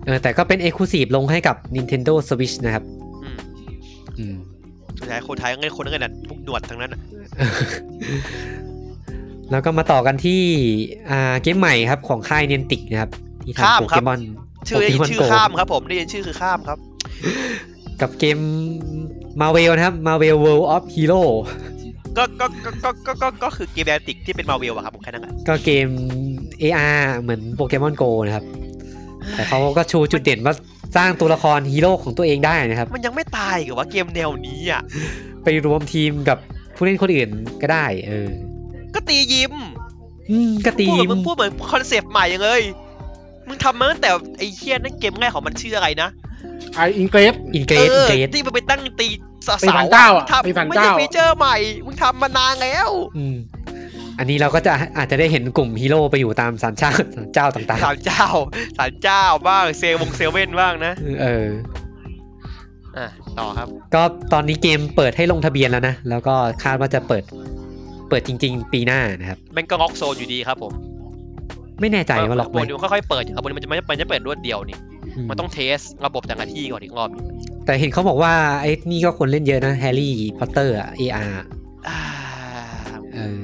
A: เออแต่ก็เป็น Exclusive ลงให้กับ Nintendo Switch นะครับ
C: อืม
A: อืม
C: สุดท้ายคนไทยก็เล่นคนเล่นกันพวกหนวดทั้งนั้นอะ
A: แล้วก็มาต่อกันที่อ่าเกมใหม่ครับของค่ายเนนติกนะครับ ที่
C: ข้า
A: ทำ
C: ม
A: โป
C: ครั
A: เก
C: บ
A: มอน
C: ชื่อ
A: โปเกมน
C: ชื่อ
A: โก
C: ข้ามครับผมได้ยินชื่อคือข้ามครับ
A: กับเกมมาเวลนะครับมาเวล World of Hero
C: ก็ก็ก็ก็ก็ก็ก็คือเกมแอนติกที่เป็นมาเวลอะครับผมแค่นั้นแหละ
A: ก็เกม AR เหมือนโปเกมอนโกนะครับ แต่เขาก็ชูจุดเด่นว่าสร้างตัวละครฮีโร่ของตัวเองได้นะครับ
C: มันยังไม่ตายเหรอว่าเกมแนวนี้อ่ะ
A: ไปรวมทีมกับผู้เล่นคนอื่นก็ได้ เออ
C: ก็ตียิ้ม
A: อืมก็ตี
C: พูดเห
A: ม
C: มือนมึงพูดเหมือนคอนเซปต์ใหม่ยังเลยมึงทำมาตั้งแต่ไอ้เฮียนั่นเกมแรกของมันชื่ออะไรนะ
D: ไออิงเกรส
A: อินเกรด
C: เอ
A: อิน
C: อ
A: เกรด
C: ที่มันไปตั้งตีสาว
D: ปีพันเก้าอะ
C: ทำ
D: ปีพัน
C: ไม่
D: เก้า
C: ใช่ฟีเจอร์ใหม่มึงทำมานานแล้ว
A: อืมอันนี้เราก็จะอาจจะได้เห็นกลุ่มฮีโร่ไปอยู่ตามสารช าติเจ้าต่าง
C: สามเจ้าสามเจ้าบ้างเซลวงเซเว่นบ้างนะ
A: ๆ เออ
C: อ่ะต่อครับ
A: ก็ตอนนี้เกมเปิดให้ลงทะเบียนแล้วนะ แล้วก็คาดว่าจะเปิด เปิดจริง ๆ ปีหน้านะครับ
C: แมงก็งอกโซนอยู่ดีครับผม
A: ไม่แน่ใจว่าล็อกไห
C: บ
A: ม
C: นค่อยๆเปิดอยู่ครับบนมันจะไม่มันจะเปิดรวดเดียวนี่
A: อืม
C: มันต้องเทสระบบแต่ละที่ก่อนอีกรอบ
A: แต่เห็นเขาบอกว่าไอ้นี่ก็คนเล่นเยอะนะแฮร์รี่พอตเตอร์อะ AR
C: อ่า
A: เออ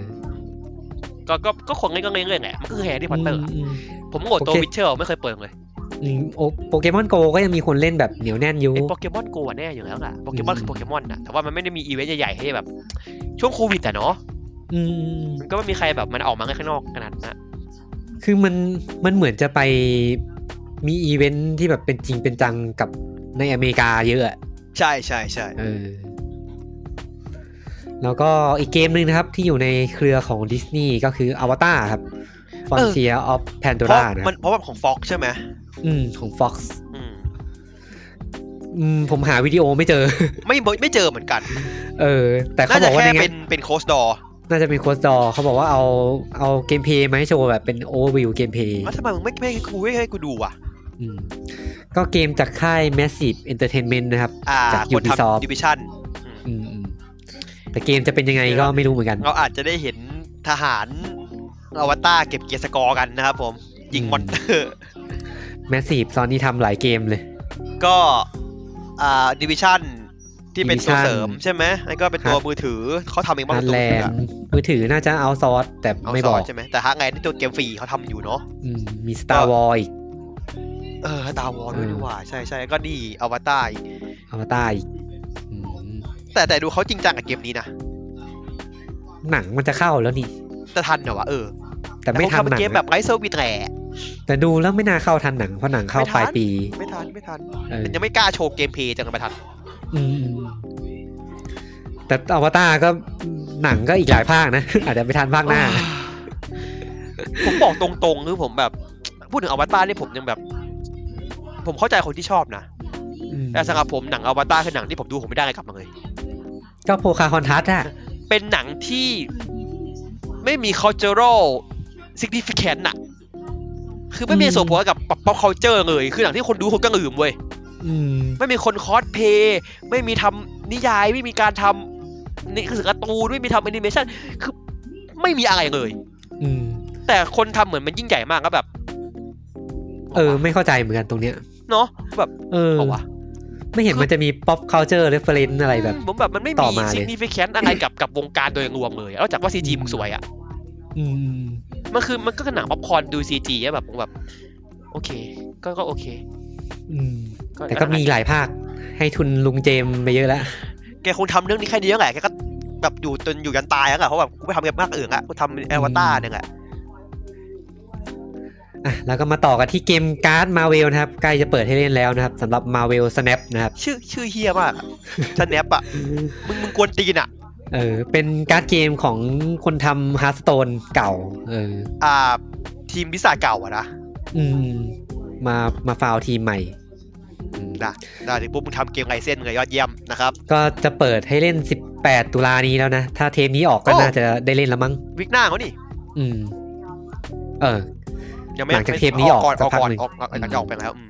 C: ก็ก็ก็คนเล่นก็เล่นเรื่องแหละมันก็คือแฮร์รี่พอตเตอร์
A: มม
C: ผมโหลดตัว
A: โอเค
C: วิ t เชอร์ไม่เคยเปิดเลย
A: อืมโอโปเกมอนโกก็ยังมีคนเล่นแบบเหนียวแน่นอยู่
C: ไอ้โปเกมอนโกะแน่อยู่แล้วล่ะโปเกมอ
A: อื
C: น
A: ม
C: คือโปเกมอนนะแต่ว่ามันไม่ได้มีอีเวนต์ใหญ่ๆให้แบบ ช่วงโควิดอะเนาะ
A: อืม
C: มันก็ไม่มีใครแบบมันออกมาข้างนอกขนาดนั้นนะ
A: คือมันมันเหมือนจะไปมีอีเวนท์ที่แบบเป็นจริงเป็นจังกับในอเมริกาเยอะอะ
C: ใช่ใช่ใช่
A: เออ แล้วก็อีกเกมหนึ่งนะครับ ที่อยู่ในเครือของดิสนีย์ก็คืออวตารครับ Frontier of
C: เพราะ
A: Pandora นะค
C: มั
A: รั
C: น
A: บ
C: เพราะว่าของฟ็อกใช่ไหม
A: อืมของ Fox
C: อืม
A: อืมผมหาวิดีโอไม่เจอ
C: ไม่ไม่เจอเหมือนกัน
A: เออ แต่เขา
C: น่า
A: บ
C: จะ
A: อกว่า
C: แค่
A: ในงา
C: เป็น นเป็นโคสดอ
A: น่าจะเป็นโค้ดดอเขาบอกว่าเอาเอาเกมเพย์มาให้โชว์แบบเป็นโอเวอร์วิวเกมเพย์
C: แล้วทำไมมึงไม่ไม่ให้กูให้ให้กูดูอ่ะ
A: ก็เกมจากค่าย Massive Entertainment นะครับ
C: อ่า
A: จาก
C: คนทำ
A: Ubisoft
C: ดิวิชั่น
A: อืมอืมแต่เกมจะเป็นยังไงก็ไม่รู้เหมือนกัน
C: เราอาจจะได้เห็นทหารอวตารเก็บเกียร์สกอร์กันนะครับผม ยิง
A: อืม
C: มอนเตอร์
A: Massive ตอนนี้ทำหลายเกมเลย
C: ก็อ่าดิวิชั่นที่เป็นตัว
A: Division
C: เสริมใช่ไหมแล้วก็เป็นตัว
A: ครับ
C: มือถือเขาทำเองบ้าง
A: ฮาร์ด
C: ตัว
A: แลน
C: มือถืออะ
A: มือถือน่าจะเอาซอสแต่
C: เอา
A: ไม่
C: ส
A: บ
C: อ
A: อน ก
C: ใช่ไหมแต่ฮะไงนี่ตัวเกมฟรีเขาทำอยู่เนาะ
A: อืมมี Star Wars อีก
C: เออดาวอลด้วย
A: อืม
C: ดีกว่า ใช่ใช่ก็ดีอวตารอีก
A: อวตารอีกอืม
C: แต่แต่ดูเขาจริงจังกับเกมนี้นะ
A: หนังมันจะเข้าแล้วนี่
C: จะทันเหรอวะเออ
A: แต่ไม่ทัน
C: เขา
A: หนัง
C: ทำเกมแบบไร้เซอร์วิสแหละ
A: แต่ดูแล้วไม่น่าเข้าทันหนังเพราะหนังเข้า
C: ไม่ทัน
A: ปลายปี
C: ไม่ทันไม่ทัน
A: เออ
C: มันยังไม่กล้าโชว์เกมเพลย์จังเลยไม่ทัน
A: อืมแต่อวตารก็หนังก็อีกหลายภาคนะ อาจจะไปทันภาคหน้า
C: ผมบอกตรงๆคือผมแบบ พูดถึงอวตารนี่ผมยังแบบ ผมเข้าใจคนที่ชอบนะ แต่สำหรับผมหนังอวตารคือหนังที่ผมดูผมไม่ได้อะไรกลับมาเลย
A: ก็โพคาคอนทัสอะ
C: เป็นหนังที่ไม่มี cultural significance น่ะ คือไม่มีส่วนผัวกับ pop culture เลย คือหนังที่คนดูคนก็ลืมเว้ย
A: อืม
C: ไม่มีคนคอสเพย์ไม่มีทำนิยาย ไม่มีการทำนี่คือการ์ตูน ไม่มีทำแอนิเมชันคือไม่มีอะไรเลย
A: อืม
C: แต่คนทำเหมือนมันยิ่งใหญ่มากก็แบบ
A: เออ ไม่เข้าใจเหมือนกันตรงเนี้ย
C: เนาะแบบ
A: เออ
C: เอาวะ
A: ไม่เห็นมันจะมี pop culture reference อะไรแบบ
C: ผมแบบมันไม่
A: ต่
C: มี
A: อมาเลย
C: significant อะไรกับกับวงการโดยรวมเลยนอกจากว่าซีจีมันสวยอ่ะ
A: อืม
C: มันคือมันก็คือหนังป๊อปคอร์นดูซีจีแบบผมแบบ โอเค ก็ก็โอเค
A: อืม แต่ก็มีหลายภาค ให้ทุนลุงเจมส์ไปเยอะแล้ว
C: แกคงทำเรื่องนี้แค่นี้แล้วแหละแกก็แบบอยู่จนอยู่ยันตายแล้วแหละเพราะแบบกูไม่ทำแบบมากอื่นละกูทำแอวตารเนี่ยแหละ
A: อ่ะ แล้วก็มาต่อกันที่เกมการ์ดมาเวลนะครับ ใกล้จะเปิดให้เล่นแล้วนะครับสำหรับ Marvel Snap นะครับ
C: ชื่อชื่อเฮี้ยมากชนแนปอะมึงมึงกวนตีนอะ
A: เออ เป็นการ์ดเกมของคนทำ Hearthstone เก่า เออ
C: อ่า ทีมวิสาเก่าอะนะ
A: อืม มามาฟาวทีมใหม่อืม
C: นะได้ถึงปุ๊บมึงทำเกมไรเส้นเลยยอดเยี่ยมนะครับ
A: ก็จะเปิดให้เล่น 18 ตุลานี้แล้วนะ ถ้าเทปนี้ออกก็
C: โอ้
A: น่าจะได้เล่นแล้วมั้ง
C: วิกหน้าเขานี่
A: อืม เออ
C: ยังไม่
A: หลังจากเทปนี้ออก
C: ก่อน
A: สั
C: อก อก
A: พัก
C: ก่อน
A: หนึ่ง
C: ออกก่อนหลังจากออกไปแล้วอืม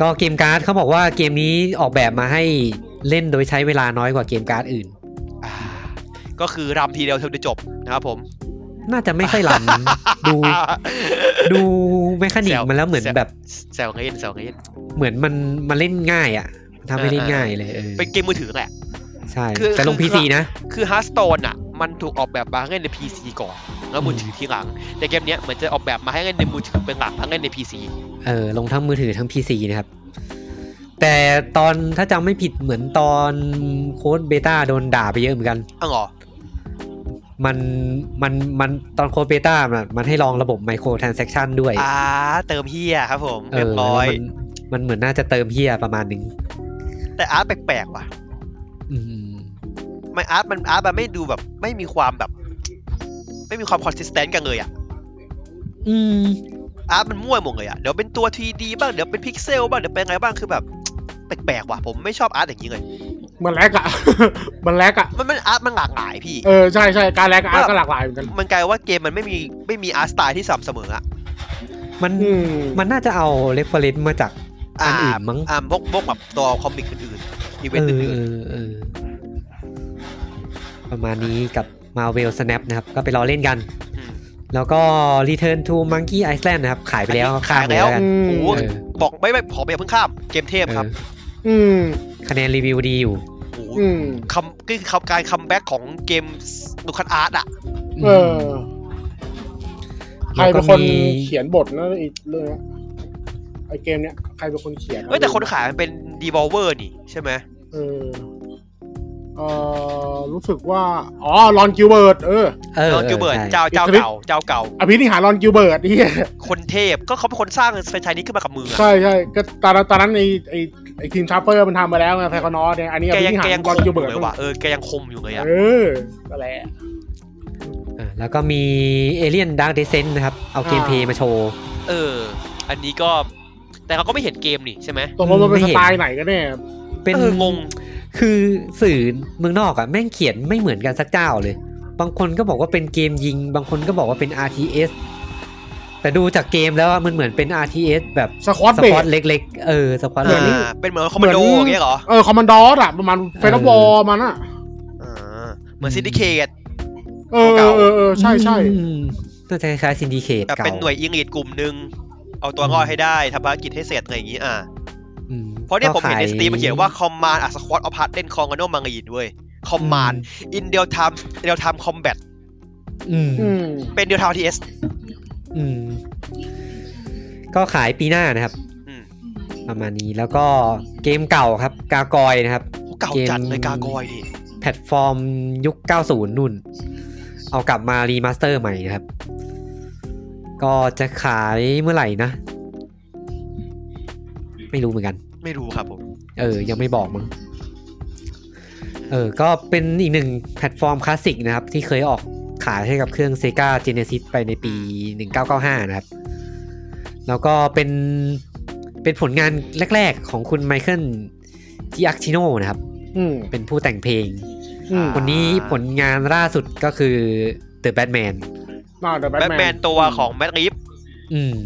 A: ก็เกมการ์ดเขาบอกว่าเกมนี้ออกแบบมาให้เล่นโดยใช้เวลาน้อยกว่าเกมการ์ดอื่น
C: อ่าก็คือรำทีเดียวเทอมเดียวจบนะครับผม
A: น่าจะไม่ค่อยลำ ดูดูแมคานิก
C: แซว
A: มันแล้วเหมือน
C: แซว
A: แบบ
C: แซวเล่นแซวเล่น
A: เหมือนมันมันเล่นง่ายอ่ะทำให้เล่น
C: อ่าๆ
A: ง่ายเลยเออ
C: เป็นเกมมือถือแหละ
A: ใช่
C: คือ
A: แต่ลง
C: คือ
A: พีซีนะ
C: คือฮาร์สโตนอ่ะ มันถูกออกแบบมาให้เล่นใน PC ก่อน แล้วมือถือทีหลัง แต่เกมเนี้ยเหมือนจะออกแบบมาให้เล่นในมือถือเป็นหลักทั้งเล่นใน PC
A: เออลงทั้งมือถือทั้ง PC นะครับ แต่ตอนถ้าจำไม่ผิดเหมือนตอนโค้ดเบต้าโดนด่าไปเยอะเหมือนกัน
C: อ้าวเหรอ
A: มันมันมันตอนโค้ดเบต้ามันมันให้ลองระบบไมโครท a n s เซ t ชันด้วย
C: อ่าเติมเฮียครับผมเรียบร้อย
A: มันมันเหมือนน่าจะเติมเฮียประมาณหนึ่ง
C: แต่อาร์ตแปลกๆว่ะ
A: อืม
C: มันอาร์ตมันอาร์ตมันไม่ดูแบบไม่มีความแบบ ไม่มีความคอนสิสเทนต์กันเลยอะ
A: อืม
C: อาร์ตมันมั่วหมดเลยอะเดี๋ยวเป็นตัว 3D บ้างเดี๋ยวเป็นพิกเซลบ้างเดี๋ยวเป็นไงบ้างคือแบบ แปลกๆว่ะผมไม่ชอบอาร์ตอย่างนี้เลย
D: มันแลกอะ มันแลกอะ
C: มันมันอาร์ตมันหลากหลายพี่
D: เออใช่ใช่การแลกอาร์ตก็หลากหลายเหมือนกัน
C: มันกลายว่าเกมมันไม่มีไม่มีอาร์ตสไตล์ที่สม่ำเสมออะ
A: มัน
D: อืม
A: มันน่าจะเอาเรฟเฟอเรนซ์มาจาก
C: อ่า
A: อันอื่นมั้ง
C: อ่าพวกพวกแบบตัวคอมิกอื่นๆอีเว
A: เอน
C: ต์
A: อ
C: อื่น
A: เออเออประมาณนี้กับ Marvel Snap นะครับ ก็ไปรอเล่นกัน
C: ๆอืม
A: แล้วก็ Return to Monkey Island นะครับ ขายไปแล้ว
C: อันนี้
A: ข้ามไปแล้ว
C: ขายแล้ว
A: กัน
D: อืม
C: โอ้โห
A: เออ
C: บอกไม่ไม่ขอไปเพิ่งข้ามเกมเทพครับ
D: อืม
A: คะแนนรีวิวดีอยู่
C: โอ้โห
D: อืม
C: คำก็คือคำการคัมแบ็กของเกมลูคัสอาร์ตอะ
D: เออใคร
A: แล้วก็
D: เป็นคน
A: มี
D: เขียนบทนะไอีกเรื่องเนี้ยไอเกมเนี้ยใครเป็นคนเขียน
C: เอ้ยแต่คนขายมันเป็นดีวอลเวอร์นี่ใช่ไหม
D: เออเออรู้สึกว่า อ๋อรอนกิลเบิร์ตเออ
A: เออ
C: เออกิลเบิร์ต
A: ใช่
C: เจ้าเจ้า
D: อิทธิฤทธิ์
C: เก่าเจ้าเก่า
D: อภินิหารรอนกิลเบิร์ตที่
C: คนเทพก็เขาเป็นคนสร้างแฟรนไชส์นี้ขึ้นมากับมืออะ
D: ใช่ใช่ก็ตอนนั้นตอนนั้นไอไอไอทีมชาร์เปอร์มันทำมาแล้วไงไพคอนอสเนี่ยอันนี้อ
C: แก
D: ภิ
C: ยัง
D: นิหา
C: แก
D: ร
C: ยัง
D: ร
C: ค
D: อน
C: มอ
D: กิล
C: ยู่
D: เบิร์ต
C: เลยว่ะเออแกยังคมอยู่เลยอะ
D: เออนั่นแหละ
A: อ่ะแล้วก็มี Alien Dark Descent นะครับ เอาเกมเพลย์มาโชว์
C: เออ อันนี้ก็ แต่เราก็ไม่เห็นเกมนี่ใช่ไหม
D: ตกลงมันเป็น
A: ไม่
D: ส
A: เห็น
D: ไตล์ไหนกันแน่
A: เป็น
C: อองง
A: คือสื่อเมืองนอกอ่ะ แม่งเขียนไม่เหมือนกันสักเจ้าเลย บางคนก็บอกว่าเป็นเกมยิง บางคนก็บอกว่าเป็น RTS แต่ดูจากเกมแล้วอะมันเหมือนเป็น RTS แบบ
D: สควอต
A: ส
D: เบ
A: ปอต
D: ด
A: เล็กๆ เออสปอต
C: อ่า
A: เล็ก
C: เป็นเหมือนคอมมานโด
D: เหมือน
C: อย่างเงี้ยเหรอ
D: เออคอมมานดอร์อะประมาณเฟนบอลมันอะ
C: อ่าเหมือนซินดิเคต
D: เออ
C: เก่า
D: เออเออใช่ใช่
A: อืมน่าจะคล้ายซินดิเคต
C: แบบ
A: เก่า
C: เป็นหน่วยอิงลิทกลุ่มหนึ่งเอาตัวรอดให้ได้ทำภารกิจให้เสร็จอะไรอย่างงี้อ่า
A: อืม
C: เพราะเนี่ยผมเห็นใน
A: ก็
C: ส
A: ข
C: ตรีมมันเขียนว่าคอมมานด์อัสควอตอพาร์ตเดนคองกันโนมังอีนเว้ยคอมมานด์อินเดียลไทม์เดียลไทม์คอมแบท
A: อืม
D: อืม
C: เป็นเดียลไทม์ทีเอส
A: อืมก็ขายปีหน้านะครับ
C: อืม
A: ประมาณนี้แล้วก็เกมเก่าครับ กากอยนะครับ
C: เก่าจัดเลยกากอยดิ
A: แพลตฟอร์มยุค 90 นุ่น เอากลับมารีมาสเตอร์ใหม่นะครับ ก็จะขายเมื่อไหร่นะ ไม่รู้เหมือนกัน
C: ไม่รู้ครับผม
A: เออ ยังไม่บอกมั้ง เออ ก็เป็นอีกหนึ่งแพลตฟอร์มคลาสสิกนะครับ ที่เคยออกขายให้กับเครื่อง Sega Genesis ไปในปี 1995 นะครับ แล้วก็เป็นเป็นผลงานแรก ๆ ของคุณไมเคิลจิอักชิโนนะครับ
D: อืม
A: เป็นผู้แต่งเพลง
D: อืม
A: คนนี้ผลงานล่าสุดก็คือ The Batman
D: น่าเดอะแบท
C: แบท
D: แม
C: แม
D: น
C: นตัวของแมดริฟ
A: อืม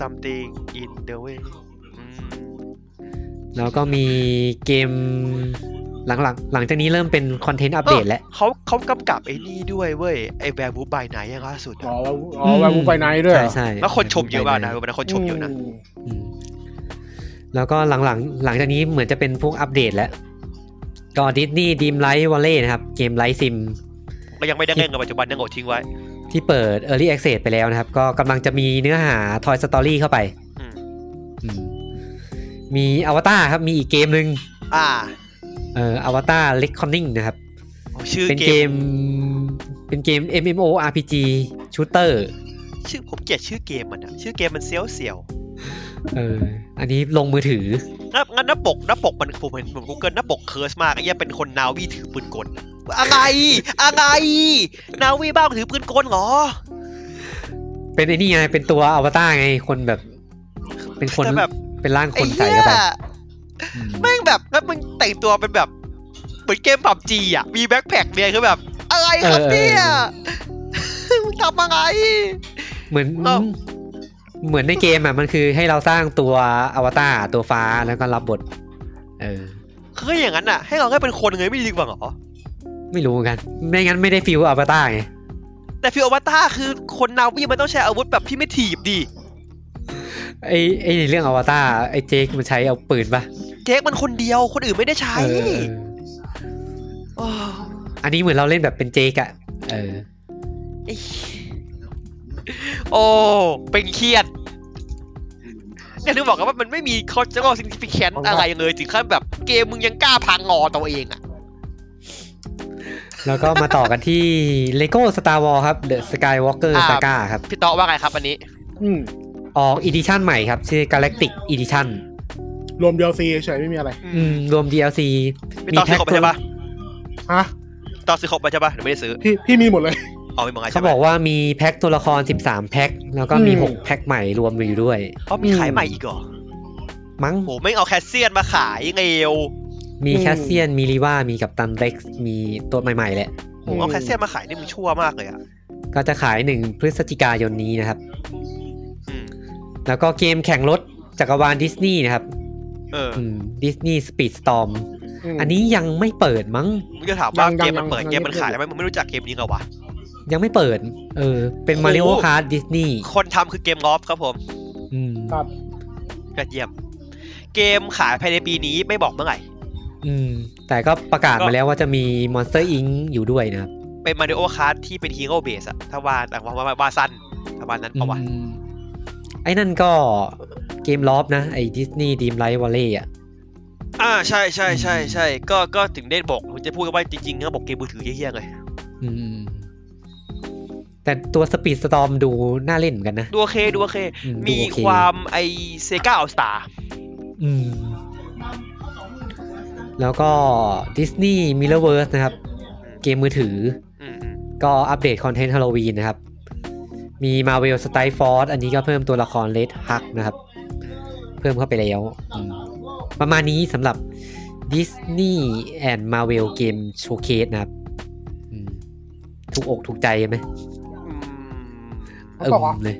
C: something in the way อืม
A: แล้วก็มีเกมหลังๆ หลังจากนี้เริ่มเป็นคอนเทนต์อัปเดตแล้ว
C: เขาเขากำกับไอ้นี่ด้วยเว้ย ไอ้แบร์บูบายไหนล่าสุด
D: อ๋อ
C: อะ
D: แล้วอ๋ออแวร์บูไปไนท์ด้วยเหร
A: ใช่
D: อ
A: ใช่
C: แล้วคนชมเยอะมากนะวันนั้นคนชมเยอะนะ
D: ม
A: อืมแล้วก็หลังๆ หลังจากนี้เหมือนจะเป็นพวกอัปเดตแล้ว ก็ดิสนีย์ดีมไลท์วอลเล่นะครับ เกมไลท์ซิม
C: ก็ยังไม่ได้เล่นกับปัจจุบันยังโอดทิ้งไว้
A: ที่เปิด Early Access ไปแล้วนะครับ ก็กำลังจะมีเนื้อหา Toy Story เข้าไป
C: อืม
A: อืมมีอวตารครับมีอีกเกมหนึ่ง
C: อ่า
A: เอ่ออวตารเล็กคอนนิ่งนะครับ
C: ชื่อ
A: เป็น
C: เก
A: เกม
C: ม
A: เป็นเกม MMORPG Shooter
C: ชื่อผมเกลียดชื่อเกมมันอะชื่อเกมมันเซียวเซียว
A: เออ อันนี้ลงมือถือ
C: ๆงั้นงั้นหน้าปกหน้าปกมันผมเห็นผมกูเกิลหน้าปกเคิร์สมากไอ้เหี้ยเป็นคนนาวีถือปืนกล อะไร อะไร นาวีบ้างถือปืนกลเหรอ
A: เป็นไอ้นี่ไง เป็นตัวอวตารไง คนแบบ เป็นคน
C: แต่แบบ
A: เป็นร่างคน
C: ไอ้
A: ใส่
C: เหี้
A: เข้าไป
C: ย
A: อืม
C: แม่งแบบแล้วมึงแต่งตัวเป็นแบบเหมือนเกมปับจีอ่ะ มีแบ็คแพคเนี่ยคือแบบ อะไรครับเนี่ยมึงทำอะไร
A: เหมือน
C: เอ้า
A: เหมือนในเกมอ่ะ มันคือให้เราสร้างตัวอวตารตัวฟ้าแล้วก็รับบท เออ
C: คืออย่างนั้นอ่ะ ให้เราแค่เป็นคนเงยไม่ดีกว่าเหรอ
A: ไม่รู้เหมือนกัน ไม่งั้นไม่ได้ฟิลอวตารไง
C: แต่ฟิวอวตารคือคนนาวีมันต้องใช้อาวุธแบบที่ไม่ถีบดิ
A: ไอไอในเรื่องอวตารไอเจคมันใช้เอาปืนปะ
C: เจคมันคนเดียวคนอื่นไม่ได้ใช้
A: เออ
C: โอ้
A: อันนี้เหมือนเราเล่นแบบเป็นเจกอะเออ
C: โอ้ เป็นเครียดอย่างที่บอกกันว่ามันไม่มี cultural significance
A: ผมว่า
C: อะไรเลยถึงขั้นแบบเกมมึงยังกล้าพังงอตัวเองอ่ะ
A: แล้วก็มาต่อกันที่ Lego Star Wars ครับ The Skywalker
C: อ่า
A: Saga ครับ
C: พี่เตอว่าไงครับอันนี้
D: อืม
A: ออกอีดิชันใหม่ครับ ชื่อ Galactic Edition
D: รวม DLC เฉยๆไม่มีอะไร
A: อืมรวม DLC
C: พี่เตอซื้อครบไปใช่ปะ
D: ฮะ
C: พี่เตอซื้อครบไปใช่ปะหรือไม่ได้ซื้อ
D: พี่พี่มีหมดเลย
C: เอาไปเมืองไง
A: เขา
C: ใช่ไหม
A: บอกว่ามีแพ็คตัวละคร 13 แพ็ค แล้วก็มี
D: อืม
A: 6 แพ็คใหม่รวมอยู่ด้วย
C: เขามีขายใหม่อีกเหรอ
A: มั้ง
C: โหไม่งเอาแคสเซียนมาขายเงว
A: มีแคสเซียน มีลิว่ามีกับตันเล็กซ์มีตัวใหม่ๆแหละ
C: โหเอาแคสเซียนมาขายนี่มึงชั่วมากเลยอ่ะ
A: ก็จะขาย 1 พฤศจิกายนนี้นะครับ
C: อืม
A: แล้วก็เกมแข่งรถจักรวาลดิสนีย์นะครับ
C: เออ
A: ดิสนีย์สปีดสตอม
D: ม
A: อันนี้ยังไม่เปิดมั้ง
C: มึงจะถามว่า
D: ยังๆ
C: เกมมันเปิด
D: ยังๆ
C: เกมมันขายทำไมมึงไม่รู้จักเกมนี้เหรอวะ
A: ยังไม่เปิด เออ เป็น
C: โอ้โห
A: มาริโอคาร์ดดิสนีย์
C: คนทำคือเกมลอฟครับผม
A: อืม
D: ครับ
C: ยอดเยี่ยม เกมขายภายในปีนี้ไม่บอกเมื่อไหร่
A: อืม แต่ก็ประกาศ
C: ก็
A: มาแล้วว่าจะมี Monster Inc อยู่ด้วยนะครับ
C: เป็นมาริโอคาร์ที่เป็นฮีโร่เบสอะถ้าวาดว่าว่าว่าสั้นประมาณนั้น
A: อื
C: ปะวะ
A: มไอ้นั่นก็เกมลอฟนะ ไอ้ดิสนีย์ดีมไลท์วอลเล่อะ
C: อ่าใช่ใช่ใช่ใช่ก็ก็ถึงได้บอกผมจะพูดกันว่าจริงๆก็บอกเกมมือถือเฮี้ยๆเลย
A: อืม แต่ตัวสปีดสตอมดูน่าเล่นเหมือนกันนะ
C: ดูโอเคดูโอเค
A: อืดู
C: มี
A: โอเ
C: ความไอเซกาออสตา
A: อืม แล้วก็ดิสนีย์มิเลเวิร์สนะครับ เกมมือถือ
C: อืมอืม
A: ก็อัปเดตคอนเทนต์ฮาโลวีนนะครับ มี Marvel s t i f o r c e อันนี้ก็เพิ่มตัวละคร Red Hulk นะครับ เพิ่มเข้าไปแล้วอืมประมาณนี้สำหรับ Disney and Marvel Game Showcase นะครับอืมถูกอกถูกใจไหม
C: อืม
D: เขาบอกว่า
A: มเลย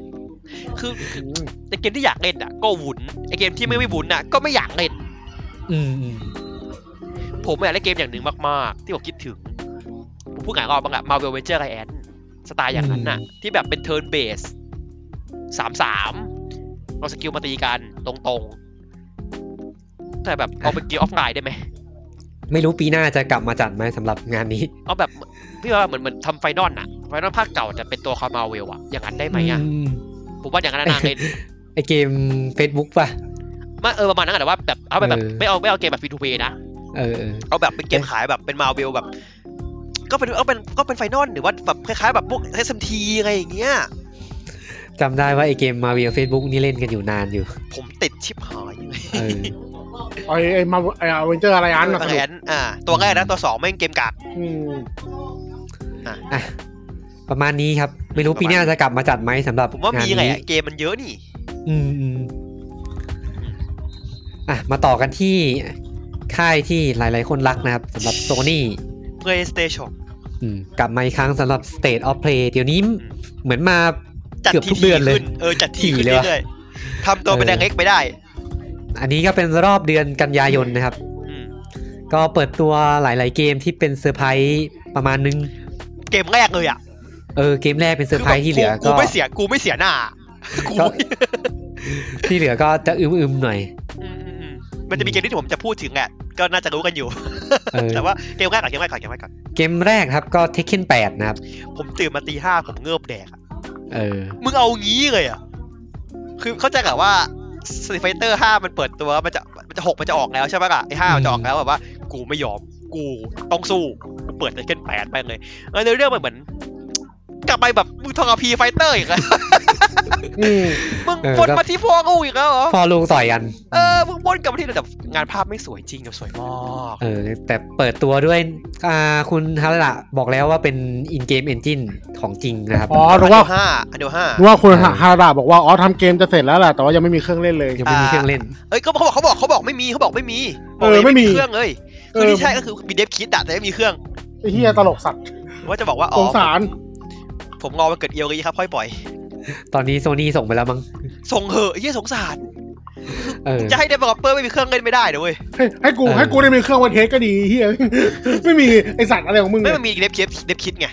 C: คือไอเกมที่อยากเล่นอะก็หวุนไอเกมที่ไม่ไม่หวุนอะก็ไม่อยากเล่น
A: อืมอืม
C: ผมอยากเล่นเกมอย่างหนึ่งมากๆ ที่ผมคิดถึง ผมพูดหลายรอบบ้างอะมาเวลเวนเจอร์ไรแอนสไตล์อย่างนั้นน่ะ ที่แบบเป็นเทิร์นเบสสามสามเอาสกิลมาตีกันตรงๆ แต่แบบเอาเป็นเกมออฟไลน์ได้ไหม
A: ไม่รู้ปีหน้าจะกลับมาจัดไหมสำหรับงานนี้
C: เอาแบบพี่ว่าเหมือนเหมือนทำไฟนอลน่ะไฟนอลภาคเก่าจะเป็นตัวคามาเวลอะอย่างนั้นได้ไหมอะ
A: ม
C: ผมว่าอย่างนั้นน่าเล่น
A: ไอเกม Facebook ป่ะ
C: มาเออประมาณนั้นอะแต่ว่าแบบเอาแบบ
A: เออ
C: ไม่เอาไม่เอาเกมแบบฟรีทูเพย์นะ
A: เออเออ
C: เอาแบบเป็นเกมขายแบบเป็นมาเวลแบบ ก็เป็นเอาเป็นก็เป็นไฟนอลหรือว่าแบบคล้ายๆแบบพวก SMT อะไรอย่างเงี้ย
A: จำได้ว่าไอเกม Marvel Facebook นี่เล่นกันอยู่นานอยู่
C: ผมติดชิบหายเลย
A: เออ
D: ไอ้ไอ้มาไอ้อเวนเจอร์อะไรอันนะส
C: ตั้ง
D: นุ
C: แอกนอ่า ตัวแรกนะ ตัวสองแม่งเกมกาก
D: อืม
A: อ่ะประมาณนี้ครับ ไม่รู้ปีหน้าจะกลับมาจัดไหมสำหรับ
C: ผมว่ามี
A: งน
C: แห
A: นี้
C: ละเกมมันเยอะนี่
A: อืมอืมอ่ะมาต่อกันที่ค่ายที่หลาย ๆ คนรักนะครับสำหรับโซนี่
C: PlayStation
A: กลับมาอีกครั้งสำหรับ State of Play เดี๋ยวนี้เหมือนมา
C: จัด
A: เกือบ
C: ที
A: ทุก
C: ที
A: เดือนเลย
C: ขึ้นเออ จัดที
A: ถี่
C: ขึ้น
A: เลยวะ
C: เรื่อยๆทำตัวเป็นแดงเล็กไปได้
A: อันนี้ก็เป็นรอบเดือนกันยายนนะครับ
C: อืม
A: ก็เปิดตัวหลาย ๆ เกมที่เป็นเซอร์ไพรส์ประมาณนึง
C: เกมแรกเลยอ่ะ
A: เออเกมแรกเป็นเซอร์ไพรส์ที่เหลือ
C: กู
A: ก็
C: ไม่เสียกูไม่เสียหน้า กู
A: ก็ ที่เหลือก็จะอึมๆหน่อย
C: อืมอืมอืมมันจะมีเกมที่ผมจะพูดถึงแหละก็น่าจะรู้กันอยู่
A: เออ
C: แต่ว่าเกมแรกก่อนเกมแรกก่อนเกมแรกก่อน
A: เกมแรกครับก็ Tekken 8 นะครับ
C: ผมตื่นมาตีห้าผมเงือบแดกอะ
A: เออ
C: มึงเอางี้เลยอ่ะคือเข้าใจกับว่าสตรีไฟเตอร์ห้ามันเปิดตัวมันจะมันจะหกมันจะออกแล้วใช่ไหมล่ะไอ้ห้ามันจะออกแล้วแบบว่า กูไม่ยอม กูต้องสู้กูเปิดแต่เกนแปดไปเลยเออเนื้อเรื่องมันเหมือน กลับไปแบบมึงทองอพีไฟเตอร์อีกแล้ว
D: อืม
C: มึง
A: เออ
C: วน
A: ก็
C: มาที่ฟอกูอีกแล้วเหรอ
A: พอลุงต่อยกัน
C: เออมึงวนกลับมาที่แต่งานภาพไม่สวยจริงกับสวยมาก
A: เออแต่เปิดตัวด้วยอ่าคุณฮาระละบอกแล้วว่าเป็น in game engine ของจริงนะครับ
D: อ๋อหรือว่า
C: อันเดียวห้าอันเดียวห้า
D: หรือว่าคุณ
A: เออ
D: ฮาราบอกว่า อ๋อทำเกมจะเสร็จแล้วแหละแต่ว่ายังไม่มีเครื่องเล่นเลย
A: ยังไม่มีเครื่องเล่น
C: เอ้ยก็เขาบอกเขาบอกเขาบอกไม่มีเขาบอกไม่มี
D: เออไม่มี
C: เครื่องเลย
D: เอ
C: คือ
D: อ
C: ที่ใช่ก็คือมีเดฟคิดอะแต่ไม่มีเครื่อง
D: ไอ้เฮียตลกสัตว์
C: ผมว่าจะบอกว่าอ๋
D: ส
C: อง
D: สาร
C: ผมงอมาเกิดเอียวกี้ครับค่อยปล่อย
A: ตอนนี้โซนี่ส่งไปแล้วมั้ง
C: ส่งเหอะไอ้เหี้ยสงสาร
A: เออ
C: จะให้เดฟเปอร์ไม่มีเครื่องเล่นไม่ได้นะเว้ย
D: ให้ให้กู
A: เออ
D: ให้กูได้มีเครื่องไวันเทสก็ดีเฮีย ไม่มีไอสัตว์อะไรของมึง
C: ไม่
D: เนี่ย
C: มันมีเดฟคิดเดฟคิดไง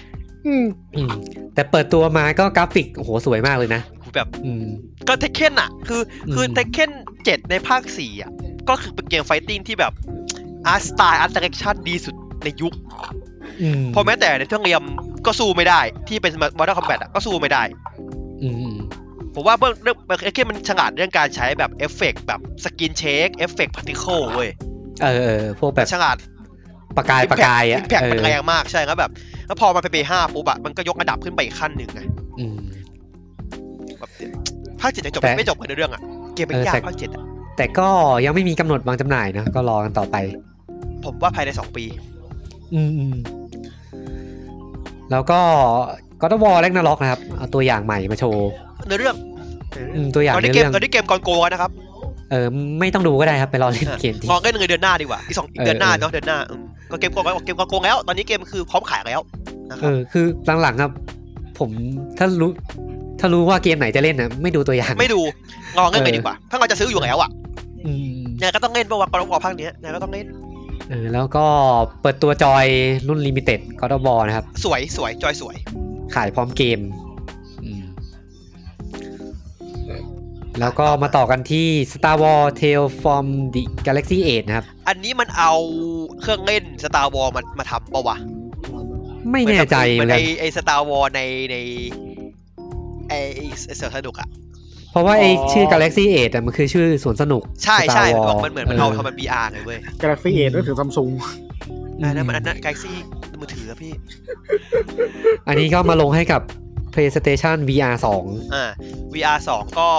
D: อืม
A: อืมแต่เปิดตัวมาก็กราฟิกโอ้โหสวยมากเลยนะ
C: คือแบบ
A: อืม
C: ก็เทคเ e นอะคือคือ
A: ม
C: เทคเ e นเจ็ดในภาคสี่อะก็คือเป็นเกมไฟติ้งที่แบบอาร์ตสไตล์อาร์ตเดเรคชั่นดีสุดใน ในยุค
A: อืม
C: เพราะแม้แต่ในเครื่องเรียมก็สู้ไม่ได้ ที่เป็นมอเตอร์คอมแบทก็สู้ไม่ได้
A: อืมอืม
C: ผมว่าเบื้องเรื่องเอเคมันฉลาดเรื่องการใช้แบบเอฟเฟกแบบสกินเชคเอฟเฟกพาร์ติเคิลเว้ย
A: เออเออพวกแบบ
C: ฉลาด
A: ประกายประกายอ่ะ
C: แพค
A: เอ
C: มัน
A: อ
C: แรงมากใช่ครับแบบแล้วพอมาเป็นเบห้าปุ๊บอะมันก็ยกระดับขึ้นไปอีกขั้นหนึ่งไง
A: อืม
C: แบบภาคเจ็ดยังจบ
A: แต่
C: ไม่จบกันในเรื่องอะเกมมั
A: เออย
C: นาก
A: แต่
C: ภาคเจ็ดอะ
A: แต่ก็ยังไม่มีกำหนดวางจำหน่ายนะก็รอกันต่อไป
C: ผมว่าภายในสองปี
A: อืมอืมแล้วก็ก็ต้องวอลเล็กนล็อกนะครับ เอาตัวอย่างใหม่มาโชว์
C: ในเรื่อง
A: อืมตัวอย่าง
C: ตอน
A: ใน
C: นี้เกม
A: เรื่อง
C: ตอนนี้เกมกอนโกะนะครับ
A: เออไม่ต้องดูก็ได้ครับ ไปรอเล่น
C: อ่ะ
A: เกมที่
C: งองก็เลยเดือนหน้าดีกว่าอีกสองอีก
A: เออ
C: เดือนหน้าเนาะเดือนหน้าอืมก็เกมกอนโกะเกมกอนโกะแล้ว ตอนนี้เกมคือพร้อมขายแล้วนะค
A: เอ
C: รับ
A: อคือหลังๆครับ ผมถ้ารู้ ถ้ารู้ว่าเกมไหนจะเล่นนะไม่ดูตัวอย่าง
C: ไม่ดูงองก็เลย
A: เออ
C: ดีกว่า ถ้าเราจะซื้ออยู่แล้วอะ
A: อืม
C: ยังไงก็ต้องเล่นเพราะว่ากอนโกะภาคเนี้ยยังไงก็ต้องเล่น
A: เออแล้วก็เปิดตัวจอยรุ่นลิมิเต็ดก็ต้องบอนะครับ
C: สวยสวยจอยสวย
A: ขายพร้อมเกมอืมแล้วก็มาต่อกันที่ Star Wars Tales from the Galaxy 8 นะครับ
C: อันนี้มันเอาเครื่องเล่นสตาร์วอลมามาทำปะวะ
A: ไม่แน่ใจ
C: เห
A: เหมื
C: มือ
A: อน น
C: ไอ
A: กัน
C: ไอสตาร์วอลในในไอไอ้ไอเสือสนุกอะ
A: เพราะว่าไอ
D: อ๋อ
A: ชื่อ Galaxy 8อะมันคือชื่อสวนสนุก
C: ใช่ใช่
A: Star
C: มัน
A: Wars
C: บอกมันเหมือนมันเอา
A: อ
C: ทำมัน VR เลยเว้ย
D: กราฟิกเอทนึกถึงซัมซุง
C: อันนั้นมันอันนั้นไกซี่มือถืออะพี่
A: อันนี้ก็มาลงให้กับ PlayStation VR 2
C: อ่า VR 2 ก็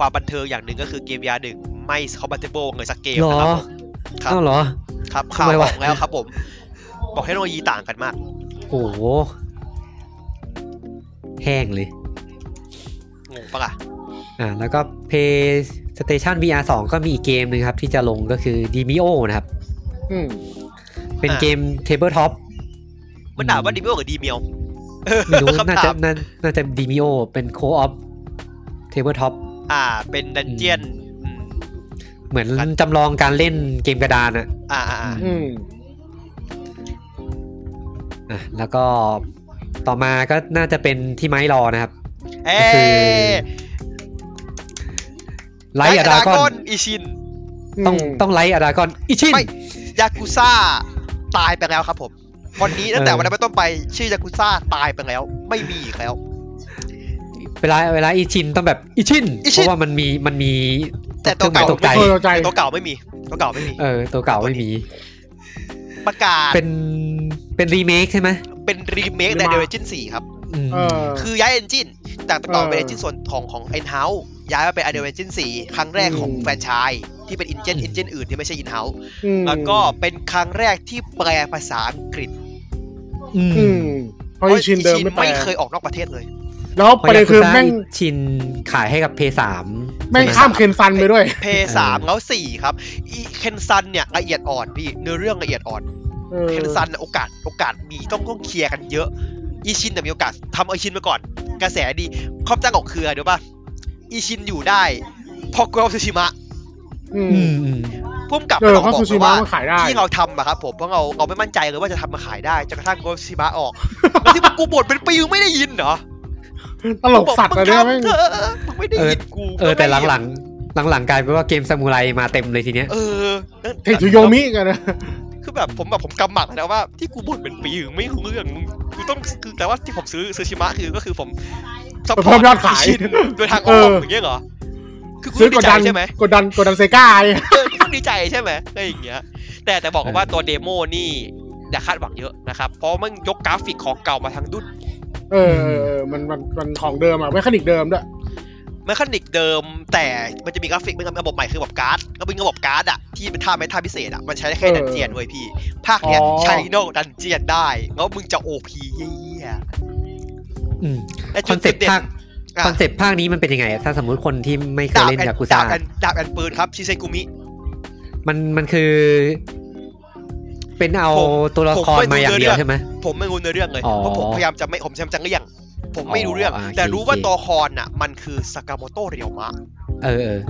C: ความบันเทิงอย่างหนึ่งก็คือเกม VR 1 ไม่ compatible เลยสักเกม
A: หร
C: นะ
A: อ
C: ครับผมครั
A: เอ้า
C: บ
A: เหรอ
C: ครับข่าว
A: ทำไม
C: บ
A: วะ
C: อกแล้วครับผม บอกเทคโนโลยีต่างกันมาก
A: โอ้โห แห้งเลย
C: งงปะล่ะ
A: อ่าแล้วก็ PlayStation VR 2 ก็มีอีกเกมหนึงครับ ที่จะลงก็คือ Demio นะครับ
D: อืม
A: เป็นเกม Tabletop
C: มันด่าว่าดีเมลกับดีเมล
A: ไม่รู้ น่า
C: คำถา
A: จะ
C: ม
A: น่าน่าจะ Demio เป็น Co-op Tabletop
C: อ่า เป็นดันเจียนอืม
A: เหมือน
C: อัน
A: จำลองการเล่นเกมกระดานอะ
C: อ่าอ่าอ่า
D: อืม
A: อ่ะแล้วก็ต่อมาก็น่าจะเป็นที่ไม้รอนะครับ
C: เอ้
A: ก็คือ ไลท์อะดรากอน
C: อิชิน
A: ต้องต้องไลท์อะดรากอนอิชิน
C: ไม่ ยากุซ่าตายไปแล้วครับผม วันนี้ตั้งแต่วันนั้นเป็นต้นไปชื่อยากุซ่าตายไปแล้ว ไม่มีอีกแล้ว
A: เวลาเวลาอิชินต้องแบบอิชิน
C: อิ
A: เพ
C: ชิน
A: ราะว่ามันมีมันมี
C: แต่ตัว
A: ครื่
C: เก่า
A: องหมยตกใจ
C: ไม่มีตัวเก่าไม่มีตัวเก่าไม่มี
A: เออ ตัวเก่าไม่มี
C: ประกาศ
A: เป็นเป็นรีเมคใช่ไหม
C: เป็นรีเมคในเดเรจินสี่ครับ
A: อืม
D: เออ
C: คือย้ายเอนจินจากแต่ก่อนเป็น
D: เอ
C: เอ
D: อน
C: จินส่วนของของเอ็นเฮาส์ย้ายมาเป็นอเดเรจินสี่ครั้งแรกของ
D: อืม
C: แฟรนไชส์ที่เป็นอินเจนอินเจนอื่นที่ไม่ใช่อินเฮาส์
D: ม
C: แล้วก็เป็นครั้งแรกที่แปลภาษาอังกฤษ
A: อื
D: อื
A: ม
D: มเพราะอีชินเดิมไม่แปล
C: ไม่เคยออกนอกประเทศเลย
D: แล้ว
A: พ
D: ประเด็นคือแม่ง
A: อิชินขายให้กับเพย์สาม
D: แม่งข้ามเคนซันไปด้วย
C: เพย์สามแล้วสี่ครับอีเคนซันเนี่ยละเอียดอ่อนพี่เนื้อเรื่องละเอียดอ่อน
D: เออ
C: เคนซันน่ะโอกาสโอกาสมีต้องต้องเคลียร์กันเยอะอีชินแต่ยมีโอกาสทำเอาอีชินมาก่อน กระแสดีครอบจ้างออกเครือเดี๋ยวป่ะอีชินอยู่ได้เพอกรอบซูชิมะ
D: อืม
A: อืมอืม
C: พุ่มกับ
D: เอ
C: มา
D: อ
C: ลอง
D: เพราะ
C: บอก
D: ซูชิ
C: นะ
D: มะ
C: ว่า
D: มันขายได้
C: ที่เราทำอะครับผมเพราะเราเราไม่มั่นใจเลยว่าจะทำมาขายได้จนกระทั่งกรอบซูชิมะออก แล้วที่กูบ่นเป็นปีมึงไม่ได้ยินเหรอ
D: ตลกสัตว์
C: มึ
D: อะ
C: ง
D: เนี่ย
C: ทำ
D: แม่ง
C: เถอะมึงไม่ได้ยินกู
A: เออ แต่หลังๆ หลังๆกลายเป็นว่าเกมซามูไรมาเต็มเลยทีเนี้ย
C: ๆเออ
D: เทคโยมิกันนะ
C: คือแบบผมแบบผมกำหมัดนะว่าที่กูบ่นเป็นปีถึงไม่รู้เรื่องมึงกูต้องคือแต่ว่าที่ผมซื้อซื้อชิมะคือก็คือผม support
D: เพิ่มยอดขาย
C: ชินโดยทางอ้
D: เอ
C: อม
D: อ
C: อย่างเงี้ยเหรอคือกู
D: ซื้อ
C: ดี
D: กด
C: ใจ
D: ดัน
C: ใช่ไหม
D: กดดันกดดันเซกาไอ้
C: เออกูดีใจใช่ไหมอะไรอย่างเงี้ย แต่แต่บอกกันว่าตัวเดโมนี่อย่าคาดหวังเยอะนะครับ เพราะมันยกกราฟิกของเก่ามาทางดุน
D: เออเออเออมันมันมันของเดิมอะไม่คณิกเดิมด้วย
C: แมคานิกเดิม แต่มันจะมีกราฟิกเป็นระบบใหม่คือแบบการ์ดก็เป็นระบบการ์ดอะที่เป็นท่าไม้ท่าพิเศษอะมันใช้ได้แค่ดันเจียนเว้ยพี่ ภาคเนี้ยใช้นอกดันเจียนได้แล้วมึงจะโอพีเยี่ยๆ
A: อืม
C: ไอ้
A: ค
C: จุ
A: อ
C: ด
A: นเซ็ปต์
C: จุดเด่น
A: ภาค
C: อ่ะ
A: คอนเซ็ปต์ภาคนี้มันเป็นยังไงอะถ้าสมมุติคนที่ไม่เคย
C: ดาบ
A: เล่น
C: แอน
A: ยากุซ่า
C: ดาบแอนดาบแอนปืนครับชิเซกุมิ
A: มันมันคือ เป็นเอา
C: ผม
A: ตัวละคร
C: ผมไม่
A: มาอย่า
C: รู้
A: งเดีย
C: เรื่
A: ว
C: อง
A: ใช่ไหม
C: ผมไม่รู้เนื้อเรื่องเลย
A: อ๋อ
C: เพราะผมพยายามจะไม่ผมพยายามจะเลี่ยงผมไม่
A: อ๋อ
C: รู้เรื่อง
A: อ่า
C: แต่
A: โอเค
C: รู้ว่า
A: โอเค
C: ตัวละครน่ะมันคือสากาโมโตะเรียวมะ
A: เออเออ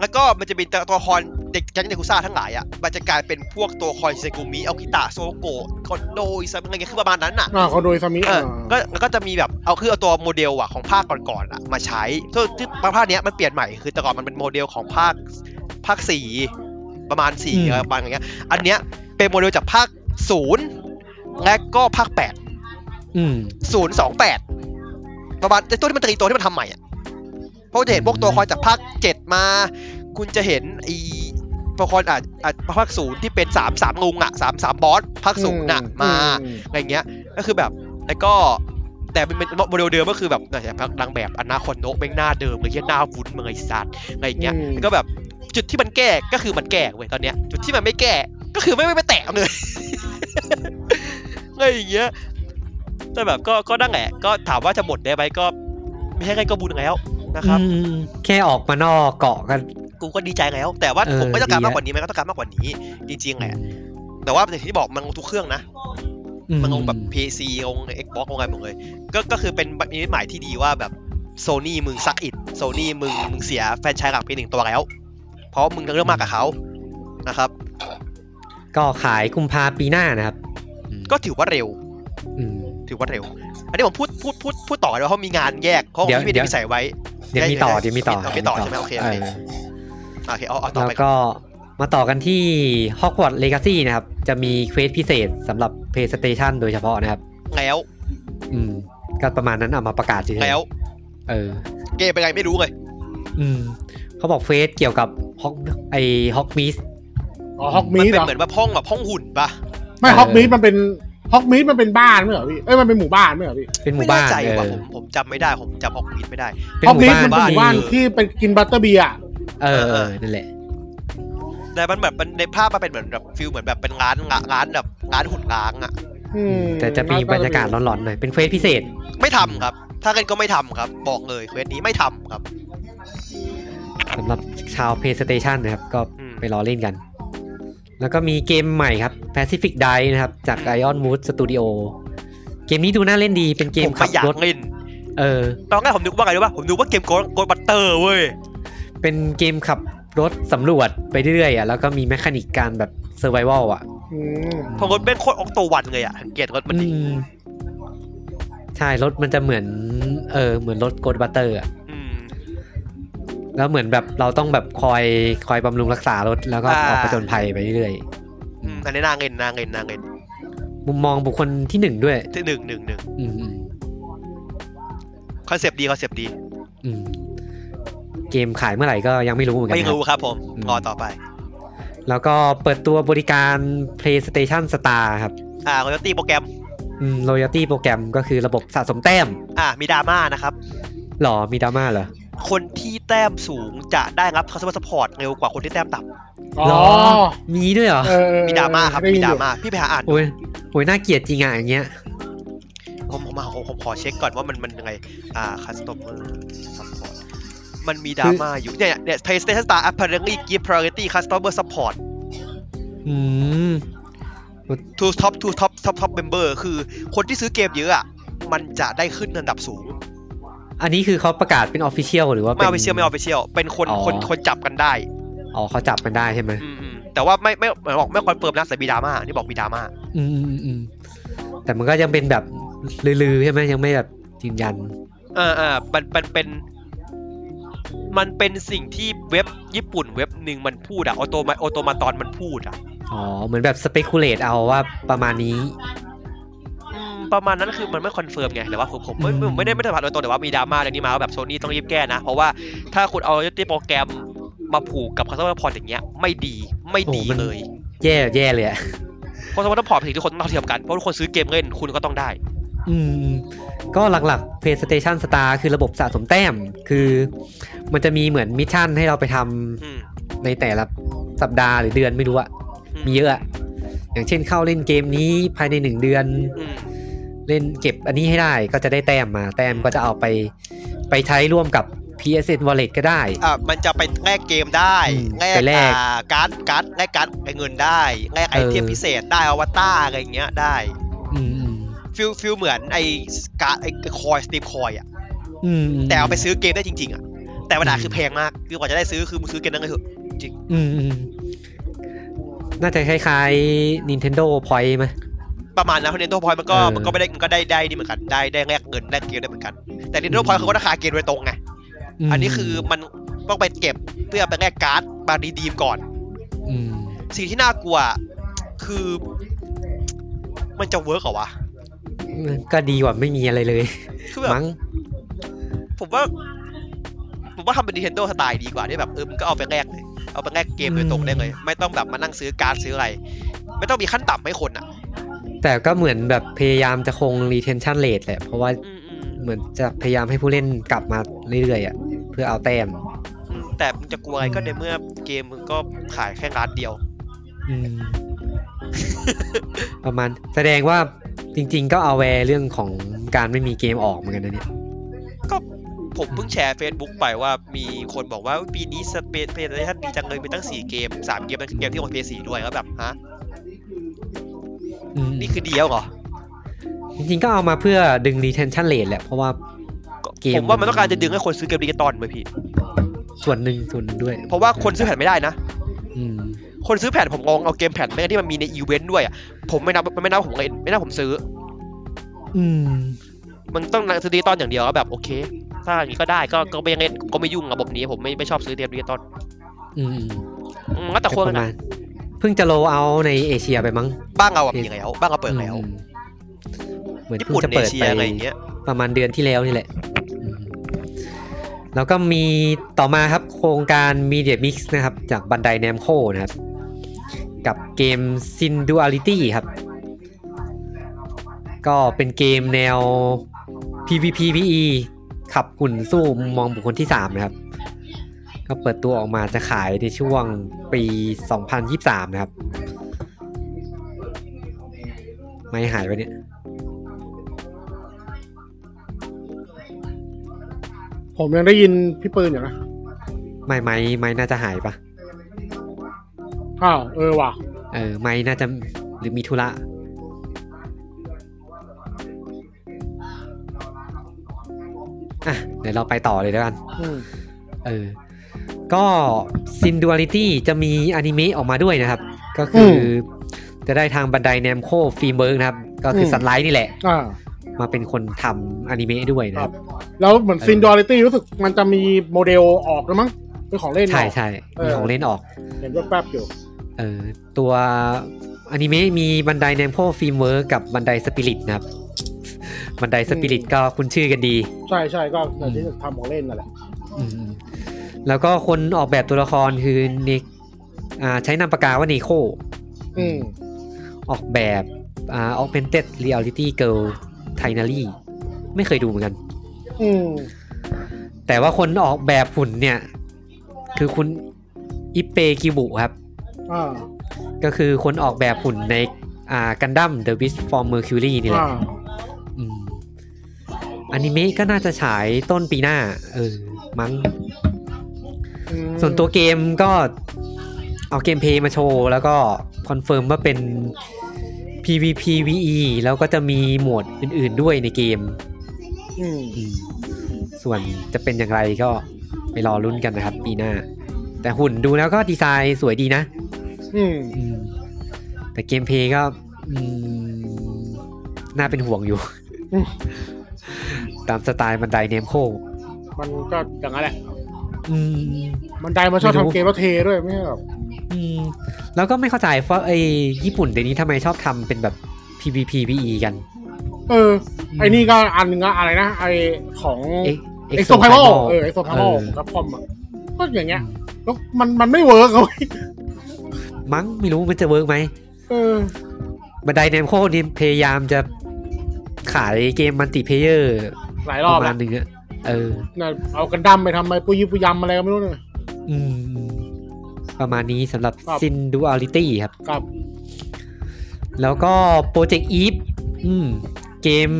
C: แล้วก็มันจะมีตัวละครเด็กแก๊งเดกุซ่าทั้งหลายอ่ะมันจะกลายเป็นพวกตัวละครชิเซกุมิอากิตะโซโกะคอนโดอิซัมอะไรเงี้ยคือประมาณนั้นน่ะ
D: อ่าเขาโดยซามิ
C: เอ
D: อ่า
C: อก็แล้วก็จะมีแบบเอาคือเอาตัวโมเดลอ่ะของภาคก่อนๆอ่ะมาใช้ซึ่งที่ภาคเนี้ยมันเปลี่ยนใหม่คือแต่ก่อนมันเป็นโมเดลของภาคภาคสี่ประมาณสี่ประมาณอย่างเงี้ยอันเนี้ยเป็นโมเดลจากภาค ศูนย์และก็ภาคแปด
A: อืม
C: ศูนย์สองแปดประมาณแต่ตัวที่มันตรีตัวที่มันทำใหม่อะเพราะว่าจะเห็นพวกตัวละครจากภาคเจ็ดมา คุณจะเห็นไอีตัวละครอาจอาจภาคศูนย์ที่เป็นสามสามงงอะสามสามบอสภาคศูนย์อะมา
D: อืม
C: อะไรเงี้ย ก็คือแบบแล้วก็ แต่มันเป็นโมเดลเดิมก็คือแบบนะพักรังแบบอนาคอนโนะเป็นหน้าเดิมเลยเหี้ยหน้าวุ้นเมืองไอสัตว์อะไรเงี้ยแล้วก็แบบจุดที่มันแก้ก็คือมันแก้เว้ยตอนเนี้ย จุดที่มันไม่แก้ก็คือไม่ไม่ไปแตะเลย อะไรอย่างเงี้ยแต่แบบก็ก็นั่นแหละ ก็ถามว่าจะหมดได้ไหมก็ ไม่ใช่ใครก็บุญแล้วนะครับ
A: อืมแค่ออกมานอกเกาะกัน
C: กูก็ดีใจแล้ว แต่ว่า
A: เออ
C: ผมไม่ต้องการ
A: ดี
C: มาก
A: อะ
C: กว่านี้ไหมก็ต้องการมากกว่านี้ จริงๆแหละแต่ว่าอย่างที่บอกมันลงทุกเครื่องนะ
A: อื
C: มันลงแบบ PC ลง Xbox ลงอะไรหมดเลย ก็ ก็คือเป็นนิมิตหมายที่ดีว่าแบบโซนี่มึงซักอิดโซนี่มึง มึงเสียแฟรนไชายหลักไปหนึ่งตัวแล้ว เพราะมึงเรื่องมากกับเขานะครับ
A: ก็ขายกุมภาปีหน้านะครับ
C: ก็ถือว่าเร็ว
A: อืม
C: ถือว่าเร็ว อันนี้ผมพูด พูด พูด พูดต่อเลยเพราะมีงานแยก เพราะ
A: เดี๋ยว
C: พี่ไม่
A: เดี๋ย
C: ได้
A: ว
C: มีใส่ไว้
A: เดี๋ยวมีต่อเดี๋ยวมีต่อ
C: เอามีต่อใช่ไหมโอเคโอเค อ่ะโอเค เอา เอา
A: เออ
C: ต่อ
A: แล้
C: ไป
A: วก็มาต่อกันที่ Hogwarts Legacy นะครับ จะมีเควสพิเศษสำหรับ PlayStation โดยเฉพาะนะครับ
C: แล้ว
A: อืม ก็ประมาณนั้นเอามาประกาศเฉยๆ
C: แล้ว
A: เออ
C: เกมเป็นไงไม่รู้เลย
A: อืม เขาบอกเควสเกี่ยวกับฮอกไอฮอกมิส
D: อ๋อฮอกมี
C: มัน
D: ดเหรอ
C: เป็นเหมือนแบบห้องแบบห้องหุ่นปะ
D: ไม่
A: เออ
D: ฮอกมีดมันเป็นฮอกมีดมันเป็นบ้านไม่เหรอพี่เอ้ยมันเป็นหมู่บ้านไม่เหรอพี่
A: เป็นห
C: ไม่
A: มู่
C: แน่
A: บ้าน
C: ใจ
A: เอ
C: ว่ะ
A: อ
C: ผม ผมจำไม่ได้ ผมจำห้องมิดไม่ได้
A: เป็น
D: ฮอ
A: ห
D: ก
A: มู่
D: มีด
A: บ้าน
D: มันเป็นหมู่บ้าน
C: บ้าน
D: ที่ไปกินบัตเตอร์เบียร์อะ
A: เออเออนั่นแหละ
C: แต่มันแบบมันในภาพมันเป็นเหมือนแบบฟิลเหมือนแบบเป็นร้านร้านแบบร้านหุ่นร้างอะ
D: อืม
A: แต่จะมีบรรยากาศร้อนๆหน่อย เป็นเควสพิเศษ
C: ไม่ทำครับ ถ้าเล่นก็ไม่ทำครับ บอกเลยเควสนี้ไม่ทำครับ
A: สำหรับชาว PlayStation นะครับ ก็
C: อืม
A: ไปรอเล่นกัน แล้วก็มีเกมใหม่ครับ Pacific Dive นะครับ จาก Ironwood Studio เกมนี้ดูน่าเล่นดีเป็นเก
C: ผม ม
A: ขั
C: ไม่
A: บ
C: อยาร ก
A: ถ
C: เล่น
A: เออ
C: ตอนแรกผมนึกว่าไงรู้ป่ะผมนึกว่าเกมโกนโกนบัตเตอร์เว้ย
A: เป็นเกมขับรถสำรวจไปเรื่อยๆอ่ะแล้วก็มีแมคานิกการแบบ Survival อ่ะ
D: อืม
C: พอรถแม่งโคตรออกตัววันเลยอะสังเกตรถมันดิ
A: อืมใช่รถมันจะเหมือน เออ เหมือนรถโกดบัตเตอร์อ่ะ
C: อืม
A: แล้วเหมือนแบบเราต้องแบบคอยคอยบำรุงรักษารถแล้วก็
C: อ่า
A: ออกผจญภัยไปเรื่อย
C: อืมอันนี้น่าเงินน่าเงินน่าเงิน
A: ๆมุมมองบุคคลที่หนึ่งด้วย
C: ที่หนึ่งหนึ่งหนึ่ง
A: อืมๆ
C: คอนเซปต์ดีคอนเซปต์ดี
A: อืมเกมขายเมื่อไหร่ก็ยังไม่รู้เหมือนกัน
C: ไม่
A: นะค
C: รู้
A: รับ
C: ครับผม
A: อืม
C: รอต่อไป
A: แล้วก็เปิดตัวบริการ PlayStation Star ครับ
C: อ่าคอนเซปตีโปรแกรม
A: อืม loyalty โปรแกรมก็คือระบบสะสมแต้ม
C: อ่า มีดราม่านะครับ
A: หรอมีดราม่าเหรอ
C: คนที่แต้มสูงจะได้รับ customer support เร็วกว่าคนที่แต้มต่ำ
D: อ๋อ
A: หรอ มีด้วยเหรอ
D: เออเออ
C: มีดราม่าครับ
D: ไยิ
C: มี
D: น
C: ด
D: อ
C: รา
D: ยู่
C: ม่า พี่ไปหาอ่าน
A: โอ้ยโอ้ยน่าเกลียดจริงอ่ะอย่างเงี้ย
C: ผมผมผมผมขอเช็คก่อนว่ามันมันยังไง อ่า customer support มันมีดราม่าอยู่เนี่ยเนี่ย PlayStation Star apparently give priority customer support
A: อืม
C: to top to top top top member คือคนที่ซื้อเกมเยอะอ่ะ มันจะได้ขึ้นอันดับสูง
A: อันนี้คือเขาประกาศเป็น official หรือว่า
C: ไม่
A: น
C: เอาไปเชียวไม่เอาไปเชียว เป็นคน
A: อ๋อ
C: คนคนจับกันได้
A: อ๋อเขาจับมันได้ใช่ไหม
C: อืมอืมแต่ว่าไม่ไม่ไม่บอกไม่คอนเฟิร์มนะแต่มีดราม่านี่บอกมีดราม่า
A: อืมอืมอืมแต่มันก็ยังเป็นแบบลือๆใช่ไหมยังไม่แบบยืนยัน
C: เออเออมันมันเป็น มันเป็นสิ่งที่เว็บญี่ปุ่นเว็บหนึ่งมันพูดอ่ะออโตมาออโตมาตอนมันพูดอ่ะ
A: อ๋อ เหมือนแบบ speculate เอาว่าประมาณนี้
C: อืมประมาณนั้นคือมันไม่คอนเฟิร์มไงแต่ว่าผมผมไม่
A: อืม
C: ผมไม่ได้ไม่ได้ผ่านโดยตรงแต่ว่ามีดราม่าเรื่องนี้มาว่าแบบโซนี่ต้องรีบแก้นะ เพราะว่าถ้าคุณเอาที่โปรแกรมมาผูกกับคัสเตอร์พอร์ตอย่างเงี้ยไม่ดีไม่ดีเลย
A: แย่แย่เลยอ่ะ
C: เพราะสมมติว่าพอร์ตเป็นสิ่งที่คนต้องเท่าเทียมกัน เพราะทุกคนซื้อเกมเล่นคุณก็ต้องได้
A: อืมก็หลักๆ PlayStation Star คือระบบสะสมแต้ม คือมันจะมีเหมือนมิชชั่นให้เราไปท
C: อืม
A: ำในแต่ละสัปดาห์หรือเดือนไม่รู้อะมีเยอะอะอย่างเช่นเข้าเล่นเกมนี้ภายในหนึ่งเดือน
C: อืม
A: เล่นเก็บอันนี้ให้ได้ก็จะได้แต้มมา แต้มก็จะเอาไปไปใช้ร่วมกับ PSN Wallet ก็ได้
C: อ่ะมันจะไปแลกเกมได้
A: อืม
C: แลก
A: ไปแลก
C: อ่าการ์ดการ์ดแลกการ์ดไอเงินได้แลกไอเทม
A: เออ
C: พิเศษได้อวตารอะไรอย่างเงี้ยได้
A: อืม
C: ฟิลฟิลเหมือนไอการ์ดไอคอยสตีมคอยอ่ะ
A: อืมม
C: แต่เอาไปซื้อเกมได้จริง ๆอ่ะแต่ปัญหาคือแพงมากคือกว่าจะได้ซื้อคือมึงซื้อเกมนั้นก็เถอะ
A: อืมอืมน่าจะคล้ายๆ Nintendo Point ไหม
C: ประมาณนั้นเพราะ Nintendo Point มันก็
A: เออ
C: มันก็ไม่ได้มันก็ได้ได้นี่เหมือนกันได้ได้แลกเงินแลกเกมได้เหมือนกันแต่ Nintendo Point เขาก็ราคาเกมโดยตรงไง
A: ม
C: อันนี้คือมันต้องไปเก็บเพื่อไปแลกการ์ดมาดีดีมก่อน
A: อืม
C: สิ่งที่น่ากลัว คือ มันจะเวิร์กเหรอวะ
A: ก็ดีกว่าไม่มีอะไรเลย
C: คือแบบ
A: มั้ง
C: ผมว่า ผมว่าทำเป็น Nintendo สไตล์ดีกว่าที่แบบเออมันก็เอาไปแลกเลย เอาไปแลกเกมโดยตรงได้เลย ไม่ต้องแบบมานั่งซื้อการ์ดซื้ออะไร ไม่ต้องมีขั้นต่ำให้คนอ่ะ
A: แต่ก็เหมือนแบบพยายามจะคง retention rate แหละ เพราะว่า
C: อืมอืม
A: เหมือนจะพยายามให้ผู้เล่นกลับมาเรื่อยๆอ่ะเพื่อเอาแต้ม
C: อืมแต่มึงจะกลัวอะไรก็ในเมื่อเกมมึงก็ขายแค่ร้านเดียว
A: อืมประมาณแสดงว่าจริง ๆ ก็เอาแวร์เรื่องของการไม่มีเกมออกเหมือนกันนะเนี่ย
C: ก็ผมเพิ่งแชร์ Facebook ไปว่ามีคนบอกว่าปีนี้สเปซเพลย์ท่านดีจังเลยมีตั้ง 4 เกม 3 เกมนั่นคือเกมที่ของเพย์สีด้วยแล้วแบบฮะ
A: อืม
C: นี่คือดีแล้วเหรอ
A: จริงๆก็เอามาเพื่อดึง retention rate แหละ เพราะว่า
C: ก็
A: เกม
C: ผมว่ามันต้องการจะดึงให้คนซื้อเกมดิจิตอลไปพี่
A: ส่วนหนึ่งส่วนหนึ่งด้วย
C: เพราะว่าคนซื้อแผ่นไม่ได้นะ
A: อืม
C: คนซื้อแผ่นผมลองเอาเกมแผ่นแม่งที่มันมีในอีเวนต์ด้วยอ่ะผมไม่นับไม่นับผมเลยไม่นับผมซื้อ
A: อืม
C: มันต้องซื้อดิจิตอลอย่างเดียวแล้วแบบโอเค ถ้าอย่างนี้ก็ได้ก็ก็ไม่เล่นก็ไม่ยุ่งระบบนี้ผมไม่ไม่ชอบซื้อเกมดิจิตอล
A: อืม
C: อืมแล้วแต่คน
A: ประมา
C: นะ
A: ณเพิ่งจะโลเอาในเอเชียไปมั้ง
C: บ้างเราอะมีแล้วบ้างเราเปิดแล้ว
A: อืมเหมือน
C: ญี่
A: เพิ่ง
C: ปุ่น
A: จะ
C: เอ
A: เปิด
C: เชีย
A: ไป
C: อะไรอย่างเงี้ย
A: ประมาณเดือนที่แล้วนี่แหละอืมแล้วก็มีต่อมาครับโครงการ Media Mix นะครับ จากบันไดแนมโคนะครับ กับเกม Sin Duality ครับ ก็เป็นเกมแนว PVP PE ขับหุ่นสู้มุมมองบุคคลที่ 3 นะครับ ก็เปิดตัวออกมาจะขายในช่วงปี 2023 นะครับ ไม่หายไปเนี่ย
D: ผมยังได้ยินพี่ปืนอยู่นะ
A: ไม่ไม่ไม่น่าจะหายปะ
D: อ้าวเออว่ะ
A: เออไม่น่าจะหรือมีธุระอ่ะเดี๋ยวเราไปต่อเลยแล้วกัน
D: อืม
A: เออ ก็ซินดู a ลิตี้จะมีอนิเมะออกมาด้วยนะครับ ก็คืออจะได้ทางบันไดแนมโคฟิล์มเบิร์กนะครับ ก็คือสัตว์ไลท์นี่แหละ
D: อ่า
A: มาเป็นคนทำอนิเมะด้วยนะครับ
D: แล้วเหมือน
A: เออ
D: ซินดอริตี้รู้สึกมันจะมีโมเดลออกแล้วมั้งเป็นของเล่น
A: ใช่
D: เนอะ
A: ใช่
D: เออ
A: มีของเล่นออก
D: เห็นแป๊บๆอยู่
A: เออตัวอนิเมะมีบันไดแนมโคฟิล์มเวิร์กกับบันไดสปิริตนะครับ บันไดสปิริต
D: อืม
A: ก็คุ้นชื่อกันดี
D: ใช่ใช่ก็อย่างที่ทำของเล่นนั่นแหละ
A: อืมแล้วก็คนออกแบบตัวละครคือนิกอ่าใช้นามปากกาว่านิโค
D: อืม
A: ออกแบบอ่า augmented reality girl t i n a r y ไม่เคยดูเหมือนกัน
D: อืม
A: แต่ว่าคนออกแบบหุ่นเนี่ย คือคุณอิเปกิบุครับ
D: อ่า
A: ก็คือคนออกแบบหุ่นในอ่ากันดั้ม The Beast from Mercury นี่แหละ
D: อ่า
A: อืมอนิเมะก็น่าจะฉายต้นปีหน้า เออ มั้ง
D: อืม
A: ส่วนตัวเกมก็เอาเกมเพลย์มาโชว์ แล้วก็คอนเฟิร์มว่าเป็น PVP VE แล้วก็จะมีโหมดอื่นๆด้วยในเกม
D: อืม
A: อืมส่วนจะเป็นอย่างไรก็ไปรอรุ่นกันนะครับ ปีหน้า แต่หุ่นดูแล้วก็ดีไซน์สวยดีนะ
D: อืม
A: อืมแต่เกมเพลย์ก็อืมน่าเป็นห่วงอยู่ ตามสไตล์บันไดเนมโค
D: มันก็อย่างนั้นแหละ
A: อืม
D: มันไดมันชอบ
A: ไม่รู้
D: ทำเกมแล้วเทด้วยไม่ใช่หรอ
A: อืมแล้วก็ไม่เข้าใจว่าไอ้ญี่ปุ่นเดี๋ยวนี้ทำไมชอบทำเป็นแบบ PVP PE กัน
D: เออ ไอ้นี่ก็อันนึงอะอะไรนะไอของ
A: เอ็ก
D: เอ็กโซไพโมเออเอ็กโซไพโมกับคอมอ่ะก็อย่างเงี้ยแล้วมันมันไม่เวิร์กเลย
A: มั้งไม่รู้มันจะเวิร์กไหม
D: เออ
A: บันไดเนมโคนี่พยายามจะขายเกมมัลติเพเยอร์
D: หลาย
A: ป
D: รอบ
A: ระมา
D: แล้
A: ณ
D: ว
A: หนึ่งอะเออ
D: น่ะเอากันดั้มไปทำไมปุยยิปุยยำอะไรก็ไม่รู้เนี่ย
A: อืม ประมาณนี้สำหรับ
D: ครับ
A: s i n d u a l i t y ครับ
D: กับ
A: แล้วก็ Project Eve อืม เกม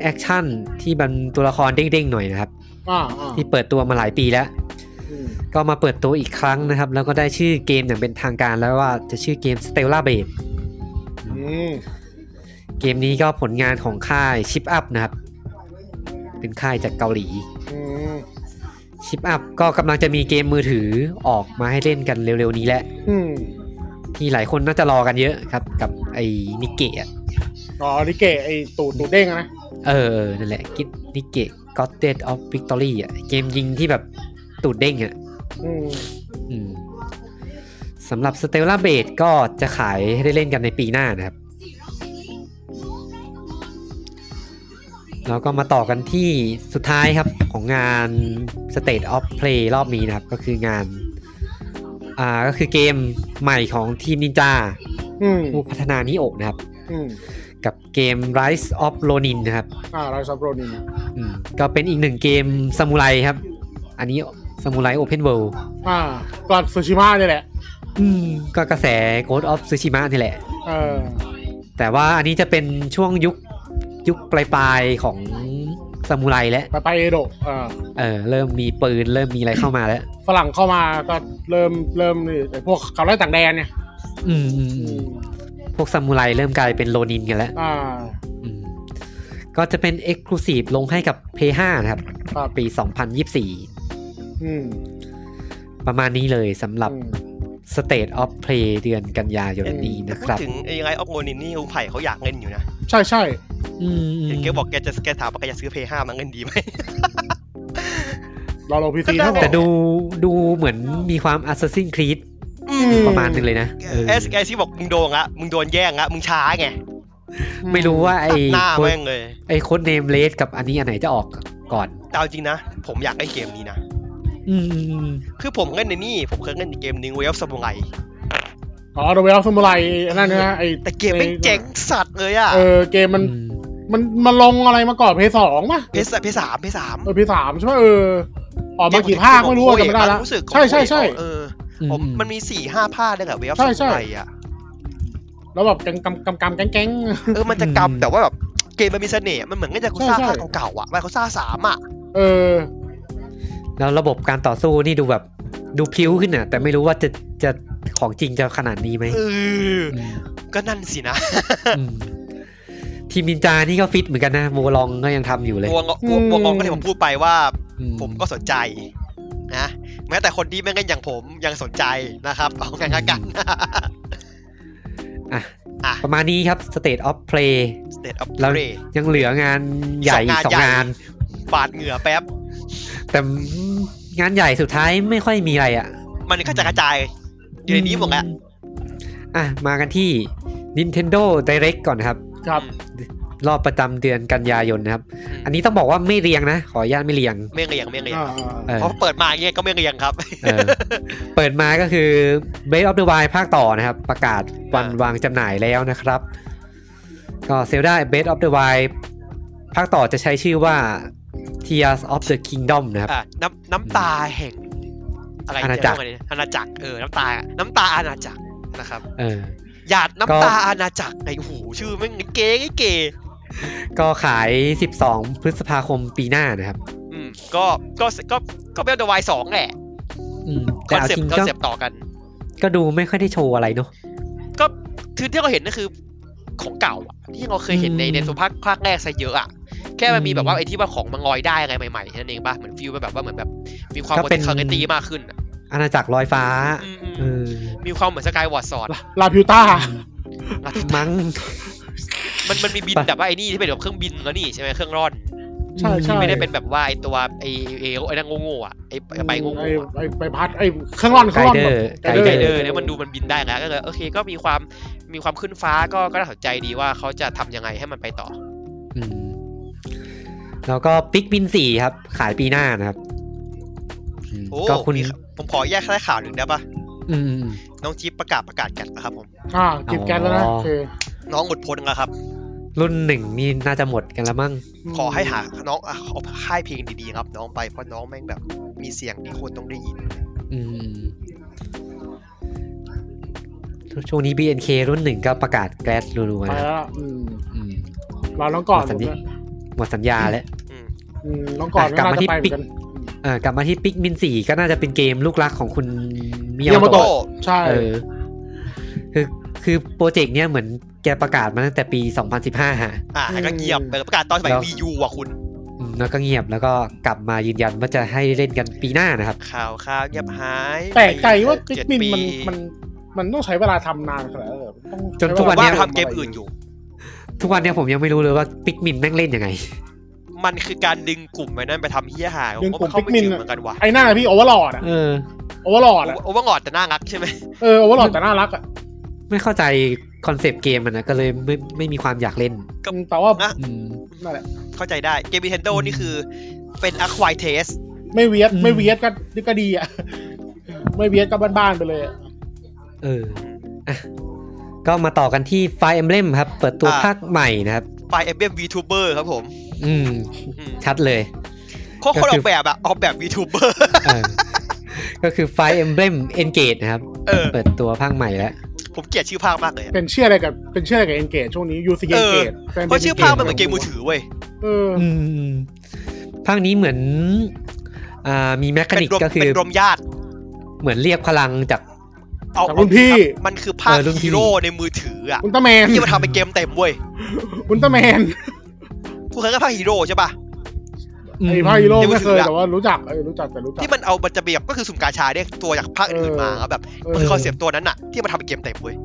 A: แอคชั่นที่มันตัวละครเด้งๆหน่อยนะครับ
D: อ่าอ่า
A: ที่เปิดตัวมาหลายปีแล้ว
D: อืม
A: ก็มาเปิดตัวอีกครั้งนะครับ แล้วก็ได้ชื่อเกมอย่างเป็นทางการแล้วว่าจะชื่อเกม Stella b l a d e
D: อืม
A: เกมนี้ก็ผลงานของค่าย Ship Up นะครับ เป็นค่ายจากเกาหลี
D: อืม
A: Ship Up ก็กำลังจะมีเกมมือถือออกมาให้เล่นกันเร็วๆนี้แหละ
D: อืม
A: ที่หลายคนน่าจะรอกันเยอะครับ กับไอ้นิเกะอะ
D: อ๋อนิเกะไอตูดตูดเด้งอะนะ
A: เออ นั่นแหละกินิเกะ g o d d e a d of Victory อ่ะเกมยิงที่แบบตูดเด้งอ่ะ
D: อืม
A: อืมสำหรับ Stella b l a d e ก็จะขายให้ได้เล่นกันในปีหน้านะครับ แล้วก็มาต่อกันที่สุดท้ายครับของงาน State of Play รอบนี้นะครับ ก็คืองาน อ่าก็คือเกมใหม่ของทีมนินจา
D: อืม
A: ผู้พัฒนานิโอะนะครับ
D: อืม
A: กับเกม Rise of Ronin นะครับ
D: อ่าไรซับโรนิน
A: อืมก็เป็นอีกหนึ่งเกมซามูไรครับ อันนี้ซามูไรโอเพนเวิลด์
D: อ่าก่อนซูชิมะนี่แหละ
A: ก็กระแส Ghost of Tsushima นี่แหละ
D: เออ
A: แต่ว่าอันนี้จะเป็นช่วงยุคยุคปลายๆของซามูไรแล้ว
D: ไปไปเอโดะอ่า
A: เออเริ่มมีปืน เริ่มมีอะไรเข้ามาแล้ว
D: ฝรั่งเข้ามาก็เริ่มเริ่มนี่ไอ้พวกขับไล่ต่างแดนเนี่ย
A: อืมอืมอืมพวกซามูไรเริ่มกลายเป็นโรนินกันแล้ว
D: อ่า
A: อืมก็จะเป็น Exclusive ลงให้กับ p 5นะครับ
D: ครับ
A: ปี 2024
D: อืม
A: ประมาณนี้เลยสำหรับ
D: อืม
A: State of Play เดือนกันยายนนี้
C: แต่
A: นะ
C: พู
A: ค
C: ด
A: รับ
C: ถึงไอ้ไรออฟโงนินนี่ลุงไผ่เขาอยากเล่นอยู่นะ
D: ใช่ใช่
A: อืม
C: เห็นแกบอกแกจะแกถามว่าแกจะซื้อเพย์ห้ามาเล่นดีไหม
D: เราลงพีซี
C: ก็
D: เท่า
C: ได้
D: กั
A: แต่
D: บ
A: ดูดูเหมือนมีความ Assassin Creed อยู่ประมาณนึงเลยนะเออ
C: เอสแกซี่บอกมึงโดนละมึงโดนแย่งละมึงช้าไง
A: ไม่รู้ว่าไอ้
C: ตัดหน้า
A: โค้ด
C: แม่งเลย
A: ไอ้โค้ดเนมเลสกับอันนี้อันไหนจะออกก่อน
C: แต่เอาจริงนะ ผมอยากเล่นเกมนี้นะ
A: อืมอืมอืม
C: คือผมเล่นในนี่ผมเคยเล่นอีกเกมหนึงเวฟซามูไร
D: อ๋อเดอะเวลสมุไรอันนั้นนะไอ
C: แต่เกมแม่งเจ๋งสัตว์เลยอะ
D: เออเกมมัน มันมาลงอะไรมาก่อนเพย์สองป่ะ
C: เพสเพสามเพสาม
D: เออเพย์สามใช่ป่ะเออออกมากี่ภาคไม่รู้อะจำไม่ได้ละ
C: รู้สึกของ
D: ใช่ใช่ใช่
C: เออผมมันมีสี่ห้าภาคได้แหละเวฟ
D: ใช่
C: ซามู
D: ใช่
C: ไรอะ
D: แล้วแบบกำกำกำกำแก๊ง
C: เออ มันจะ
A: อืม
C: กำแต่ว่าแบบเกมมันมีเสน่ห์ มันเหมือนกับยากุซ่า
D: ใช่ใช่
C: ภาคเก่าๆอ่ะยากุซ่าสามอ่ะ
D: ๆเออ
A: แล้วระบบการต่อสู้นี่ดูแบบดูพริ้วขึ้นอ่ะ แต่ไม่รู้ว่าจะจะของจริงจะขนาดนี้ไหม
C: เออ
A: ม
C: ก็นั่นสินะ
A: อืม ทีมนินจานี่ก็ฟิตเหมือนกันนะโมลองก็ยังทำอยู่เลย
C: วัวง
D: อื
C: วัว
D: ม
C: วัวงองก็ที่ผมพูดไปว่า
A: อื
C: ผมก็สนใจนะ แม้แต่คนที่ไม่เล่นอย่างผมยังสนใจนะครับ เอากันละกัน
A: อ่ะ
C: อ่ะ
A: ประมาณนี้ครับ State of Play
C: State of
A: แล้ว
C: Play
A: ยังเหลืองานใหญ่อีก
C: ส
A: ส
C: อ
A: อง
C: งาง
A: งาน น
C: ใหญ่ บาดเหงื่อแป๊บ
A: แต่งานใหญ่สุดท้ายไม่ค่อยมีอะไรอ่ะ
C: มันก็จะกระจายอยู่ในนี้หมดแหละ
A: อ่ะ มากันที่ Nintendo Direct ก่อนนะครับ
D: ครับ
A: รอบประจำเดือนกันยายนนะครับ
C: ม
A: อันนี้ต้องบอกว่าไม่เรียงนะ ขออนุญาตไม่เรียง
C: ไม่เรียงไม่เรียง
D: อ่า
A: เออ
C: เพราะเปิดมาอย่างเงี้ยก็ไม่เรียงครับ
A: เออเปิดมาก็คือ Breath of the Wild ภาคต่อนะครับ ประกาศวัน
C: อ่า
A: วางจำหน่ายแล้วนะครับ ก็เซลดา Breath of the Wild ภาคต่อจะใช้ชื่อว่า Tears of the Kingdom นะครับ
C: อ่ะน้ำน้ำตาแห่ง อะไร
A: อาณาจักร
C: เยเยว่ไงอาณาจักร เออ น้ำตา น้ำตาอาณาจักรนะครับ
A: เออ
C: หยาด
A: ก็
C: น้ำตาอาณาจักรไอ้โอ้โหูชื่อแม่งเก๋เก๋
A: ก็ขาย 12 พฤษภาคมปีหน้านะครับ
C: อืมก็ก็ก็ก็เบลเดวายสองแหละ
A: อืม
C: ค
A: แต่
C: อน
A: เอา
C: เซ
A: จ
C: ป
A: ริ
C: ต์
A: ง
C: คอน
A: ก็
C: เซปต์ต่อกัน
A: ก็ดูไม่ค่อยได้โชว์อะไรเนาะ
C: ก็คือที่เราเห็นก็คือของเก่าอะที่เราเคยเห็นใน
A: อืม
C: ในสุภาคภาคแรกซะเยอะอะแค่มันมี
A: อืม
C: แบบว่าไอ้ที่ว่าของมันลอยได้อะไรใหม่ๆนั่นเองป่ะเหมือนฟิลแบบว่าเหมือนแบบมีความ
A: ก็
C: วอ
A: เป็
C: ร์
A: น
C: คาลิตี้มากขึ้นอะ
A: อาณาจักรลอยฟ้า
C: อืมอืม
A: เออ
C: มีความเหมือนสกายวอร์ดซอน
D: ลาพิวต้า
A: มั้ง
C: มันมันมีบิน
A: ไป
C: แบบว่าไอ้นี่ที่เป็นแบบเครื่องบินแล้วนี่ใช่ไหมเครื่องร่อน
D: ใช่ใช่
C: ไม่ได้เป็นแบบว่าไอ้ตัวไอ้ไอ้ไอ้นั่งโง่ๆอะไอ้ไอ้ใบโง่ๆ
D: ไอ
C: อะ
D: ไอไปพัดไอเครื่องร่อนเค
A: ไก
D: รื่องร่อน
A: เดอ
D: แบ
A: ร์
D: บไก
A: ไก
D: ด์
A: เดอ
D: ด์
C: ไกเดอร์
A: ร์
C: เนี่ยมันดูมันบินได้แล้วก็เลยโอเคก็มีความมีความขึ้นฟ้าก็ก็น่าสนใจดีว่าเขาจะทำยังไงให้มันไปต่อ
A: อืมแล้วก็ปิกบิน4ครับ ขายปีหน้านะครับอืม
C: โอ้
A: ก็คุณ
C: มีผมขอแยกได้ข่าวหนึ่งได้ปะ
A: อืม
C: น้องจิ๊บประกาศประกาศกันนะครับผม
D: อ่าเก็บแกนแล้วนะ
A: อ๋อ
D: โอเค
C: น้องหมดพลแล้วครับ
A: รุ่นหนึ่งนี่น่าจะหมดกันแล้วมั้ง
C: ขอให้หาน้องอ่ะเอาค่ายเพลงดีๆครับ น้องไปเพราะน้องแม่งแบบมีเสียงที่คนต้องได้ยิน
A: อืม ช่วงนี้ BNK รุ่นหนึ่งก็ประกาศแกลสรัวๆ
D: ไป
A: นะครับ
D: แล้วล่ะอืม
A: อืม
D: รอน้องก่อ
A: หม
D: น
A: ดสัญ
D: ผม
A: ญา
D: นะ
A: หมดสัญญาแล้ว
C: อืม
D: อืมน้องก่อนก็
A: อ่ะกลับมา
D: น่าจะ
A: ที่
D: ไปเหมื
A: ปิ๊
D: อก นกัน
A: เออกลับมาที่ปิกบิน4ก็น่าจะเป็นเกมลูกรักของคุณมิ
D: เยา
A: ยา
D: มา
A: โตะ
D: โตะใช่
A: เออ คือคือโปรเจกต์เนี้ยเหมือนแกประกาศมาตั้งแต่ปี 2015ฮะ
C: อ่ะแล้วก็เงียบไปประกาศตอนสมัย
A: แล้ว
C: วียูอ่ะคุณ
A: อืมแล้วก็เงียบแล้วก็กลับมายืนยันว่าจะให้เล่นกันปีหน้านะครับ
C: ข่าวข่าวเงียบหาย
D: แปลกใจว่า
C: ไป
D: ติ๊ก
C: เจ็ด
D: มินมัน
C: ปี
D: มันมันต้องใช้เวลาทำนานขนาดนั้นเหรอต้อง
A: จนทุก
D: ใช้
A: วัน
D: เลา
A: เนี้
C: ว่าย ทำเกมอื่นอยู่
A: ทุกวันเนี้ยผมยังไม่รู้เลยว่าปิกมินแม่งเล่นยังไง
C: มันคือการดึงกลุ่มไว้นั่นไปทำเฮี้ยหายผม
D: ดึงกลุ่
C: ก็
D: ม
C: เข้าไม่
D: Pikmin
C: ถึง
D: อะ
C: เหมือนกันว่ะ
D: ไอ้หน้าพี่โอเวอร์ลอดอะ
A: เออ
D: โอเวอร์ลอดอะ
C: โอเวอร์งอดแต่น่ารักใช่ไหม
D: เออโอเวอร์ลอดแต่น่ารักอะ
A: ไม่เข้าใจ คอนเซปต์เกมมันนะก็เลยไม่ไม่มีความอยากเล่น
C: ก็
D: แต่ว่า
C: นะ
A: อืม
D: นั่นแหละ
C: เข้าใจได้เกม Nintendo นี่คือเป็น acquired taste
D: ไม่เวียด
A: อืม
D: ไม่เวียดก็ก็ดีอ่ะ ไม่เวียดก็บ้านๆไปเลยอะ
A: เอออ่ะก็มาต่อกันที่ Fire Emblem ครับ เปิดตัว
C: อ่า
A: ภาคใหม่นะครับ
C: ไฟเอ็มเอ็มวีทูเบอร์ครับผม
A: อืม
C: อืม
A: ชัดเลย
C: โคตรคนออกแบบอะออกแบบวีทูเบอร์
A: เออก็คือ Fire Emblem Engage นะครับ
C: เออ
A: เปิดตัวภาคใหม่แล้ว
C: ผมเกลียดชื่อภาคมากเลยอะ
D: เป็นเชื่ออะไรกับเป็นเชื่ออะไรกับเอนเกจช่วงนี้ยูซีเอ
C: เอน อ
D: เกจ
C: เพราะชื่อภาคมันเหมือนเกมมือถือเว้ย
D: เออ
A: อืม ภาคนี้เหมือน อ่า มีแมคา
C: เป็น
A: นิก
C: รวม
A: ก็คื
C: เป็
A: อ
C: นรวมญาติ
A: เหมือนเรียกพลังจาก
C: เอา
D: จากรุ่นพี่
C: มันคือภาค
A: เออรุ่นพี่
C: ฮีโร่ในมือถืออะ
D: อุลตร้าแมน
C: ที่มันทำเป็นเกมเต็มเว้ย
D: อุลตร้าแมน
C: คุณเคยก็ภาคฮีโร่ใช่ป่ะ
A: ม
D: ไอ้พาฮิโร่ไม่เคย
C: เดี๋ยว
D: แต่ว่ารู้จักเออรู้จักแต่รู้จัก
C: ที่มันเอามันจะแบบก็คือสุ่มกาชาเนี่ยตัวจากภาคอื่นมาครับแบบ
D: เออ
C: คือคอนเซปต์ตัวนั้นอะที่มันทำเป็นเกมเต็มเว้ย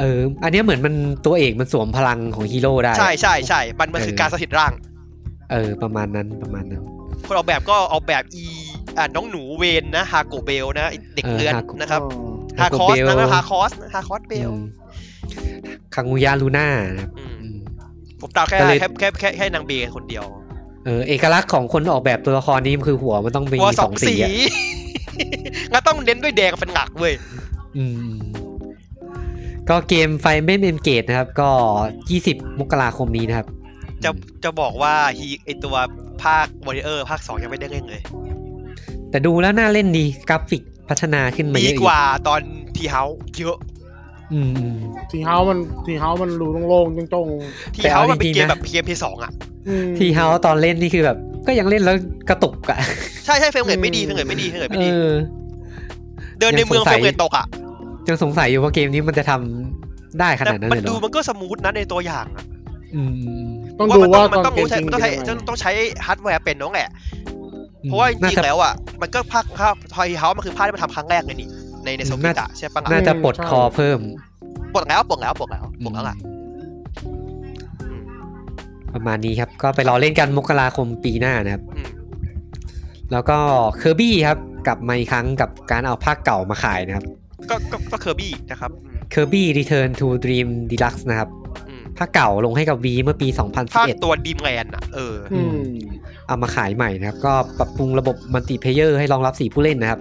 A: เออ อันเนี้ยเหมือนมันตัวเอกมันสวมพลังของฮีโร่ได้
C: ใช่ใช่ใช่มันมันคือ
A: เออ
C: การสถิตร่าง
A: เออ ประมาณนั้นประมาณนั้น
C: คนออกแบบก็ออกแบบอีอ่าน้องหนูเวนนะฮาโกเบลนะไอ้เด็ก
A: เออ
C: เลือน
A: ฮาโก
C: นะครับ
D: อ๋อ
C: ฮาคอส
A: Bell
C: นะฮาคอสฮาคอสเบล
A: อืมคังงูยาลูน่านะครับอืม
C: ผมตามแค่
A: ก็เลย
C: แค่แค่แค่แค่นางเบลคนเดียว
A: เออเอกลักษณ์ของคนออกแบบตัวละครนี้มันคือหัวมันต้องมี
C: วัวส
A: ส
C: อ
A: อง ง
C: สี
A: สีอะ
C: งั้นต้องเน้นด้วยแดงเป็นหลักเว้ย
A: อืม ก็เกมไฟเมนเมนเกตนะครับ ก็ 20 มกราคมนี้นะครับ
C: จะจะบอกว่าฮีไอตัวภาควอริเออร์ภาคสองยังไม่ได้เล่นเลย
A: แต่ดูแล้วน่าเล่นดีกราฟิกพัฒนาขึ้นมา
C: ดี
A: เยอะอี
C: กว่าตอนทีเฮาเยอะ
A: อืมอืม
D: ทีเฮามันทีเฮามันรูโล่งๆจง
C: ที
A: แต่
C: เฮา
A: เอา
C: มันเป็น
A: จริงๆ
C: เกม
A: นะ
C: แบบเพียเพสองอ่ะ
D: ๆอืม
A: ทีเฮาตอนเล่นนี่คือแบบ ก็ยังเล่นแล้วกระตุกอะ
C: ใช่ใช่เฟรมเรทไม่ดี
D: อืม
C: เฟรมเรทไม่ดีเฟรมเรท
A: เอ
C: ไม่ดี
A: อ
C: เดินในเมือง
A: ยังสงสั
C: เฟร
A: ย
C: มเรทตกอ่ะ
A: ยังสงสัยอยู่ว่าเกมนี้มันจะทำได้ข
C: แต่
A: นาดนั้น
C: มัน
A: เลยเหร
C: ดู
A: อ
C: มันก็สมูทนะในตัวอย่างอะ
A: อืมอืม
D: ต้องดูว่า
C: มัน
D: ต
C: ต้
D: อ
C: อน ง
D: เกม
C: รู้ใช้
D: จริง
C: ต้องใช้
D: เป็นยังไง
C: ต้องใช้ฮาร์ดแวร์เป็นน้องแหละ
A: อืม
C: เพราะว่าจ
A: น่า
C: ริง
A: จะ
C: ๆแล้วอ่ะมันก็ภาคภาคทอยเฮามันคือภาคที่มันทำครั้งแรกเลยนี่ในในสวิต
A: น่า
C: อะใช่ปะล่ะ
A: น่าจะปลดคอเพิ่ม
C: ปลดแล้วปลดแล้วปลดแล้วปลดแล้วล่ะ
A: ประมาณนี้ครับ ก็ไปรอเล่นกันมกราคมปีหน้านะครับ
C: อืม
A: แล้วก็เคอร์บี้ครับ กลับมาอีกครั้งกับการเอาภาคเก่ามาขายนะครับ
C: ก็ก็ก็เคอร์บี้นะครับอืม
A: เคอร์บี้ Return to Dream Deluxe นะครับ
C: อืม
A: ภาคเก่าลงให้กับ V เมื่อปี
C: ภาค
A: 2011
C: ตัวดีมแลนอ่ะเออ
D: อืม
A: เอามาขายใหม่นะครับ ก็ปรับปรุงระบบมัลติเพเยอร์ให้รองรับ 4 ผู้เล่นนะครับ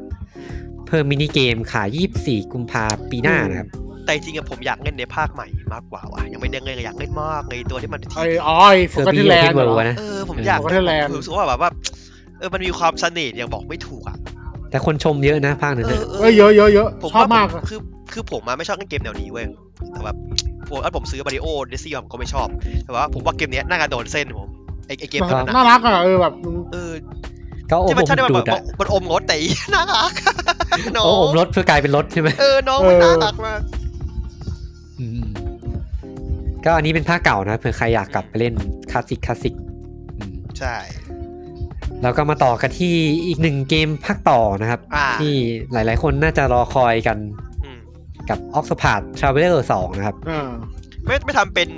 A: เพิ่มมินิเกมขาย 24 กุมภาปีหน้านะครับ
C: แต่จริงๆอะผมอยากเล่นในภาคใหม่มากกว่าว่ะยังไม่ได้เล่นเลยอยากเล่นมากเลยตัวที่มัน
D: ไอ้
C: ที่
D: อ๋อยโฟ
A: เคอร์
D: กัส
A: บี้
D: ที่แล
A: โอน เพน
D: ด์เหร
A: เวิล
D: อ
A: นะ
C: เออผมอยาก
D: ผมก็ได้แรง
C: ผมรู้สึกว่าแบบว่า เออมันมีความเสน่ห์อย่างบอกไม่ถูกอ่ะ
A: แต่คนชมเยอะนะภาคนั้น
C: เอ
A: นะ
C: อ
D: เอ้ยเยอะเยอะเยอะ
C: ผม
D: ชอ
C: ว่ผม
D: บากอะ
C: คือคือผมมาไม่ชอบเล่นเกมแนวนี้เว้ยแต่แบบพวกผมซื้อมาริโอเดซี่ผมก็ไม่ชอบ แต่ว่าผมว่าเกมเนี้ยน่าจะโดนเส้นผมไอไอเกมตัวนั้น
D: น่า
C: อะ
D: รักอ่ะเออแบบ
C: เออ
A: ก็โอ
C: ที่
A: ม
C: มันใช่ได้มัน
A: ดู
C: แบ
A: ด
C: บ
A: อะ
C: มันอมงดแต่อี น่ารักน้อ
A: โอ้
C: ง
A: อมรถเพื่อกลายเป็นรถใช่ไหม
C: เออน้องมันน่ารักมาก
A: อืมก็อันนี้เป็นภาคเก่านะเผื่อใครอยากกลับไปเล่นคลาสสิกคลาสสิกอืม
C: ใช่
A: แล้วก็มาต่อกันที่อีกหนึ่งเกมภาคต่อนะครับ
C: อ่า
A: ที่หลายๆคนน่าจะรอคอยกัน
C: อืม
A: กับ o x p a t h Traveler 2 นะครับ
D: อ่า
C: ไม่ไม่ทำเป็น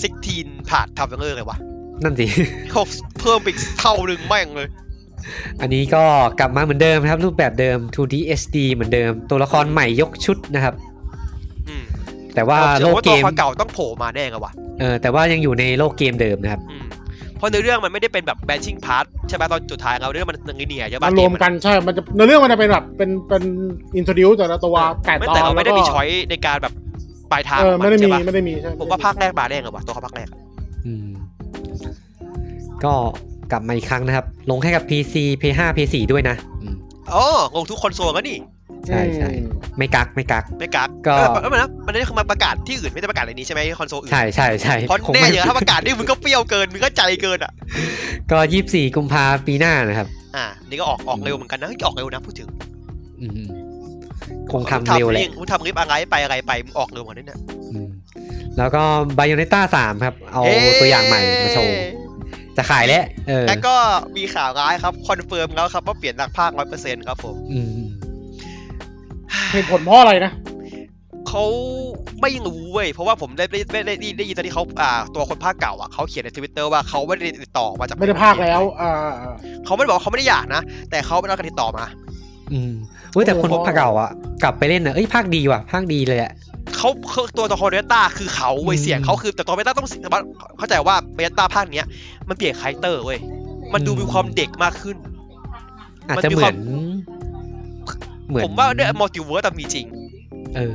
C: ซิกทีนผ่านทำยังไงเลยวะ
A: นั่นสิ
C: เขาเพิ่มไปอีกเท่าหนึ่งแม่งเลย
A: อันนี้ก็กลับมาเหมือนเดิมนะครับ รูปแบบเดิม 2D HD เหมือนเดิม ตัวละครใหม่ยกชุดนะครับ
C: อืม
A: แต่ว่า
C: ผม
A: โล
C: เชื่อก ว่า
A: เก
C: ตัว
A: ม
C: ความเก่าต้องโผล่มาแน่เลยวะ
A: เออแต่ว่ายังอยู่ในโลกเกมเดิมนะครับ
C: อืมเพราะในเรื่องมันไม่ได้เป็นแบบแบนชิ่งพาร์ทใช่ไหมตอนจุดท้ายเราเรื่องมันยังเนียใช่ปะ
D: มันรวมกันใช่ มันจะในเรื่องมันจะเป็นแบบเป็นเป็นอินโทรดิวแต่ละตัวแปด
C: ไม่
D: ตอน
C: แต่เรา
D: แล้
C: ไม่
D: ว
C: ได้
D: ก็
C: มีช้อยในการแบบปลายทาง
D: เอ
C: ข
D: อ
C: องมั
D: ไม่ได้
C: น
D: มี
C: ใช่ปะ
D: ไม่ได้มีใช่
C: ผมว่าภาคแรกมาแน่เหรอวะตัวเขาภาคแรก
A: อืม ก็กลับมาอีกครั้งนะครับ ลงให้กับ PC PS5 PS4 ด้วยนะอืม
C: อ๋องงทุกคอนโซลก็นี่
A: ใช่ใช่
D: อืม
A: ไม่กักไม่กัก
C: ไม่กัก
A: ก็
C: เออเออมันนะมันได้คือมาประกาศที่อื่นไม่ได้ประกาศอะไรนี้ใช่ไหมคอนโซลอื่น
A: ใช่ใช่ใช่
C: เพราะ
A: คง
C: แน่
A: ไม่
C: อย่างนั้นถ้าประกาศนี่มึงก็เปรี้ยวเกินมึงก็ใจเกินอ่ะ
A: ก็ยี่สิบสี่กุมภาปีหน้านะครับ
C: อ่านี่ก็ออกออกเร็วเหมือนกันนะออกเร็วนะพูดถึง
A: อืมคงทำเร็วแหละ
C: มึงทำคลิปอะไรไปอะไรไปมึงออกเร็วกว่านี้เนี่ย
A: อืมแล้วก็ b i o n e t t a 3 ครับ เอา
C: เอ้ย
A: ตัวอย่างใหม่มาโชว์ จะขายแล้วเออ
C: แล้วก็มีข่าวร้ายครับคอนเฟิร์มแล้วครับว่าเปลี่ยนหลักภาคร้อยเปอร์เซ็นต์ครับผม
A: อืม
D: เหตุผลเพราะอะไรนะ
C: เขาไม่รู้เว้ยเพราะว่าผมได้ได้ได้ได้ได้ได้ยินตอนที่เขาอ่าตัวคนภาคเก่าอ่ะเขาเขียนในทวิตเตอร์ว่าเขาไม่ได้ติดต่อมาจาก
D: ไม่ได้ภาคแล้ว อ่าอ่า
C: เขาไม่ได้บอกว่าเขาไม่ได้อยากนะ แต่เขาไม่ได้รับการติดต่อมา
A: อืมเว้ยแต่คน
D: โอ้โห
A: ภาคเก่าอ่ะ กลับไปเล่นนะเอ้ยภาคดีว่ะภาคดีเลยอะ
C: เขาเขาตัวตัวคอเบต้าคือเขาเว้ย
B: อืม
C: เสียงเขาคือแต่ตัวเบต้าต้องแต่ว่าเข้าใจว่าเบต้าภาคเนี้ยมันเปลี่ยนคาแรคเตอร์เว้ยมันดู
A: อืม
C: มีความเด็กมากขึ้น
A: อาจจะเหมือน เหมือน
C: ผมว่าด้วยมัลติเวิร์สมีจริง
A: เออ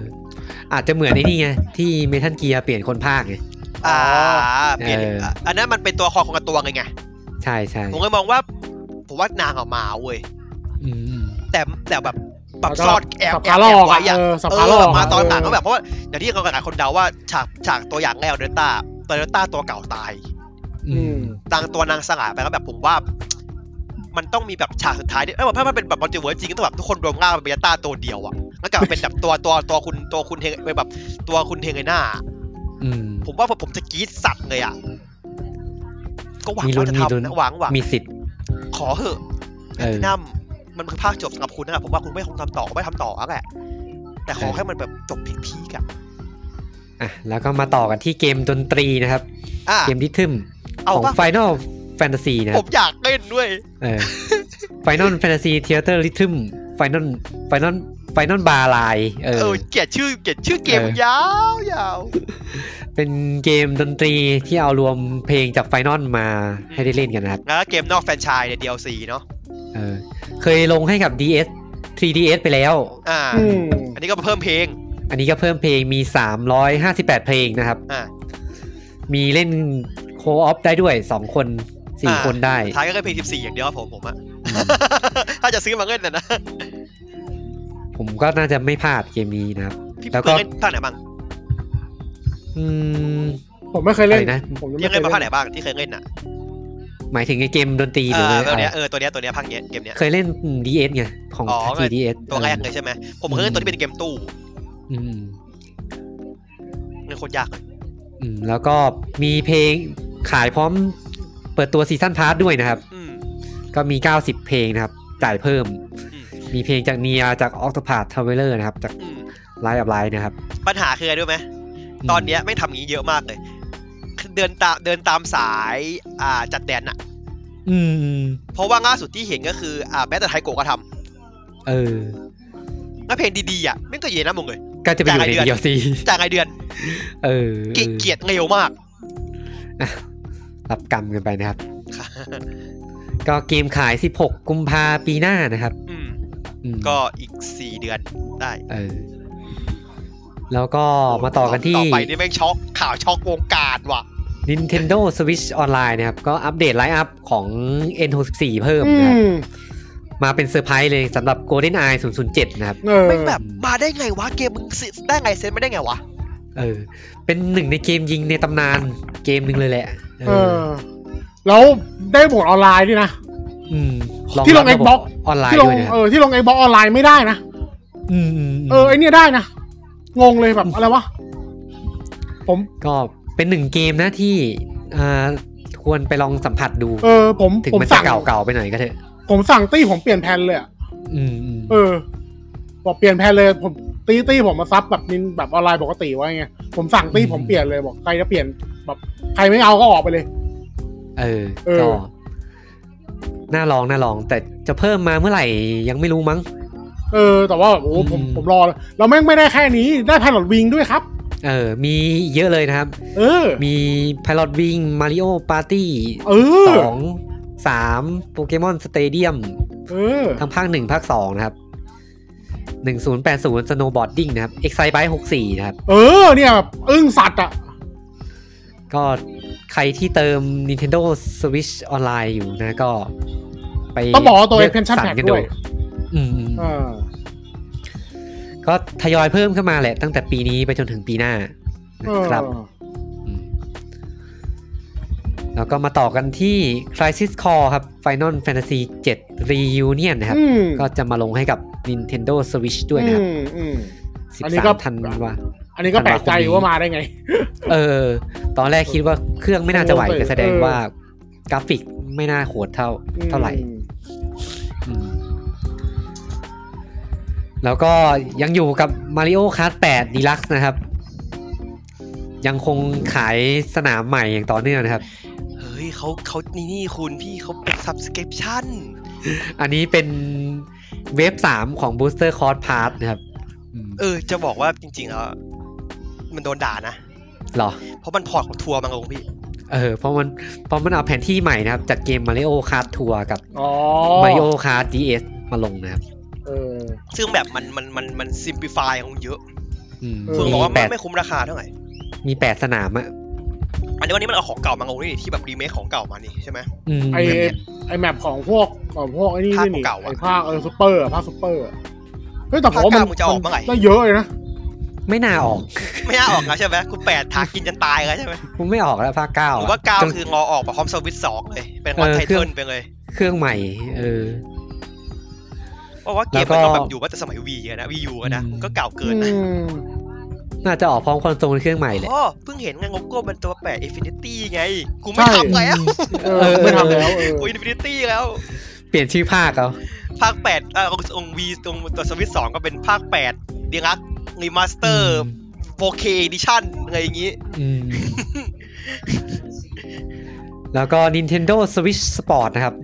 A: อาจจะเหมือนไอ้นี่ไงที่เมทัลเกียร์เปลี่ยนคนภาคไง
C: อ่าเปลี่ยน
A: เอออ่
C: ะอันนั้นมันเป็นตัวละครของกันตัวไงไง
A: ใช่ใช่
C: ผมก็มองว่า ผมว่านางออกมาเว้ย
A: อืม
C: แต่แต่แบบแบบ
D: แล้วก็
C: ซ่อนแอบ
D: สับ
C: แอ
D: ขา
C: บ
D: หล
C: แอ
D: อบ ก
C: ไว้
D: อะ
C: อะ
D: เออสับ
C: เอ
D: ขาหล
C: อ
D: อก
C: มาตอนหลัง
D: เ
C: ก็แบบเพราะว่าอย่างที่เรากันหลายคนเดาว่าฉากฉากตัวอย่างแรกเดลต้าตัวเดลต้าตัวเก่าตาย
A: อืม
C: นางตัวนางสง่าไปแล้วแบบผมว่า มันต้องมีแบบฉากสุดท้ายเนี่ยเออถ้ามันเป็นแบบมัลติเวิร์สจริงก็ต้องแบบทุกคนรวมร่างเป็นเบต้าตัวเดียวอะแล้วกลับมาเป็นแบบตัวตัวตัวคุณตัวคุณเทงเป็นแบบตัวคุณเทงไงหน้า
A: อืม
C: ผมว่าผมจะกรี๊ดสัตว์เลยอะก็หวัง
A: มีลุ้
C: ว่าน จะ
A: มีลุ้น
C: ทำนะหวังหวัง
A: มีสิทธิ์
C: ขอเถอะ
A: เออ
C: นั่มมันคือภาคจบสำหรับคุณนะครับผมว่าคุณไม่คงทำต่อก็ไม่ทำต่อแล้วแหละแต่ขอให้มันแบบจบพีคๆอะ
A: อ่ะ แล้วก็มาต่อกันที่เกมดนตรีนะครับ
C: อ่ะ
A: เกมที่ทึม
C: เอา
A: ของ
C: ปะ
A: Final Fantasy นะค
C: ผ
A: รับ
C: มอยากเล่นด้วย
A: เออ Final Fantasy Theater Rhythm Final Final Final Bar Line เอ
C: เอ
A: อ
C: อเกลียดชื่อเกลียดชื่อเกม
A: เออ
C: ยาวยาว
A: เป็นเกมดนตรีที่เอารวมเพลงจาก Final มาให้ได้เล่นกันนะครับ
C: แล้วเกมนอกแฟรนไชายเนี่ย DLC เนาะ
A: เออ เคยลงให้กับ DS 3DS ไปแล้ว
C: อ่า
D: อืม
C: อันนี้ก็เพิ่มเพลง
A: อันนี้ก็เพิ่มเพลงมี 358 เพลงนะครับ
C: อ่า
A: มีเล่นโคออฟได้ด้วย 2 คน
C: อ่า
A: 4 คนได้
C: สุดท้ายก็แค่เพลง 14 อย่างเดียวครับผมผมอะ ถ้าจะซื้อมาเล่นนะนะ
A: ผมก็น่าจะไม่พลาดเกมนี้นะครับ
C: พี่
A: แล้วก็
C: เปิดเล่นภาคไหนบ้าง
A: อืม
D: ผมไม่เคยเล่น
A: อะไรนะ
D: ผมยัง
C: ยัง
D: ไม่เค
C: เล่
D: ย
C: นมาภาคไหน
D: เล่น
C: บ้างที่เคยเล่นอ่ะ
A: หมายถึงไอ้เกมดนตรีหรือ
C: อ่า
A: อะไร
C: ตัวเนี้ยเออตัวเนี้ยตัวเนี้ยภาคเนี้ยเกมเนี้ย
A: เคยเล่น DS ไง ของ
C: อ๋อ
A: 3DS
C: ตัวแรก
A: ออ
C: เลยใช่ไหม ผมเคยเล่นตัวที่เป็นเกมตู้
A: อืม
C: เล่นโคตรยากเลย
A: อืม แล้วก็มีเพลงขายพร้อมเปิดตัวซีซั่นพาร์ทด้วยนะครับ
C: อืม
A: ก็มี 90 เพลงนะครับ จ่ายเพิ่ม
C: อืม
A: มีเพลงจากเนียจาก Octopath Traveler นะครับ จาก
C: อืม
A: ไลน์อัพไลน์นะครับ
C: ปัญหาคืออะไรด้วยไหม ตอนเนี้ยไม่งทำอย่างนี้เยอะมากเลย เดินตามเดินตามสายอ่าจัดแดนอะ
A: อืม
C: เพราะว่าล่าสุดที่เห็นก็คืออ่าแม้แต่ไทโกะก็ท
A: เออ
C: ำแล้วเพลงดีๆอ่ะไม่งก็อยู่ในน้ำมงเลย
A: ก็จะไปอยู่ใน
C: จ่ายรายเดือน
A: DLC
C: จากไอเดือน
A: เออ
C: เกลียดเกลียดเร็วมาก
A: อ่ะรับกรรมกันไปนะครับ ก็เกมขาย 16 กุมภาปีหน้านะครับ
C: อืม
A: อืม
C: ก็อีก 4 เดือนได้
A: เออ แล้วก็มาต่อกันที่
C: ต่อไปนี่แม่งช็อกข่าวช็อกวงการว่ะ
A: Nintendo Switch Online นะครับ ก็อัปเดตไลน์อัพของ N64 เพิ่ม
D: อื
A: นะครับ
D: ม
A: มาเป็นเซอร์ไพรส์เลยสำหรับ Golden Eye 007 นะครับ
D: เออ
C: แม่งแบบมาได้ไงวะ เกมมึงสิได้ไงเซนไม่ได้ไงวะ
A: เออ เป็นหนึ่งในเกมยิงในตำนานเกมหนึ่งเลยแหละ เอ
D: เอ
A: อ
D: อแล้วได้โหมดออนไลน์ด้วยนะ
A: ม
D: ที่ลง
A: รับระบบ
D: Xbox
A: ออนไล
D: ที่
A: น์
D: ลง
A: ด้วยนะค
D: เอ
A: รับ
D: อที่ลงไอ้บอออนไลน์ไม่ได้นะ
A: มมม
D: เออไอเนี่ยได้นะ งงเลยแบบอะไรวะ ผม
A: ก็เป็นหนึ่งเกมนะที่อ่าควรไปลองสัมผัสดู
D: เออ ผม
A: ถึง
D: ผม
A: มันจะ
D: สั่ง
A: เก่าๆไปหน่อยก็เถอะ
D: ผมสั่งตี้ผมเปลี่ยนแพลนเลยอะ
A: อืมอืม
D: เออบอกเปลี่ยนแพลนเลย ผมตี้ตี้ผมมาซับแบบนินแบบออนไลน์ปกติไว้ไงผมสั่งตี้ผมเปลี่ยนเลยบอกใครจะเปลี่ยนแบบใครไม่เอาก็ออกไปเลย
A: เออ
D: เออ
A: ก็ น่าลองน่าลอง แต่จะเพิ่มมาเมื่อไหร่ยังไม่รู้มั้ง
D: เออ แต่ว่าแบบโอ้โหผม
A: อืม
D: ผมรอเลยเราแม่งไม่ได้แค่นี้ได้พายหลอดวิงด้วยครับ
A: เออ มีเยอะเลยนะครับ
D: เออ
A: มี Pilot Wing Mario Party
D: เออ
A: สองสามโปเกมอนสเตเดียม
D: เออ
A: ทั้งภาคหนึ่งภาคสองนะครับหนึ่งศูนย์แปดศูนย์สโนบอร์ดดิ้งนะครับเอ็กไซ e บหกสี่นะครับ
D: เออ เนี่ยแบบอึ้งสัตว์อะ
A: ก็ใครที่เติม Nintendo Switch ออนไลน์อยู่นะก็ ไป
D: ต้องบอกว่าตัว
A: ลื
D: expansion
A: สรร
D: pack
A: กัน
D: ด้วย
A: อืมอืม
D: เออ
A: ก็ทยอยเพิ่มขึ้นมาแหละ ตั้งแต่ปีนี้ไปจนถึงปีหน้า
D: เออ
A: นะครับอืมแล้วก็มาต่อกันที่ Crisis Core ครับ Final Fantasy 7 Reunion นะครับ
D: อืม
A: ก็จะมาลงให้กับ Nintendo Switch ด้วยนะครับ
D: อืมอืม
A: สิบ
D: อันนี้
A: สา
D: ก็
A: มธันวา
D: อันนี้ก็แปลกใจ
A: ธันวาคมนี้
D: ว่ามาได้ไง
A: เออ ตอนแรกคิดว่าเครื่องไม่น่าจะไหว
D: เออ
A: แต่แสดงว่ากราฟิกไม่น่าโหดเท่าเท่าไหร่
D: อืม
A: อืมแล้วก็ยังอยู่กับ Mario Kart 8 Deluxe นะครับ ยังคงขายสนามใหม่อย่างต่อเนื่องนะครับ
C: เฮ้ยเขาเขานี่นี่คุณพี่เขาเป็น subscription
A: อันนี้เป็นเวฟ3ของ Booster Course Pass นะครับอืม
C: เออ จะบอกว่าจริงๆแล้ว มันโดนด่านะ
A: หรอ
C: เพราะมันพอร์ตของทัวร์มาลงพี่
A: เออเพราะมันเพราะมันเอาแผนที่ใหม่นะครับ จากเกม Mario Kart Tour กับ
D: อ๋อ
A: Mario Kart DS มาลงนะครับ
D: เออ
C: ซึ่งแบบมันมันมันมันซิมพลิฟายลงเยอะ
A: อืม
D: เอ
C: คน
A: มี
C: บอกว่า
A: แป
C: ไม่
A: ด
C: ไม่คุ้มราคาเท่าไหร่
A: มีแปดสนามอ่ะ
C: อันนี้วันนี้มันเอาของเก่ามาลงนี่ที่แบบรีเมคของเก่ามานี่ใช่ไหม
A: อืม
D: ไอไอแมปของพวกของพวกไอ้นี่
C: ภาค
D: นี่
C: เก่าๆอะ
D: ไอภาคเออซูเปอร์อะภาคซูเปอร์อะเฮ้ยแต่ผมว่ามัน
C: ภาคเก่ามึงจะออกเมื่อไหร่
D: ได้เยอะเลยนะ
A: ไม่น่าออก
C: ไม่น่าออกนะใช่ไหมคุณแปดถากินจนตายแล้วใช่ไหม
A: ผมไม่ออกแล้วภาคเก้า
C: ห
A: อะ
C: รือว่าเก้า
A: จน
C: คืองอออกมาพร้อมสวิตสองเลย เป็นคอน
A: เออ
C: ไท
A: เครื่
C: เทิ
A: อ
C: ล
A: ง
C: ไปเลย
A: เครื่องใหม่ เออ
C: เพราะว่าเกมมัน
A: แล้วก็
C: ก็แบบอยู่ว่าแต่สมัยวีนะวียูนะ
A: อืม
C: ก็เก่าเกินนะ
D: อืม
A: น่าจะออกพร้อมคอนโซลเครื่องใหม่แหละ
C: อ๋อเพิ่งเห็นไงโลโก้มันตัวแปะอินฟินิตี้ไง กูไม่ทำแล้ว
D: เออไม่ทำแล้วเออ
C: กูอินฟินิตี้แล้ว
A: เปลี่ยนชื่อภาคเอา
C: ภาคแปดเอ่อองวีตรงตัวสวิตสองก็เป็นภาคแปดดีลักรีมาสเตอร์ 4K Edition อะไรอย่างงี้
A: อืม แล้วก็ Nintendo Switch Sport นะครับ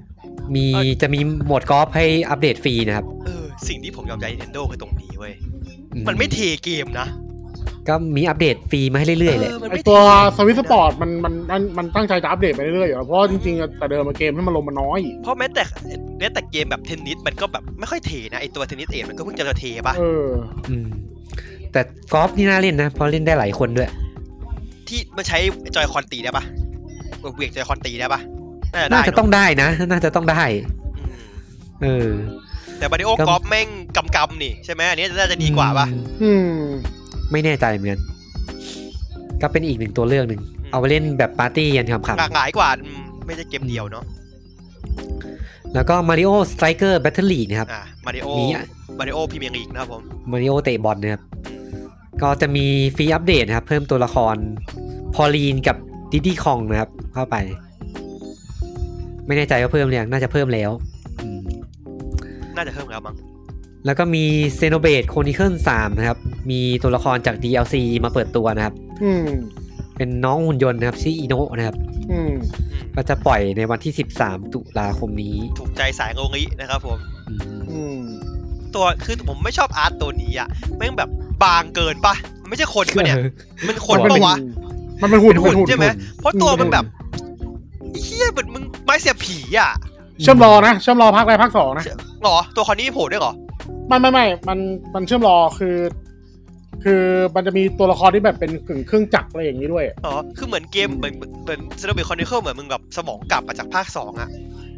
A: มี
C: เอ้ย
A: จะมีโหมดกอล์ฟให้อัปเดตฟรีนะครับ
C: เออสิ่งที่ผมยอมใจ Nintendo คือตรงนี้เว้ย
A: อื
C: มันไม่เทเกมนะ
A: ก็มีอัปเดตฟรีมาให้เรื่อยๆเลย
C: ออมัน
D: ไอ
C: ม่
D: ตัว
C: เท
D: สวิตสปอร์ตมันมันมันมันตั้งใจจะอัปเดตไปเรื่อยๆอยู่แล้วเพราะว่าจริงๆอะแต่เดิมอะเกมให้มันลงมาน้อย
C: เพราะแม้แต่แม้แต่เกมแบบเทนนิสมันก็แบบไม่ค่อยเทนะไอตัวเทนนิสเองมันก็เพิ่งจะเทปะ
D: เออ
A: อืม แต่กอล์ฟนี่น่าเล่นนะเพราะเล่นได้หลายคนด้วย
C: ที่มันใช้จอยคอนตีได้ปะเวียงจอยคอนตีได้ปะน่า
A: น่า
C: จะได้
A: จะต้องได้นะ น่าจะต้องได้
C: อืม
A: เออ
C: แต่บาริโอกอล์ฟแม่งกำกำนี่ใช่ไหมอันนี้น่าจะดีกว่าปะ
A: อืม
D: อืม
A: ไม่แน่ใจเหมือนกันก็เป็นอีกหนึ่งตัวเลือกหนึ่ง
C: อืม
A: เอาไปเล่นแบบปาร์ตี้กันข
C: หลาก
A: ำ
C: หลายกว่าอืมไม่ใช่เกมเดียวเนาะ
A: ๆแล้วก็ Mario Striker Battle League นะครับ
C: อ่ะมาริโอ
A: มี
C: มาริโอพรีเมียร์ลีกนะครับผม
A: Mario เตะบอลนะครับ ก็จะมีฟรีอัปเดตนะครับ เพิ่มตัวละครพอลีนกับดิดดี้คองนะครับ เข้าไป ไม่แน่ใจว่าเพิ่มหรือยังน่าจะเพิ่มแล้วอืม
C: น่าจะเพิ่มแล้วมั้ง
A: แล้วก็มีเซโนเบ e Chronicle 3 นะครับ มีตัวละครจาก DLC มาเปิดตัวนะครับ
D: อืม
A: เป็นน้องหุ่นยนต์นะครับชื่ออิโนะนะครับ
D: อืม
C: อืม
A: ก็จะปล่อยในวันที่ 13 ตุลาคมนี้
C: ถูกใจสายโงงินะครับผม
A: อืม
D: อืม
C: ตัวคือผมไม่ชอบอาร์ตตัวนี้อ่ะแม่งแบบบางเกินปะมันไม่ใช่คนปะเนี่ยมันคน
D: มันเป็
C: ปะ
D: น
C: วะ
D: มันเป็นหุ่น
C: เป็น
D: เป็น
C: หุ่น
D: หุ่น
C: ใช่ไหม เพราะตัวมันแบบ
D: เ
C: ไอ้เฮียเหมือนมึงไม้เสียบผีอ่ะ
D: ออเชื่อมรอนะ เชื่อมรอภาคแรกภาคสองนะ
C: หรอตัวคอนนี่โผล่ด้วยเหรอ
D: ไม่ไม่ไม่มันมันเชื่อมรอคือ คือมันจะมีตัวละครที่แบบเป็นกึ่งเครื่องจักรอะไรอย่างนี้ด้วย
C: อ๋อคือเหมือนเกมเหมือนเหมือนเซโนเบคอนนิเคิลเหมือนมึงแบบสมองกลับมาจากภาคสองอ่ะ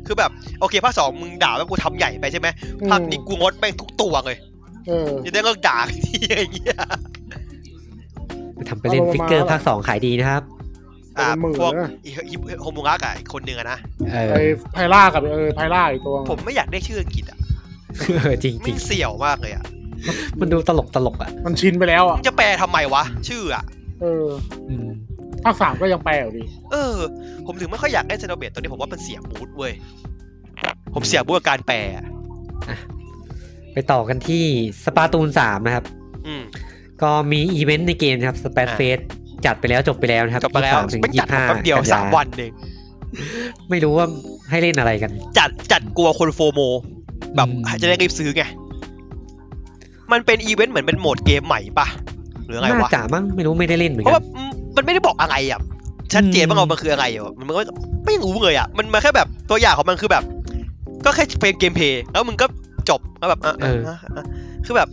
C: คือแบบโอเคภาคสองมึงด่าว่ากูทำใหญ่ไปใช่ไหมภาคนี้กูงดแม่งทุกตัวเลย
D: เออ
C: ยังได้เลิกด่า ทีอะไรเงี้ย
A: ทำไปเล่นฟิกเกอร์ภาค 2 ขายดีนะครับ
C: อ่า
D: เป็นหมื่น
C: พวก
D: นะ
C: อีฮิปโฮมูรักอ่ะอีกคนนึงอะนะ
A: เออ
D: ไอไพล่ากับเออไพล่าอีกตัว
C: ผมไม่อยากได้ชื่ออังกฤษอ่ะ
A: เออจริงจ
C: แม่
A: ริง
C: งเสี่ยวมากเลยอ่ะ
A: ๆมันดูตลกตลกๆอ่ะ
D: มันชินไปแล้วอ่ะ
C: มึงจะแปลทำไมวะชื่ออ่ะ
D: เออ
A: อืม
D: ภาคสามก็ยังแปลอยู่ดี
C: เออ ผมถึงไม่ค่อยอยากได้เซโนเบตตัวนี้ผมว่ามันเสียบูทเว้ย ผมเสียบูทกับการแปลอะ
A: ไปต่อกันที่สปาตูน 3 นะครับ
C: อืม
A: ก็มีอีเวนต์ในเกมนะครับสเปซ
C: อ่า
A: เฟสจัดไปแล้วจบไปแล้วนะครับ
C: จบไปแล้ว
A: 23ถึง
C: มันจัดมา
A: 25
C: แป๊บเดียว
A: กัน
C: สามวันเอง
A: ไม่รู้ว่าให้เล่นอะไรกัน
C: จัดจัดกลัวคนโฟโม แบบ
A: อืม
C: จะได้รีบซื้อไง มันเป็นอีเวนต์เหมือนเป็นโหมดเกมใหม่ปะหรือไง
A: น่าว
C: ะ
A: จะมั้งไม่รู้ไม่ได้เล่นเหมือน
C: เพราะ
A: กั
C: ว่าน มันไม่ได้บอกอะไรอ่ะ ชัดเจนว่า
A: อืม
C: เรามันคืออะไรอ่ะมันก็ไม่รู้เลยอ่ะ มันมาแค่แบบตัวอย่างของมันคือแบบ ก็แค่เป็นเกมเพลย์แล้วมึงก็จบแล้วแบบอ่ะอ่ะอ่ะอ่ะคือแบบ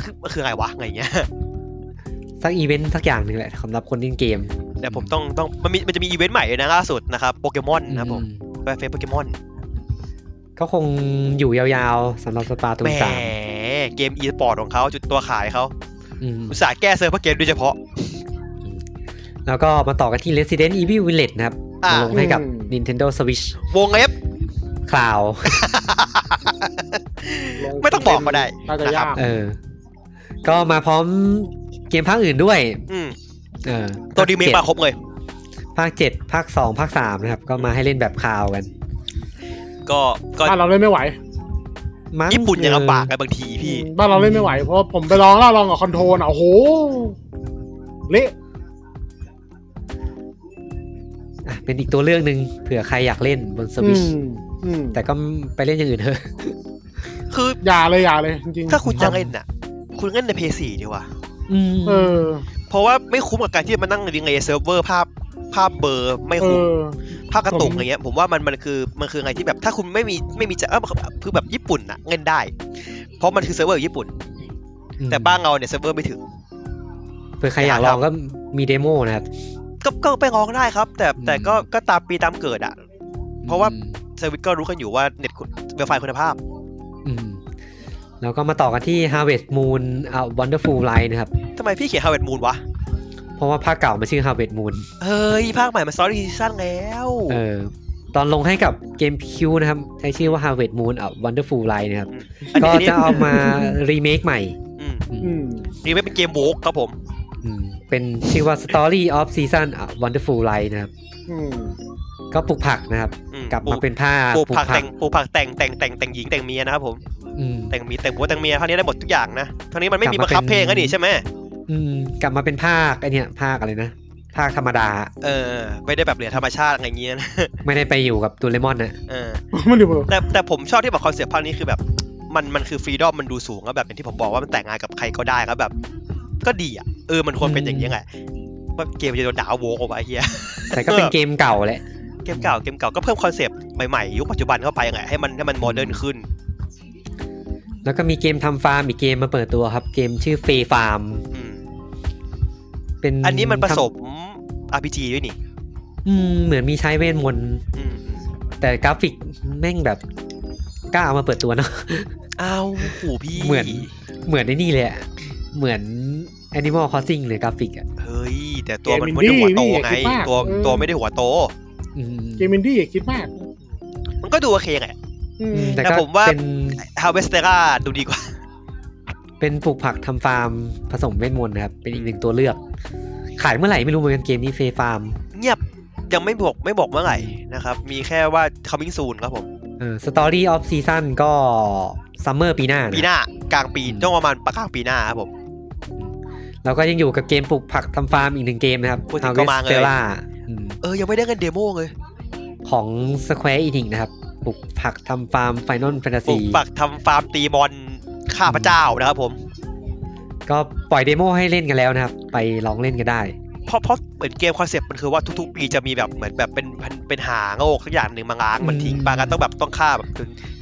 C: คือคืออะไรวะอะไรอย่างเงี้ย
A: สักอีเวนต์สักอย่างหนึ่งแหละสำหรับคนเล่นเกม
C: เดี๋ยวผมต้องต้องมันมีมันจะมีอีเวนต์ใหม่ด้วยนะล่าสุดนะครับโปเกมอนนะครับผม
A: อื
C: แเฟซโปเกมอน
A: ก็คงอยู่ยาวๆสำหรับสปาตู
C: แหม
A: นสาม
C: เกมอีสปอร์ตของเขาจุดตัวขายเขา
A: อืม
C: อุตส่าห์แก้เซิร์ฟเวอร์เกมโดยเฉพาะ
A: แล้วก็มาต่อกันที่ Resident Evil Village นะครับ
C: อ่าม
A: มาลงให้กับ
D: อืม
A: Nintendo Switch
C: วงเล็บ
A: Cloud
D: ล
C: ไม่ต้องบอกก็ได้
D: น่าจะ
C: นะครับ
D: ยาก
A: เออ ก็มาพร้อมเกมภาคอื่นด้วย
C: อืม
A: เออ
C: ตัวดีเมคมาครบเลย
A: ภาคเจ็ดภาคสองภาคสามนะครับ ก็มาให้เล่นแบบคลาวกัน
C: ก็ก็
D: บ้านเราเล่นไม่ไหว
A: มั้ง
C: ญี่ปุ่นยังลำบาก
A: เออ
C: ไงบางทีพี่
D: บ้านเราเล่นไม่ไหวเพราะผมไปลองแล้วลองกับคอนโทรลอ่ะโอ้โหเละ
A: อ่ะเป็นอีกตัวเรื่องหนึ่งเผื่อใครอยากเล่นบนสวิช
D: อืมอืม
A: แต่ก็ไปเล่นอย่างอื่นเถอะ
C: คือ
D: อย่าเลยอย่าเลยจริงๆ
C: ถ้าคุณจะเล่นน่ะ คุณเล่นในเพย์สี่ดีกว่า
A: อืม
D: เออ
C: เพ เพราะว่าไม่คุ้มกับการที่มันนั่งรีเลย์เซิร์ฟเวอร์ภาพภาพเบลอร์ไม่
D: เอ
C: คุ้ม
D: อ
C: ภาพการะตุก
D: ผม
C: อย่างเงี้ยผมว่ามันมันคือมันคืออะไรที่แบบถ้าคุณไม่มีไม่มีจะเออคือแบบญี่ปุ่นอะเล่นได้ เพราะมันคือเซิร์ฟเวอร์ญี่ปุ่น
A: อืม
C: แต่บ้านเราเนี่ยเซิร์ฟเวอร์ไม่ถึง
A: เผื่อใครอยากลองก็มีเดโมนะครับ
C: ก็ก็ไปลองได้ครับ แต่
A: อืม
C: แต่ก็ก็ตามปีตามเกิดอะ เพราะว่า
A: อืม
C: เซอร์วิสก็รู้กันอยู่ว่าเน็ตคุณเวลไฟล์คุณภาพ
A: อืมแล้วก็มาต่อกันที่ Harvest Moon อ่า Wonderful Light นะครับ
C: ทำไมพี่เขียน h a r v e s t Moon วะ
A: เพราะว่าภาคเก่ามันชื่อ Harvest Moon
C: เฮ้ย ภาคใหม่มัน Story Season แล้ว
A: เออ ตอนลงให้กับ GameCube นะครับ ใช้ชื่อว่า Harvest Moon อ่า Wonderful Light นะครับ
C: อัน
A: ก็
C: นี้อันนี้
A: จะเอา มา รีเมคใหม่
C: อืม
A: อื
D: อื
A: ม
D: ม
C: นี่ไม่เป็นเกมโวกครับผม
A: อืมเป็นชื่อว่า Story of Season อ่า Wonderful Light นะครับ
D: อืม
A: ก็ปลูกผักนะครับ
C: อืม
A: กลับมาเป็นผ้า
C: ปลูกผักแต่งปลูกผักแต่งแต่งแต่งแต่งหญิงแต่งเมียนะครับผม
A: อืม
C: แต่งมีแต่งผัวแต่งเมียเท่านี้ได้หมดทุกอย่างนะเท่านี้มันไม่มี
A: กลั
C: บั
A: บ
C: ง
A: มา
C: คับ
A: เป็น
C: เพลงก็ดีใช่ไหม
A: อืม กลับมาเป็นภาคไอเนี่ยภาคอะไรนะ ภาคธรรมดา
C: เออไม่ได้แบบเหลือธรรมชาติอะไรเงี้ยนะ
A: ไม่ได้ไปอยู่กับดูเลมอนนะ
C: เออ
D: ไม่รู้เบอร์
C: แต่แต่ผมชอบที่แบบคอนเซปต์ภาคนี้คือแบบ มันมันคือฟรีดอมมันดูสูงแล้วแบบอย่างที่ผมบอกว่ามันแต่งงานกับใครก็ได้แล้วแบบ ก็ดีอ่ะเออมันควรเป็นอย่างนี้ยไงว่าเกมจะโดนด่าโวกออกมาไอ้เฮีย
A: แต่ก็เป็นเกมเก่าแหละ
C: เกมเก่าเกมเก่าก็เพิ่มคอนเซปต์ใหม่ๆยุคปัจจุบันเข้าไปไงให้มันให้มันโมเดิร์นขึ้น
A: แล้วก็มีเกมทำฟาร์มอีกเกมมาเปิดตัวครับ เกมชื่อเฟฟาร์ม
C: อืม
A: เป็น
C: อันนี้มันผสม
A: ท
C: RPG ด้วยนี่
A: ำอืมเหมือนมีใช้เวทมนต์
C: อืม
A: แต่กราฟิกแม่งแบบกล้าเอามาเปิดตัวเนาะ
C: อ้าวโหูพี่
A: เหมือน เหมือนไอ้นี่เลยอะเหมือน Animal Crossing เลยกราฟิกอ่ะ
C: เฮ้ยแต่ตัวมันไม่ได้หัวโตไงตัวตัวไม่ได้หัวโต
A: อืม
D: เกมอินดี้อย่าคิดมาก
C: มันก็ดูโอเคไง
D: อื
A: อื
D: ม
A: มแต่
C: แต่
A: ก็
C: ผมว่า
A: เป็น
C: ฮาวเวสเตราดูดีกว่า
A: เป็นปลูกผักทำฟาร์มผสมเวทมนต์นะครับ เป็นอีกหนึ่งตัวเลือก ขายเมื่อไหร่ไม่รู้เหมือนกันเกมนี้เฟฟาร์ม
C: เงียบยังไม่บอกไม่บอกเมื่อไหร่นะครับ มีแค่ว่า coming soon ครับผม
A: เออสตอรี่ออฟซีซั่นก็ซัมเมอร์ปีหน้า
C: ปี
A: นะ
C: หน้ากลางปี
A: อืม
C: ต้องประมาณปลายกลางปีหน้าครับผม
A: เราก็ยังอยู่กับเกมปลูกผักทำฟาร์มอีกหนึ่งเกมนะครับ
C: พูดถึงก็มาเลย
A: Harvestella อืม
C: เออ ยังไม่ได้เงินเดโมเลย
A: ของ Square Enix นะครับปลูกผักทำฟาร์ม Final
C: ปลู
A: Fantasy
C: กปักทำฟาร์มตีบอลฆ่าพระเจ้านะครับผม
A: ก็ปล่อยเดโมให้เล่นกันแล้วนะครับ ไปลองเล่นกันได้
C: เพราะเพราะเหมือนเกมคอนเซปต์มันคือว่าทุกๆปีจะมีแบบเหมือนแบบเป็นเป็นเป็นหางโลกสักอย่างหนึ่งมาล้างมันทิ้ง
A: อืม
C: บางกันต้องแบบต้องฆ่าแบบ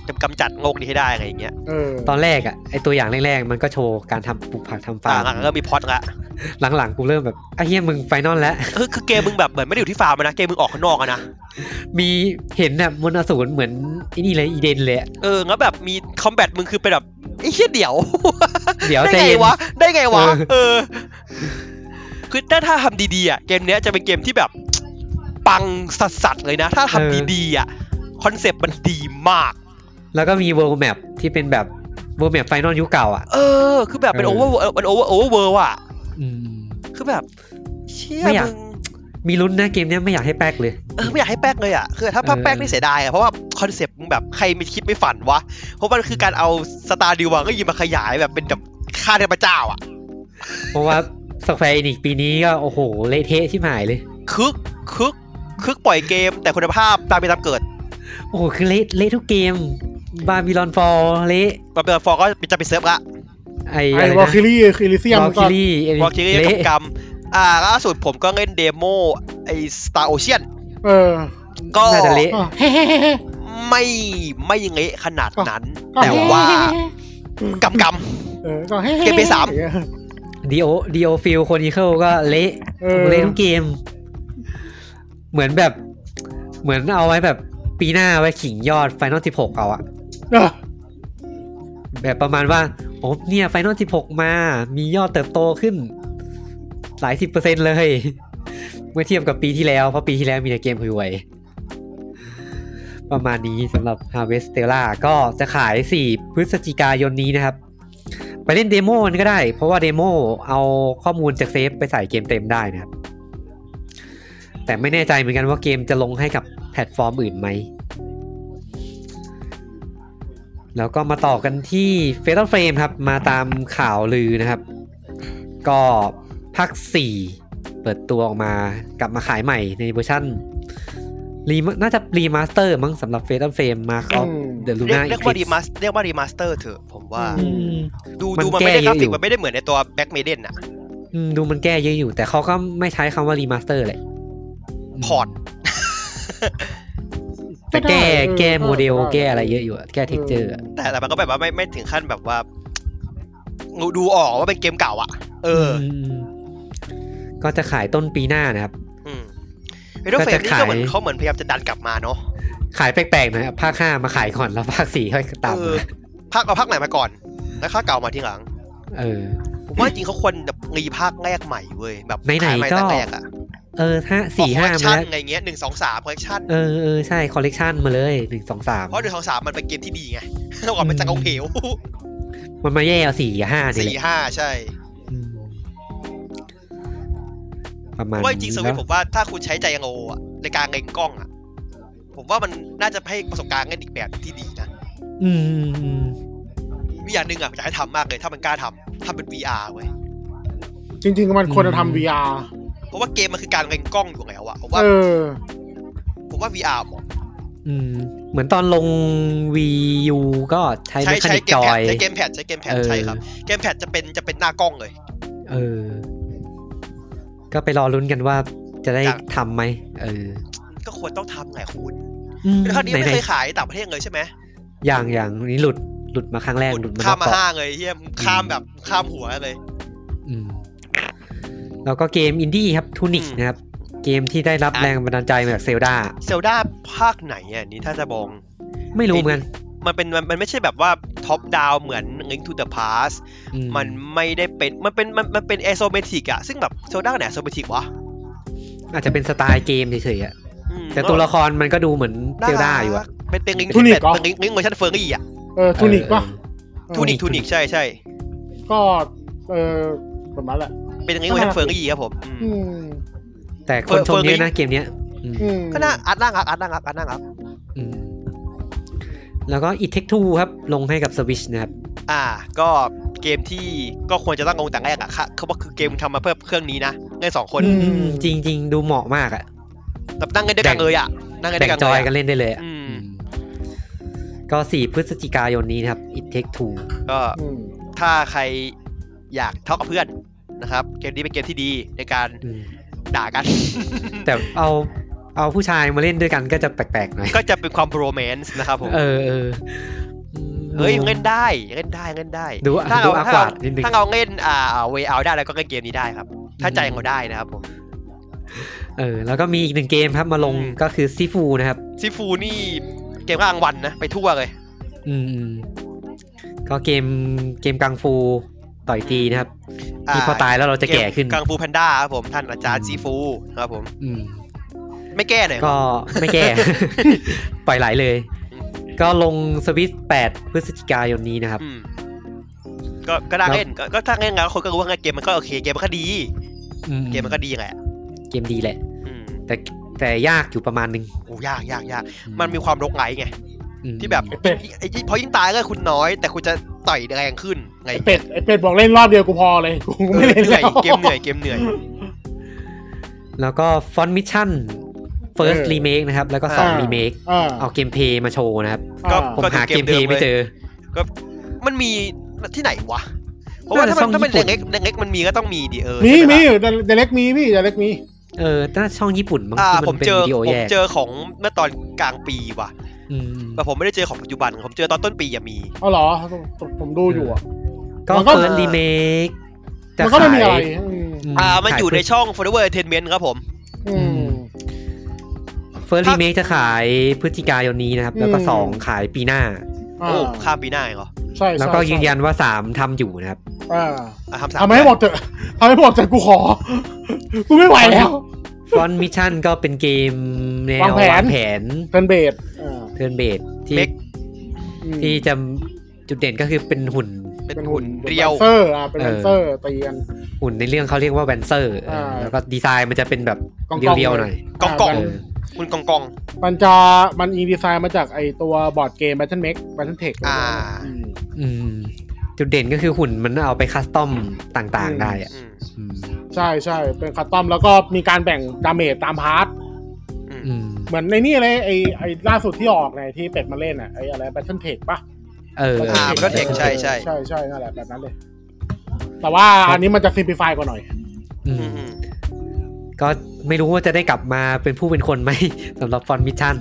C: จะกำจัดโลกนี้ให้ได้อะไรอย่างเงี้ย
D: เออ
A: ตอนแรกอะไอตัวอย่างแรกๆ มันก็โชว์การทำปลูกผักทำฟา
C: ต่า
A: ร์ม
C: งก็มีพล็อตละ
A: หลังๆ กูเริ่มแบบไอ้เหี้ยมึงไฟนอลแล้ว
C: เออคือเกมมึงแบบเหมือนไม่ได้อยู่ที่ฟาร์มอะนะเกมมึงออกข้างนอกอะนะ
A: มีเห็นแบบมนต์อสูรเหมือนไอ้นี่เลยอีเดนเลยอะ
C: เออแล้วแบบมีคอมแบทมึงคือเป็นแบบไอ้เชี่ยเดี๋ยว
A: เดี๋ยว
C: ได้
A: ใจ
C: ไง
A: เย็น
C: วะ ได้ไงวะ
A: เออ
C: เออ คือถ้าถ้าทำดีๆอ่ะ เกมเนี้ยจะเป็นเกมที่แบบ ปังสัสๆเลยนะ ถ้าทำดีๆอ่ะ คอนเซปต์มันดีมาก
A: แล้วก็มี World Map ที่เป็นแบบ World Map ไฟนอลยุคเก่าอะ
C: เออ คือแบบเป็นโอเวอร์มันโอเวอร์โอเวอร์เวิร์อ่ะ
A: อืม
C: คือแบบ เชี่ย
A: ไม่อยาก
C: มึง
A: มีลุ้นนะเกมเนี้ยไม่อยากให้แป๊กเลย
C: เออไม่อยากให้แป๊กเลยอ่ะ คือถ้าถ้า
A: เออ
C: แป๊กนี่เสียดายอ่ะ เพราะว่าคอนเซปต์มึงแบบใครไม่คิดไม่ฝันวะ เพราะมันคือการเอาสตาร์ดิวังก็ยิงมาขยายแบบเป็นแบบค่าเทพเจ้าอ่ะ
A: เพราะว่า Square Enix ปีนี้ก็โอ้โหเละเทะชิบหายเลย
C: คึกคึกคึกปล่อยเกม แต่คุณภาพตามไปตามเกิด
A: โอ้โหคือเละเละทุกเกม บาบิลอนฟอลเละ
C: บาเบลฟอร์ก็จะไปเซิร์ฟละ
A: ไอ้
D: ไอ้
A: อะไร
D: วอล
A: นะ
D: คิรี่อิลิเซียม
A: วอล
D: ก็
A: คิลี่เ
C: วอลคิรี่กับ
A: ละ
C: กรรมอ่าล่าสุดผมก็เล่นเดโมไอ้สตาร์โอเชียน
D: เออ
C: ก็
A: น่าจะเละ
D: อ่ะเฮ้เฮ้เฮ้เฮ้
C: ไม่ไม่เละขนาดนั้น
D: อ๋อ
C: แต่ว่ากำก
D: เออก็เฮ้ฮ้
C: เกมไปสาม
D: อย่งเงี้ย
A: ดีโอดีโอฟิลโคนิเคิลก็เละ
D: เออ
A: เละทั้งเกม เหมือนแบบ เหมือนเอาไว้แบบปีหน้าไว้ขิงยอดไฟนอล 16 เอาอะ
D: เออ
A: แบบประมาณว่า โอ้เนี่ยไฟนอล 16 มา มียอดเติบโตขึ้น หลายสิบเปอร์เซ็นต์เลย เมื่อเทียบกับปีที่แล้ว เพราะปีที่แล้วมีแต่เกมห่วยๆประมาณนี้สำหรับ Harvest Stella ก็จะขาย 4 พฤศจิกายนนี้นะครับ ไปเล่นเดโมกันก็ได้ เพราะว่าเดโมเอาข้อมูลจากเซฟไปใส่เกมเต็มได้นะครับ แต่ไม่แน่ใจเหมือนกันว่าเกมจะลงให้กับแพลตฟอร์มอื่นไหม แล้วก็มาต่อกันที่ Fatal Frame ครับ มาตามข่าวลือนะครับ ก็ภาค4เปิดตัวออกมากลับมาขายใหม่ในเวอร์ชันรีมาน่าจะรีมาสเตอร์มั้งสำหรับ Fatal Frame Mark of the
C: ำเรียก
A: Luna
C: เรียกว่ารีมา
A: Eclipse
C: สเรียกว่ารีมาสเตอร์เถอะผมว่า
A: อืม
C: ดู
A: มัน
C: ดูมันไม่ได้
A: แก้เย
C: กรา
A: อะอยู่
C: ฟิกมันไม่ได้เหมือนในตัวแบ็กเมเดนอะ
A: อืมดูมันแก้เยอะอยู่ แต่เขาก็ไม่ใช้คำว่ารีมาสเตอร์เลย
C: พอร์ต
A: แต่แก้
D: ได้เออ
A: แก้โมเดล
D: ได้ได้
A: แก้อะไรเยอะอยู่อะแก้เท็กเจอร์
C: แต่แต่มันก็แบบว่าไม่ไม่ถึงขั้นแบบว่าดูออกว่าเป็นเกมเก่าอ่ะ เออ
A: ก็จะขายต้นปีหน้านะครับ
C: อืมเฮโร่
A: ก็
C: เฟ
A: จะ
C: มนี่ก็เหมือน
A: ขาย
C: เขาเหมือนพยายามจะดันกลับมาเนาะ
A: ขายแปลกๆหนะครับภาคห้ามาขายก่อนแล้วภาคสี่ค่อยตาม
C: เอ
A: มา
C: อภาคเอาภาคไหนมาก่อน แล้วภาคเก่ามาทีหลัง
A: เออ
C: ผมว่าจริงเขาควรแบบรีภาคแรกใหม่เว้ยแบบ
A: ไหนๆ
C: ขายใม่ตั้ง
A: ก็
C: แรกอ่ะ
A: เออห้าสี่ห้า
C: ออกคอล
A: มา
C: เลคชั่น
A: แล้ว
C: อะไรเงี้ยหนึ่งสองสามคอลเลคชั่น
A: เออเออใช่คอลเลกชันมาเลยหนึ่งสองสาม
C: เพราะหนึ่งสองสามมันเป็นเกมที่ดีไง เมื่อก่อนเป็นจังเอาเหว
A: มันมาแย่เอาสี่กับห้านี่
C: สี่
A: แหละ
C: ห้าใช่
A: อืมประมาณ
C: ว่าจริงๆสวิต
A: นี้
C: ผมว่าถ้าคุณใช้ใจยังโออะในการเล็งกล้องอะผมว่ามันน่าจะให้ประสบการณ์กันอีกแบบที่ดีนะ
A: อืมอืมอืม
C: มีอย่างหนึ่งอะอยากให้ทำมากเลย ถ้ามันกล้าทำทำเป็น VR เว้ย
D: จริง ๆ มันควรจะ
A: อืม
D: ทำ VR
C: เพราะว่าเกมมันคือการเล็งกล้องอยู่แล้วอะผมว่า
D: เออ
C: ผมว่า VR เหมาะ
A: อืม เหมือนตอนลง VU ก็ใช้เม
C: ใช้
A: คา
C: ใช้
A: นิก
C: เก
A: จ
C: ม
A: อ
C: แพ
A: ย
C: ดใช้เกมแพดใช้เกมแพด
A: เออ
C: ใช่ครับเกมแพดจะเป็นจะเป็นหน้ากล้องเลย
A: เออ ก็ไปรอลุ้นกันว่าจะได้
C: จ้ะ
A: ทำไหม เออ
C: ก็ควรต้องทำไงคุณ
A: อืม
C: แล้วคราวนี้ไม่
A: ไหน
C: เคยขายต่างประเทศเลยใช่ไหม
A: ๆอย่างอย่างนี้หลุดหลุดมาครั้งแรกหลุดมา
C: ข้ามมา
A: เกาะ
C: ห้างเลยเฮียข้ามแบบข้ามหัวเลย
A: อืมแล้วก็เกมอินดี้ครับทูนิก
C: อืม
A: นะครับ เกมที่ได้รับ
C: อ่ะ
A: แรงบันดาลใจมาจากเซลดา
C: เซลดาภาคไหนอะนี่ถ้าจะมอง
A: ไม่รู้เหมือนกัน
C: มันเป็นมันมันไม่ใช่แบบว่าท็อปดาวเหมือน Link to the Past
A: อื
C: มันไม่ได้เป็นมันเป็นมันมันเป็นไอโซเมตริกอะซึ่งแบบโซด้าไหนไอโซเมตริกวะ
A: อาจจะเป็นสไตล์เกมเฉยๆอะ
C: อืม
A: แต่ตัวละครมันก็ดูเหมือนเซลดาอยู่อะ
C: เป็นเป็นลิงก์
D: ทูนิก
C: เป็น
D: เหรอ
C: เป็นลิงก์ลิงก์เวอร์ชันเฟิร์รี่อะ
D: เออทูนิกป่ะ
A: เออ
C: ทูนิกทูนิกใช่ใช่
D: ก็ เออประมาณแหละ
C: เป็นลิงก์เวอร์ชันเฟิร์รี่ครับผมอื
D: อื
C: ม
D: ม
A: แต่คนชมเยอะนะ
C: เฟิร์ก
A: เกมเนี้ยอืม
D: อืม
C: ก็น่าอัดน่ารักอัดน่ารักอัดน่ารัก
A: อืมแล้วก็อีเทคทูครับ ลงให้กับสวิชนะครับ
C: อ่า ก็เกมที่ก็ควรจะตั้งงงแต่แรกอะค่ะเขาบอกคือเกมทำมาเพื่อเครื่องนี้นะเล่นสองคน
A: อืมจริงจริง ๆ ดูเหมาะมากอะ
C: แบบนั่งเล่นด้วยกันเลยอะนั่งเล่นด้
A: แบ่ง
C: วยกัน
A: จอย
C: เล
A: กัน
C: ยอะ
A: เล่นได้เลยอะ
C: อืม
A: อืมก็สี่พฤศจิกายนนี้นะครับอีเทคทู
C: ก็
D: อืม
C: ถ้าใครอยากเท่ากับเพื่อนนะครับ เกมนี้เป็นเกมที่ดีในการ
A: อืม
C: ด่า กัน
A: แต่เอาเอาผู้ชายมาเล่นด้วยกันก็จะแปลกๆหน่อย
C: ก็จะเป็นความโรแมนต์นะครับผม
A: เออเออ
C: เฮ้ยเล่น
A: ได้
C: ได้เล่นได้เล่นได้
A: ดูอ่ะ
C: ถ้าเรา
A: ดูอ่ะ
C: ถ้าเรา
A: กวาดนิดนึง
C: ถ้าเราเล่นอ่าเวเอาได้แล้วก็เล่นเกมนี้ได้ครับ ถ้าใจเราได้นะครับผม
A: เออ แล้วก็มีอีกหนึ่งเกมครับมาลง
C: อืม
A: ก็คือซีฟูนะครับ
C: ซิฟูนี่เกมกลางวันนะไปทั่วเลย
A: อืมอืมก็เกมเกมกังฟูต่อยตีนะครับ
C: อ่า
A: ที่พอตายแล้วเราจะแก่ขึ้น
C: เมกลางฟูแพนด้าครับผมท่านอาจารย์ซีฟูครับผม
A: อืม
C: ไม่แก้หน่อยเหร
A: ก็
C: อ
A: ไม่แก่ ปล่อยไหลเลย
C: อืม
A: ก็ลงสวิต8พฤศจิกายนนี้นะครับ
C: อืมก็ก็น่าเล่นก็ก็ถ้าเล่นแล้วคนก็รู้ว่าเกมมันก็โอเคเกมมันก็ดี
A: อื
C: เกมมันก็ดีแหละ
A: เกมดีแหละ
C: อืม
A: แต่แต่ยากอยู่ประมาณหนึง
C: โอ้ยากยากยากมันมีความรกไหลไง
A: อืม
C: ที่แบบ
D: ไอเป็ด
C: ไอ้ที่พอยิ่งตายก็คุณน้อย แต่คุณจะต่อยแรงขึ้นไง
D: ไอเป็ด ไอเป็ดบอกเล่นรอบเดียวกูพอเลย กู
C: เอ
D: ไม่
C: อ
D: เล่น
C: เหนื่
D: แล้
C: อยว เกมเหนื่อยเกมเหนื่อย
A: แล้วก็ฟอนมิชชั่น first remake นะครับ แล้วก็สอง
C: อ่า
A: remake
D: อ่า
A: เอาเกมเพลย์มาโชว์นะครับ
C: ก็
D: อ่า
A: ผมหาเกมเพลย์ไม่เจอ
C: ก็มันมีที่ไหนวะ เพราะว่าถ้ามั
A: น่าจะช่อ
C: น
A: ง
C: ถ้ามัน
A: ญี่
C: เล็ก
A: ปุ่น
C: เล็กเล็กมันมีก็ต้องมีดิเออ
D: มี
C: ใช่ไห
D: มี
C: ล่ะ
D: เดเล็กมีพี่เดเล็กมี
A: เออน่าจะช่องญี่ปุ่นบาง
C: อ่า
A: ที่
C: ผ
A: มั
C: ม
A: นเป็น
C: เจอ
A: วิดีโอ
C: ผ
A: แย
C: ม
A: ก
C: เจอของเมื่อตอนกลางปีว่ะ
A: ม
C: แต่ผมไม่ได้เจอของปัจจุบัน ผมเจอตอนต้นปีอย่ามี
D: เอาเหรอผมผมดูอยู่อ่ะ
A: ก็
D: มันก็
A: เฟิร์สรีเมคจะ
D: มันก็
A: ขาย
D: ไม่มีอะไรอืม
A: ม
C: อ่า มัน
A: ข
C: อยู่ในช่อง Forever Entertainment ครับผม
D: อืม
A: เฟิร์สรีเมคจะขายพฤศจิกายนนี้นะครับ แล้วก็
D: อืม
A: สองขายปีหน้า
D: อ่า
C: โอ้ข้ามปีหน้าเหรอ
D: ใช่ใช่
A: แล้วก็
D: ใช่
A: ยืนยันว่าสามทำอยู่นะครับ
D: อ่า
C: อ่ะทำสาม
D: ทำให้หมดเถอะทำให้หมดเถอะกูขอ กูไม่ไหวแล้ว
A: ฟอนมิชชั่นก็เป็นเกมแนว
D: วางแผน
A: วางแผน
D: เทิร์นเบสอ่า
A: เทิร์นเบสที่
C: เม็ก
D: อืม
A: ที่จะจุดเด่นก็คือเป็นหุ่น
C: เป็นหุ่นเรียว
D: ป็นแลนเซอร์อ่าเป็น
A: เออ
D: แลนเซอร์ตีกัน
A: หุ่นในเรื่องเขาเรียกว่าแวนเซอร์
D: อ่า
A: แล้วก็ดีไซน์มันจะเป็นแบบ
D: กอง
A: เรียวๆหน่อย
C: กองกอง
A: เออ
D: มั
C: หุ่นกองกอง
D: มันจะมันอีดีไซน์มาจากไอตัวบอร์ดเกม Battle Mech Battle Tech
C: อ่า
D: อืม
A: อืมจุดเด่นก็คือหุ่นมันเอาไปคัสตอมต่าง
D: อืม
A: ๆ ได้อะ
C: อืม
A: อืม
D: ใช่ใช่เป็นคัสตอมแล้วก็มีการแบ่งดาเมจตามพาร์ท
C: อืม
A: อืม
D: เหมือนในนี่เลยไอไอล่าสุดที่ออกไงที่เป็ดมาเล่นอ่ะไออะไรแบทเทิลเทคปะ
A: เออ
C: อ่ามันก็เทคใช่ใช่
D: ใช่ใช่นั่นแหละแบบนั้นเลย แต่ว่าอันนี้มันจะซิมพลิฟายกว่าหน่อย
A: อื
C: อื
A: ม
C: ม
A: ก็ไม่รู้ว่าจะได้กลับมาเป็นผู้เป็นคนไหม สำหรับฟอนมิชชั่น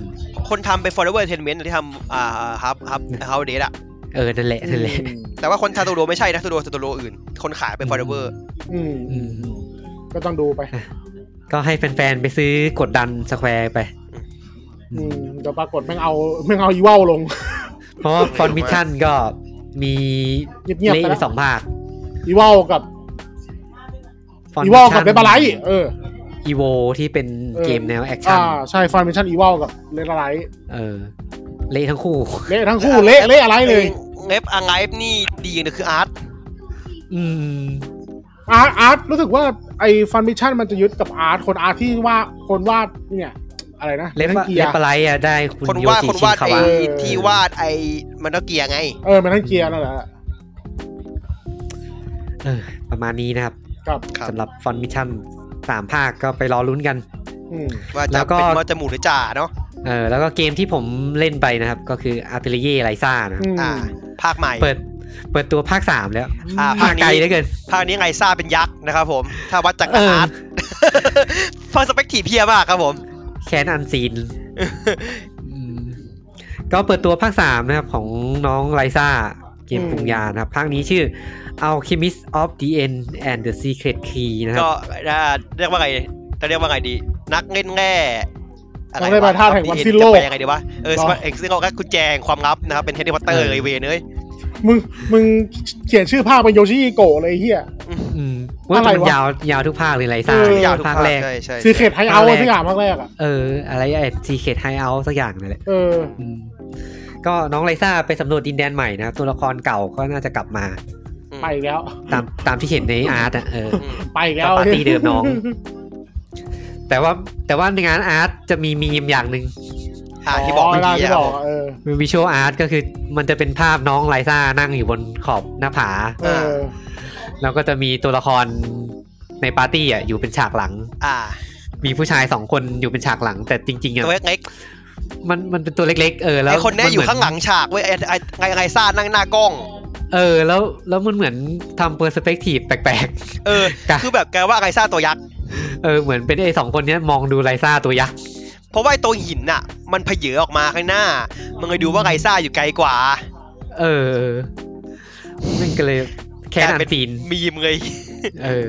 C: คนทำเป็น forever entertainment ที่ทำอ่าฮับฮับเฮาเดทอะ
A: เออ นั่นแหละ นั่นแหละ
D: อืม
C: แต่ว่าคนทาตูโรไม่ใช่นะตูโรตูโรอื่น คนขายเป็น forever
D: อืม
A: อืม
D: ก็ต้องดูไป
A: ก็ให้แฟนๆ ไปซื้อกดดันสแควร์ไป
D: อืมเดี๋ยวปรากฏแม่งเอา แม่งเอาอีว่าวลง
A: เพราะฟอนมิชชั่นก็มี
D: เงียบๆ
A: เละ
D: ไป
A: ไป
D: แล้ว
A: สองภาค
D: อีว่าวกับ
A: Fun
D: อีว่าวกับ
A: Mission
D: เรดบาไลท์เออ
A: อีโวที่เป็น
D: เออ
A: เกมแนวแอคชั่น
D: อ่าใช่ฟาร์มิชั่นอีว่าวกับเรดบาไลท์
A: เออ เละทั้งคู่
D: เละทั้งคู่เละเละอะไรเลย
C: เงฟอังไงฟนี่ดีนะคืออาร์ต
A: อืม
D: อาร์ตอาร์ตรู้สึกว่าไอ้ฟันมิชชั่นมันจะยึดกับอาร์ตคนอาร์ตที่ว่าคนวาดเนี่ย อะไรนะ
A: เละ
D: ทั้งเกีย
A: เละ
D: ร์
A: ปะไรอ่ะได้คุณ
C: ค
A: โยว
C: นาด
A: จิ
C: คน
A: ชิ
C: วาน ด
A: คา
C: ไอ้
A: วะ
C: ที่วาดไอ้มันต้องเกียร์ไง
D: เออมันทั้งเกียร์นั่นแหละ
A: เออ ประมาณนี้นะครับ
D: กับ
C: ครับ
A: สำหรับฟอนมิชชั่นสามภาคก็ไปรอลุ้นกัน
D: อืม
C: ว่า
A: แล้
C: จะ
A: วก็
C: เป็นว่าจะหมูหรือจ่าเนาะ
A: เออแล้วก็เกมที่ผมเล่นไปนะครับ ก็คืออาร์ติเลเย่ไรซ่านะ
D: อืม
C: อ่า ภาคใหม่
A: เปิดเปิดตัวภาคสามแล้ว
C: อ่า
A: ภา
C: ภา
A: ค
C: คนี้
A: ไกลเหลือเกิน
C: ภาคนี้ไงซ่าเป็นยักษ์นะครับผม ถ้าวัดจาก
A: เออ
C: อาร์ต ฟังสเปคทีฟเพียมากครับผม
A: แคนอันซีนอืมก็เปิดตัวภาคสามนะครับ ของน้องไรซ่าเกมปรุงยานะครับ ภาคนี้ชื่อ Alchemist of the End and the Secret Key นะครับ
C: ก็น่าเรียกว่าไงจะเรียกว่าไงดี นักเล่นแง่อะไร
D: ต้องได้บาท่าแห่งวันสิ้นโลก
C: จะแปลยังไงดีวะ เออ
D: หรอ
C: สมัครเอกซิโลกก็กุญแจแห่งความลับนะครับ เป็นเฮนรี่พอตเตอร์เลยเวยเนย
D: มึงมึงเขียนชื่อภาคเป็นโยชิโกะเลยไอ้เฮีย
A: อืมว่า
D: อะไร
A: แต่มัน
D: วะ
A: ยาวยาวทุกภาคเลยไรซ่า
D: เออ
C: ยาวทุก
A: ภาค
C: ภาค
A: แรก
C: ใช่ใช่
D: ซีเคทไฮเอา
A: ภาคแรก
D: สักอย่างภาคแรกอ่ะ
A: เออ อะไรไอ้ Secret Hideout สักอย่างนั่นแหละ
D: เออ
A: อืมก็น้องไลซ่าไปสำรวจดินแดนใหม่นะครับตัวละครเก่าก็น่าจะกลับมา
D: ไปอีกแล้ว
A: ตามตามที่เห็นในอาร์ตอ่ะเออ
C: อืม
D: ไปอีกแล้ว
A: ปาร์ตี้เดิมน้อง แต่ว่าแต่ว่าในงานอาร์ตจะมีมีมอย่างหนึ่ง
C: อ่าที่บอกเมื่อกี้
D: ที่
C: อะ
D: บอกเออ
A: วิชวลอาร์ตก็คือมันจะเป็นภาพน้องไลซ่านั่งอยู่บนขอบหน้าผา
D: เออ
A: แล้วก็จะมีตัวละครในปาร์ตี้อ่ะอยู่เป็นฉากหลัง
C: อ่า
A: มีผู้ชายสองคนอยู่เป็นฉากหลัง แต่จริงๆอ่ะ
C: ตัวเล็ก
A: มันมันเป็นตัวเล็ก ๆ เออ
C: ๆ
A: แล้ว
C: ไอคนเนี้ย
A: มั
C: อยู่
A: มื
C: ข้างหลังฉากเว้ยไอไอไงไงซ่านั่งหน้ากล้อง
A: เออ แล้วแล้วมันเหมือนทำเปอร์สเปกทีฟแปลก
C: เออ
A: จ้ะ
C: คือแบบแกว่าไงซ่าตัวยักษ์
A: ๆ เออเหมือนเป็นไอ้สองคนเนี้ยมองดูไลซ่าตัวยักษ์
C: เพราะว่าไอ้ตัวหินน่ะ มันเพเยอออกมาข้างหน้า มันเลยดูว่าไกซ่าอยู่ไกลกว่า
A: เออเออมันก็เลยแค่
C: กลาย
A: อั
C: เป็น
A: ซีน
C: มีมเลย
A: เออ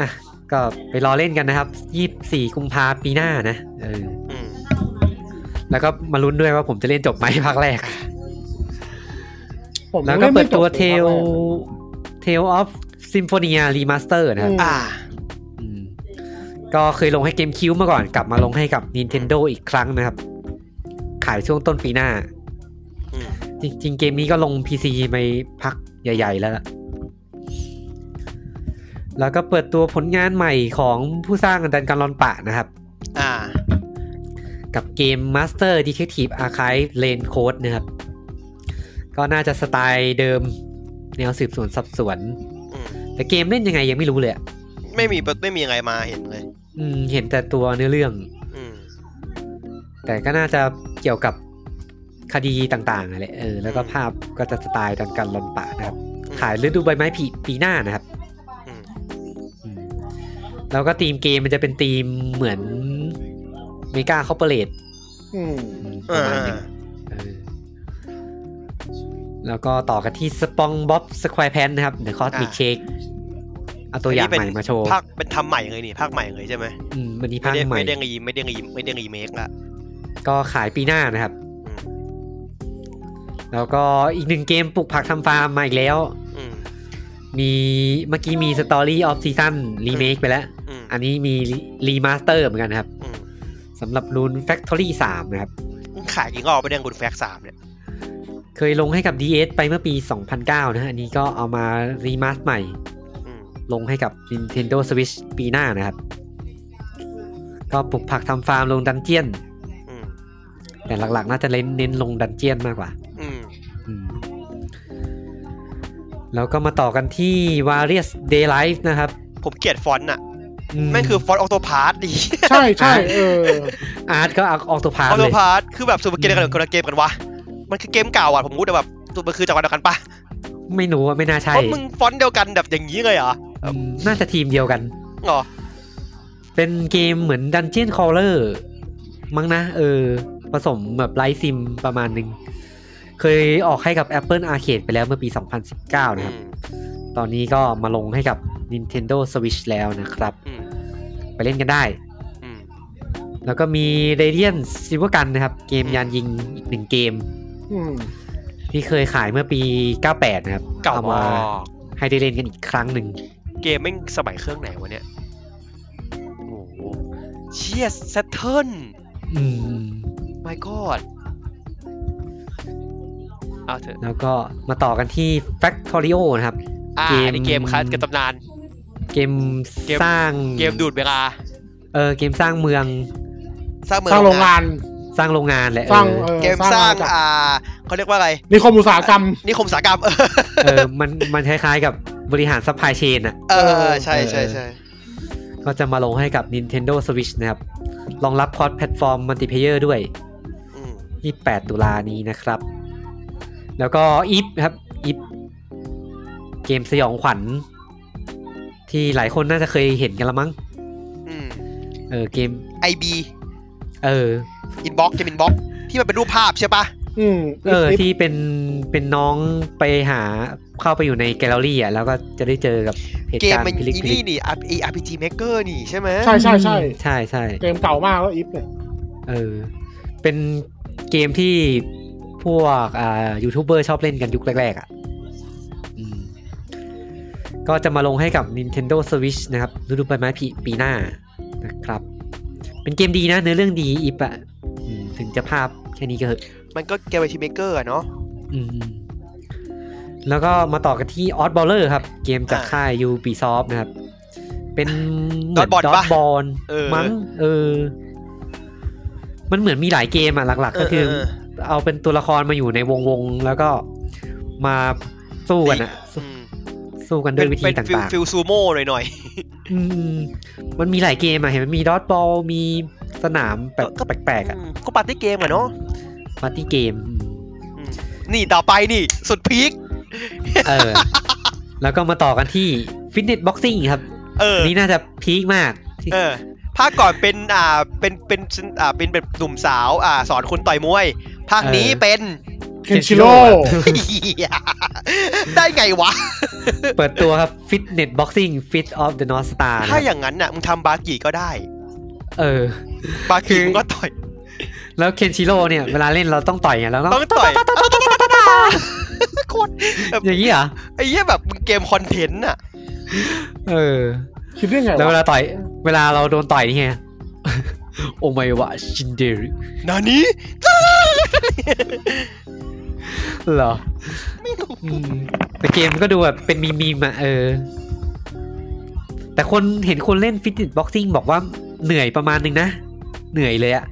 A: อ่ะ ก็ไปรอเล่นกันนะครับยี่สี่กุมภาปีหน้านะ เออ
C: อืม
A: แล้วก็มาลุ้นด้วยว่าผมจะเล่นจบไหมภาคแรก
D: ผม
A: แล้ว
D: ยัง
A: ก็
D: ล่น
A: เปิ
D: ไม่
A: ด
D: จบ
A: ตัว
D: ลย
A: เทลเทลออฟซิมโฟเนียรีมาสเตอร์นะครับ
C: อ่า
A: อืมก็เคยลงให้เกมคิวมาก่อน กลับมาลงให้กับ Nintendo อีกครั้งนะครับ ขายช่วงต้นปีหน้า
C: อืม
A: จริง ๆ เกมนี้ก็ลง PC ไปพักใหญ่ ๆ แล้วล่ะแล้วก็เปิดตัวผลงานใหม่ของผู้สร้างดันการลอนปะนะครับ
C: อ่า
A: กับเกม Master Detective Archive Lane Code นะครับ ก็น่าจะสไตล์เดิมแนวสืบสวนสอบสวน
C: อืม
A: แต่เกมเล่นยังไงยังไม่รู้เลยอะ
C: ไม่มีไม่มีอะไรมาเห็นเลย
A: อืมเห็นแต่ตัวเนื้อเรื่อง
C: อืม
A: แต่ก็น่าจะเกี่ยวกับคดีต่างๆนั่นแหละเออแล้วก็ภาพก็จะสไตล์ดันการลอนปะนะครับ
C: อืม
A: ขายฤดูใบไม้ผลิปีหน้านะครับ
C: อืม
A: อืมแล้วก็ธีมเกมมันจะเป็นธีมเหมือนเมกาคอร์เปอเรท
D: อืม
A: ป
C: เอ
A: ระ
C: อ
A: มาณหนึงเออแล้วก็ต่อกันที่สปองบ๊อบสแควร์แพนนะครับ เดี๋ยวคอสมิกเชคเอาตัวอย่างใหม่มาโชว์
C: ภาคเป็นทำใหม่เลยนี่ภาคใหม่เลยใช่ไหม
A: อืมวันนี้
C: ไม่
A: ภาค
C: ได้
A: ใหม่
C: ไม่ได้รีไม่ได้รีไม่ได้รีเมคละ
A: ก็ขายปีหน้านะครับ
C: อืม
A: แล้วก็อีกหนึ่งเกมปลูกผักทำฟาร์มมาอีกแล้ว
C: อืม
A: มีเมื่อกี้มีสตอรี่ออฟซีซั่นรีเมคไปแล้ว
C: อืม
A: อันนี้มีรีมาสเตอร์เหมือนกันนะครับ
C: อืม
A: สำหรับรูนแฟคทอรี่3นะครับ
C: ขายกี่รอบไปเรื่องกุนแฟกสามเนี่ย
A: เคยลงให้กับ DS ไปเมื่อปี 2009 นะฮะอันนี้ก็เอามารีมาสใหม่
C: อืม
A: ลงให้กับ Nintendo Switch ปีหน้านะครับ ก็ปลูกผักทำฟาร์มลงดันเจียน
C: อืม
A: แต่หลักๆ น่าจะเน้นเน้นลงดันเจียนมากกว่า
C: อืม
A: อืมแล้วก็มาต่อกันที่ Various Daylife นะครับ
C: ผมเกลียดฟอนต์น่ะ
A: ม
C: แม่งคือฟอนต์ออโตพาร์ตดิ
D: ใช่ใช่เออ
A: อาร์ตก็เอาออกตัว
C: อ
A: พาร์
C: อโต
A: เลย
C: พาร์ตคือแบบซูเปอร์เกมกันคนละเกมกันวะ มันคือเกมเก่าอ่ะผมรู้แต่แบบมันคือจังหวะเดียวกันปะ
A: ไม่รู้ว่าไม่น่าใช่
C: เพราะมึงฟอนต์เดียวกันแบบอย่างนี้เลยเหรอ ครับ
A: อืมน่าจะทีมเดียวกัน
C: อ๋อ
A: เป็นเกมเหมือนดันเจียนคอลเลอร์มั้งนะ เออ ผสมแบบไลท์ซิมประมาณหนึ่ง เคยออกให้กับ Apple Arcade ไปแล้วเมื่อปี 2019
C: อื
A: นะครับ
C: ม
A: ตอนนี้ก็มาลงให้กับ Nintendo Switch แล้วนะครับ
C: อืม
A: ไปเล่นกันได้
C: อืม
A: แล้วก็มี Radiant Silver Gun นะครับ เกมยานยิงอีกหนึ่งเกม
D: อืม
A: ที่เคยขายเมื่อปี 98 นะครับ
C: เก่ามาม
A: เอาาก ให้ได้เล่นกันอีกครั้งหนึ่ง
C: เกมแม่งสมัยเครื่องไหนวะเนี่ย โอ้โหเชียร์เซตเทิล
A: อืม
C: my god เอาเถอะ
A: แล้วก็มาต่อกันที่ Factorio นะครับ
C: อ่า
A: เกม
C: อันนี้เกมคลาสเกมตำนาน
A: เกม
C: เกม
A: สร้าง
C: เกมดูดเวลา
A: เออเกมสร้างเมือง
C: สร้างเมือง
D: สร้างโรงงาน
A: สร้างโรงงานแหละ
D: สร้าง
A: เออ
D: ออ
C: เกมสร้าง
D: อจก
C: อ่าเขาเรียกว่าอะไร
D: นิคมอุตสาหกรรม
C: นิคมอุตสาหกรรม เออ
A: เออมันมันคล้ายๆกับบริหารซัพพลายเชนอ่ะ
C: เออ
D: เออ
C: ใช่ใช่
A: เออ
C: ใช่
A: ก็จะมาลงให้กับ Nintendo Switch นะครับรองรับคอร์ดแพลตฟอร์มมัลติเพเยอร์ด้วย
C: อืม
A: 28 ตุลานี้นะครับ แล้วก็อีฟครับอีฟเกมสยองขวัญ ที่หลายคนน่าจะเคยเห็นกันละมั้ง
C: อืม
A: เออเกม
C: ไอบี
A: เออ
C: อินบ็อกเกมอินบ็อกที่มันเป็นรูปภาพใช่ปะ
D: อืม
A: เออที่เป็นเป็นน้องไปหาเข้าไปอยู่ในแกลเลอรี่อ่ะแล้วก็จะได้เจอกับเหตุ
C: เกม
A: การณ์
C: มัน
A: พิลิก
C: อี
A: พิลิ
C: นี่
A: ก
C: นี่ RPG Maker นี่ใช่ไหม
D: ใช่ใช่ใช่
A: ใช่ใช่
D: เกมเก่ามากแล้วอีฟเนี่ย
A: เออ เป็นเกมที่พวกอ่ายูทูบเบอร์ชอบเล่นกันยุคแรกๆอ่ะอืมก็จะมาลงให้กับ Nintendo Switch นะครับฤดูใบไม้ผลิปีหน้านะครับ เป็นเกมดีนะ เนื้อเรื่องดีอีปอะอืมถึงจะภาพแค่นี้ก็เหอะ
C: มันก็เกม RPG Maker อะเนาะ
A: อืมแล้วก็มาต่อกันที่ออ s บอลเลอร์ครับ เกมจาก
C: อ่า
A: ค่ายยูบีซอฟนะครับ เป็นเหมือน
C: Dodgeball
A: ดอ
C: ปะ
A: ทบอล
C: เออ
A: มั้งเออ มันเหมือนมีหลายเกมอ่ะ หลัก ๆ ก็คือ
C: เออเออ
A: เอาเป็นตัวละครมาอยู่ในวงวงๆแล้วก็มาสู้กันอ่ะ
C: อืม
A: สู้กันด้วยวิธี
C: เป็นฟิล
A: ต่าง
C: ฟิลซูโม่หน่อย
A: ๆอืมมันมีหลายเกมอ่ะ เห็นไหมมีดอทบอลมีสนามแบบก็แปล
C: ๆ
A: กๆอ่ะ
C: อืมก็ปาร์ตี้เกมอะเนาะ
A: ปาร์ตี้เกมอืม
C: อืมนี่ต่อไปนี่สุดพีค
A: เอ อ แล้วก็มาต่อกันที่ฟิตเนสบ็อกซิ่งครับ
C: เออ
A: อันนี้น่าจะพีคมากที่
C: เออภาคก่อนเป็นอ่าเป็นเป็นอ่าเป็นแบบหนุ่มสาวอ่าสอนคนต่อยมวย ภาคนี้เป็น
D: เคนชิโร่
C: เหี้ยได้ไงวะ
A: เปิดตัวครับฟิตเนสบ็อกซิ่งฟิตออฟเดอะนอสตาร์
C: ถ้าอย่างนั้นน่ะมึงทำบาสกีก็ได้
A: เออ
C: บาส
A: คื
C: กี
A: อ
C: มึงก็ต่อย
A: แล้วเคนชิโร่เนี่ย เวลาเล่นเราต้องต่อยไงเราต้
C: ต้
A: อ
C: อง งต่อยโคตรแบบ
A: อย่างนี้เหรอ
C: ไอ้เหี้ยแบบมึงเกมคอนเทนต์น่ะ
A: เออ
D: คิดได้ไง
A: แล้วเว
D: วะ
A: ลาต่อย เวลาเราโดนต่อยนี่ไงโอไมวะชินเดริ
C: นานี้
A: เหรออืมแต่เกมก็ดูแบบเป็นมีมีมๆอะเออ แต่คนเห็นคนเล่นฟิตเนสบ็อกซิ่งบอกว่าเหนื่อยประมาณนึงนะ เหนื่อยเลยอะ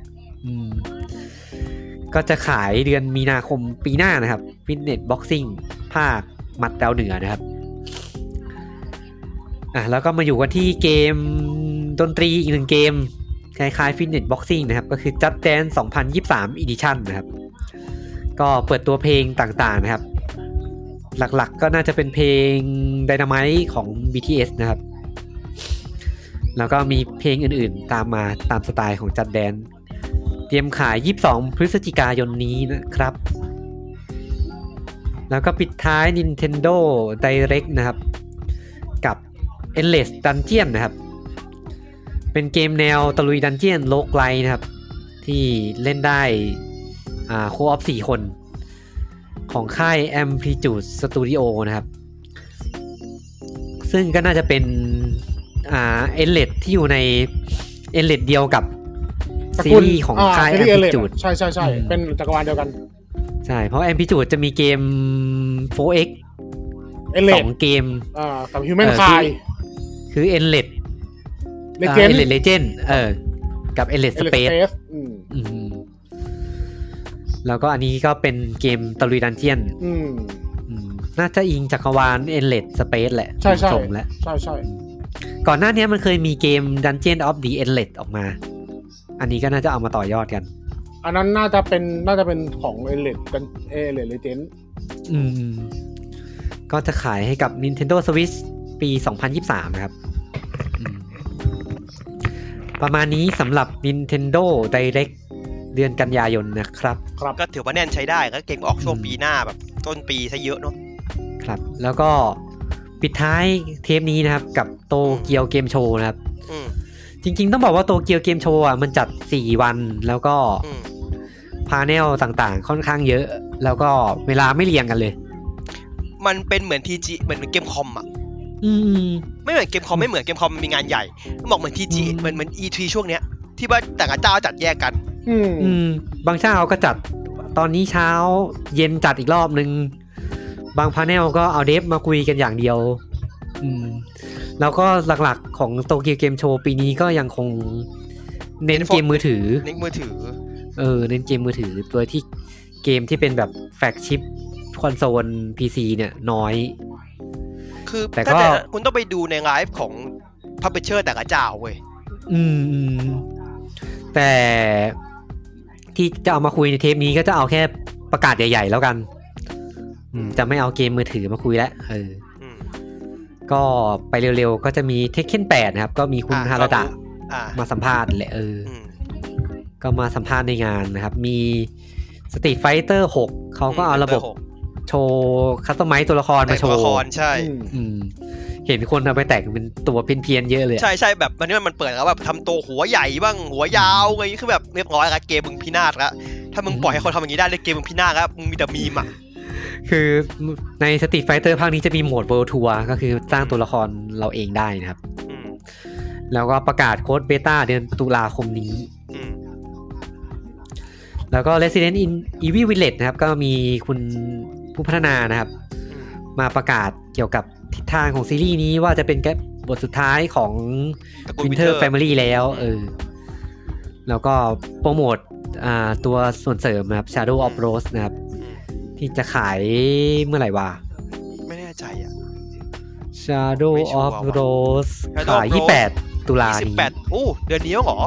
A: อืม ก็จะขายเดือนมีนาคมปีหน้านะครับฟิตเนสบ็อกซิ่งภาคมัดดาวเหนือนะครับ อ่ะแล้วก็มาอยู่กันที่เกมดนตรีอีกหนึ่งเกม คล้ายๆฟิตเนสบ็อกซิ่งนะครับ ก็คือ Just Dance 2023 Edition นะครับ ก็เปิดตัวเพลงต่างๆนะครับ หลักๆก็น่าจะเป็นเพลง Dynamite ของ BTS นะครับ แล้วก็มีเพลงอื่นๆ ตามมาตามสไตล์ของจัดแดน เตรียมขาย 22 พฤศจิกายนนี้นะครับ แล้วก็ปิดท้าย Nintendo Direct นะครับ กับ Endless Dungeon นะครับ เป็นเกมแนวตะลุยดันเจียนโลกไลนะครับ ที่เล่นได้อ่าโคออฟสี่คน ของค่าย Amplitude Studio นะครับ ซึ่งก็น่าจะเป็นอ่าเอเลดที่อยู่ในเอเลดเดียวกับซีรีส์ของค่าย
D: ซีรีส์ Elite
A: Amplitude
D: ใช่ใช่ใช่
A: อืม
D: เป็นจักรวาลเดียวกัน
A: ใช่ เพราะ Amplitude จะมีเกม 4X
D: เอเล
A: ส
D: ด
A: องเกม
D: อ่ากับฮิวแมน
A: เออ
D: คาย
A: ที่ คือ Endless
D: เลเจน
A: เอเลดเลเจนเออ กับ Endless
D: เอเลด
A: Space
D: เฟส
A: อืมแล้วก็อันนี้ก็เป็นเกมตะลุยดันเจียน
D: อืม
A: อืมน่าจะอิงจักรวาล Endless Space แหละ
D: ใช่ใช่
A: ส่งแล้ว
D: ใช่ใช่
A: ก่อนหน้านี้มันเคยมีเกม Dungeon of the Endless ออกมา อันนี้ก็น่าจะเอามาต่อยอดกัน
D: อันนั้นน่าจะเป็นน่าจะเป็นของเอเลดกันเอเลดเลเจน
A: อืม ก็จะขายให้กับ Nintendo Switch ปี 2023 นะครับ ประมาณนี้สำหรับ Nintendo Direct เดือนกันยายนนะครับ
D: ครับ
C: ก็ถือว่าแน่นใช้ได้ก็เก่งออกช่วงปีหน้าแบบ ต้นปีซะเยอะเนาะ
A: ครับ แล้วก็ปิดท้ายเทปนี้นะครับ กับโตเกียวเกมโชว์นะครับ
C: อืม
A: จริงๆ ต้องบอกว่าโตเกียวเกมโชว์อ่ะมันจัด 4 วันแล้วก็
C: อืม
A: พาเนลต่างๆ ค่อนข้างเยอะ แล้วก็เวลาไม่เรียงกันเลย
C: มันเป็นเหมือนทีจีเหมือนเกมคอมอ่ะ
A: อืม
C: ไม่เหมือนเกมคอมไม่เหมือนเกมคอมมันมีงานใหญ่ต้องบอกเหมือนทีจี
A: อืม
C: เหมือนเหมือนอีทีช่วงเนี้ย ที่ว่าแต่ละเจ้าจัดแยกกัน
D: อืม
A: อืม บางเช้าก็จัดตอนนี้เช้าเย็นจัดอีกรอบนึง บางพาเนลก็เอาเดฟมาคุยกันอย่างเดียว อืม แล้วก็หลักๆของโตเกียวเกมโชว์ปีนี้ก็ยังคงเน้นเกมมือถือ
C: ในมือถือ
A: เออ เน้นเกมมือถือ ตัวที่เกมที่เป็นแบบแฟกชิปคอนโซล PC เนี่ยน้อย
C: คือ
A: แต่ก็
C: ถ้าแต่ละคุณต้องไปดูในไลฟ์ของพับเปเชอร์แต่ละเจ้าเว้ย
A: อืมอืม แต่ที่จะเอามาคุยในเทปนี้ก็จะเอาแค่ประกาศใหญ่ ๆ แล้วกัน อืม จะไม่เอาเกมมือถือมาคุยแล้วเออ
C: อืม
A: ก็ไปเร็วๆ ก็จะมีเทคเ e น8นะครับ ก็มีคุณ
C: อ่ะ
A: ฮาราดะ
C: อ่า
A: มาสัมภาษณ์แหละเอออ
C: อืม
A: ก็มาสัมภาษณ์ในงานนะครับ มีสตรีทไฟเตอร์หกเขาก็เอาระบบ
C: อืม Fighter
A: โชว์คัสตอมไมซ์ตัวละครมาโช
C: แต่งตัวละ
A: ว์
C: ครใช่
D: อืม
A: อืม เห็นคนเอาไปแต่งเป็นตัวเพี้ยนๆเยอะเลยอะ
C: ใช่ใช่แบบวันนี้มันเปิดแล้วแบบทำตัวหัวใหญ่บ้างหัวยาวอะไรอย่างงี้คือแบบเรียบร้อยละเกมมึงพินาศละถ้ามึงปล่อยให้คนทำอย่างนี้ได้เลยเกมมึงพินาศละมึงมีแต่มีมอ่ะ
A: คือในสตรีทไฟเตอร์ภาคนี้จะมีโหมดเวิลด์ทัวร์ก็คือสร้างตัวละครเราเองได้นะครับ
C: อืม
A: แล้วก็ประกาศโค้ดเบต้าเดือนตุลาคมนี้
C: อืม
A: แล้วก็ Resident in Evil Village นะครับ ก็มีคุณผู้พัฒนานะครับ
C: อืม
A: มาประกาศเกี่ยวกับทิศทางของซีรีส์นี้ว่าจะเป็นแค่บทสุดท้ายของ
C: ตระกูล
A: Winter
C: Winter
A: Family แล้วเออแล้วก็โปรโมทอ่าตัวส่วนเสริมนะครับ Shadow of Rose นะครับ
C: อืม
A: ที่จะขายเมื่อไหร่วะ
C: ไม่แน่ใจอ่ะ
A: Shadow
C: ไม่ชัวร์
A: of
C: ว่ะ
A: Rose
C: Shadow
A: ขาย
C: of Rose
A: 28 ตุลา
C: สิบ
A: นี้
C: แปดโอ้เดือนนี้แล้วเหรอ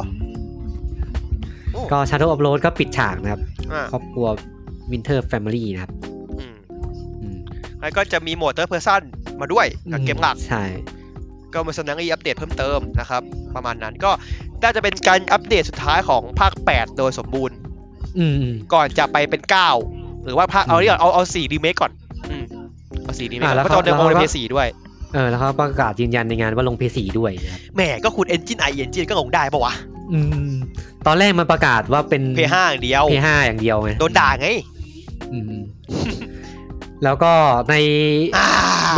C: โอ้
A: ก็ Shadow of Rose ก็ปิดฉากนะครับ
C: อ่า
A: ครอบครัว Winter Family นะครับ
C: อืม
A: อืม
C: แล้วก็จะมีโหมด Third Person มาด้วยกับเกมหลัก
A: ใช่
C: ก็มาสนังอีอัปเดตเพิ่มเติมนะครับ ประมาณนั้นก็น่าจะเป็นการอัปเดตสุดท้ายของภาค 8 โดยสมบูรณ์
A: อืม
C: ก่อนจะไปเป็น 9 หรือว่าภาคเอาเรียกเอาเอาสี่รีเมคก่อนอืมเอาสี่รีเมค
A: อ่ะแล้ว
C: ก็ต้องเดิน
A: เขา
C: มอง
A: แล้ว
C: ใน
A: ก็
C: เพสี่ด้วย
A: เออ แล้วเขาประกาศยืนยันในงานว่าลง PS4 ด้วยนะครับ
C: แหมก็คุณ Engine i Engine ก็ลงได้ปะวะ
A: อืม ตอนแรกมันประกาศว่าเป็น
C: P5 อย่างเดียว
A: P5 อย่างเดียวไง
C: โดนด่าไง
A: อืม แล้วก็ใน
C: อ่า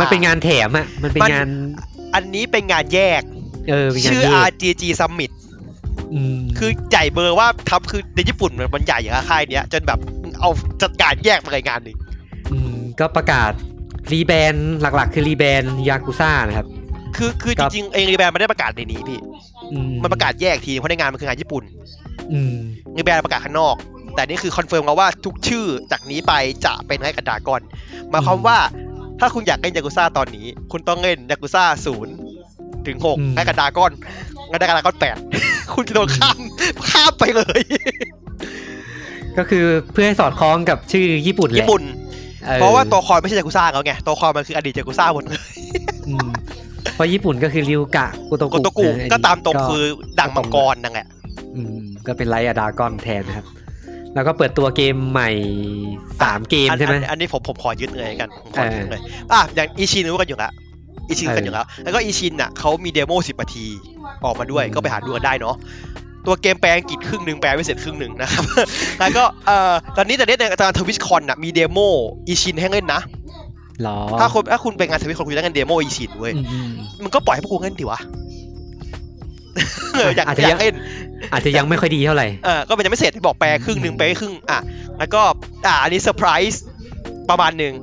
C: มั
A: มันเป็นงานแถมอะมันเป็นงาน
C: อันนี้เป็นงานแยก
A: เออ เป็นงาน
C: ชื่อ
A: แยก
C: RGG Summit
A: ม
C: คือใหญ่เบอร์ว่าทับคือในญี่ปุ่นมันใหญ่อย่างค่ายเนี้ยจนแบบเอาจัดการแยกมาเลยงานหนึ่ง
A: มก็ประกาศรีแบรนด์หลัก ๆ คือรีแบรนด์ยากุซ่านะครับ
C: คือคือ
A: ค
C: จ
A: รับ
C: ริงๆเองรีแบรนด์ไม่ได้ประกาศในนี้พี่
A: อื
C: มันประกาศแยกทีเพราะในงานมันคืองานญี่ปุ่น
A: อืม
C: มีแบรนด์ประกาศข้างนอก แต่นี่คือคอนเฟิร์มแล้วว่าทุกชื่อจากนี้ไปจะเป็นให้กับดากอนหมายความว่าถ้าคุณอยากเล่นยากุซ่าตอนนี้ คุณต้องเล่นยากุซ่าศูนย์ถึงหก
A: อืม
C: ให้กับดากอนงั้นได้กับดากอนแปด คุณจะโดนข้าม ข้ามไปเลย
A: ก็คือเพื่อให้สอดคล้องกับชื่อญี่ปุ่นแหละ
C: ญี่ปุ่น
A: ออ
C: เพราะว่าตัวคอยไม่ใช่ยากุซ่าแล้วไงตัวคอยมันคืออดีตยากุซ่าหมดเลย
A: อืมเพราะญี่ปุ่นก็คือริวกะโกโต
C: กโตกุ
A: กุนะ
C: ก็ตามตรงคือดังมังก
A: ก็
C: รนั่นแหละ
A: อืมก็เป็นไลท์อะดากอนแทนนะครับ แล้วก็เปิดตัวเกมใหม่สามเกม
C: อัน
A: ใช่ไหม
C: อันอันนี้ผมผมขอยึดเลยกันผมขอยึด
A: เออ
C: เลยอ่ะอย่างอีชินรู้กันอยู่ละอีชินรู้กันอยู่แล้วแล้วก็อีชินน่ะเขามีเดโมสิบนาที ออกมาด้วยก็ไปหาดูกันได้เนาะตัวเกมแปลอังกฤษครึ่งหนึ่งแปลไม่เสร็จครึ่งหนึ่งนะครับ แล้วก็เอ่อตอนนี้แต่เนี้ในการทวิชคอนน่ะมีเดโมอีชินให้เล่นนะ
A: หรอ
C: ถ้าคุณถ้าคุณไปงานทวิชคอนคุณจะได้เงินเดโมอีชินเว้ย
A: อืมอืม
C: มันก็ปล่อยให้พวกกูเล่นดิวะ เอออยาก
A: อาจจะ
C: อยา
A: ยั
C: ก
A: ง
C: เล่น
A: อาจจะยังไม่ค่อยดีเท่าไหร่
C: เออก็มันยังไม่เสร็จที่บอกแปลครึ่งหนึ่งไปลครึ่งอ่ะแล้วก็อ่าอันนี้เซอร์ไพรส์ประมาณหนึ่ง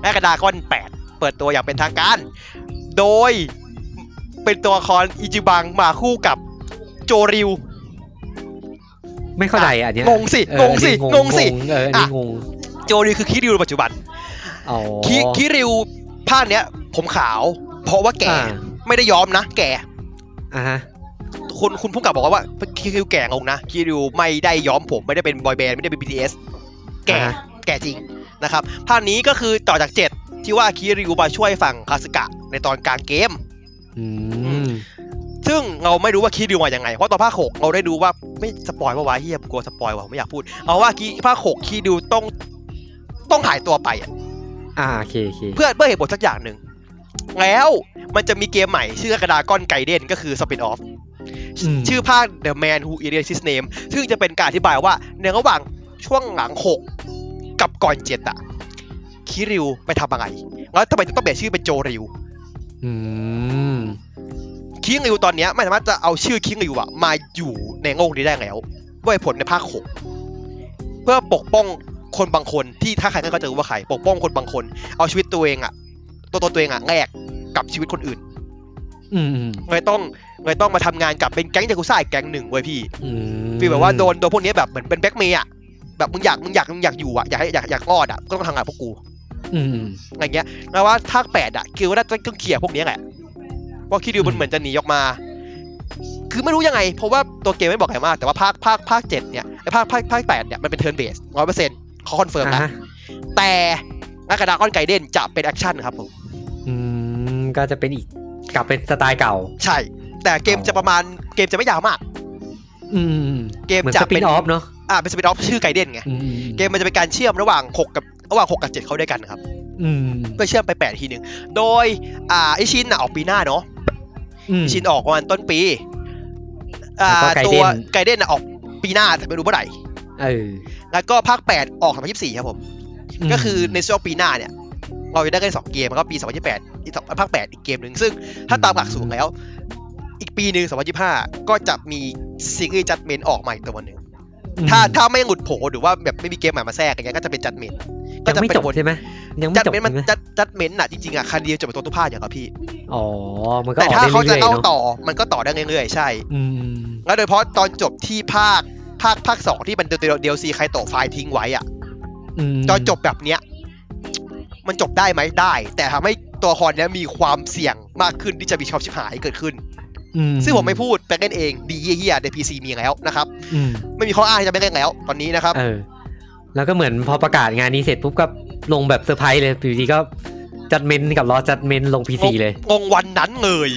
C: แมกกาดาก้อน 8 เปิดตัวอย่างเป็นทางการ โดยเป็นตัวละครอิจิบังมาคู่กับโจริว
A: ไม่เข้าใจอ่ะอันเนี้ย
C: งงสิ
A: เออง
C: งสิ
A: อันนี้
C: งงสิ
A: เอออันนี้
C: อ่ะ
A: งง
C: โจริวคือคิริวในปัจจุบัน
A: อ๋อ
C: คิคิริวภาคเนี้ย ผมขาว เพราะว่าแก่
A: อ่า
C: ไม่ได้ยอมนะ แก่
A: อ่ะฮะ
C: คุณคุณพุ่งกลับบอกว่าคิริวแก่งงนะคิริวไม่ได้ย้อมผมไม่ได้เป็นบอยแบนด์ไม่ได้เป็น BTS แก่
A: อ่า
C: แก่จริง นะครับภาคนี้ก็คือต่อจาก 7 ที่ว่าคิริวมาช่วยฝั่งคาสกะในตอนกลางเกม
A: อืม
C: ซึ่งเราไม่รู้ว่าคิริวมายังไง เพราะตอนภาค 6 เราได้ดูว่าไม่สปอยว่าวะเฮียกลัวสปอยว่ะไม่อยากพูด เอาว่าคิภาค 6 คิริวต้องต้องหายตัวไปอะ
A: อ่าโอเคโอเค
C: เพื่อเพื่อเหตุผลสักอย่างหนึ่ง แล้วมันจะมีเกมใหม่ชื่อกระดาก้อนไกเดนก็คือสปินออฟ
A: ม
C: ชื่อภาค The Man Who Erased His Name ซึ่งจะเป็นการอธิบายว่าในระหว่างช่วงหลังหกกับก่อนเจ็ดอะคิริวไปทำอะไร แล้วทำไมถึงต้องเปลี่ยนชื่อเป็นโจริว
A: อืม
C: คิงริวตอนเนี้ยไม่สามารถจะเอาชื่อคิงริวอะมาอยู่ในโลกนี้ได้แล้วด้วยเหตุผลในภาคหกเพื่อปกป้องคนบางคนที่ถ้าใครก็จะรู้ว่าใครปกป้องคนบางคน เอาชีวิตตัวเองอะตัวตนตัวเองอะแลกกับชีวิตคนอื่น
A: อืมอืม
C: เลยต้องเลยต้องมาทำงานกับเป็นแก๊งยากุซ่าอีกแก๊งหนึ่งเว้ยพี่
A: อืม
C: ฟีลแบบว่าโดนโดนพวกเนี้ยแบบเหมือนเป็นแบ็กเมย์อะแบบมึงอยากมึงอยากมึงอยากอยู่อะอยากให้อยากอยากรอดอะก็ต้องทำงานพวกกู
A: อืม
C: อะไรเงี้ยแล้วว่าภาคแปดอะคิดว่าน่าจะต้องเคลียร์พวกเนี้ยแหละว่าคิดดูมั
A: อื
C: น
A: ม
C: เหมือนจะหนีออกมา คือไม่รู้ยังไง เพราะว่าตัวเกมไม่บอกอะไรมาก แต่ว่าภาคภาคภาคเจ็ดเนี่ยไอ้ภาคภาคภาคแปดเนี่ยมันเป็นเทิร์นเบสร้อยเปอร์เซ็นต์เขาคอนเฟิร์ม
A: อ่า
C: แล้ว
A: ฮะ
C: แต่นักกระดาก้อนไกเดนจะเป็นแอคชั่นครับผม
A: อืมก็จะเป็นอีกกลับเป็นสไตล์เก่า
C: ใช่ แต่เกมจะประมาณเกมจะไม่ยาวมาก
A: อืมอืม
C: เกม
A: เหมือน
C: จะ
A: สปิ
C: เป็น
A: นออฟเนาะ
C: อ่าเป็นสปินออฟชื่อไกเด้นไง
A: อืมอื
C: เกมมันจะเป็นการเชื่อมระหว่าง6กับระหว่าง6กับ7เข้าด้วยกันครับ
A: อืม
C: เพื่อเชื่อมไป8อีกทีหนึ่งโดยอ่าไอชินอ่ะออกปีหน้าเนาะ
A: อืม
C: ไอชินออกประมาณต้นปีอ่า
A: แล้วก็ไก
C: ตั
A: เด้น
C: วไกเด้นอ่ะออกปีหน้าแต่ไม่รู้เมื่อไหร่
A: เออ
C: แล้วก็ภาค 8 ออก2024ครับผม
A: ม
C: ก็คือในช่วงปีหน้าเนี่ย เราจะได้กันสองเกมแล้วก็ปี 2028อีกสองภาค 8 อีกเกมหนึ่งซึ่งถ้าตามหลักสูตรแล้ว อีกปีหนึ่ง2025 ก็จะมีซีรีส์จัดเมนออกใหม่ตัวหนึ่ง
A: อืม
C: ถ้าถ้าไม่หลุดโผล่หรือว่าแบบไม่มีเกมใหม่มาแทรกอย่างเงี้ยก็จะเป็นจัดเมนก็
A: ยังไม่
C: เป็น
A: จบใช่ไหมยังไม่
C: จัด
A: จบ
C: เมนมัน
A: ใช่ไหม
C: จัดจัดเมนน่ะจริงๆอ่ะคาเดียวจบเป็นตัวทุกภาคอย่างครับพี่
A: อ๋อมันก็
C: แต่
A: ออก
C: ถ้า
A: ได้
C: เขาจะ
A: เรื่อยๆ
C: เล่า
A: เนาะ
C: ต่อมันก็ต่อได้เรื่อยๆใช่
A: อืม
C: แล้วโดยเฉพาะตอนจบที่ภาคภาคภาคสองที่มันเดียวซีใครต่อไฟล์ทิ้งไว้อ่ะ
A: อืม
C: ตอนจบแบบเนี้ยมันจบได้ไหมได้ แต่ทำให้ตัวละครเนี้ยมีความเสี่ยงมากขึ้นที่จะมีชอบชิบหายเกิดขึ้น
A: อื
C: ซึ่งผมไม่พูดไปเล่นเองดีเฮียๆใน PC มีแล้วนะครับ
A: อืม
C: ไม่มีข้ออ้างที่จะไม่เล่นแล้ว ตอนนี้นะครับ
A: เออ แล้วก็เหมือนพอประกาศงานนี้เสร็จปุ๊บก็ลงแบบเซอร์ไพรส์เลยอยู่ดีก็จัดเมนกับรอจัดเมนลงพีซีเลย
C: งงวันนั้นเลย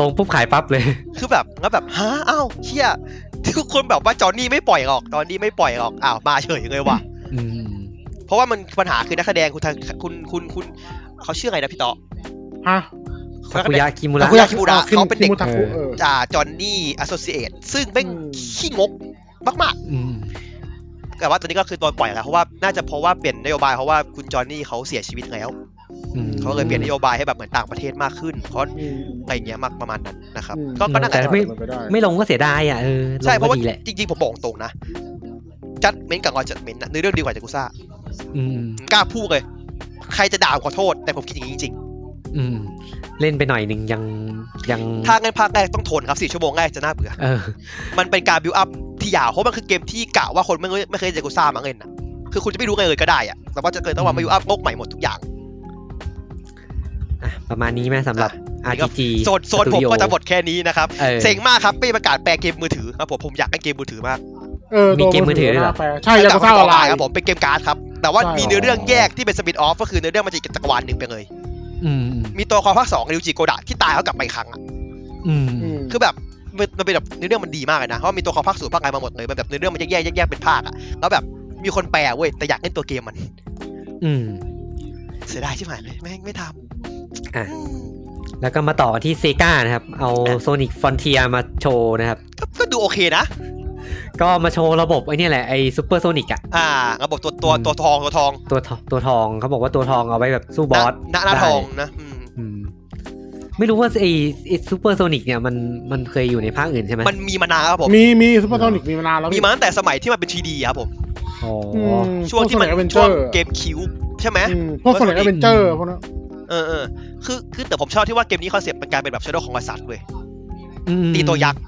A: ลงปุ๊บขายปั๊บเลย
C: คือแบบแล้วแบบฮะอ้าวเฮีย ทุกคนแบบว่าจอห์นนี่ไม่ปล่อยหรอกจอห์นนี่ไม่ปล่อยหรอกอ้าวมาเฉยเลยว่ะ
A: อืม
C: เพราะว่ามันปัญหาคือนักแสดงคุณทางคุณคุณคุณเขาชื่ออะไรนะพี่ต่อ
D: ฮะ
A: ทาคุยะคิมุระ
C: ทาคุยะคิมุระ
D: อ่
C: เขาเป็นเด็ก
D: คิมุทาคุเออ
C: อ่าจอห์นนี่แอสโซเชตซึ่งเป็น
D: อืม
C: ขี้งกมาก
A: อืม
C: ๆ แต่ว่าตอนนี้ก็คือโดนปล่อยแล้วเพราะว่าน่าจะเพราะว่าเปลี่ยนนโยบายเพราะว่าคุณจอห์นนี่เขาเสียชีวิตแล้ว
A: อืม
C: เขาเลยเปลี่ยนนโยบายให้แบบเหมือนต่างประเทศมากขึ้นเพราะ
D: อืม
C: อะไรอย่างเงี้ยมากประมาณนั้นนะครับ
D: อืม
C: ก็ก็นั่นแหละ
A: แต่ไม่
D: มันไปได้
A: ไม่ลงก็เสียดายอ่ะเออลง
C: ใช่เพ
A: ก็
C: ราะว่า
A: ดีแหละ
C: จริงๆผมบอกตรงนะจัดเม้นกับงอนจัดเม้นนะเนื้อเรื่องดีกว่าจากุซ่า
A: อืม
C: กล้าพูดเลย ใครจะด่าผมขอโทษ แต่ผมคิดอย่างนี้จริง
A: อืม เล่นไปหน่อยหนึ่งยังยัง
C: ๆถ้างั้นภาคแรกต้องทนครับสี่ชั่วโมงแรกจะน่าเบื่อ
A: เออ
C: มันเป็นการบิวอัพที่ยาวเพราะมันคือเกมที่กะว่าคนไม่เคยไม่เคยเล่นจากุซ่ามาเล่นนะคือคุณจะไม่รู้ไงเลยก็ได้อะแต่ว่าจะเกิดต้องมาบิวอัพโลกใหม่หมดทุกอย่าง
A: อ่ะ ประมาณนี้ไหมสำหรับ
C: อ่ะ
A: RPG
C: โซนโซนผมก็จะหมดแค่นี้นะครับ
A: เออ
C: เซ็งมากครับไม่ประกาศแปลเกมมือถือครับผมผมอยากเล่นเกมมือถือมาก
D: เออ
A: มีเกมมือถือด้วยเหรอ
D: แปลใช่ยากุซ่าออนไลน์
C: ครับผมเป็นเกมการ์ดครับ แต่ว่า
D: ใช่
C: มีเนื้อเรื่องแยกที่เป็นสปินออฟก็คือเนื้อเรื่องมันจะอีกจักรวาลหนึ่งไปเลย
A: อืม
C: มีตัวละคอภาคสองริวจิโกดะที่ตายแล้วกลับไปอีกครั้งอะ
A: อืม
D: อืม
C: คือแบบมันมันเป็นแบบเนื้อเรื่องมันดีมากเลยนะเพราะว่ามีตัวละคอภาคสูนย์ภาคอะไรมาหมดเลยมันแบบเนื้อเรื่องมันแยกแยกแยกๆเป็นภาคอะแล้วแบบมีคนแปลเว้ยแต่อยากเล่นตัวเกมมัน
A: อืม
C: เสียดายชิบหายเลยแม่งไม่ทำ
A: อ่ะ
C: อืม
A: แล้วก็มาต่อที่เซกานะครับ เอา Sonic Frontier มาโชว์นะครับ
C: ก็ก็ดูโอเคนะ
A: ก็มาโชว์ระบบไอ้เนี่ยแหละไอ้ซูเปอร์โซนิกอะ
C: อ่าระบบตัวตัวตัวทองตัวทอง
A: ตัวทองตัวทองเขาบอกว่าตัวทองเอาไว้แบบสู้บอส
C: หน้าหน้า
A: ได้
C: ทองนะอืม
A: อืมไม่รู้ว่าไอ้ไอ้ซูเปอร์โซนิกเนี่ยมันมันเคยอยู่ในภาคอื่นใช่ไหม
C: มันมีมานานแล้วครับผม
D: มีมีซูเปอร์โซนิกมีมานานแล้ว
C: มีมาตั้งแต่สมัยที่มันเป็นทีดีครับผม
A: อ๋อ
D: อื
A: อ
D: ม
C: ช่วงที่มัน
D: พก Sonic
C: ช่วง
D: Adventure
C: เกมคิวใช่ไหม
D: อืมพวกโซนิก
C: Sonic
D: เอเวนเจอร์พวกนั้น
C: เออเออคือคือแต่ผมชอบที่ว่าเกมนี้คอนเซ็ปต์เป็นการเป็นแบบชโดของกษัตริย์เว้ย
A: อืม
C: ตีตัวยักษ์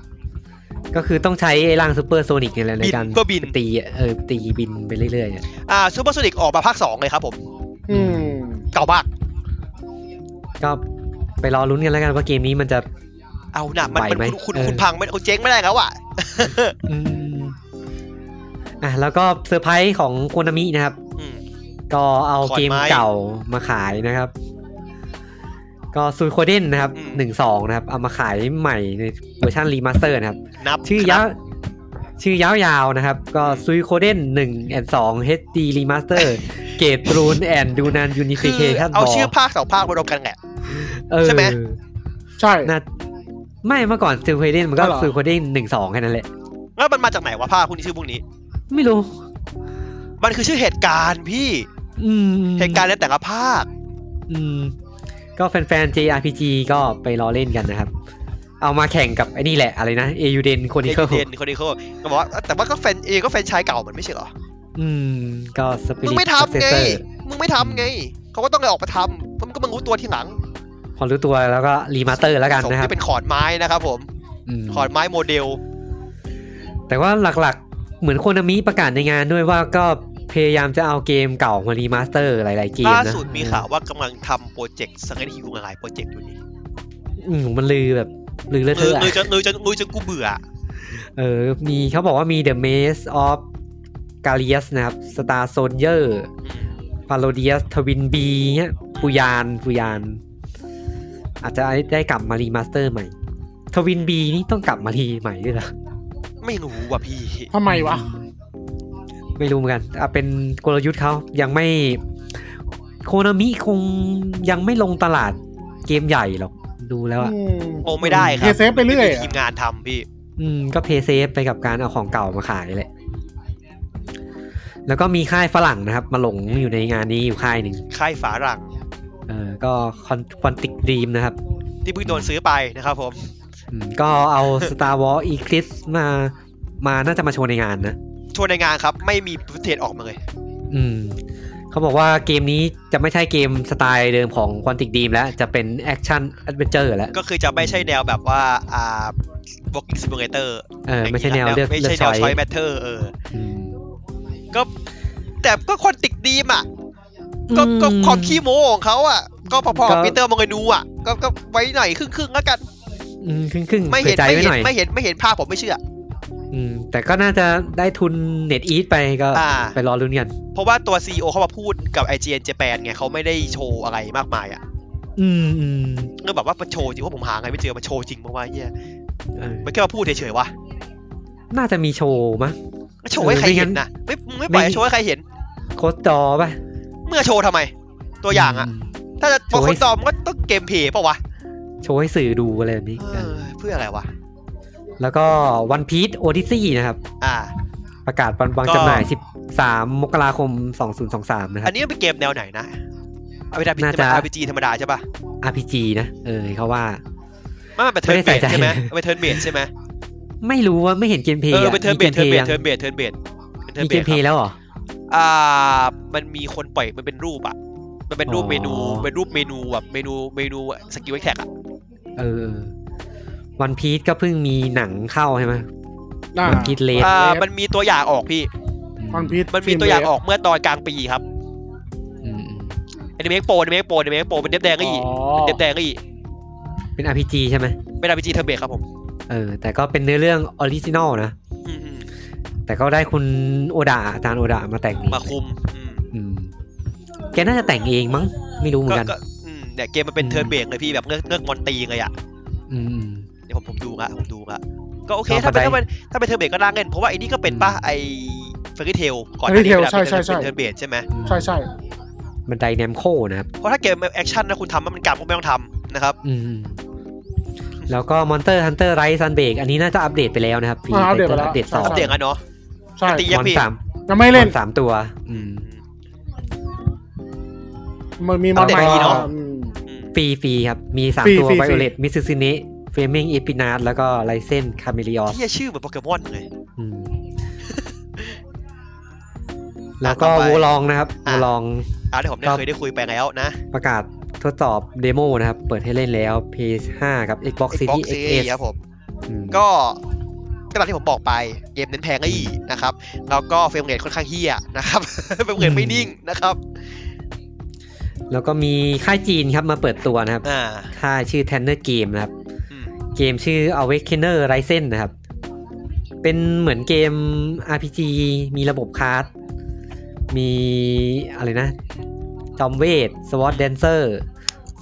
A: ก็คือต้องใช้ไอ้ร่างซูเปอร์โซนิกเนี่ยแหละใน
C: บิน
A: การ
C: เพื่อบิน
A: ตีอะเออตีบินไปเรื่อยๆอะ
C: อ่าซูเปอร์โซนิกออกมาภาคสองเลยครับผม
D: อืม
C: เก่ามาก
A: ก็ไปรอลุ้นกันแล้วกันว่าเกมนี้มันจะ
C: เอาหนะมันมัน
A: ไหวไหม
C: คุณคุณ
A: เออ
C: คุณพังไม่คุณเจ๊งไม่ได้แล้วอ่ะ
A: อืมอ่ะแล้วก็เซอร์ไพรส์ของโคนามินะครับ
C: อืม
A: ก็เอา
C: ขอนไม้
A: เกมเก่ามาขายนะครับ ก็ซูโคเดนนะครับ
C: อืม
A: หนึ่งสองนะครับ เอามาขายใหม่ในเวอร์ชันรีมาสเตอร์นะครับ
C: นับ
A: ชื่อ
C: นั
A: ยา
C: บ
A: วชื่อยาวๆนะครับ ก็ซุยโคเดนหนึ่งแอนสองเฮดดีรีมาสเตอร์ เกตรูนแอนดูนันยูนิ
C: คื
A: ฟิ
C: อ
A: เคชัน
C: เอาชื่อภาคสองภาคมารวมกันแหละ ใช่ไหม
D: ใช่
A: นะไม่เมื่อก่อนซูโคเดนมันก็
D: อ๋อเหรอ
A: ซูโคเดนหนึ่งสองแค่นั้นแหละ
C: แล้วมันมาจากไหนวะภาคพวกนี้ชื่อพวกนี้
A: ไม่รู้
C: มันคือชื่อเหตุการณ์พี่
A: อืม
C: เหตุการณ์ในแต่ละภาค
A: อืม ก็แฟนๆ JRPG ก็ไปรอเล่นกันนะครับ เอามาแข่งกับไอ้นี่แหละอะไรนะเอยูเดนโคนิ
C: เอ
A: เคิล
C: เดนคนนี้เขาก็บอกว่าแต่ว่าก็แฟนเอก็แฟนชายเก่ามันไม่ใช่เหรอ
A: อืม ก็สปิ
C: มึง
A: ริต
C: ไม่
A: ซัก
C: ทำ
A: เซ
C: ไง
A: เซอร์
C: มึงไม่ทำไง เขาก็ต้องเลยออกมาทำเพราะมันก็มารู้ตัวทีหลัง
A: พอรู้ตัวแล้วก็รีมาสเตอร์แล้วกัน
C: ผม
A: นะครับ
C: ที่เป็นขอนไม้นะครับผม
A: อืม
C: ขอนไม้โมเดล
A: แต่ว่าหลักๆ เหมือนโคนนามิประกาศในงานด้วยว่าก็พยายามจะเอาเกมเก่ามารีมาสเตอร์หลายๆเกมนะ
C: ล่าสุดมีข่าวว่ากำลังทำโปรเจกต์สังเกตฮิวหลายโปรเจกต์อยู่นี่
A: อืมมันลือแบบ ลือเลอะเท
C: ลือ
A: อะ
C: ลือจนลือจนลือจนกูเบื่อ
A: เออ มีเขาบอกว่ามี The Maze of g a l i u s นะครับ Star Soldier p a r o d i u s Twin B เนี่ยปุยานปุยาน อาจจะได้กลับมารีมาสเตอร์ใหม่ Twin B นี่ต้องกลับมารีใหม่ด้วยเหรอ
C: ไม่รู้ว่ะพี่
D: ทำไมวะ
A: ไม่รู้เหมือนกันอ่ะเป็นกลยุทธ์เขายังไม่ โคนามิคงยังไม่ลงตลาดเกมใหญ่หรอก ดูแล้วอะ
D: อืม
C: โอ้ไม่ได้ครั
D: เฮียเซฟไปเรื่อยอะ
C: ทีมงานทำพี่
A: อืม ก็เพย์เซฟไปกับการเอาของเก่ามาขายแหละ แล้วก็มีค่ายฝรั่งนะครับ มาหลงอยู่ในงานนี้อยู่ค่ายหนึ่ง
C: ค่ายฝารั่ง
A: เออ ก็คอนติกดีมนะครับ
C: ที่เพิ่งโดนซื้อไปนะครับผม
A: อืม ก็เอา Star Wars Eclipse มา มาน่าจะมาโชว์ในงานนะ
C: ชวนในงานครับ ไม่มีฟุตเทจออกมาเลย
A: อืมเขาบอกว่าเกมนี้จะไม่ใช่เกมสไตล์เดิมของควอนติกดีมแล้ว จะเป็นแอคชั่นแอดเวนเจอร์แล้ว
C: ก็คือจะไม่ใช่แนวแบบว่า อ่า walking simulator
A: เออ ไม่ใช่แนวเลือก
C: ไม่
A: เลือก
C: ใช่แน
A: ช้
C: ว
A: อย
C: choice matter เออ
A: อืม
C: ก็แต่ก็คนติดดีมอ่ะ ก็
A: อืม
C: ก็ความขี้โม้ของเขาอ่ะ ก็พอๆกับ
A: ก็
C: ปีเตอร์มองไนูอ่ะ ก็ก็ไว้หน่อยครึ่งๆแล้วกัน
A: อืมครึ่งครึ่งๆ
C: ไม่
A: เสี
C: เห็น
A: ยใจ
C: ไม่
A: ไว้หน่
C: เห็น
A: อย
C: ไม่เห็นไม่เห็นภาพผมไม่เชื่อ
A: อืม แต่ก็น่าจะได้ทุนเน็ตอีทไปก็
C: อ่า
A: ไปรอรุ่นกัน
C: เพราะว่าตัวซีอเขามาพูดกับ IGN Japan ไงเขาไม่ได้โชว์อะไรมากมายอ่ะ
A: อืมอืม
C: ก็แบบว่ามาโชว์จริงว่าผมหาไงไม่เจอมาโชว์จริงเพราะว่าเฮีย
A: เออ
C: มันแค่มาพูดเฉยๆวะ
A: น่าจะมีโชว์มั้ง
C: โชว์ให้ใคร
A: เออไม่งั้
C: เห็น
A: น
C: นะไม่ไม่ปล่อยให้
A: ไม่
C: โชว์ให้ใครเห็น
A: โคสจอป่ะ
C: เมื่อโชว์ทำไม ตัวอย่างอ่ะ
A: ม
C: ถ้าจะ
A: โช
C: บา
A: ว์
C: ง
A: ให้
C: คนตอบมันก็ต้องเกมเพย์ป่าวะ
A: โชว์ให้สื่อดูอะไรแบบนี้
C: เออเพื่ออะไรวะ
A: แล้วก็วันพี e โอดิซี่นะครับ
C: อ่า
A: ประกาศวันวาง
C: ก็
A: จำหน่าย 13 มกราคม 2023 นะครั
C: อัน
A: บ
C: นี้มันเป็นเกมแนวไหนนะเอาเป็น RPG
A: น่าจะ
C: ธรรมดา RPG ธรรมดาใช่ปะ
A: RPG นะ เออเขาว่า
C: ไม่มันเป็นเทิร์นเบ
A: ไม่ได้
C: ด
A: ใส่ใจ
C: ใช่ไหมมันเป็นเทิร์นเบดใช่ไหม
A: ไม่รู้ว่าไม่เห็นเกมเพล
C: เอ
A: ย์
C: อ
A: อะ
C: เป็นเทิร์นเบดเทิร์นเบดเทิร์นเบดเทิร์นเบดเป็นเทิ
A: มี
C: ร์
A: เกม
C: นเบดค
A: เพลย์
C: รับ
A: แล้วเหรอ
C: อ่า มันมีคนปล่อยมันเป็นรูปอ่ะ มันเป็นรูปเมนู
A: อ๋อ
C: เป็นรูปเมนูแบบเมนูเมนูสกิลไว้แท็กอ่ะ
A: เออวันพี e ก็เพิ่งมีหนังเข้าใช่ไหม
D: น่า
A: วันพี e เลส
C: อ่า
D: Red
C: มันมีตัวอย่างออกพี่
D: มันพิษ
C: มันมีตัวอย่างออกเมื่อตอนกลางปีครับ
A: อืมอืม
C: อนิเมะโปอนิเมะโปอนิเมะโปเป็นเด็บแดงก็อีกเป็นเด็บแดงก็อีก
A: เป็น RPG ใช่ไหม
C: เป็น RPG เทิร์นเบดครับผม
A: เออ แต่ก็เป็นเนื้อเรื่องออริจินอลนะ
C: อืม
A: แต่ก็ได้คุณโอดาอาจารย์โอดามาแต่งเอง
C: ๆมาคุมอืม
A: อืมแกน่าจะแต่งเองมั้ง ไม่รู้เหมือ
C: ก็
A: นกัน
C: ก็อืมเนี่ยเกมมันเป็นเทิร์นเบดเลยพี่แบบเงือกเงือกมอนตีเลยอ่ะ
A: อืม
C: เดี๋ยวผมผมดูละผมดูละก็โอเค
A: ก็
C: ถ้าเป็น
A: เข้าใจ
C: ถ้าเป็นถ้าเป็นเทอร์เบดก็น่าเล่นเพราะว่าไอ้นี่ก็เป็นป่ะไอ้เฟร r ี่เทลก่อน
D: Fairy
C: หน้า
D: Tail
C: นี้
D: ใช่ใช่ใช่
C: เป็นเทอร์เบดใช่ไหม
A: อืม
D: ใช่ใช่
A: มันไดแนมโคนะครับ
C: เพราะถ้าเกมแอคชั่นนะคุณทำมันเป็นกรรมก็ไม่ต้องทำนะครับ
A: อืม แล้วก็มอนเตอร์ฮันเตอร์ไรซันเบกอันนี้น่าจะอัปเดตไปแล้วนะครับ
D: าอัปเดตไปแล้ว
A: อัปเดตสอง
C: อัปเดตกันเนาะ
D: ใช่
C: ตี
A: มอนสาม
D: ยังไม่
A: ม
D: เล่
A: อน นสามตัว อืม
D: มันมีมัน
A: อัปเดต
D: ใหม่
A: ดีเนอะ
D: อืม
C: อืม
A: ฟรีฟรีครับ มีสาม
D: ฟรี
A: ตัว
D: ฟรี
A: ไ i
D: ฟรี
A: โอเลตมิสซินิเฟม i งเอปินา t แล้วก็ไลเซนคาเมลิออส
C: ที่ชื่อเหมือนโปเกมอนเลย
A: อืม แล้วก็
C: ต่อไป
A: โวลองนะครับโว
C: อ่ะ
A: ลอง
C: อ่ะที่ผมได้
A: ครับ
C: เคยได้คุยไปแล้วนะ
A: ประกาศทดสอบเดโมนะครับ เปิดให้เล่นแล้ว PS5 กับ Xbox
C: Xbox
A: Series X
C: Series ครับผม
A: อืม
C: ก็ก็ตามที่ผมบอกไปเกมเน้นแพงก็อีนะครับ แล้วก็เฟรมเรทค่อนข้างเฮี้ยนะครับ เฟรมเรทไม่นิ่งนะครับ
A: แล้วก็มีค่ายจีนครับมาเปิดตัวนะครับ
C: อ่า
A: ค่ายชื่อ Tanner Game นะครับ
C: อืม
A: เกมชื่อ Awakener Risen นะครับ เป็นเหมือนเกม RPG มีระบบคาร์ด มีอะไรนะ จอมเวทสวอตแดนเซอร์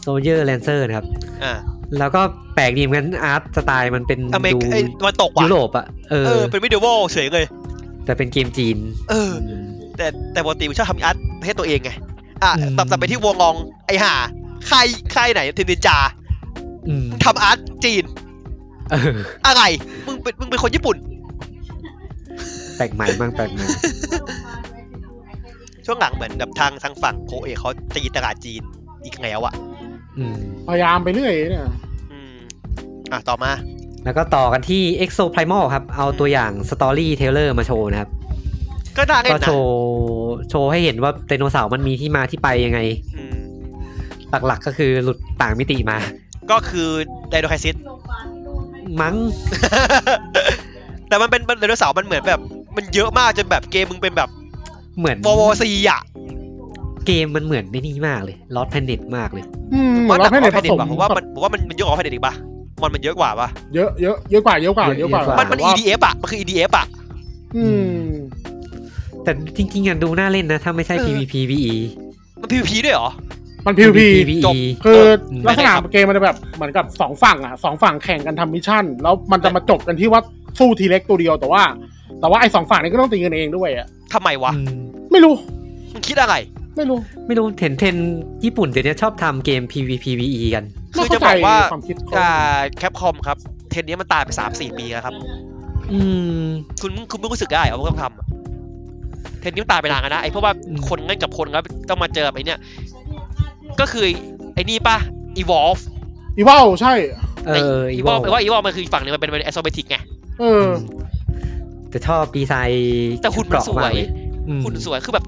A: โซเยอร์แลนเซอร์นะครับ
C: อ่า
A: แล้วก็แปลกดีเหมือนกันอาร์ตสไตล์มันเป็น
C: อเมริ
A: ดู
C: กาไอ้ตะวันตกว่ะ
A: ยุโรปอะเอ
C: เอ
A: อ
C: อเป็นวิดีโอเฉยเลย
A: แต่เป็นเกมจีน
C: เออ แต่แต่ปกติผมชอบทำอาร์ตให้ตัวเองไง อ่ะ
A: อืม
C: ตับตับไปที่วงลองไอห่าค่ายค่ายไหนเทนนินจา
A: อืม
C: ทำอาร์ตจีน
A: เออ
C: อะไร มึงเป็นมึงเป็นคนญี่ปุ่น
A: แปลกใหม่มากแปลกใหม่
C: ช่วงหลังเหมือนแบบทางทางฝั่งโคเอะเขาตีตลาดจีนอีกแล้วอะ
A: อืม
D: พยายามไปเรื่อยเนี่ย
C: อืม อ่ะ ต่อมา
A: แล้วก็ต่อกันที่ EXO Primal ครับ เอาตัวอย่าง Story t e l l e r มาโชว์นะครับ
C: ก็น่าเล่น
A: ก็
C: นะ
A: โชว์โชว์ให้เห็นว่าไดโนเสาร์มันมีที่มาที่ไปยังไง
C: อืม
A: หลักๆก็คือหลุดต่างมิติมา
C: ก็คือไดโนไคซิส
A: มั้ง
C: แต่มันเป็นไดโนเสาร์มันเหมือนแบบ มันเยอะมากจนแบบเกมมึงเป็นแบบ
A: เหมือน
C: วอวซีอ่ะ
A: เกมมันเหมือนในนี่มากเลย Lost Planet มากเลย
D: อืม
C: ว่าหนักก
D: ให้
C: ว่าแพนดิ
D: ผ
C: กป่ะผมว่ามันผมว่ามันมันเยอะกว่าแพนดิกป่ะมันมันเยอะกว่าป่ะ
D: เยอะเยอะเยอะกว่าเยอะกว่าเยอะกว่า
C: มั
D: มัน
C: มัน EDF อ่ะมันคือ EDF อ่ะ
D: อืม
A: แต่จริงๆอ่ะดูน่าเล่นนะ ถ้าไม่ใช่
C: เออ
A: PVP VE
C: มัน PVP ด้วยเหรอ
D: มันพิวพี
A: VE
C: จบ
D: คือ
A: อืม
D: ลักษณะเกมมันจะแบบเหมือนกับสองฝั่งอ่ะสองฝั่งแข่งกันทำมิชชั่น แล้วมันจะมาจบกันที่ว่าสู้ทีเล็กตัวเดียวแต่ว่า แต่ว่าไอ้สองฝั่งนี้ก็ต้องตีกันเองด้วยอ่ะ
C: ทำไมวะ
A: อืม
D: ไม่รู้
C: มึงคิดอะไร
D: ไม่รู้
A: ไม่รู้เห็นเทรนด์ญี่ปุ่นเดี๋ยวนี้ชอบทำเกม PVP VE กัน
C: คือ
D: ไม่เข้
C: จะบอกว่า
D: ความคิดเขา
C: อ่าแคปคอมครับ เทรนด์นี้มันตายไป 3-4 ปีแล้วครับ
A: อืม
C: คุณคุณไม่รู้สึกได้เหรอว่าต้องทำอะเทรนด์นี้มันตายไปนานแล้วนะไอ้เพราะว่า
A: อืม
C: คนเล่นกับคนแล้วต้องมาเจอไอ้เนี่ย ก็คือไอ้นี่ป่ะ evolve
D: อีวอลใช่
A: เอออีวอ
C: evolve ไอ้ว่า evolve มันคืออีกฝั่งหนึงมันเป็นเป็น isometric ไง
D: เออ
A: แต่ชอบดีไซน์
C: แต่หุ่นมันส
A: ชุด
C: วย
A: เกราะากเลอืม
C: คุณสวยคือแบบ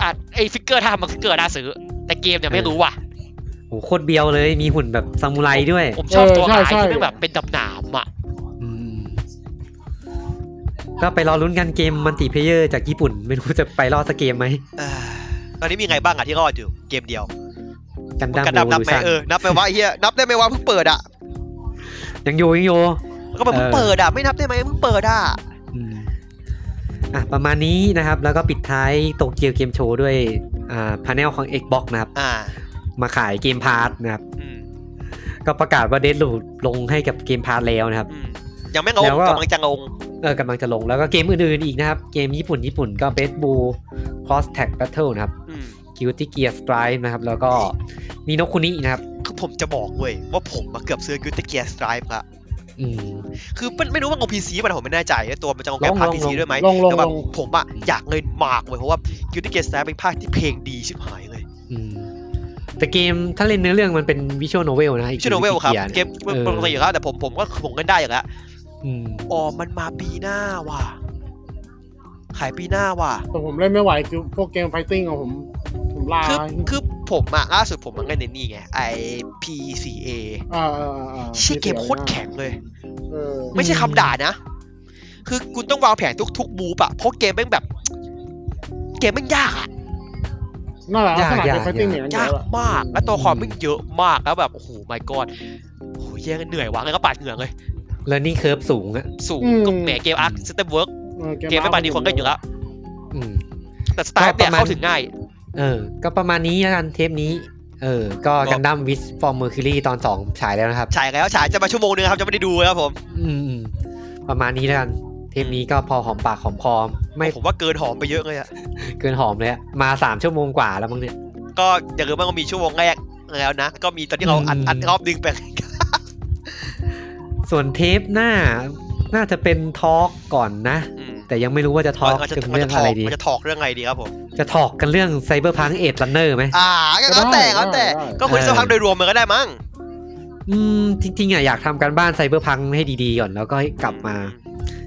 C: อ่ะไอ้ฟิกเกอร์ถ้าทำมันฟิกเกอร์น่าซื้อแต่เกมเนี่ยไม่รู้ว่ะ
A: โหโคตรเบียวเลยมีหุ่นแบบซามูไรด้วย
C: ผมชอบ
D: เออ
C: ตัว
D: ใช่
C: ร้าย
D: ใช่
C: ที่แม่งแบบเป็นดำหนามอ่ะ
A: อืมก็ไปรอลุ้นกันเกมมันติเพลเยอร์จากญี่ปุ่น ไม่รู้จะไปรอดสักเกมไหม
C: ตอนนี้มีไงบ้างอ่ะที่รอดอยู่เกมเดียว
A: กัน
C: กั
A: ดั้
C: น
A: ม
C: นั
A: เร
C: บนับ
A: วิ
C: ไหม
A: ชัน
C: เออ นับไปว่าเฮียนับได้ไหมว่าเพิ่งเปิดอ่ะ
A: ยังอยู่ยังอยู่
C: ก็แบบเพิ่ง
A: เออ
C: เปิดอ่ะไม่นับได้ไหมเพิ่งเปิดอ่ะ
A: อืมอ่ะประมาณนี้นะครับ แล้วก็ปิดท้ายโตเกียวเกมโชว์ด้วยอ่าพาเนลของ Xbox นะครับ
C: อ่า
A: มาขายเกมพาร์ทนะครับ
C: อืม
A: ก็ประกาศว่าเดดลูดลงให้กับเกมพาร์ทแล้วนะครับ
C: อืมยังไม่งง
A: แล้วก็
C: กำลังจะงง
A: เออกำลังจะลงแล้วก็เกมอื่นๆอีกนะครับ เกมญี่ปุ่นญี่ปุ่นก็เบสบูครอสแท็กแบทเทิลนะครับ
C: อืม
A: กิวตี้เกียร์สไตร์นะครับ แล้วก็มีนกคุนินะครับ
C: คือผมจะบอกเว้ยว่าผมมาเกือบซื้อกิวตเกียร์สไตร์ละ
A: อืม
C: คือมันไม่รู้ว่าเอาพีซีมันผมไม่แน่ใจนะตัวมันจะเอาแก
A: ลอง
C: พาร์ท
A: ลอง
C: พีซี
A: ลอง
C: ด้วยไหม
D: ลองลอง
C: แต่แบบ
D: ลอง
C: ผมอะอยากเงินมากเว้ยเพราะว่ากิวตเกียร์สไตร์เป็นภาคที่เพลงดีชิบหายเลย
A: อืม แต่เกมถ้าเล่นเนื้อเรื่องมันเป็นวิชวลโนเวลนะอีก
C: ชื่อโนเวลครับ
A: ที่
C: เก
A: กีย
C: ม
A: ร์
C: ปกติอยู่แล้วแต่ผมผมก็ผมเงินได้อยู่แล้ว
A: อืม
C: อ๋อ มันมาปีหน้าว่ะ ขายปีหน้าว่ะ
D: แต่ผมเล่นไม่ไหวคือพวกเกมไฟติ้งอะผมผมลา
C: คือ คือผมอะล่าสุดผมมันเล่นในนี่ไง ไอ PCA
D: อ่าอ่าอ่าอ่า
C: เชี่ยเกมโคตรแข็งเลย
D: เออ
C: ไม่ใช่คำด่านะ คือคุณต้องวางแผนทุกทุกบูปอะเพราะเกมแม่งแบบ เกมแม่งยากอะ
D: น่ารักลักษณะเกมไฟติ้งเนี่ย
C: ยากมาก แล้วตัวละครแม่งเยอะมาก แล้วแบบ โอ้โห my god โอ้โหแย่งกันเหนื่อยว่ะแล้วก็ปาดเหงื่อเลย
A: เลิร์นนิ่งเคิร์ฟสูงอะ
C: สูงก็แหมเกมอาร์คสเต็ปเวิร์กเกมไม่ปานนี้คนก็อยู่แล้ว
A: อืม
C: แต่สไตล์เนี่ยเข้าถึงง่าย
A: เออ ก็ประมาณนี้แล้วกันเทปนี้ เออ ก็
C: ก็
A: กันดั้มวิสฟอร์มเมอร์คิวรีตอนสองฉายแล้วนะครับ
C: ฉายแล้วฉายจะมาชั่วโมงนึงครับจะไม่ได้ดูครับผม
A: อืมอืมประมาณนี้แล้วกันเทปนี้ก็พอหอมปากหอมคอไม่
C: ผมว่าเกินหอมไปเยอะเลยอะ
A: เกินหอมเลยอะมาสามชั่วโมงกว่าแล้วมั้งเนี่ย
C: ก็อย่าลืมว่าก็มีชั่วโมงแรกแล้วนะ ก็มีตอนที่เราอัด
A: อืม
C: อัดรอบดึงไป
A: ส่วนเทปหน้า น่าจะเป็นทอล์กก่อนนะ
C: อืม
A: แต่ยังไม่รู้ว่าจะทอล์ก
C: มันจะ
A: กัน
C: มัน
A: เรื่อ
C: จะ
A: ง
C: ถ
A: อะ
C: อ
A: ไร
C: ก
A: ดี
C: มันจะถอกเรื่องอะไรดีครับผม
A: จะถอกกันเรื่องไซเบอร์พังเอ็ดลันเนอร์ไหม
C: อ่าก็แล้วแต่แล้วแต่
D: ได้ได้
C: ก็คุณ
A: เออ
C: สักพักโดยรวมมันก็ได้มั้ง
A: อืม จริงๆอ่ะอยากทำการบ้านไซเบอร์พังให้ดีๆก่อนแล้วก็ให้กลับมา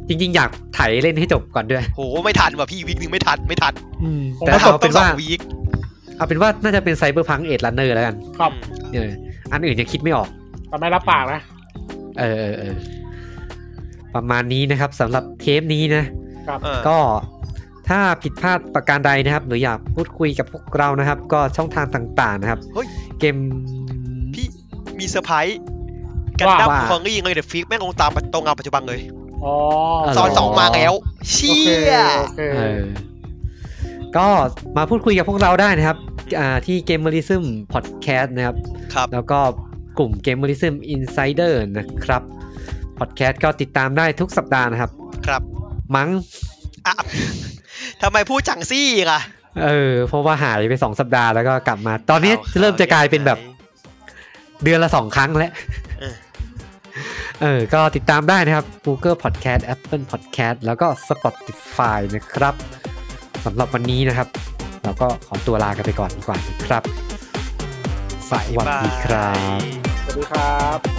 A: จริง ๆ อยากไถเล่นให้จบก่อนด้วย
C: โหไม่ทันว่ะพี่วิกนึงไม่ทันไม่ทัน
A: อืม
D: ผม
A: แต่
D: ก็
C: ต้
A: เอา
C: องต้
A: เป็
C: อง
A: น
C: สอ
A: ว่าง
C: วีค
A: เอาเป็นว่าน่าจะเป็นไซเบอร์พังเอ็ดลันเนอร์แล้วกัน
D: ครับ
A: เอออันอื่นยังคิดไม่ออก
D: แต่ไม่รับปากนะ
A: เออเออเออประมาณนี้นะครับสำหรับเทปนี้นะ
C: เออ
A: ก็ถ้าผิดพลาดประการใดนะครับ หรืออยากพูดคุยกับพวกเรานะครับ ก็ช่องทางต่างๆนะครับ
C: เฮ้ย
A: เกม
C: พี่มีเซอร์ไพรส์กันดั้ม
A: ว่า
C: คองกี้ยังไงเดอะฟิกแม่งลงตามตรงงานปัจจุบันเลย
D: อ๋อ
A: เออ
C: ตอนสองมาแล้ว เชี่
D: โอเค
C: ย
D: โอเค
A: เออ ก็มาพูดคุยกับพวกเราได้นะครับอ่าที่ Gamerism Podcast นะครับ
C: ครับ
A: แล้วก็กลุ่ม Gamerism Insider นะครับ พอดแคสต์ก็ติดตามได้ทุกสัปดาห์นะครับ
C: ครับ
A: มั้ง
C: อ่ะ ทำไมพูดจังซี่อีกอ่ะ
A: เออ เพราะว่าหายไปสองสัปดาห์แล้วก็กลับมา ตอนนี้เริ่มจะกลายเป็นแบบเดือนละสองครั้งแล้ว
C: เออ
A: เออ ก็ติดตามได้นะครับ Google Podcast Apple Podcast แล้วก็ Spotify นะครับสำหรับวันนี้นะครับ เราก็ขอตัวลากันไปก่อนดีกว่านะครับ สวัสดีครับ
C: าย
D: สวัสดีครับ